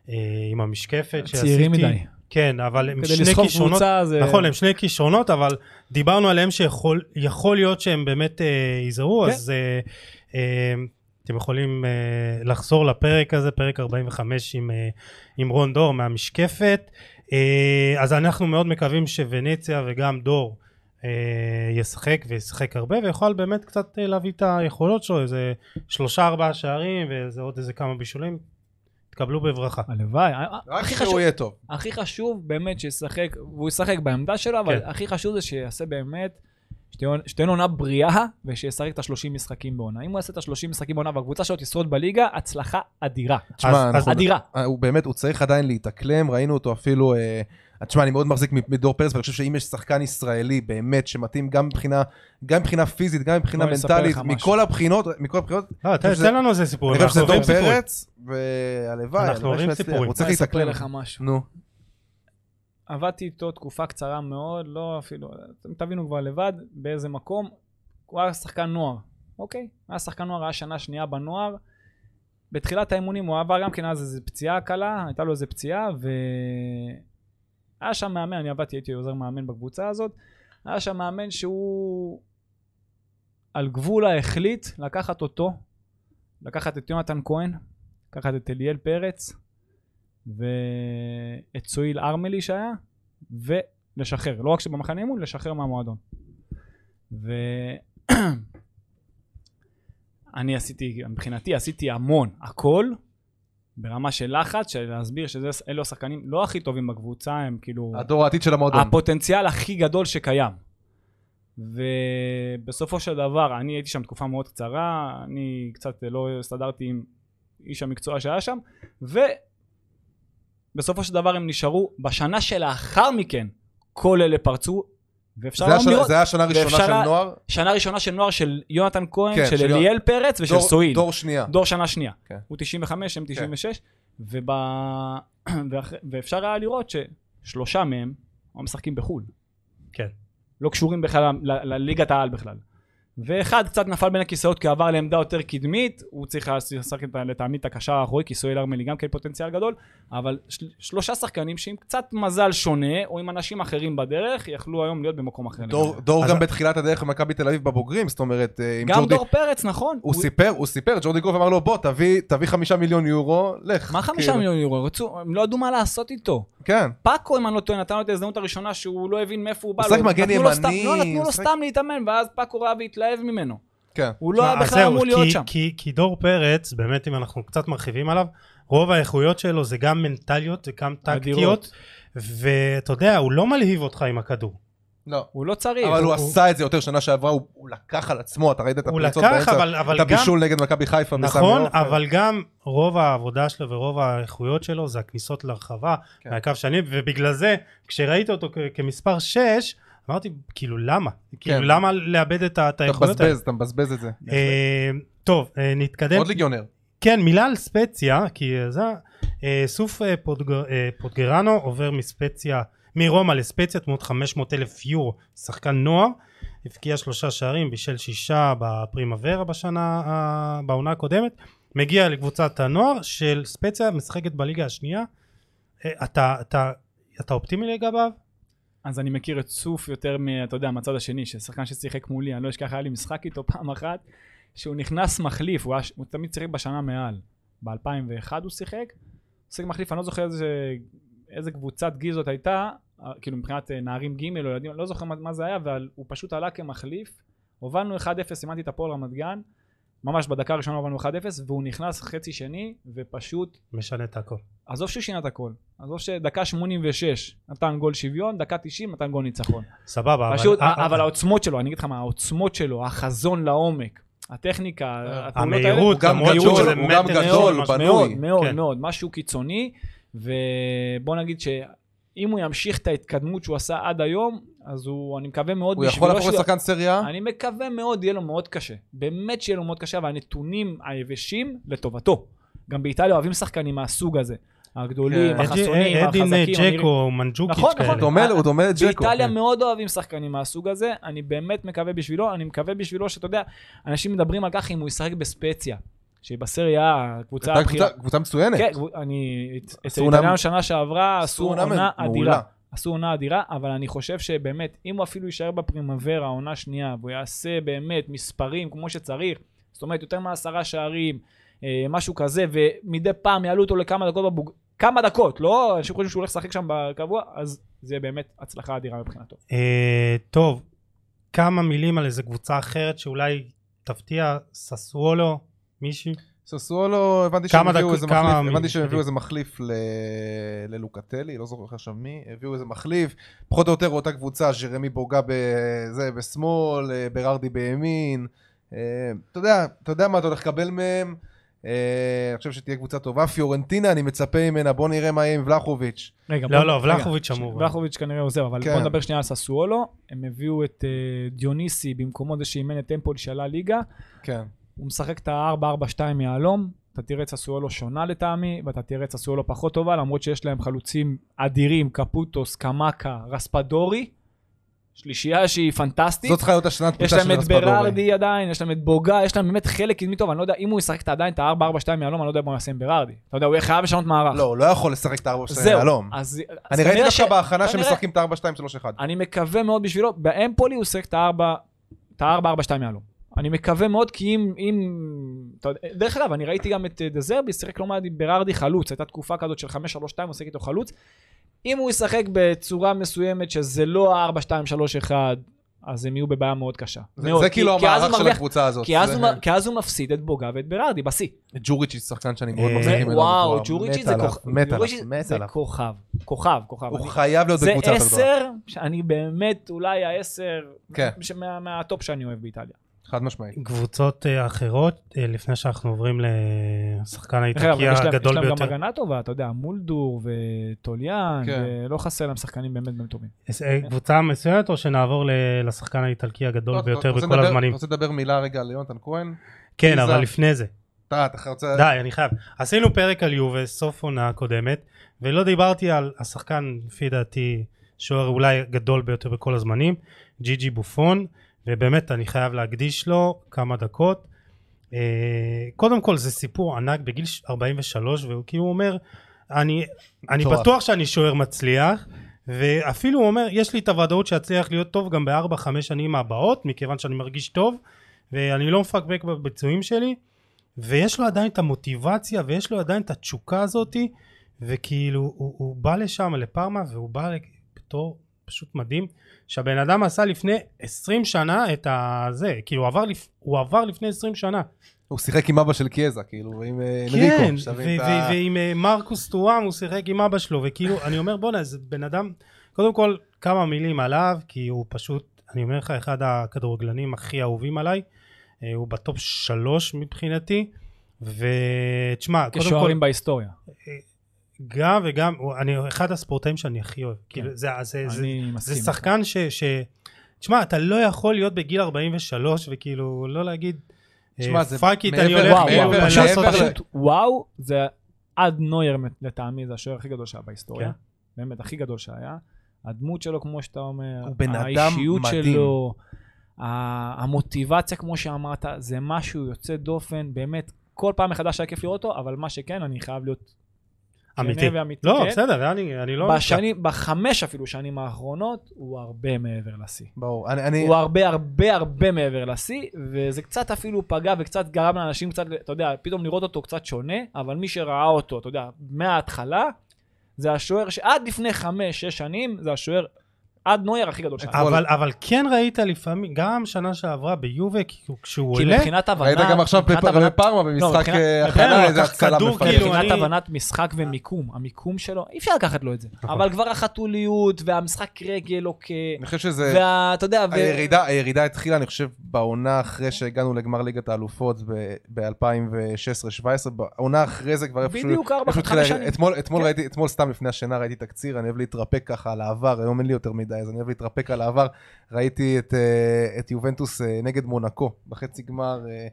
Speaker 1: אה, עם המשקפת שעשיתי.
Speaker 4: צעירים מדי.
Speaker 1: כן, אבל הם
Speaker 4: כדי
Speaker 1: שני
Speaker 4: לסחוב
Speaker 1: כישרונות
Speaker 4: קבוצה זה...
Speaker 1: נכון, הם שני כישרונות, אבל דיברנו עליהם שיכול יכול להיות שהם באמת אה, ייזהרו,
Speaker 4: כן.
Speaker 1: אז אה, אה, אתם יכולים אה, לחזור לפרק הזה, פרק 45 עם, אה, עם רון דור מהמשקפת. אה, אז אנחנו מאוד מקווים שוונציה וגם דור אה, ישחק וישחק הרבה, ויוכל באמת קצת אה, להביא את היכולות שלו, איזה שלושה ארבעה שערים ואיזה עוד איזה כמה בישולים. תקבלו בברכה.
Speaker 4: הלוואי.
Speaker 3: רק
Speaker 4: הכי
Speaker 3: שהוא
Speaker 4: חשוב,
Speaker 3: יהיה טוב.
Speaker 4: הכי חשוב באמת שישחק, והוא ישחק בעמדה שלו, אבל
Speaker 1: כן.
Speaker 4: הכי חשוב זה שיעשה באמת, שתהיה- שתהיה לו עונה בריאה, ושישחק את ה-30 משחקים בעונה. אם הוא יעשה את ה-30 משחקים בעונה והקבוצה שלו תשרוד בליגה, הצלחה אדירה.
Speaker 3: תשמע,
Speaker 1: אז-
Speaker 3: אנחנו
Speaker 4: אדירה.
Speaker 3: אה, הוא באמת, הוא צריך עדיין להתאקלם, ראינו אותו אפילו, אה, תשמע, אני מאוד מחזיק מדור פרס, ואני חושב שאם יש שחקן ישראלי באמת שמתאים גם מבחינה, גם מבחינה פיזית, גם מבחינה
Speaker 4: בוא אני אספר
Speaker 3: מנטלית,
Speaker 4: לך משהו.
Speaker 3: מכל הבחינות, מכל הבחינות,
Speaker 1: לא, ת-
Speaker 3: שזה-
Speaker 1: תן לנו איזה סיפור.
Speaker 3: אני חושב
Speaker 1: אנחנו
Speaker 3: שזה דור
Speaker 1: אוהבים סיפורים.
Speaker 3: פרץ, והלוואי,
Speaker 1: אנחנו
Speaker 3: הלוואי
Speaker 1: אוהבים
Speaker 3: שהוא יצליח,
Speaker 1: סיפורים.
Speaker 3: הוא צריך
Speaker 4: אני אספר
Speaker 3: להתאקלם.
Speaker 4: לך משהו.
Speaker 3: נו,
Speaker 4: עבדתי איתו תקופה קצרה מאוד, לא אפילו, אתם תבינו כבר לבד, באיזה מקום. הוא היה שחקן נוער, אוקיי? היה שחקן נוער, היה שנה שנייה בנוער. בתחילת האימונים הוא עבר גם כן אז איזו פציעה קלה, הייתה לו איזו פציעה, והיה שם מאמן, אני עבדתי, הייתי עוזר מאמן בקבוצה הזאת, היה שם מאמן שהוא על גבול ההחליט לקחת אותו, לקחת את יונתן כהן, לקחת את אליאל פרץ, ואת סואיל ארמלי שהיה, ולשחרר, לא רק שבמחנה אימון, לשחרר מהמועדון. ו... אני עשיתי, מבחינתי עשיתי המון, הכל, ברמה של לחץ, של להסביר שאלה השחקנים לא הכי טובים בקבוצה, הם כאילו...
Speaker 3: הדור העתיד של המועדון.
Speaker 4: הפוטנציאל הכי גדול שקיים. ובסופו של דבר, אני הייתי שם תקופה מאוד קצרה, אני קצת לא הסתדרתי עם איש המקצוע שהיה שם, ובסופו של דבר הם נשארו, בשנה שלאחר מכן, כל אלה פרצו, ואפשר
Speaker 3: זה היה
Speaker 4: היום
Speaker 3: שנה-
Speaker 4: לראות,
Speaker 3: זה היה השנה הראשונה
Speaker 4: ואפשר
Speaker 3: של
Speaker 4: לא לה-
Speaker 3: נוער,
Speaker 4: שנה ראשונה של נוער של יונתן כהן,
Speaker 3: כן, של
Speaker 4: של אליאל פרץ ושל
Speaker 3: דור-
Speaker 4: סואיל.
Speaker 3: דור שנייה.
Speaker 4: דור שנה שנייה.
Speaker 3: כן.
Speaker 4: הוא 95, הם 96, וב... ואח- ואפשר היה לראות ששלושה מהם לא משחקים בחו"ל.
Speaker 1: כן.
Speaker 4: לא קשורים בכלל ל- ל- לליגת העל בכלל. ואחד קצת נפל בין הכיסאות כי עבר לעמדה יותר קדמית, הוא צריך היה לשחק את ה- לטעמי את הקשר האחורי, כי סואל ארמלי גם כן פוטנציאל גדול, אבל של, שלושה שחקנים שעם קצת מזל שונה, או עם אנשים אחרים בדרך, יכלו היום להיות במקום אחר.
Speaker 3: דור-
Speaker 4: לגמרי.
Speaker 3: דור
Speaker 1: אז-
Speaker 3: גם בתחילת הדרך במכבי תל אביב בבוגרים, זאת אומרת, אה, עם
Speaker 4: גם
Speaker 3: ג'ורדי...
Speaker 4: דור פרץ, נכון.
Speaker 3: הוא סיפר, הוא סיפר, ג'ורדי גרוף אמר לו, בוא, תביא- תביא חמישה מיליון יורו, לך.
Speaker 4: מה חמישה
Speaker 3: כאילו.
Speaker 4: מיליון יורו? רצו, הם לא ידעו מה לעשות איתו.
Speaker 3: כן.
Speaker 4: פאקו, אם אני לא טועה, נתן לו את ההזדמנות הראשונה שהוא לא הבין מאיפה הוא בא.
Speaker 3: הוא
Speaker 4: לו.
Speaker 3: שחק מגן
Speaker 4: נתנו לו
Speaker 3: ימני,
Speaker 4: סתם- לא, נתנו
Speaker 3: הוא
Speaker 4: לו
Speaker 3: שחק-
Speaker 4: סתם להתאמן, ואז פאקו ראה והתלהב ממנו.
Speaker 3: כן.
Speaker 4: הוא לא היה
Speaker 1: אז
Speaker 4: בכלל
Speaker 1: זהו,
Speaker 4: אמור להיות
Speaker 1: כי-
Speaker 4: שם.
Speaker 1: כי- כי דור פרץ, באמת אם אנחנו קצת מרחיבים עליו, רוב האיכויות שלו זה גם מנטליות, זה גם
Speaker 4: אדירות.
Speaker 1: טקטיות, ואתה יודע, הוא לא מלהיב אותך עם הכדור.
Speaker 3: לא.
Speaker 4: הוא לא צריך.
Speaker 3: אבל הוא
Speaker 1: הוא-
Speaker 3: עשה את זה יותר שנה שעברה, הוא הוא לקח על עצמו, אתה ראית את
Speaker 1: הוא
Speaker 3: הפריצות
Speaker 1: לקח,
Speaker 3: באמצע,
Speaker 1: אבל אבל
Speaker 3: את
Speaker 1: גם...
Speaker 3: הבישול נגד מכבי חיפה בסמי
Speaker 1: נכון,
Speaker 3: עופר.
Speaker 1: אבל גם רוב העבודה שלו ורוב האיכויות שלו זה הכניסות לרחבה,
Speaker 3: כן.
Speaker 1: מהקו שני, ובגלל זה, כשראית אותו כ- כמספר 6, אמרתי, כאילו למה? כאילו למה לאבד את ה- את
Speaker 3: כן. אתה
Speaker 1: האיכויות האלה?
Speaker 3: מבזבז, אתה מבזבז את זה.
Speaker 1: אה, טוב, אה, נתקדם.
Speaker 3: עוד ליגיונר.
Speaker 1: כן, מילה על ספציה, כי אה, זה... אה, סוף אה, פוטגר- אה, פוטגרנו עובר מספציה, מרומא לספציה, תמות 500 אלף יורו, שחקן נוער, הבקיע שלושה שערים, בישל שישה בפרימה ורה בשנה, ה- בעונה הקודמת, מגיע לקבוצת הנוער של ספציה, משחקת בליגה השנייה. אה, אתה, אתה, אתה אופטימי לגביו?
Speaker 4: אז אני מכיר את סוף יותר, מ- אתה יודע, מהצד השני, ששחקן ששיחק מולי, אני לא אשכח, היה לי משחק איתו פעם אחת, שהוא נכנס מחליף, הוא, היה, ש- הוא תמיד שיחק בשנה מעל. ב-2001 הוא שיחק, שיחק מחליף, אני לא זוכר איזה, איזה קבוצת גיל זאת הייתה, אה, כאילו מבחינת אה, נערים ג' או ילדים, אני לא זוכר מה, מה זה היה, אבל הוא פשוט עלה כמחליף, הובלנו 1-0, סימנתי את הפועל רמת גן, ממש בדקה הראשונה הובלנו 1-0, והוא נכנס חצי שני, ופשוט
Speaker 1: משנה את הכל.
Speaker 4: עזוב שהוא שינה את הכל, עזוב שדקה 86 נתן גול שוויון, דקה 90 נתן גול ניצחון.
Speaker 1: סבבה, אבל...
Speaker 4: פשוט,
Speaker 1: אה, אה,
Speaker 4: אבל העוצמות שלו, אני אגיד לך מה, העוצמות שלו, החזון לעומק, הטכניקה, הפעולות האלה,
Speaker 1: אה, המהירות,
Speaker 3: הוא גם
Speaker 1: המהירות
Speaker 3: גדול,
Speaker 1: שלו,
Speaker 3: הוא גם
Speaker 1: מטר
Speaker 3: גדול,
Speaker 1: מאוד,
Speaker 3: בנוי.
Speaker 4: מאוד מאוד
Speaker 1: כן.
Speaker 4: מאוד, משהו קיצוני, ובוא נגיד שאם הוא ימשיך את ההתקדמות שהוא עשה עד היום, אז הוא, אני מקווה מאוד
Speaker 3: הוא יכול להפוך
Speaker 4: שהוא-
Speaker 3: לשחקן סריה?
Speaker 4: אני מקווה מאוד, יהיה לו מאוד קשה. באמת שיהיה לו מאוד קשה, והנתונים היבשים לטובתו. גם באיטליה אוהבים שחקנים מהסוג הזה. הגדולים,
Speaker 3: כן.
Speaker 1: אדי-
Speaker 4: החסונים,
Speaker 1: אדין אה,
Speaker 4: החזקים. הנראים.
Speaker 1: ג'קו, כן. מנג'וקיץ'
Speaker 4: נכון,
Speaker 1: כאלה.
Speaker 4: נכון,
Speaker 3: הוא דומה- הוא דומה לג'קו. כן.
Speaker 4: באיטליה מאוד אוהבים שחקנים מהסוג הזה, אני באמת מקווה בשבילו, אני מקווה בשבילו שאתה יודע, אנשים מדברים על כך אם הוא ישחק בספציה, שהיא בסריה, הקבוצה
Speaker 3: הייתה
Speaker 4: הבכירה.
Speaker 3: קבוצה- קבוצה מצוינת.
Speaker 4: כן, גבו- אני, אצל
Speaker 3: עונה-
Speaker 4: איטליה שנה שעברה עשו עונה
Speaker 3: מעולה.
Speaker 4: אדירה. עשו עונה אדירה, אבל אני חושב שבאמת, אם הוא אפילו יישאר בפרימוורה, עונה שנייה, והוא יעשה באמת מספרים כמו שצריך, זאת אומרת, יותר מעשרה שערים, אה, משהו כזה, ומדי פעם יעלו אותו לכמה דקות בבוג... כמה דקות, לא? אנשים חושבים שהוא הולך לשחק שם בקבוע, אז זה באמת הצלחה אדירה מבחינתו.
Speaker 1: אה, טוב, כמה מילים על איזה קבוצה אחרת שאולי תפתיע, ססוולו, מישהי?
Speaker 3: ססוולו, הבנתי שהם
Speaker 1: כמה
Speaker 3: הביאו
Speaker 1: דקות-
Speaker 3: איזה
Speaker 1: כמה
Speaker 3: מחליף,
Speaker 1: מ-
Speaker 3: הבנתי שהם
Speaker 1: בדיוק.
Speaker 3: הביאו איזה מחליף ל- ללוקטלי, לא זוכר עכשיו מי, הביאו איזה מחליף, פחות או יותר אותה קבוצה, ז'רמי בוגה בזה בשמאל, אה, ברארדי בימין, אה, אתה יודע, אתה יודע מה אתה הולך לקבל מהם, אה, אני חושב שתהיה קבוצה טובה, פיורנטינה אני מצפה ממנה, בוא נראה מה יהיה עם ולחוביץ',
Speaker 4: רגע,
Speaker 1: לא,
Speaker 4: בוא-
Speaker 1: לא,
Speaker 4: רגע,
Speaker 1: ולחוביץ' אמור.
Speaker 4: ולחוביץ' כנראה עוזב, אבל
Speaker 3: כן.
Speaker 4: בוא נדבר שנייה על ססואלו. הם הביאו את אה, דיוניסי במקומו זה שאימן את טמפול שעלה ליגה.
Speaker 3: כן,
Speaker 4: הוא משחק את ה-4-4-2 מיהלום, אתה תראה את ססואלו שונה לטעמי, ואתה תראה את ססואלו פחות טובה, למרות שיש להם חלוצים אדירים, קפוטוס, קמקה, רספדורי, שלישייה שהיא פנטסטית.
Speaker 3: זאת צריכה להיות השנת
Speaker 4: יש
Speaker 3: פריצה של
Speaker 4: להם את
Speaker 3: רספדורי,
Speaker 4: ברארדי עדיין, יש להם את בוגה, יש להם באמת חלק קדמי טוב, אני לא יודע, אם הוא ישחק את עדיין את ה-4-4-2 מיהלום, אני לא יודע אם הוא יעשה עם ברארדי. אתה יודע, הוא יהיה חייב לשנות מערך.
Speaker 3: לא, הוא לא יכול לשחק את הארבע שתיים
Speaker 4: זהו.
Speaker 3: יהלום,
Speaker 4: אז, אז
Speaker 3: אני ראיתי
Speaker 4: כנראה ש-
Speaker 3: דווקא בהכנה
Speaker 4: כנראה-
Speaker 3: שמשחקים את הארבע שתיים שלוש אחד,
Speaker 4: אני מקווה מאוד בשבילו, באמפולי הוא שיחק את הארבע, את הארבע, ארבע, שתיים יהלום. אני מקווה מאוד, כי אם, אם, אתה יודע, דרך אגב, אני ראיתי גם את אה, דזרבי, שיחק לא מעט עם ברארדי חלוץ, הייתה תקופה כזאת של 5-3-2, הוא שיחק איתו חלוץ. אם הוא ישחק בצורה מסוימת שזה לא ה-4-2-3-1, אז הם יהיו בבעיה מאוד קשה.
Speaker 3: זה-
Speaker 4: מאוד,
Speaker 3: זה
Speaker 4: כי-
Speaker 3: כאילו
Speaker 4: כי אז הוא
Speaker 3: המערך של
Speaker 4: מרוויח-
Speaker 3: הקבוצה הזאת.
Speaker 4: כי אז
Speaker 3: זה-
Speaker 4: הוא מ- כי אז הוא מפסיד את בוגה ואת ברארדי בשיא.
Speaker 3: ג'וריץ' היא שחקן שאני מאוד
Speaker 1: אה,
Speaker 3: מחזיק ממנו.
Speaker 4: וואו,
Speaker 3: כבר
Speaker 4: ג'וריצ'י
Speaker 3: מת
Speaker 4: זה
Speaker 3: עליו,
Speaker 4: כוכב.
Speaker 3: מת עליו,
Speaker 4: ג'וריצ'י
Speaker 3: מת
Speaker 4: זה
Speaker 3: עליו.
Speaker 4: כוכב, כוכב, כוכב.
Speaker 3: הוא
Speaker 4: אני-
Speaker 3: חייב להיות
Speaker 4: זה
Speaker 3: בקבוצה יותר גדולה.
Speaker 4: עשר, שאני באמת אולי העשר,
Speaker 3: כן.
Speaker 4: שמה- מהטופ שאני אוהב באיטליה.
Speaker 3: חד משמעית.
Speaker 1: קבוצות אה, אחרות, אה, לפני שאנחנו עוברים לשחקן
Speaker 4: דרך אגב,
Speaker 1: האיטלקי
Speaker 4: יש להם- יש
Speaker 1: הגדול
Speaker 4: להם גם
Speaker 1: ביותר.
Speaker 4: הגנה טובה, אתה יודע, מולדור וטוליאן,
Speaker 3: כן.
Speaker 4: ולא חסר להם שחקנים באמת באמת טובים.
Speaker 1: אה, קבוצה מסוימת או שנעבור ל- לשחקן האיטלקי הגדול
Speaker 4: לא,
Speaker 3: טוב, אתה
Speaker 1: ביותר
Speaker 3: רוצה
Speaker 1: בכל
Speaker 3: לדבר-
Speaker 1: הזמנים?
Speaker 3: אתה רוצה לדבר מילה רגע על יונתן כהן?
Speaker 1: כן,
Speaker 3: ניזהר.
Speaker 1: אבל לפני זה.
Speaker 3: אתה אתה רוצה...
Speaker 1: די, אני חייב. עשינו פרק על יובה, סוף עונה הקודמת, ולא דיברתי על השחקן, לפי דעתי, שוער אולי הגדול ביותר בכל הזמנים, ג'י ג'י בופון, ובאמת אני חייב להקדיש לו כמה דקות. אה, קודם כל זה סיפור ענק בגיל ש- 43, והוא כאילו אומר, אני, אני
Speaker 3: מטורף.
Speaker 1: בטוח שאני שוער מצליח. ואפילו הוא אומר, יש לי את הוודאות שאצליח להיות טוב גם בארבע, חמש שנים הבאות, מכיוון שאני מרגיש טוב, ואני לא מפקפק בביצועים שלי, ויש לו עדיין את המוטיבציה, ויש לו עדיין את התשוקה הזאתי, וכאילו, הוא, הוא בא לשם, לפארמה, והוא בא בתור פשוט מדהים, שהבן אדם עשה לפני 20 שנה את הזה, כאילו, הוא עבר, לפ... הוא עבר לפני 20 שנה.
Speaker 3: הוא שיחק עם אבא של קיאזה, כאילו, עם אה,
Speaker 1: כן,
Speaker 3: אנריקו. שתבין
Speaker 1: ו-
Speaker 3: את ה-
Speaker 1: ו- ועם אה, מרקוס טוראם הוא שיחק עם אבא שלו, וכאילו, אני אומר, בואנה, זה בן אדם, קודם כל, כמה מילים עליו, כי הוא פשוט, אני אומר לך, אחד הכדורגלנים הכי אהובים עליי, אה, הוא בטופ שלוש מבחינתי, ותשמע, קודם כל,
Speaker 4: כשוערים בהיסטוריה.
Speaker 1: אה, גם וגם, הוא- אני אחד הספורטאים שאני הכי אוהב, כאילו, זה- זה זה-
Speaker 4: כן. אני מסכים.
Speaker 1: זה שחקן ש... ש... תשמע, אתה לא יכול להיות בגיל 43 וכאילו לא להגיד,
Speaker 3: תשמע,
Speaker 1: אה,
Speaker 3: זה
Speaker 1: פאק איט,
Speaker 3: מעבר-
Speaker 1: אני הולך
Speaker 4: וואו,
Speaker 3: מעבר-
Speaker 4: וואו,
Speaker 1: כאילו,
Speaker 4: פשוט-
Speaker 1: לעשות
Speaker 3: מעבר ל-
Speaker 4: פשוט וואו, זה עד נויר לטעמי, זה השוער הכי גדול שהיה בהיסטוריה.
Speaker 1: כן.
Speaker 4: באמת, הכי גדול שהיה. הדמות שלו, כמו שאתה אומר,
Speaker 3: הוא בן אדם
Speaker 4: האישיות
Speaker 3: מדהים.
Speaker 4: שלו, ה- המוטיבציה, כמו שאמרת, זה משהו יוצא דופן, באמת, כל פעם מחדש היה כיף לראות אותו, אבל מה שכן, אני חייב להיות
Speaker 1: אמיתי.
Speaker 4: כן ואמיתי.
Speaker 1: לא,
Speaker 4: כן.
Speaker 1: בסדר, אני אני לא...
Speaker 4: בשנים, בחמש אפילו שנים האחרונות, הוא הרבה מעבר לשיא.
Speaker 3: ברור. אני- אני...
Speaker 4: הוא הרבה הרבה הרבה מעבר לשיא, וזה קצת אפילו פגע וקצת גרם לאנשים קצת, אתה יודע, פתאום לראות אותו קצת שונה, אבל מי שראה אותו, אתה יודע, מההתחלה, זה השוער שעד לפני חמש, שש שנים, זה השוער עד נויר הכי גדול שלנו.
Speaker 1: אבל, אבל כן ראית לפעמים, גם שנה שעברה ביובה, כאילו, כשהוא
Speaker 4: כי
Speaker 1: עולה,
Speaker 4: מבחינת הבנה...
Speaker 3: ראית גם עכשיו
Speaker 4: מבחינת
Speaker 3: בפ-
Speaker 4: הבנה-
Speaker 3: בפארמה במשחק
Speaker 4: מבחינת-
Speaker 3: אה,
Speaker 1: מבחינת-
Speaker 3: הכנה,
Speaker 1: הוא
Speaker 3: איזה
Speaker 1: לקח
Speaker 3: הצלה
Speaker 1: כדור,
Speaker 3: מפגרת.
Speaker 1: כאילו,
Speaker 4: מבחינת
Speaker 1: אני-
Speaker 4: הבנת משחק ומיקום, המיקום שלו, אי אפשר לקחת לו את זה.
Speaker 1: נכון.
Speaker 4: אבל כבר החתוליות, והמשחק רגל לוקה,
Speaker 3: אני חושב שזה...
Speaker 4: ואתה יודע, ו-
Speaker 3: נכון. הירידה, הירידה התחילה, אני חושב, בעונה אחרי שהגענו לגמר ליגת האלופות ב-2016-2017, בעונה אחרי זה כבר איפשהו...
Speaker 4: בדיוק ארבע,
Speaker 3: איפשהו התחילה-
Speaker 4: חמש שנים.
Speaker 3: אתמול, אתמול
Speaker 4: כן.
Speaker 3: ראיתי, אתמול סתם לפני השינה ראיתי תקציר, אני אוהב להתרפק ככה על העבר, היום אין לי יותר מדי, אז אני אוהב להתרפק על העבר. ראיתי את, אה, את יובנטוס אה, נגד מונקו בחצי גמר. אה,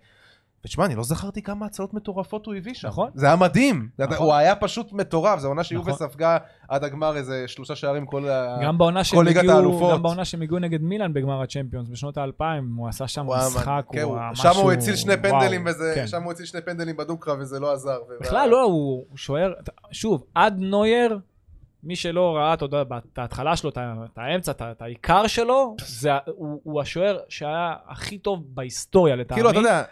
Speaker 3: ותשמע, אני לא זכרתי כמה הצלות מטורפות הוא הביא שם.
Speaker 4: נכון.
Speaker 3: זה היה מדהים.
Speaker 4: נכון.
Speaker 3: הוא היה פשוט מטורף, זו עונה שיובה
Speaker 4: נכון.
Speaker 3: ספגה עד הגמר איזה שלושה שערים כל ה...
Speaker 4: גם בעונה שהם
Speaker 3: ליגת
Speaker 4: הגיעו,
Speaker 3: האלופות.
Speaker 4: גם בעונה שהם הגיעו נגד מילאן בגמר הצ'מפיונס בשנות האלפיים, הוא עשה שם
Speaker 3: הוא היה
Speaker 4: משחק,
Speaker 3: כן,
Speaker 4: הוא היה משהו...
Speaker 3: שם הוא הציל שני פנדלים,
Speaker 4: וואו,
Speaker 3: וזה,
Speaker 4: כן.
Speaker 3: שם הוא הציל שני פנדלים בדו-קרב וזה לא עזר. ו-
Speaker 4: בכלל לא, הוא הוא שוער, שוב, עד נויר, מי שלא ראה, אתה יודע, את ההתחלה שלו, את ה- את האמצע, את ה- את העיקר שלו, זה ה- הוא הוא השוער שהיה הכי טוב בהיסטוריה לטעמי,
Speaker 3: כאילו, אתה יודע,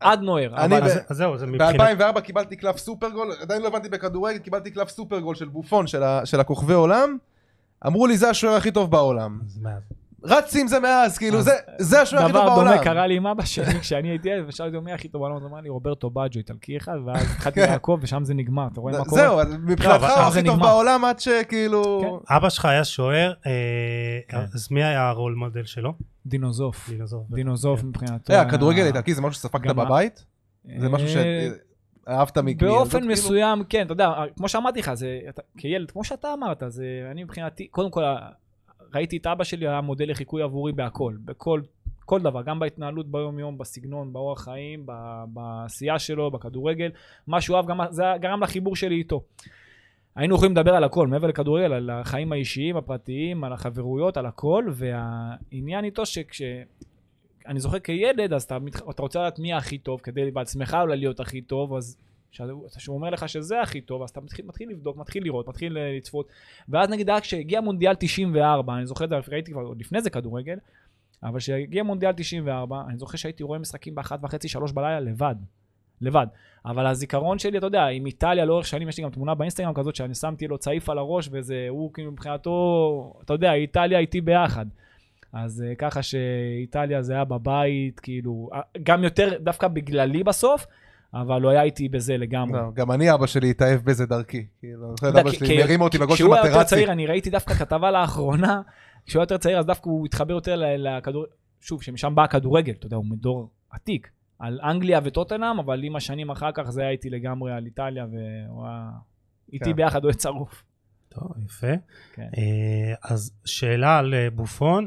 Speaker 4: עד נויר.
Speaker 3: אני
Speaker 4: אבל-
Speaker 3: ב-
Speaker 1: אז, אז זהו, זה מבחינת...
Speaker 3: ב-2004 קיבלתי קלף סופרגול, עדיין לא הבנתי בכדורגל, קיבלתי קלף סופרגול של בופון, של ה- של הכוכבי עולם. אמרו לי, זה השוער הכי טוב בעולם.
Speaker 1: אז מה, רץ.
Speaker 3: רץ עם זה מאז, כאילו,
Speaker 4: אז
Speaker 3: זה- זה השוער הכי טוב
Speaker 4: דבר
Speaker 3: בעולם.
Speaker 4: דומה קרה לי עם אבא שלי כשאני הייתי ילד, ושאלתי אותו מי הכי טוב בעולם, אז הוא אמר לי רוברטו באג'ו איטלקי אחד, ואז התחלתי
Speaker 3: כן.
Speaker 4: לעקוב ושם זה נגמר, אתה רואה מה קורה? כן.
Speaker 3: זהו, אז מבחינתך
Speaker 1: אבל
Speaker 3: הוא
Speaker 4: שם
Speaker 3: הכי
Speaker 4: לא, זה
Speaker 3: טוב
Speaker 4: נגמר.
Speaker 3: בעולם עד שכאילו...
Speaker 1: אבא שלך היה שוער, אה,
Speaker 4: כן.
Speaker 1: אז מי היה הרול מודל שלו?
Speaker 4: דינוזוף,
Speaker 1: דינוזור.
Speaker 4: דינוזוף
Speaker 1: כן.
Speaker 4: מבחינתו.
Speaker 3: אה,
Speaker 4: היה-
Speaker 3: הכדורגל האיטלקי זה משהו שספגת
Speaker 4: גם ה-
Speaker 3: בבית? זה משהו
Speaker 4: אה,
Speaker 3: שאהבת כאילו- מגמי.
Speaker 4: באופן מסוים, כן, אתה יודע, כמו שאמרתי לך, זה, אתה, כילד, כמו שאתה אמרת, זה, אני מבחינתי, קודם כל, ראיתי את אבא שלי, היה מודל לחיקוי עבורי בהכל, בכל כל דבר, גם בהתנהלות ביום-יום, בסגנון, באורח חיים, ב- בעשייה שלו, בכדורגל, מה שהוא אהב, גם, זה גרם לחיבור שלי איתו. היינו יכולים לדבר על הכל, מעבר לכדורגל, על החיים האישיים, הפרטיים, על החברויות, על הכל, והעניין איתו שכש... אני זוכר כילד, אז אתה, מת- אתה רוצה לדעת מי הכי טוב, כדי בעצמך אולי להיות הכי טוב, אז כשהוא כשהוא אומר לך שזה הכי טוב, אז אתה מתחיל, מתחיל לבדוק, מתחיל לראות, מתחיל אה, לצפות. ואז נגיד רק כשהגיע מונדיאל 94, אני זוכר את זה, ראיתי כבר עוד לפני זה כדורגל, אבל כשהגיע מונדיאל 94, אני זוכר שהייתי רואה משחקים באחת וחצי, שלוש בלילה לבד. לבד. אבל הזיכרון שלי, אתה יודע, עם איטליה לאורך שנים, יש לי גם תמונה באינסטגרם כזאת שאני שמתי לו צעיף על הראש, וזה, הוא כאילו מבחינתו, אתה יודע, איטליה איתי ביחד. אז אה, ככה שאיטליה זה היה בבית, כאילו, אה, גם יותר דווקא בגללי בסוף, אבל הוא היה איתי בזה לגמרי.
Speaker 3: לא, גם אני, אבא שלי התאהב בזה דרכי. כאילו, אני זוכר את
Speaker 4: אתה
Speaker 3: אבא
Speaker 4: יודע,
Speaker 3: שלי
Speaker 4: כי-
Speaker 3: מרים אותי
Speaker 4: כי-
Speaker 3: לגול של
Speaker 4: כשהוא היה יותר
Speaker 3: מטרצי.
Speaker 4: צעיר, אני ראיתי דווקא כתבה לאחרונה, כשהוא היה יותר צעיר, אז דווקא הוא התחבר יותר ל- לכדור... שוב, שמשם בא הכדורגל, אתה יודע, הוא מדור עתיק, על אנגליה וטוטנאם, אבל עם השנים אחר כך זה היה איתי לגמרי על איטליה, והוא היה איתי
Speaker 3: כן.
Speaker 4: ביחד אוהד שרוף.
Speaker 1: טוב, יפה.
Speaker 4: כן.
Speaker 1: אה, אז שאלה על אה, בופון.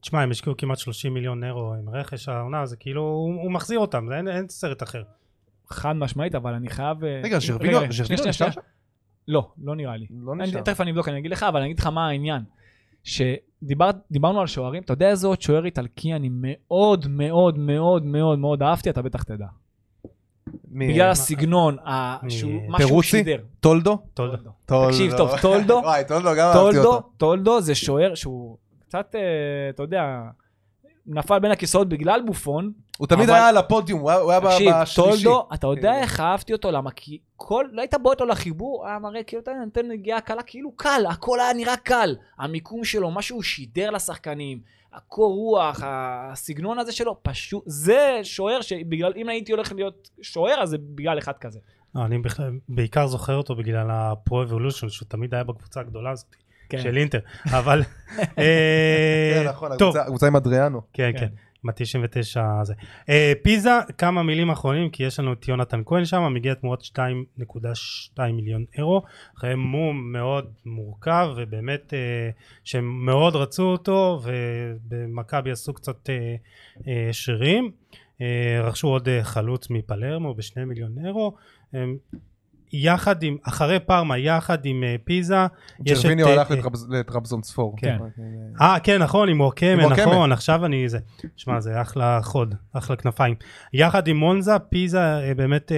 Speaker 1: תשמע, הם השקיעו כמעט 30 מיליון אירו עם רכש העונה, זה כאילו, הוא, הוא מחזיר אותם, זה אין, אין סרט אחר.
Speaker 4: נכון. חד משמעית, אבל אני חייב... אה,
Speaker 3: רגע,
Speaker 4: רגע,
Speaker 3: ז'רבינו
Speaker 4: רגע,
Speaker 3: ז'רבינו
Speaker 4: שנייה, שנייה,
Speaker 3: נשאר
Speaker 4: שנייה.
Speaker 3: שם?
Speaker 4: לא, לא נראה לי.
Speaker 3: לא
Speaker 4: אני,
Speaker 3: נשאר.
Speaker 4: תכף אני אבדוק, אני אגיד לך, אבל אני אגיד לך מה העניין. שדיברנו על שוערים, אתה יודע איזה עוד שוער איטלקי אני מאוד מאוד מאוד מאוד מאוד אהבתי, אתה בטח תדע.
Speaker 3: מי-
Speaker 4: בגלל
Speaker 3: מה-
Speaker 4: הסגנון, ה- שהוא-
Speaker 1: אה,
Speaker 4: מה שהוא
Speaker 3: פרוצי?
Speaker 4: שידר.
Speaker 3: טולדו?
Speaker 1: טולדו.
Speaker 3: טולדו. לא.
Speaker 4: תקשיב טוב, טולדו,
Speaker 3: וואי, טולדו גם אה, אהבתי
Speaker 4: טולדו,
Speaker 3: אותו.
Speaker 4: טולדו זה שוער שהוא קצת, אה, אתה יודע, נפל בין הכיסאות בגלל בופון.
Speaker 3: הוא תמיד
Speaker 4: אבל-
Speaker 3: היה על הפודיום, הוא היה- הוא היה ב-
Speaker 4: תקשיב,
Speaker 3: בשלישי.
Speaker 4: טולדו, אתה יודע
Speaker 3: כן.
Speaker 4: איך אהבתי אותו, למה כי כל, לא היית בועט לו לחיבור, היה מראה כאילו, אתה יודע, נותן נגיעה קלה, כאילו קל, הכל היה נראה קל. המיקום שלו, מה שהוא שידר לשחקנים, הקור רוח, הסגנון הזה שלו, פשוט, זה שוער שבגלל, אם הייתי הולך להיות שוער, אז זה בגלל אחד כזה.
Speaker 1: לא, אני בכלל- בעיקר זוכר אותו בגלל הפרו-אבולושן, שהוא תמיד היה בקבוצה הגדולה הזאת,
Speaker 4: כן.
Speaker 1: של אינטר, אבל... אה,
Speaker 3: כן, נכון,
Speaker 1: טוב,
Speaker 3: הקבוצה- הקבוצה עם אדריאנו.
Speaker 1: כן,
Speaker 4: כן.
Speaker 1: כן, עם ה-99 הזה. אה, פיזה, כמה מילים אחרונים, כי יש לנו את יונתן כהן שם, מגיע תמורת 2.2 מיליון אירו, אחרי מום מאוד מורכב, ובאמת, אה, שהם מאוד רצו אותו, ובמכבי עשו קצת אה, אה, שרירים. אה, רכשו עוד אה, חלוץ מפלרמו בשני מיליון אירו. הם- יחד עם, אחרי פארמה, יחד עם אה, פיזה, יש את...
Speaker 3: ג'רביניו
Speaker 1: אה,
Speaker 3: הלך
Speaker 1: אה,
Speaker 3: לטרבז- לטרבזון צפור.
Speaker 1: כן. אה, כן, נכון, עם וואקמה,
Speaker 3: עם וואקמה.
Speaker 1: נכון, עכשיו אני... זה... שמע, זה אחלה חוד, אחלה כנפיים. יחד עם מונזה, פיזה אה, באמת אה,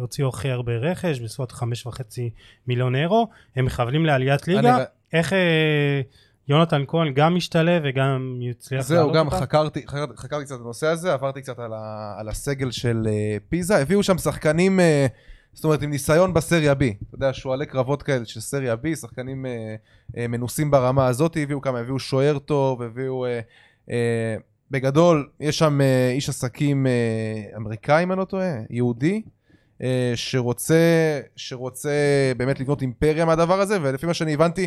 Speaker 1: הוציאו הכי הרבה רכש, בסביבות חמש וחצי מיליון אירו. הם מכוונים לעליית ליגה.
Speaker 3: אני-
Speaker 1: איך אה, יונתן כהן גם משתלב וגם יצליח
Speaker 3: זהו,
Speaker 1: לעלות
Speaker 3: גם
Speaker 1: אותה?
Speaker 3: חקרתי, חקרתי, חקרתי קצת את הנושא הזה, עברתי קצת על, ה, על הסגל של אה, פיזה, הביאו שם שחקנים, אה, זאת אומרת, עם ניסיון בסריה B, אתה יודע, שועלי קרבות כאלה של סריה B, שחקנים אה, אה, מנוסים ברמה הזאת, הביאו כמה, הביאו שוער טוב, הביאו... אה, אה, בגדול, יש שם אה, איש עסקים אה, אמריקאי, אם אני לא טועה, יהודי, אה, שרוצה, שרוצה באמת לבנות אימפריה מהדבר הזה, ולפי מה שאני הבנתי,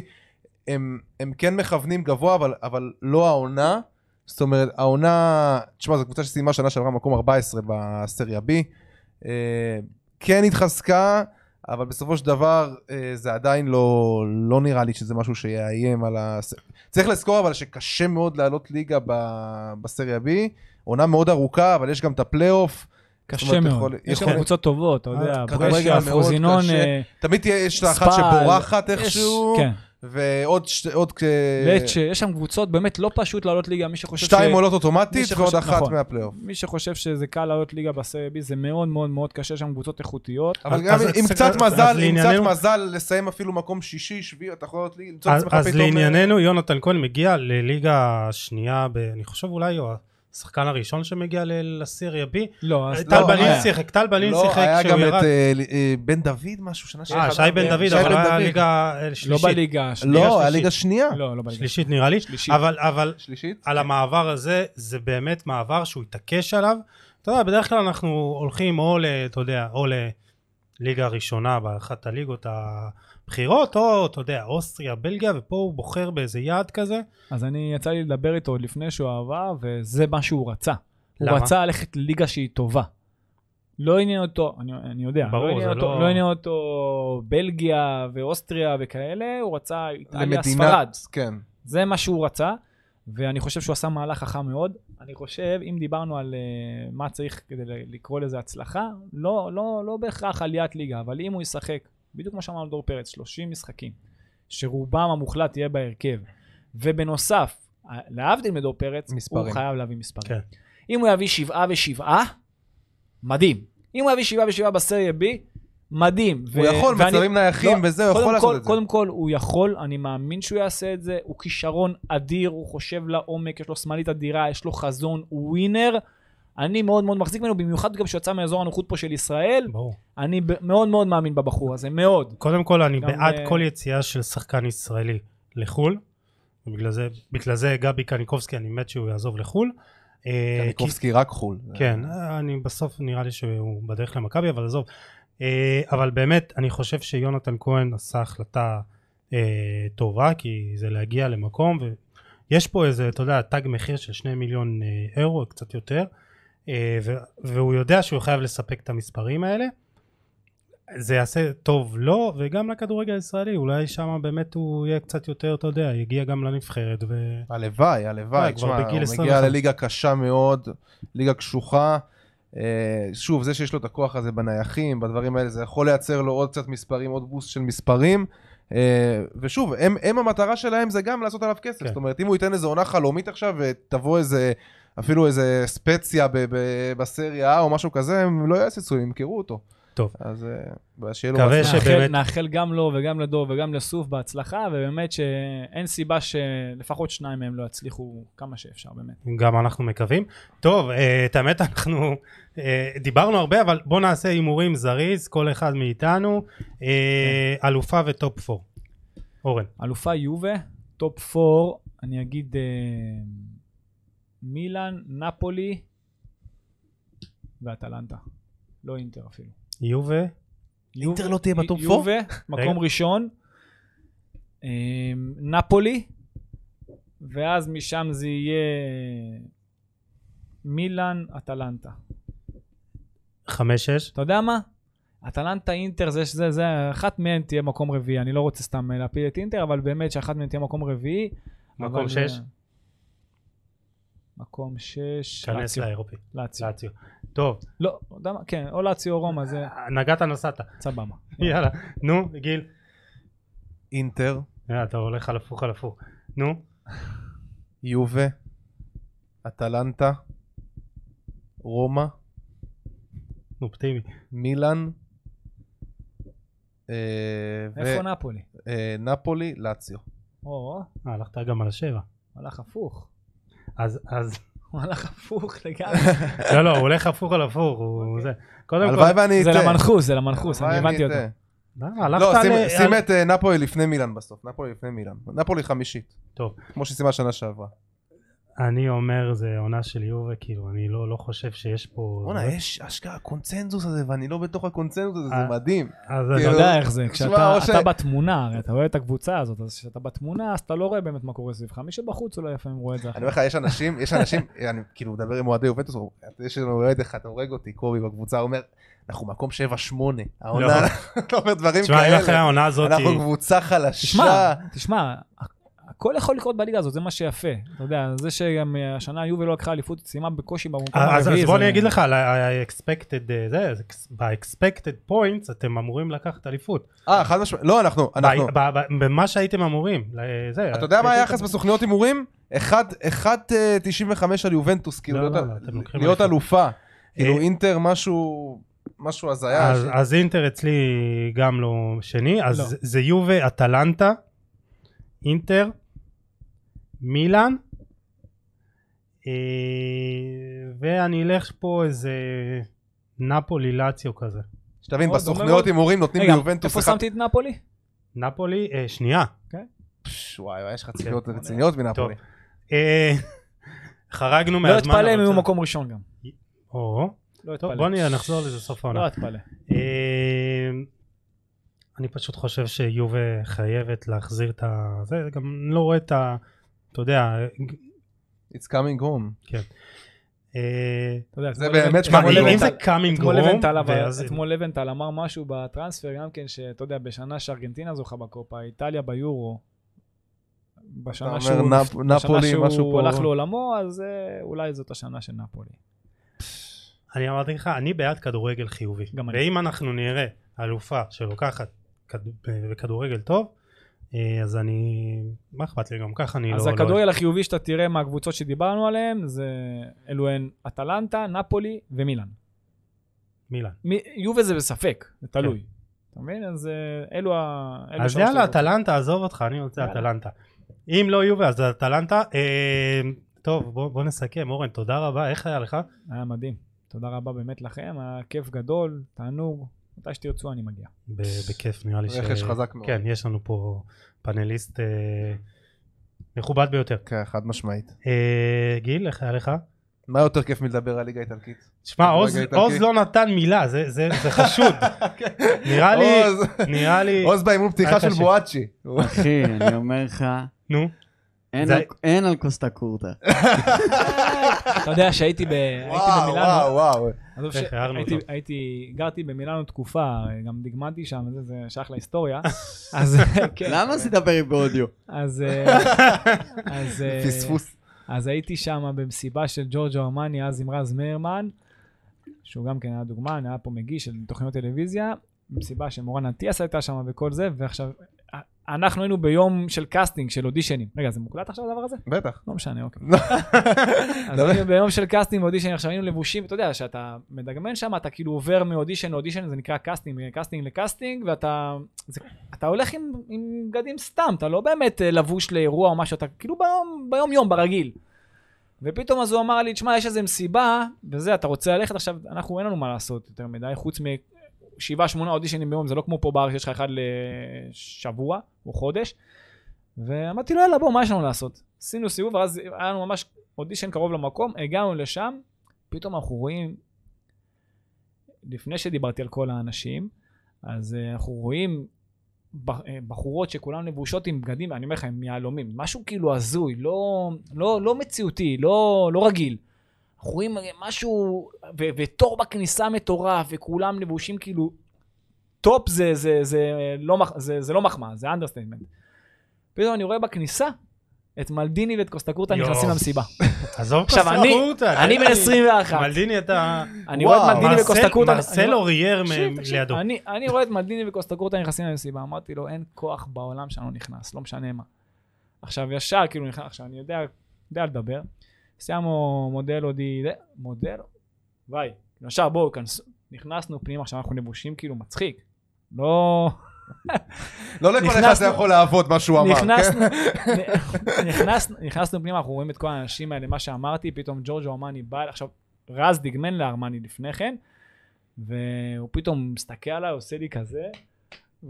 Speaker 3: הם, הם כן מכוונים גבוה, אבל, אבל לא העונה. זאת אומרת, העונה, תשמע, זו קבוצה שסיימה שנה שעברה מקום 14 בסריה B. אה, כן התחזקה, אבל בסופו של דבר אה, זה עדיין לא, לא נראה לי שזה משהו שיאיים על ה... צריך לזכור אבל שקשה מאוד לעלות ליגה ב, בסריה B. עונה מאוד ארוכה, אבל יש גם את הפלייאוף. זאת
Speaker 4: קשה
Speaker 3: אומרת,
Speaker 4: מאוד.
Speaker 3: יכול-
Speaker 4: יש
Speaker 3: יכול-
Speaker 4: גם קבוצות טובות, אתה
Speaker 1: אה,
Speaker 4: יודע,
Speaker 1: כדורגל
Speaker 4: ברשיה,
Speaker 3: מאוד
Speaker 4: פרוזינון,
Speaker 3: קשה.
Speaker 4: אה,
Speaker 3: תמיד תהיה- יש לה אחת
Speaker 4: ספל,
Speaker 3: שבורחת
Speaker 4: יש-
Speaker 3: איכשהו,
Speaker 4: כן,
Speaker 3: ועוד שתי- עוד כ-
Speaker 4: לצ'ה, יש שם קבוצות באמת לא פשוט לעלות ליגה, מי שחושב
Speaker 3: שתיים לא-
Speaker 4: ש-
Speaker 3: עולות
Speaker 4: מי
Speaker 3: אוטומטית
Speaker 4: שחושב-
Speaker 3: ועוד אחת
Speaker 4: נכון.
Speaker 3: מהפלייאוף.
Speaker 4: מי שחושב שזה קל לעלות ליגה בסריה B, זה מאוד מאוד מאוד קשה, יש שם קבוצות איכותיות.
Speaker 3: אבל
Speaker 1: אז-
Speaker 3: גם
Speaker 1: אז-
Speaker 3: עם- עם
Speaker 1: אז-
Speaker 3: קצת
Speaker 1: אז
Speaker 3: מזל, עם קצת
Speaker 1: לענייננו-
Speaker 3: מזל לסיים אפילו מקום שישי, שביעי, אתה יכול להיות- למצוא את
Speaker 1: אז,
Speaker 3: עצמך פתאום... אה,
Speaker 1: אז לענייננו, יונתן כהן מגיע לליגה השנייה, ב, אני חושב אולי הוא השחקן הראשון שמגיע ל- לסיריה B.
Speaker 4: לא, אז
Speaker 1: טל
Speaker 3: לא,
Speaker 1: בלין
Speaker 3: היה.
Speaker 1: שיחק, טל בלין
Speaker 3: לא,
Speaker 1: שיחק
Speaker 3: היה
Speaker 1: כשהוא
Speaker 3: גם
Speaker 1: ירד.
Speaker 3: את אה, אה, בן דוד משהו, שנה
Speaker 1: אה,
Speaker 3: שעברה.
Speaker 1: שי בן דוד,
Speaker 3: שי
Speaker 1: אבל
Speaker 3: בן
Speaker 1: לא היה
Speaker 3: דוד.
Speaker 1: ליגה אה,
Speaker 4: לא
Speaker 1: שלישית.
Speaker 4: בליגה השנייה.
Speaker 1: ליגה
Speaker 3: לא, היה
Speaker 1: שלישית.
Speaker 3: ליגה שנייה.
Speaker 4: לא, לא בליגה.
Speaker 1: שלישית נראה לי.
Speaker 4: שלישית.
Speaker 1: אבל, אבל
Speaker 3: שלישית?
Speaker 1: על המעבר הזה, זה באמת מעבר שהוא התעקש עליו. אתה יודע, בדרך כלל אנחנו הולכים או ל... אתה יודע, או לליגה הראשונה באחת הליגות הבכירות, או, אתה יודע, אוסטריה, בלגיה, ופה הוא בוחר באיזה יעד כזה.
Speaker 4: אז אני, יצא לי לדבר איתו עוד לפני שהוא עבר, וזה מה שהוא רצה. הוא
Speaker 1: למה?
Speaker 4: רצה ללכת לליגה שהיא טובה. לא עניין אותו, אני, אני יודע,
Speaker 1: ברור,
Speaker 4: לא עניין
Speaker 1: זה
Speaker 4: אותו,
Speaker 1: לא-
Speaker 4: לא עניין אותו בלגיה ואוסטריה וכאלה, הוא רצה איטליה,
Speaker 3: למדינה,
Speaker 4: ספרד.
Speaker 3: כן.
Speaker 4: זה מה שהוא רצה, ואני חושב שהוא עשה מהלך חכם מאוד. אני חושב, אם דיברנו על אה, מה צריך כדי ל- לקרוא לזה הצלחה, לא, לא, לא בהכרח עליית ליגה, אבל אם הוא ישחק, בדיוק כמו שאמרנו דור פרץ, 30 משחקים, שרובם המוחלט יהיה בהרכב, ובנוסף, ה- להבדיל מדור פרץ,
Speaker 3: מספרים.
Speaker 4: הוא חייב להביא מספרים.
Speaker 1: כן.
Speaker 4: אם הוא יביא שבעה ושבעה, מדהים. אם הוא יביא שבעה ושבעה בסריה B, מדהים.
Speaker 3: הוא יכול,
Speaker 4: ואני-
Speaker 3: מצבים נייחים
Speaker 4: לא,
Speaker 3: וזה, הוא יכול
Speaker 4: קודם
Speaker 3: לעשות
Speaker 4: כל,
Speaker 3: את זה.
Speaker 4: קודם כל, הוא יכול, אני מאמין שהוא יעשה את זה. הוא כישרון אדיר, הוא חושב לעומק, יש לו שמאלית אדירה, יש לו חזון, הוא ווינר. אני מאוד מאוד מחזיק ממנו, במיוחד גם שהוא יצא מאזור הנוחות פה של ישראל.
Speaker 1: כן, ברור.
Speaker 4: אני ב- מאוד מאוד מאמין בבחור הזה, מאוד.
Speaker 1: קודם כל, אני
Speaker 4: גם,
Speaker 1: בעד
Speaker 4: אה,
Speaker 1: כל יציאה של שחקן ישראלי לחו"ל, ובגלל זה, בגלל זה גבי קניקובסקי, אני מת שהוא יעזוב לחו"ל. אה,
Speaker 3: קניקובסקי רק חו"ל.
Speaker 1: כי- כן, אה, אני בסוף נראה לי שהוא בדרך למכבי, אבל עזוב. אה, אבל באמת, אני חושב שיונתן כהן עשה החלטה אה, טובה, כי זה להגיע למקום, ויש פה איזה, אתה יודע, תג מחיר של שני מיליון אה, אירו, קצת יותר, אה, ו- והוא יודע שהוא חייב לספק את המספרים האלה. זה יעשה טוב לו, לא, וגם לכדורגל הישראלי, אולי שם באמת הוא יהיה קצת יותר, אתה יודע, יגיע גם לנבחרת, ו...
Speaker 3: הלוואי,
Speaker 1: וואי,
Speaker 3: הלוואי.
Speaker 1: אה, כבר
Speaker 3: תשמע,
Speaker 1: בגיל
Speaker 3: הוא
Speaker 1: 25.
Speaker 3: מגיע לליגה קשה מאוד, ליגה קשוחה. אה, שוב, זה שיש לו את הכוח הזה בנייחים, בדברים האלה, זה יכול לייצר לו עוד קצת מספרים, עוד בוסט של מספרים. אה, ושוב, הם, הם המטרה שלהם זה גם לעשות עליו כסף.
Speaker 1: כן.
Speaker 3: זאת אומרת, אם הוא ייתן איזו עונה חלומית עכשיו ותבוא איזה, אפילו איזה ספציה ב, ב, בסריה A או משהו כזה, הם לא יעשו, הם ימכרו אותו.
Speaker 1: טוב.
Speaker 3: אז אה, שיהיה לו...
Speaker 1: מקווה
Speaker 3: בהצלחה.
Speaker 1: שבאמת-
Speaker 4: נאחל, נאחל גם לו וגם לדור וגם לסוף בהצלחה, ובאמת שאין סיבה שלפחות שניים מהם לא יצליחו כמה שאפשר, באמת.
Speaker 1: גם אנחנו מקווים. טוב, אה, את האמת אנחנו אה, דיברנו הרבה, אבל בואו נעשה הימורים זריז, כל אחד מאיתנו. אה,
Speaker 3: כן.
Speaker 1: אלופה וטופ 4. אורן,
Speaker 4: אלופה יובה, טופ 4, אני אגיד אה, מילאן, נפולי ואטלנטה. לא אינטר אפילו.
Speaker 1: יובה,
Speaker 4: אינטר
Speaker 3: לא תהיה בטופ פור?
Speaker 4: יובה, מקום
Speaker 1: רגע.
Speaker 4: ראשון. אה, נפולי, ואז משם זה יהיה מילאן, אטלנטה.
Speaker 1: 5-6.
Speaker 4: אתה יודע מה? אטלנטה אינטר זה, זה, זה, אחת מהן תהיה מקום רביעי. אני לא רוצה סתם אה, להפיל את אינטר, אבל באמת שאחת מהן תהיה מקום רביעי.
Speaker 1: מקום
Speaker 4: אבל,
Speaker 1: שש?
Speaker 4: אה, מקום שש.
Speaker 1: כנס
Speaker 4: לאציו.
Speaker 1: לאירופי.
Speaker 4: לאציו.
Speaker 1: לאציו. טוב,
Speaker 4: לא, אתה יודע מה? כן, או לאציו או רומא, זה
Speaker 1: נגעת נסעת.
Speaker 4: סבבה.
Speaker 1: יאללה, נו, גיל.
Speaker 3: אינטר,
Speaker 1: אה, אתה הולך על הפוך על הפוך. נו,
Speaker 3: יובה, אטלנטה, רומא.
Speaker 1: אופטימי.
Speaker 3: מילאן, אה,
Speaker 4: איפה נפולי?
Speaker 3: ונפולי, אה, לאציו.
Speaker 4: או,
Speaker 1: אה, הלכת גם על השבע.
Speaker 4: הוא הלך הפוך.
Speaker 1: אז, אז,
Speaker 4: הוא הלך הפוך לגמרי.
Speaker 1: לא, לא, הוא הולך הפוך על הפוך,
Speaker 4: אוקיי.
Speaker 1: הוא זה. קודם כל,
Speaker 3: הלוואי ואני
Speaker 4: זה
Speaker 3: אטעה.
Speaker 4: למנחוס, זה למנחוס, אני
Speaker 3: הלוואי ואני
Speaker 4: הבנתי אותו.
Speaker 3: אטעה.
Speaker 1: למה, אה, הלכת
Speaker 3: לא,
Speaker 1: על...
Speaker 3: שים- שים
Speaker 1: על-
Speaker 3: את אה, נפולי לפני מילאן בסוף. נפולי לפני מילאן. נפולי חמישית.
Speaker 1: טוב.
Speaker 3: כמו שסימה שנה שעברה.
Speaker 1: אני אומר, זה עונה של יובה, כאילו, אני לא לא חושב שיש פה...
Speaker 3: בואנה, יש אשכרה קונצנזוס הזה, ואני לא בתוך הקונצנזוס הזה,
Speaker 1: אוקיי. אה,
Speaker 3: זה מדהים.
Speaker 1: אז
Speaker 4: אתה
Speaker 1: אתה
Speaker 3: כאילו,
Speaker 4: יודע איך זה,
Speaker 3: תשמע,
Speaker 4: כשאתה
Speaker 3: או ש-
Speaker 4: אתה בתמונה, הרי אתה רואה את הקבוצה הזאת, אז כשאתה בתמונה, אז אתה לא רואה באמת מה קורה סביבך. מי שבחוץ אולי לפעמים רואה את זה.
Speaker 3: אני אומר לך, יש אנשים, יש אנשים, אני כאילו מדבר עם אוהדי יובנטוס, יש לנו אוהד אחד, הורג אותי, קובי בקבוצה, הוא אומר, אנחנו מקום 7-8. העונה, אתה אומר דברים
Speaker 1: לא. תשמע, אם אחרי
Speaker 3: כאלה.
Speaker 1: העונה הזאת,
Speaker 3: אנחנו קבוצה חלשה.
Speaker 4: תשמע, תשמע, הכל יכול לקרות בליגה הזאת, זה מה שיפה. אתה יודע, זה שגם אה, השנה יובל לא לקחה אליפות, סיימה בקושי במקום
Speaker 1: אה, אז
Speaker 4: הרביעי.
Speaker 1: אז בוא
Speaker 4: זה-
Speaker 1: אני אגיד לך, על ה-expected, אה, זה, ב-expected points אתם אמורים לקחת אליפות.
Speaker 3: אה, חד משמעית, לא, אנחנו, אנחנו.
Speaker 1: ב- ב- ב- במה שהייתם אמורים. ל- זה,
Speaker 3: אתה יודע מה
Speaker 1: הייתם-
Speaker 3: היחס בסוכניות הימורים? 1.95 על יובנטוס, כאילו,
Speaker 1: לא,
Speaker 3: להיות
Speaker 1: לא,
Speaker 3: ה-
Speaker 1: אתם לוקחים
Speaker 3: להיות
Speaker 1: אליפות.
Speaker 3: אלופה. כאילו
Speaker 1: אה,
Speaker 3: אינטר משהו, משהו הזיה.
Speaker 1: אז-
Speaker 3: ש-
Speaker 1: אז אינטר אצלי גם לא שני, אז
Speaker 4: לא.
Speaker 1: זה- זה יובה, אטלנטה, אינטר, מילאן, אה, ואני אלך פה איזה נפולי לאציו כזה.
Speaker 3: שתבין,
Speaker 4: מאוד,
Speaker 3: בסוכניות
Speaker 4: מאוד.
Speaker 3: הימורים נותנים
Speaker 4: רגע,
Speaker 3: ליובנטוס
Speaker 4: איפה
Speaker 3: אחד.
Speaker 4: שמתי את נפולי?
Speaker 1: נפולי, אה, שנייה.
Speaker 3: פש, וואי,
Speaker 4: אה,
Speaker 3: וואי, יש לך ציפיות
Speaker 1: כן.
Speaker 3: רציניות מנפולי.
Speaker 1: אה, חרגנו
Speaker 4: לא
Speaker 1: מהזמן.
Speaker 4: אתפלא
Speaker 1: אבל
Speaker 4: אם יהיו
Speaker 1: בסדר.
Speaker 4: מקום ראשון גם.
Speaker 1: או,
Speaker 4: לא אתפלא.
Speaker 1: טוב, בוא נראה, נחזור לזה סוף העונה.
Speaker 4: לא אתפלא.
Speaker 1: אה, אני פשוט חושב שיובה חייבת להחזיר את ה... זה גם אני לא רואה את ה... אתה יודע,
Speaker 3: It's coming home.
Speaker 1: אה,
Speaker 4: אתה יודע,
Speaker 3: זה
Speaker 4: אתמול
Speaker 3: באמת
Speaker 4: הבנ-
Speaker 3: שמע,
Speaker 4: אתמול
Speaker 1: אם- אם
Speaker 4: הבנתי-
Speaker 1: זה קאמינג
Speaker 4: אתמול
Speaker 1: רום,
Speaker 4: לבנטל, אבל-
Speaker 1: ואז
Speaker 4: אתמול לבנטל אמר משהו בטרנספר גם כן, שאתה יודע, בשנה שארגנטינה זוכה בקופה, איטליה ביורו, בשנה
Speaker 3: אומר
Speaker 4: שהוא,
Speaker 3: נפ-
Speaker 4: בשנה
Speaker 3: נפולי,
Speaker 4: שהוא
Speaker 3: משהו פה-
Speaker 4: הלך לעולמו, אז אה, אולי זאת השנה של נפולי.
Speaker 1: אני אמרתי לך, אני בעד כדורגל חיובי.
Speaker 4: גם אני.
Speaker 1: ואם אנחנו נראה אלופה שלוקחת כד- בכדורגל טוב, אה, אז אני... מה אכפת לי גם ככה, אני לא...
Speaker 4: אז
Speaker 1: לא-
Speaker 4: הכדורגל החיובי שאתה תראה מהקבוצות שדיברנו עליהן, זה אלו הן אטלנטה, נפולי ומילאן.
Speaker 1: מילן.
Speaker 4: מי- יובה זה בספק, זה תלוי. אתה מבין? אז אה, אלו ה... אלו
Speaker 1: כן. אז
Speaker 4: שלוש
Speaker 1: יאללה,
Speaker 4: הקבוצות.
Speaker 1: אטלנטה, עזוב אותך, אני רוצה
Speaker 4: יאללה.
Speaker 1: אטלנטה. אם לא יובה, אז אטלנטה. אה, טוב, בוא בוא נסכם. אורן, תודה רבה, איך היה לך?
Speaker 4: היה מדהים. תודה רבה באמת לכם, היה כיף גדול, תענוג, מתי שתרצו אני מגיע.
Speaker 1: ב- בכיף, נראה לי ש...
Speaker 3: רכש חזק מאוד.
Speaker 1: כן, יש לנו פה פאנליסט אה, מכובד ביותר.
Speaker 3: כן, חד משמעית.
Speaker 1: אה, גיל, איך היה לך?
Speaker 3: מה יותר כיף מלדבר על ליגה איטלקית?
Speaker 1: תשמע, עוז-
Speaker 3: איטלקי. אוקיי.
Speaker 1: עוז לא נתן מילה, זה- זה זה חשוד. נראה לי,
Speaker 3: עוז.
Speaker 1: נראה לי,
Speaker 3: עוז באימון פתיחה
Speaker 1: היה
Speaker 3: של
Speaker 1: קשה.
Speaker 3: בואצ'י.
Speaker 1: אה,
Speaker 6: אחי, אני אומר לך,
Speaker 1: נו,
Speaker 6: אין
Speaker 1: זה-
Speaker 6: על- אין על קוסטה קורטה.
Speaker 4: אתה יודע שהייתי ב- הייתי
Speaker 3: וואו,
Speaker 4: במילאנו,
Speaker 3: וואו, וואו.
Speaker 4: עזוב
Speaker 1: איך כן, הערנו
Speaker 4: שהייתי-
Speaker 1: אותו.
Speaker 4: הייתי, גרתי במילאנו תקופה, גם דגמנתי שם, זה- זה שייך להיסטוריה. אז כן,
Speaker 6: למה עשית פרק באודיו?
Speaker 4: אז... אה, אז, אה,
Speaker 3: פספוס.
Speaker 4: אז הייתי שם במסיבה של ג'ורג'ו ארמני, אז עם רז מאירמן, שהוא גם כן היה דוגמן, היה פה מגיש של תוכניות טלוויזיה, במסיבה שמורן אטיאס הייתה שם וכל זה, ועכשיו, אה, אנחנו היינו ביום של קאסטינג, של אודישנים. רגע, זה מוקלט עכשיו הדבר הזה?
Speaker 3: בטח.
Speaker 4: לא משנה, אוקיי.
Speaker 3: לא.
Speaker 4: אז היינו ביום של קאסטינג ואודישן, עכשיו היינו לבושים, אתה יודע, שאתה מדגמן שם, אתה כאילו עובר מאודישן לאודישן, זה נקרא קאסטינג, מקאסטינג לקאסטינג, ואתה זה, אתה הולך עם, עם בגדים סתם, אתה לא באמת אה, לבוש לאירוע או משהו, אתה כאילו ביום, ביום יום, ברגיל. ופתאום אז הוא אמר לי, תשמע, יש איזה מסיבה, וזה, אתה רוצה ללכת עכשיו, אנחנו, אין לנו מה לעשות יותר מדי, חוץ מ... שבעה, שמונה אודישנים ביום, זה לא כמו פה בארץ, יש לך אחד לשבוע או חודש. ואמרתי לו, יאללה, בוא, מה יש לנו לעשות? עשינו סיבוב, ואז היה לנו ממש אודישן קרוב למקום, הגענו לשם, פתאום אנחנו רואים, לפני שדיברתי על כל האנשים, אז אה, אנחנו רואים ב- אה, בחורות שכולן לבושות עם בגדים, אני אומר לך, עם יהלומים, משהו כאילו הזוי, לא, לא, לא מציאותי, לא, לא רגיל. אנחנו רואים אה, משהו, ו- ותור בכניסה מטורף, וכולם לבושים כאילו, טופ זה, זה, זה, לא, מח- זה, זה לא מחמאה, זה אנדרסטייטמנט. פתאום אני רואה בכניסה את מלדיני ואת קוסטקורטה
Speaker 1: יואו.
Speaker 4: נכנסים למסיבה.
Speaker 1: עזוב
Speaker 4: עכשיו,
Speaker 1: כוס
Speaker 4: אני-
Speaker 1: החורטה,
Speaker 4: אני בן
Speaker 1: תן לי.
Speaker 4: 21,
Speaker 1: אה, מלדיני אתה...
Speaker 4: אני רואה את
Speaker 3: וואו,
Speaker 4: מלדיני
Speaker 1: מרסל-
Speaker 4: וקוסטקורטה.
Speaker 1: מרסל אורייר מ-
Speaker 4: לא- תקשיב, תקשיב,
Speaker 1: לידו.
Speaker 4: אני- אני רואה את מלדיני וקוסטקורטה נכנסים למסיבה, אמרתי לו, אין כוח בעולם שאני לא נכנס, לא משנה מה. עכשיו, ישר, כאילו, נכנס, עכשיו, אני יודע, יודע לדבר. סיימו מודל אודי, זה, מודל, וואי, ישר, בואו, כנסו. נכנסנו פנימה, עכשיו אנחנו נבושים, כאילו, מצחיק. לא...
Speaker 3: לא לכל אחד
Speaker 4: נכנסנו-
Speaker 3: זה יכול לעבוד מה שהוא אמר.
Speaker 4: נכנסנו,
Speaker 3: כן?
Speaker 4: נכנסנו, נכנסנו פנימה, אנחנו רואים את כל האנשים האלה, מה שאמרתי, פתאום ג'ורג'ו ארמני בא, עכשיו, רז דגמן לארמני לפני כן, והוא פתאום מסתכל עליי, עושה לי כזה,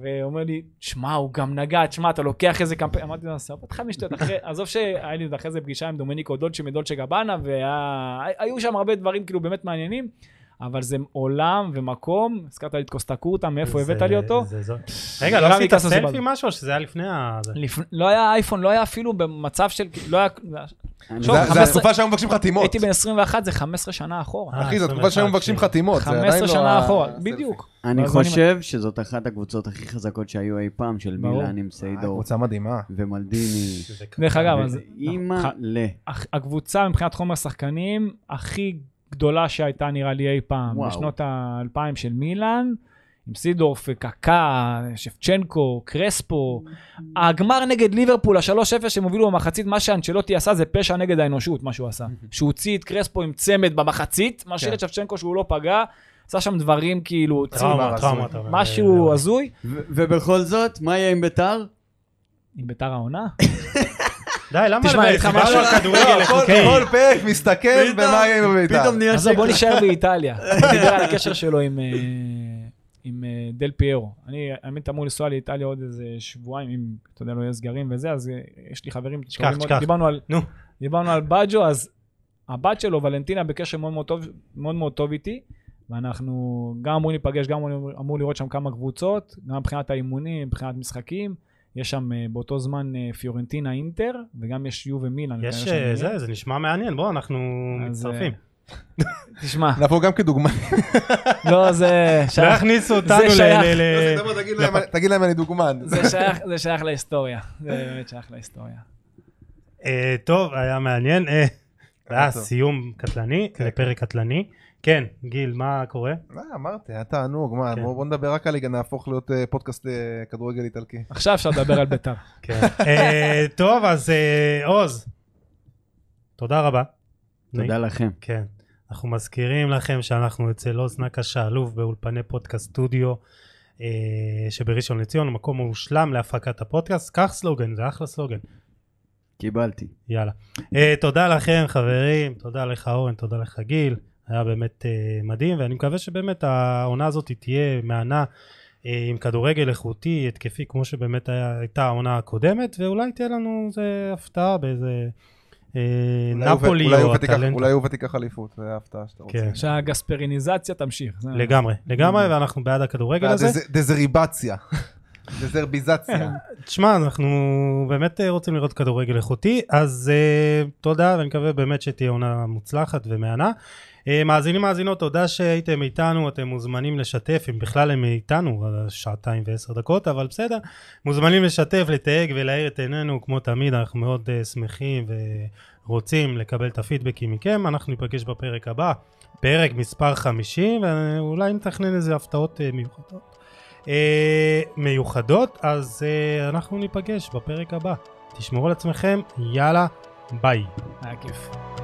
Speaker 4: ואומר לי, שמע, הוא גם נגע, תשמע, אתה לוקח איזה קמפיין, אמרתי לו, סבבה, אותך משטויות, אחרי- עזוב שהיה לי עוד אחרי זה פגישה עם דומניקו דולצ'ה מדולצ'ה גבאנה, והיו שם הרבה דברים כאילו באמת מעניינים. אבל זה עולם ומקום, הזכרת לי את קוסטה קורטה, מאיפה
Speaker 1: זה-
Speaker 4: הבאת לי אותו?
Speaker 1: זה- זה- רגע, לא
Speaker 4: רמי
Speaker 1: עשית
Speaker 4: קאסו
Speaker 1: סלפי
Speaker 4: סיבלדו.
Speaker 1: משהו, או שזה היה לפני ה... זה?
Speaker 4: לפ... לא היה אייפון, לא היה אפילו במצב של, לא היה,
Speaker 6: אני-
Speaker 4: שוב,
Speaker 3: זה- זה
Speaker 4: 15
Speaker 3: התקופה שהיו מבקשים חתימות.
Speaker 4: לא, הייתי בן 21, זה 15 שנה אחורה.
Speaker 3: אחי, זו
Speaker 1: אה,
Speaker 3: תקופה שהיו
Speaker 1: 21,
Speaker 3: מבקשים
Speaker 1: כן.
Speaker 3: חתימות. זה עדיין
Speaker 4: 15
Speaker 3: לא
Speaker 4: שנה
Speaker 3: ה-
Speaker 4: אחורה,
Speaker 3: הסלפי.
Speaker 4: בדיוק.
Speaker 6: אני
Speaker 4: אז אני-
Speaker 6: חושב שזאת אחת הקבוצות הכי חזקות שהיו אי פעם של
Speaker 4: ברור.
Speaker 6: מילאן עם
Speaker 3: אה,
Speaker 6: סיידור
Speaker 3: קבוצה מדהימה.
Speaker 6: ומלדיני.
Speaker 1: זה ככה.
Speaker 4: דרך אגב, אז
Speaker 6: אימא
Speaker 4: ח-
Speaker 6: ל...
Speaker 4: הח- הקבוצה מבחינת חומר שחקנים הכי גדולה שהייתה נראה לי אי פעם,
Speaker 6: וואו.
Speaker 4: בשנות האלפיים של מילאן, עם סידורף, קקה, שפצ'נקו, קרספו. הגמר נגד ליברפול, ה-3-0 שהם הובילו במחצית, מה שאנצ'לוטי עשה זה פשע נגד האנושות, מה שהוא עשה. שהוא הוציא את קרספו עם צמד במחצית, משאיר
Speaker 3: כן.
Speaker 4: את שפצ'נקו שהוא לא פגע, עשה שם דברים כאילו, הוציא
Speaker 1: טראומה,
Speaker 3: הזוי.
Speaker 1: טראומה. אתה אומר.
Speaker 4: משהו הזוי.
Speaker 6: ו- ובכל זאת, מה יהיה עם ביתר?
Speaker 4: עם ביתר העונה?
Speaker 1: די, למה?
Speaker 4: תשמע, אני אגיד לך
Speaker 1: דיברנו
Speaker 4: משהו.
Speaker 1: על כדורגל
Speaker 3: כל-
Speaker 1: איכותי.
Speaker 3: כל פרק מסתכן
Speaker 6: פתאום-
Speaker 3: במה יהיה בביתר.
Speaker 6: פתאום נהיה
Speaker 4: עזוב,
Speaker 1: כן.
Speaker 4: בוא
Speaker 6: שקט.
Speaker 4: נשאר באיטליה. הוא דיבר על הקשר שלו עם, אה, עם אה, דל פיירו. אני, האמת, אמור לנסוע לאיטליה עוד איזה שבועיים, אם, אתה יודע, לא יהיה סגרים וזה, אז אה, יש לי חברים...
Speaker 1: תשכח,
Speaker 4: שקוראים-
Speaker 1: תשכח.
Speaker 4: דיברנו על...
Speaker 1: נו.
Speaker 4: דיברנו על בג'ו, אז הבת שלו, ולנטינה, בקשר מאוד מאוד טוב, מאוד מאוד טוב איתי, ואנחנו גם אמורים להיפגש, גם אמורים- אמור לראות שם כמה קבוצות, גם מבחינת האימונים, מבחינת משחקים. יש שם אה, באותו זמן אה, פיורנטינה אינטר, וגם יש יו ומילן.
Speaker 1: יש
Speaker 4: כנראה
Speaker 1: אה,
Speaker 4: שם
Speaker 1: זה, זה נשמע מעניין, בוא, אנחנו
Speaker 4: אז,
Speaker 1: מצטרפים.
Speaker 4: יהיה. תשמע,
Speaker 3: נבוא גם כדוגמה.
Speaker 4: לא, זה...
Speaker 1: לא
Speaker 4: שייך-
Speaker 1: יכניסו אותנו ל...
Speaker 4: שייך.
Speaker 1: ל- ל-
Speaker 3: לא, תגיד
Speaker 1: נכון.
Speaker 3: להם- תגיד להם אני דוגמן.
Speaker 4: זה שייך, זה שייך להיסטוריה, זה באמת שייך להיסטוריה.
Speaker 1: אה, טוב, היה מעניין. אה, היה
Speaker 3: טוב.
Speaker 1: סיום קטלני,
Speaker 3: כן,
Speaker 1: לפרק קטלני. כן, גיל, מה קורה?
Speaker 3: מה, אה, אמרתי, היה תענוג, מה,
Speaker 1: נכון. כן.
Speaker 3: בוא בוא נדבר רק על ליגה, נהפוך להיות אה, פודקאסט אה, כדורגל איטלקי.
Speaker 4: עכשיו אפשר לדבר על בית"ר.
Speaker 1: כן. אה, טוב, אז אה, עוז, תודה רבה.
Speaker 6: תודה לכם.
Speaker 1: כן. אנחנו מזכירים לכם שאנחנו אצל עוז נקש האלוף באולפני פודקאסט סטודיו אה, שבראשון לציון, מקום מושלם להפקת הפודקאסט. קח סלוגן, זה אחלה סלוגן.
Speaker 6: קיבלתי.
Speaker 1: יאללה. אה, תודה לכם חברים, תודה לך אורן, תודה לך גיל, היה באמת אה, מדהים, ואני מקווה שבאמת העונה הזאת תהיה מהנה אה, עם כדורגל איכותי, התקפי, כמו שבאמת היה- הייתה העונה הקודמת, ואולי תהיה לנו איזה הפתעה באיזה אה,
Speaker 3: אולי הוא ו-
Speaker 1: נפולי
Speaker 3: אולי הוא
Speaker 1: או
Speaker 3: ותיקח-
Speaker 1: הטלנטו.
Speaker 3: אולי הוא ותיקח אליפות, זה ההפתעה שאתה רוצה.
Speaker 1: כן,
Speaker 4: שהגספריניזציה תמשיך. זה-
Speaker 1: לגמרי,
Speaker 3: Mm.
Speaker 1: לגמרי, ואנחנו בעד הכדורגל הזה.
Speaker 3: אה, דזריבציה. דזרביזציה.
Speaker 1: תשמע, אנחנו באמת אה, רוצים לראות כדורגל איכותי, אז אה, תודה, ואני מקווה באמת שתהיה עונה מוצלחת ומהנה. אה, מאזינים מאזינות, תודה שהייתם איתנו, אתם מוזמנים לשתף, אם בכלל הם איתנו, אה, שעתיים ועשר דקות, אבל בסדר. מוזמנים לשתף, לתייג ולהאיר את עינינו, כמו תמיד, אנחנו מאוד אה, שמחים ורוצים לקבל את הפידבקים מכם. אנחנו ניפגש בפרק הבא, פרק מספר 50, ואולי נתכנן איזה הפתעות אה, מיוחדות. אה, מיוחדות, אז אה, אנחנו ניפגש בפרק הבא. תשמרו על עצמכם, יאללה, ביי.
Speaker 4: היה כיף.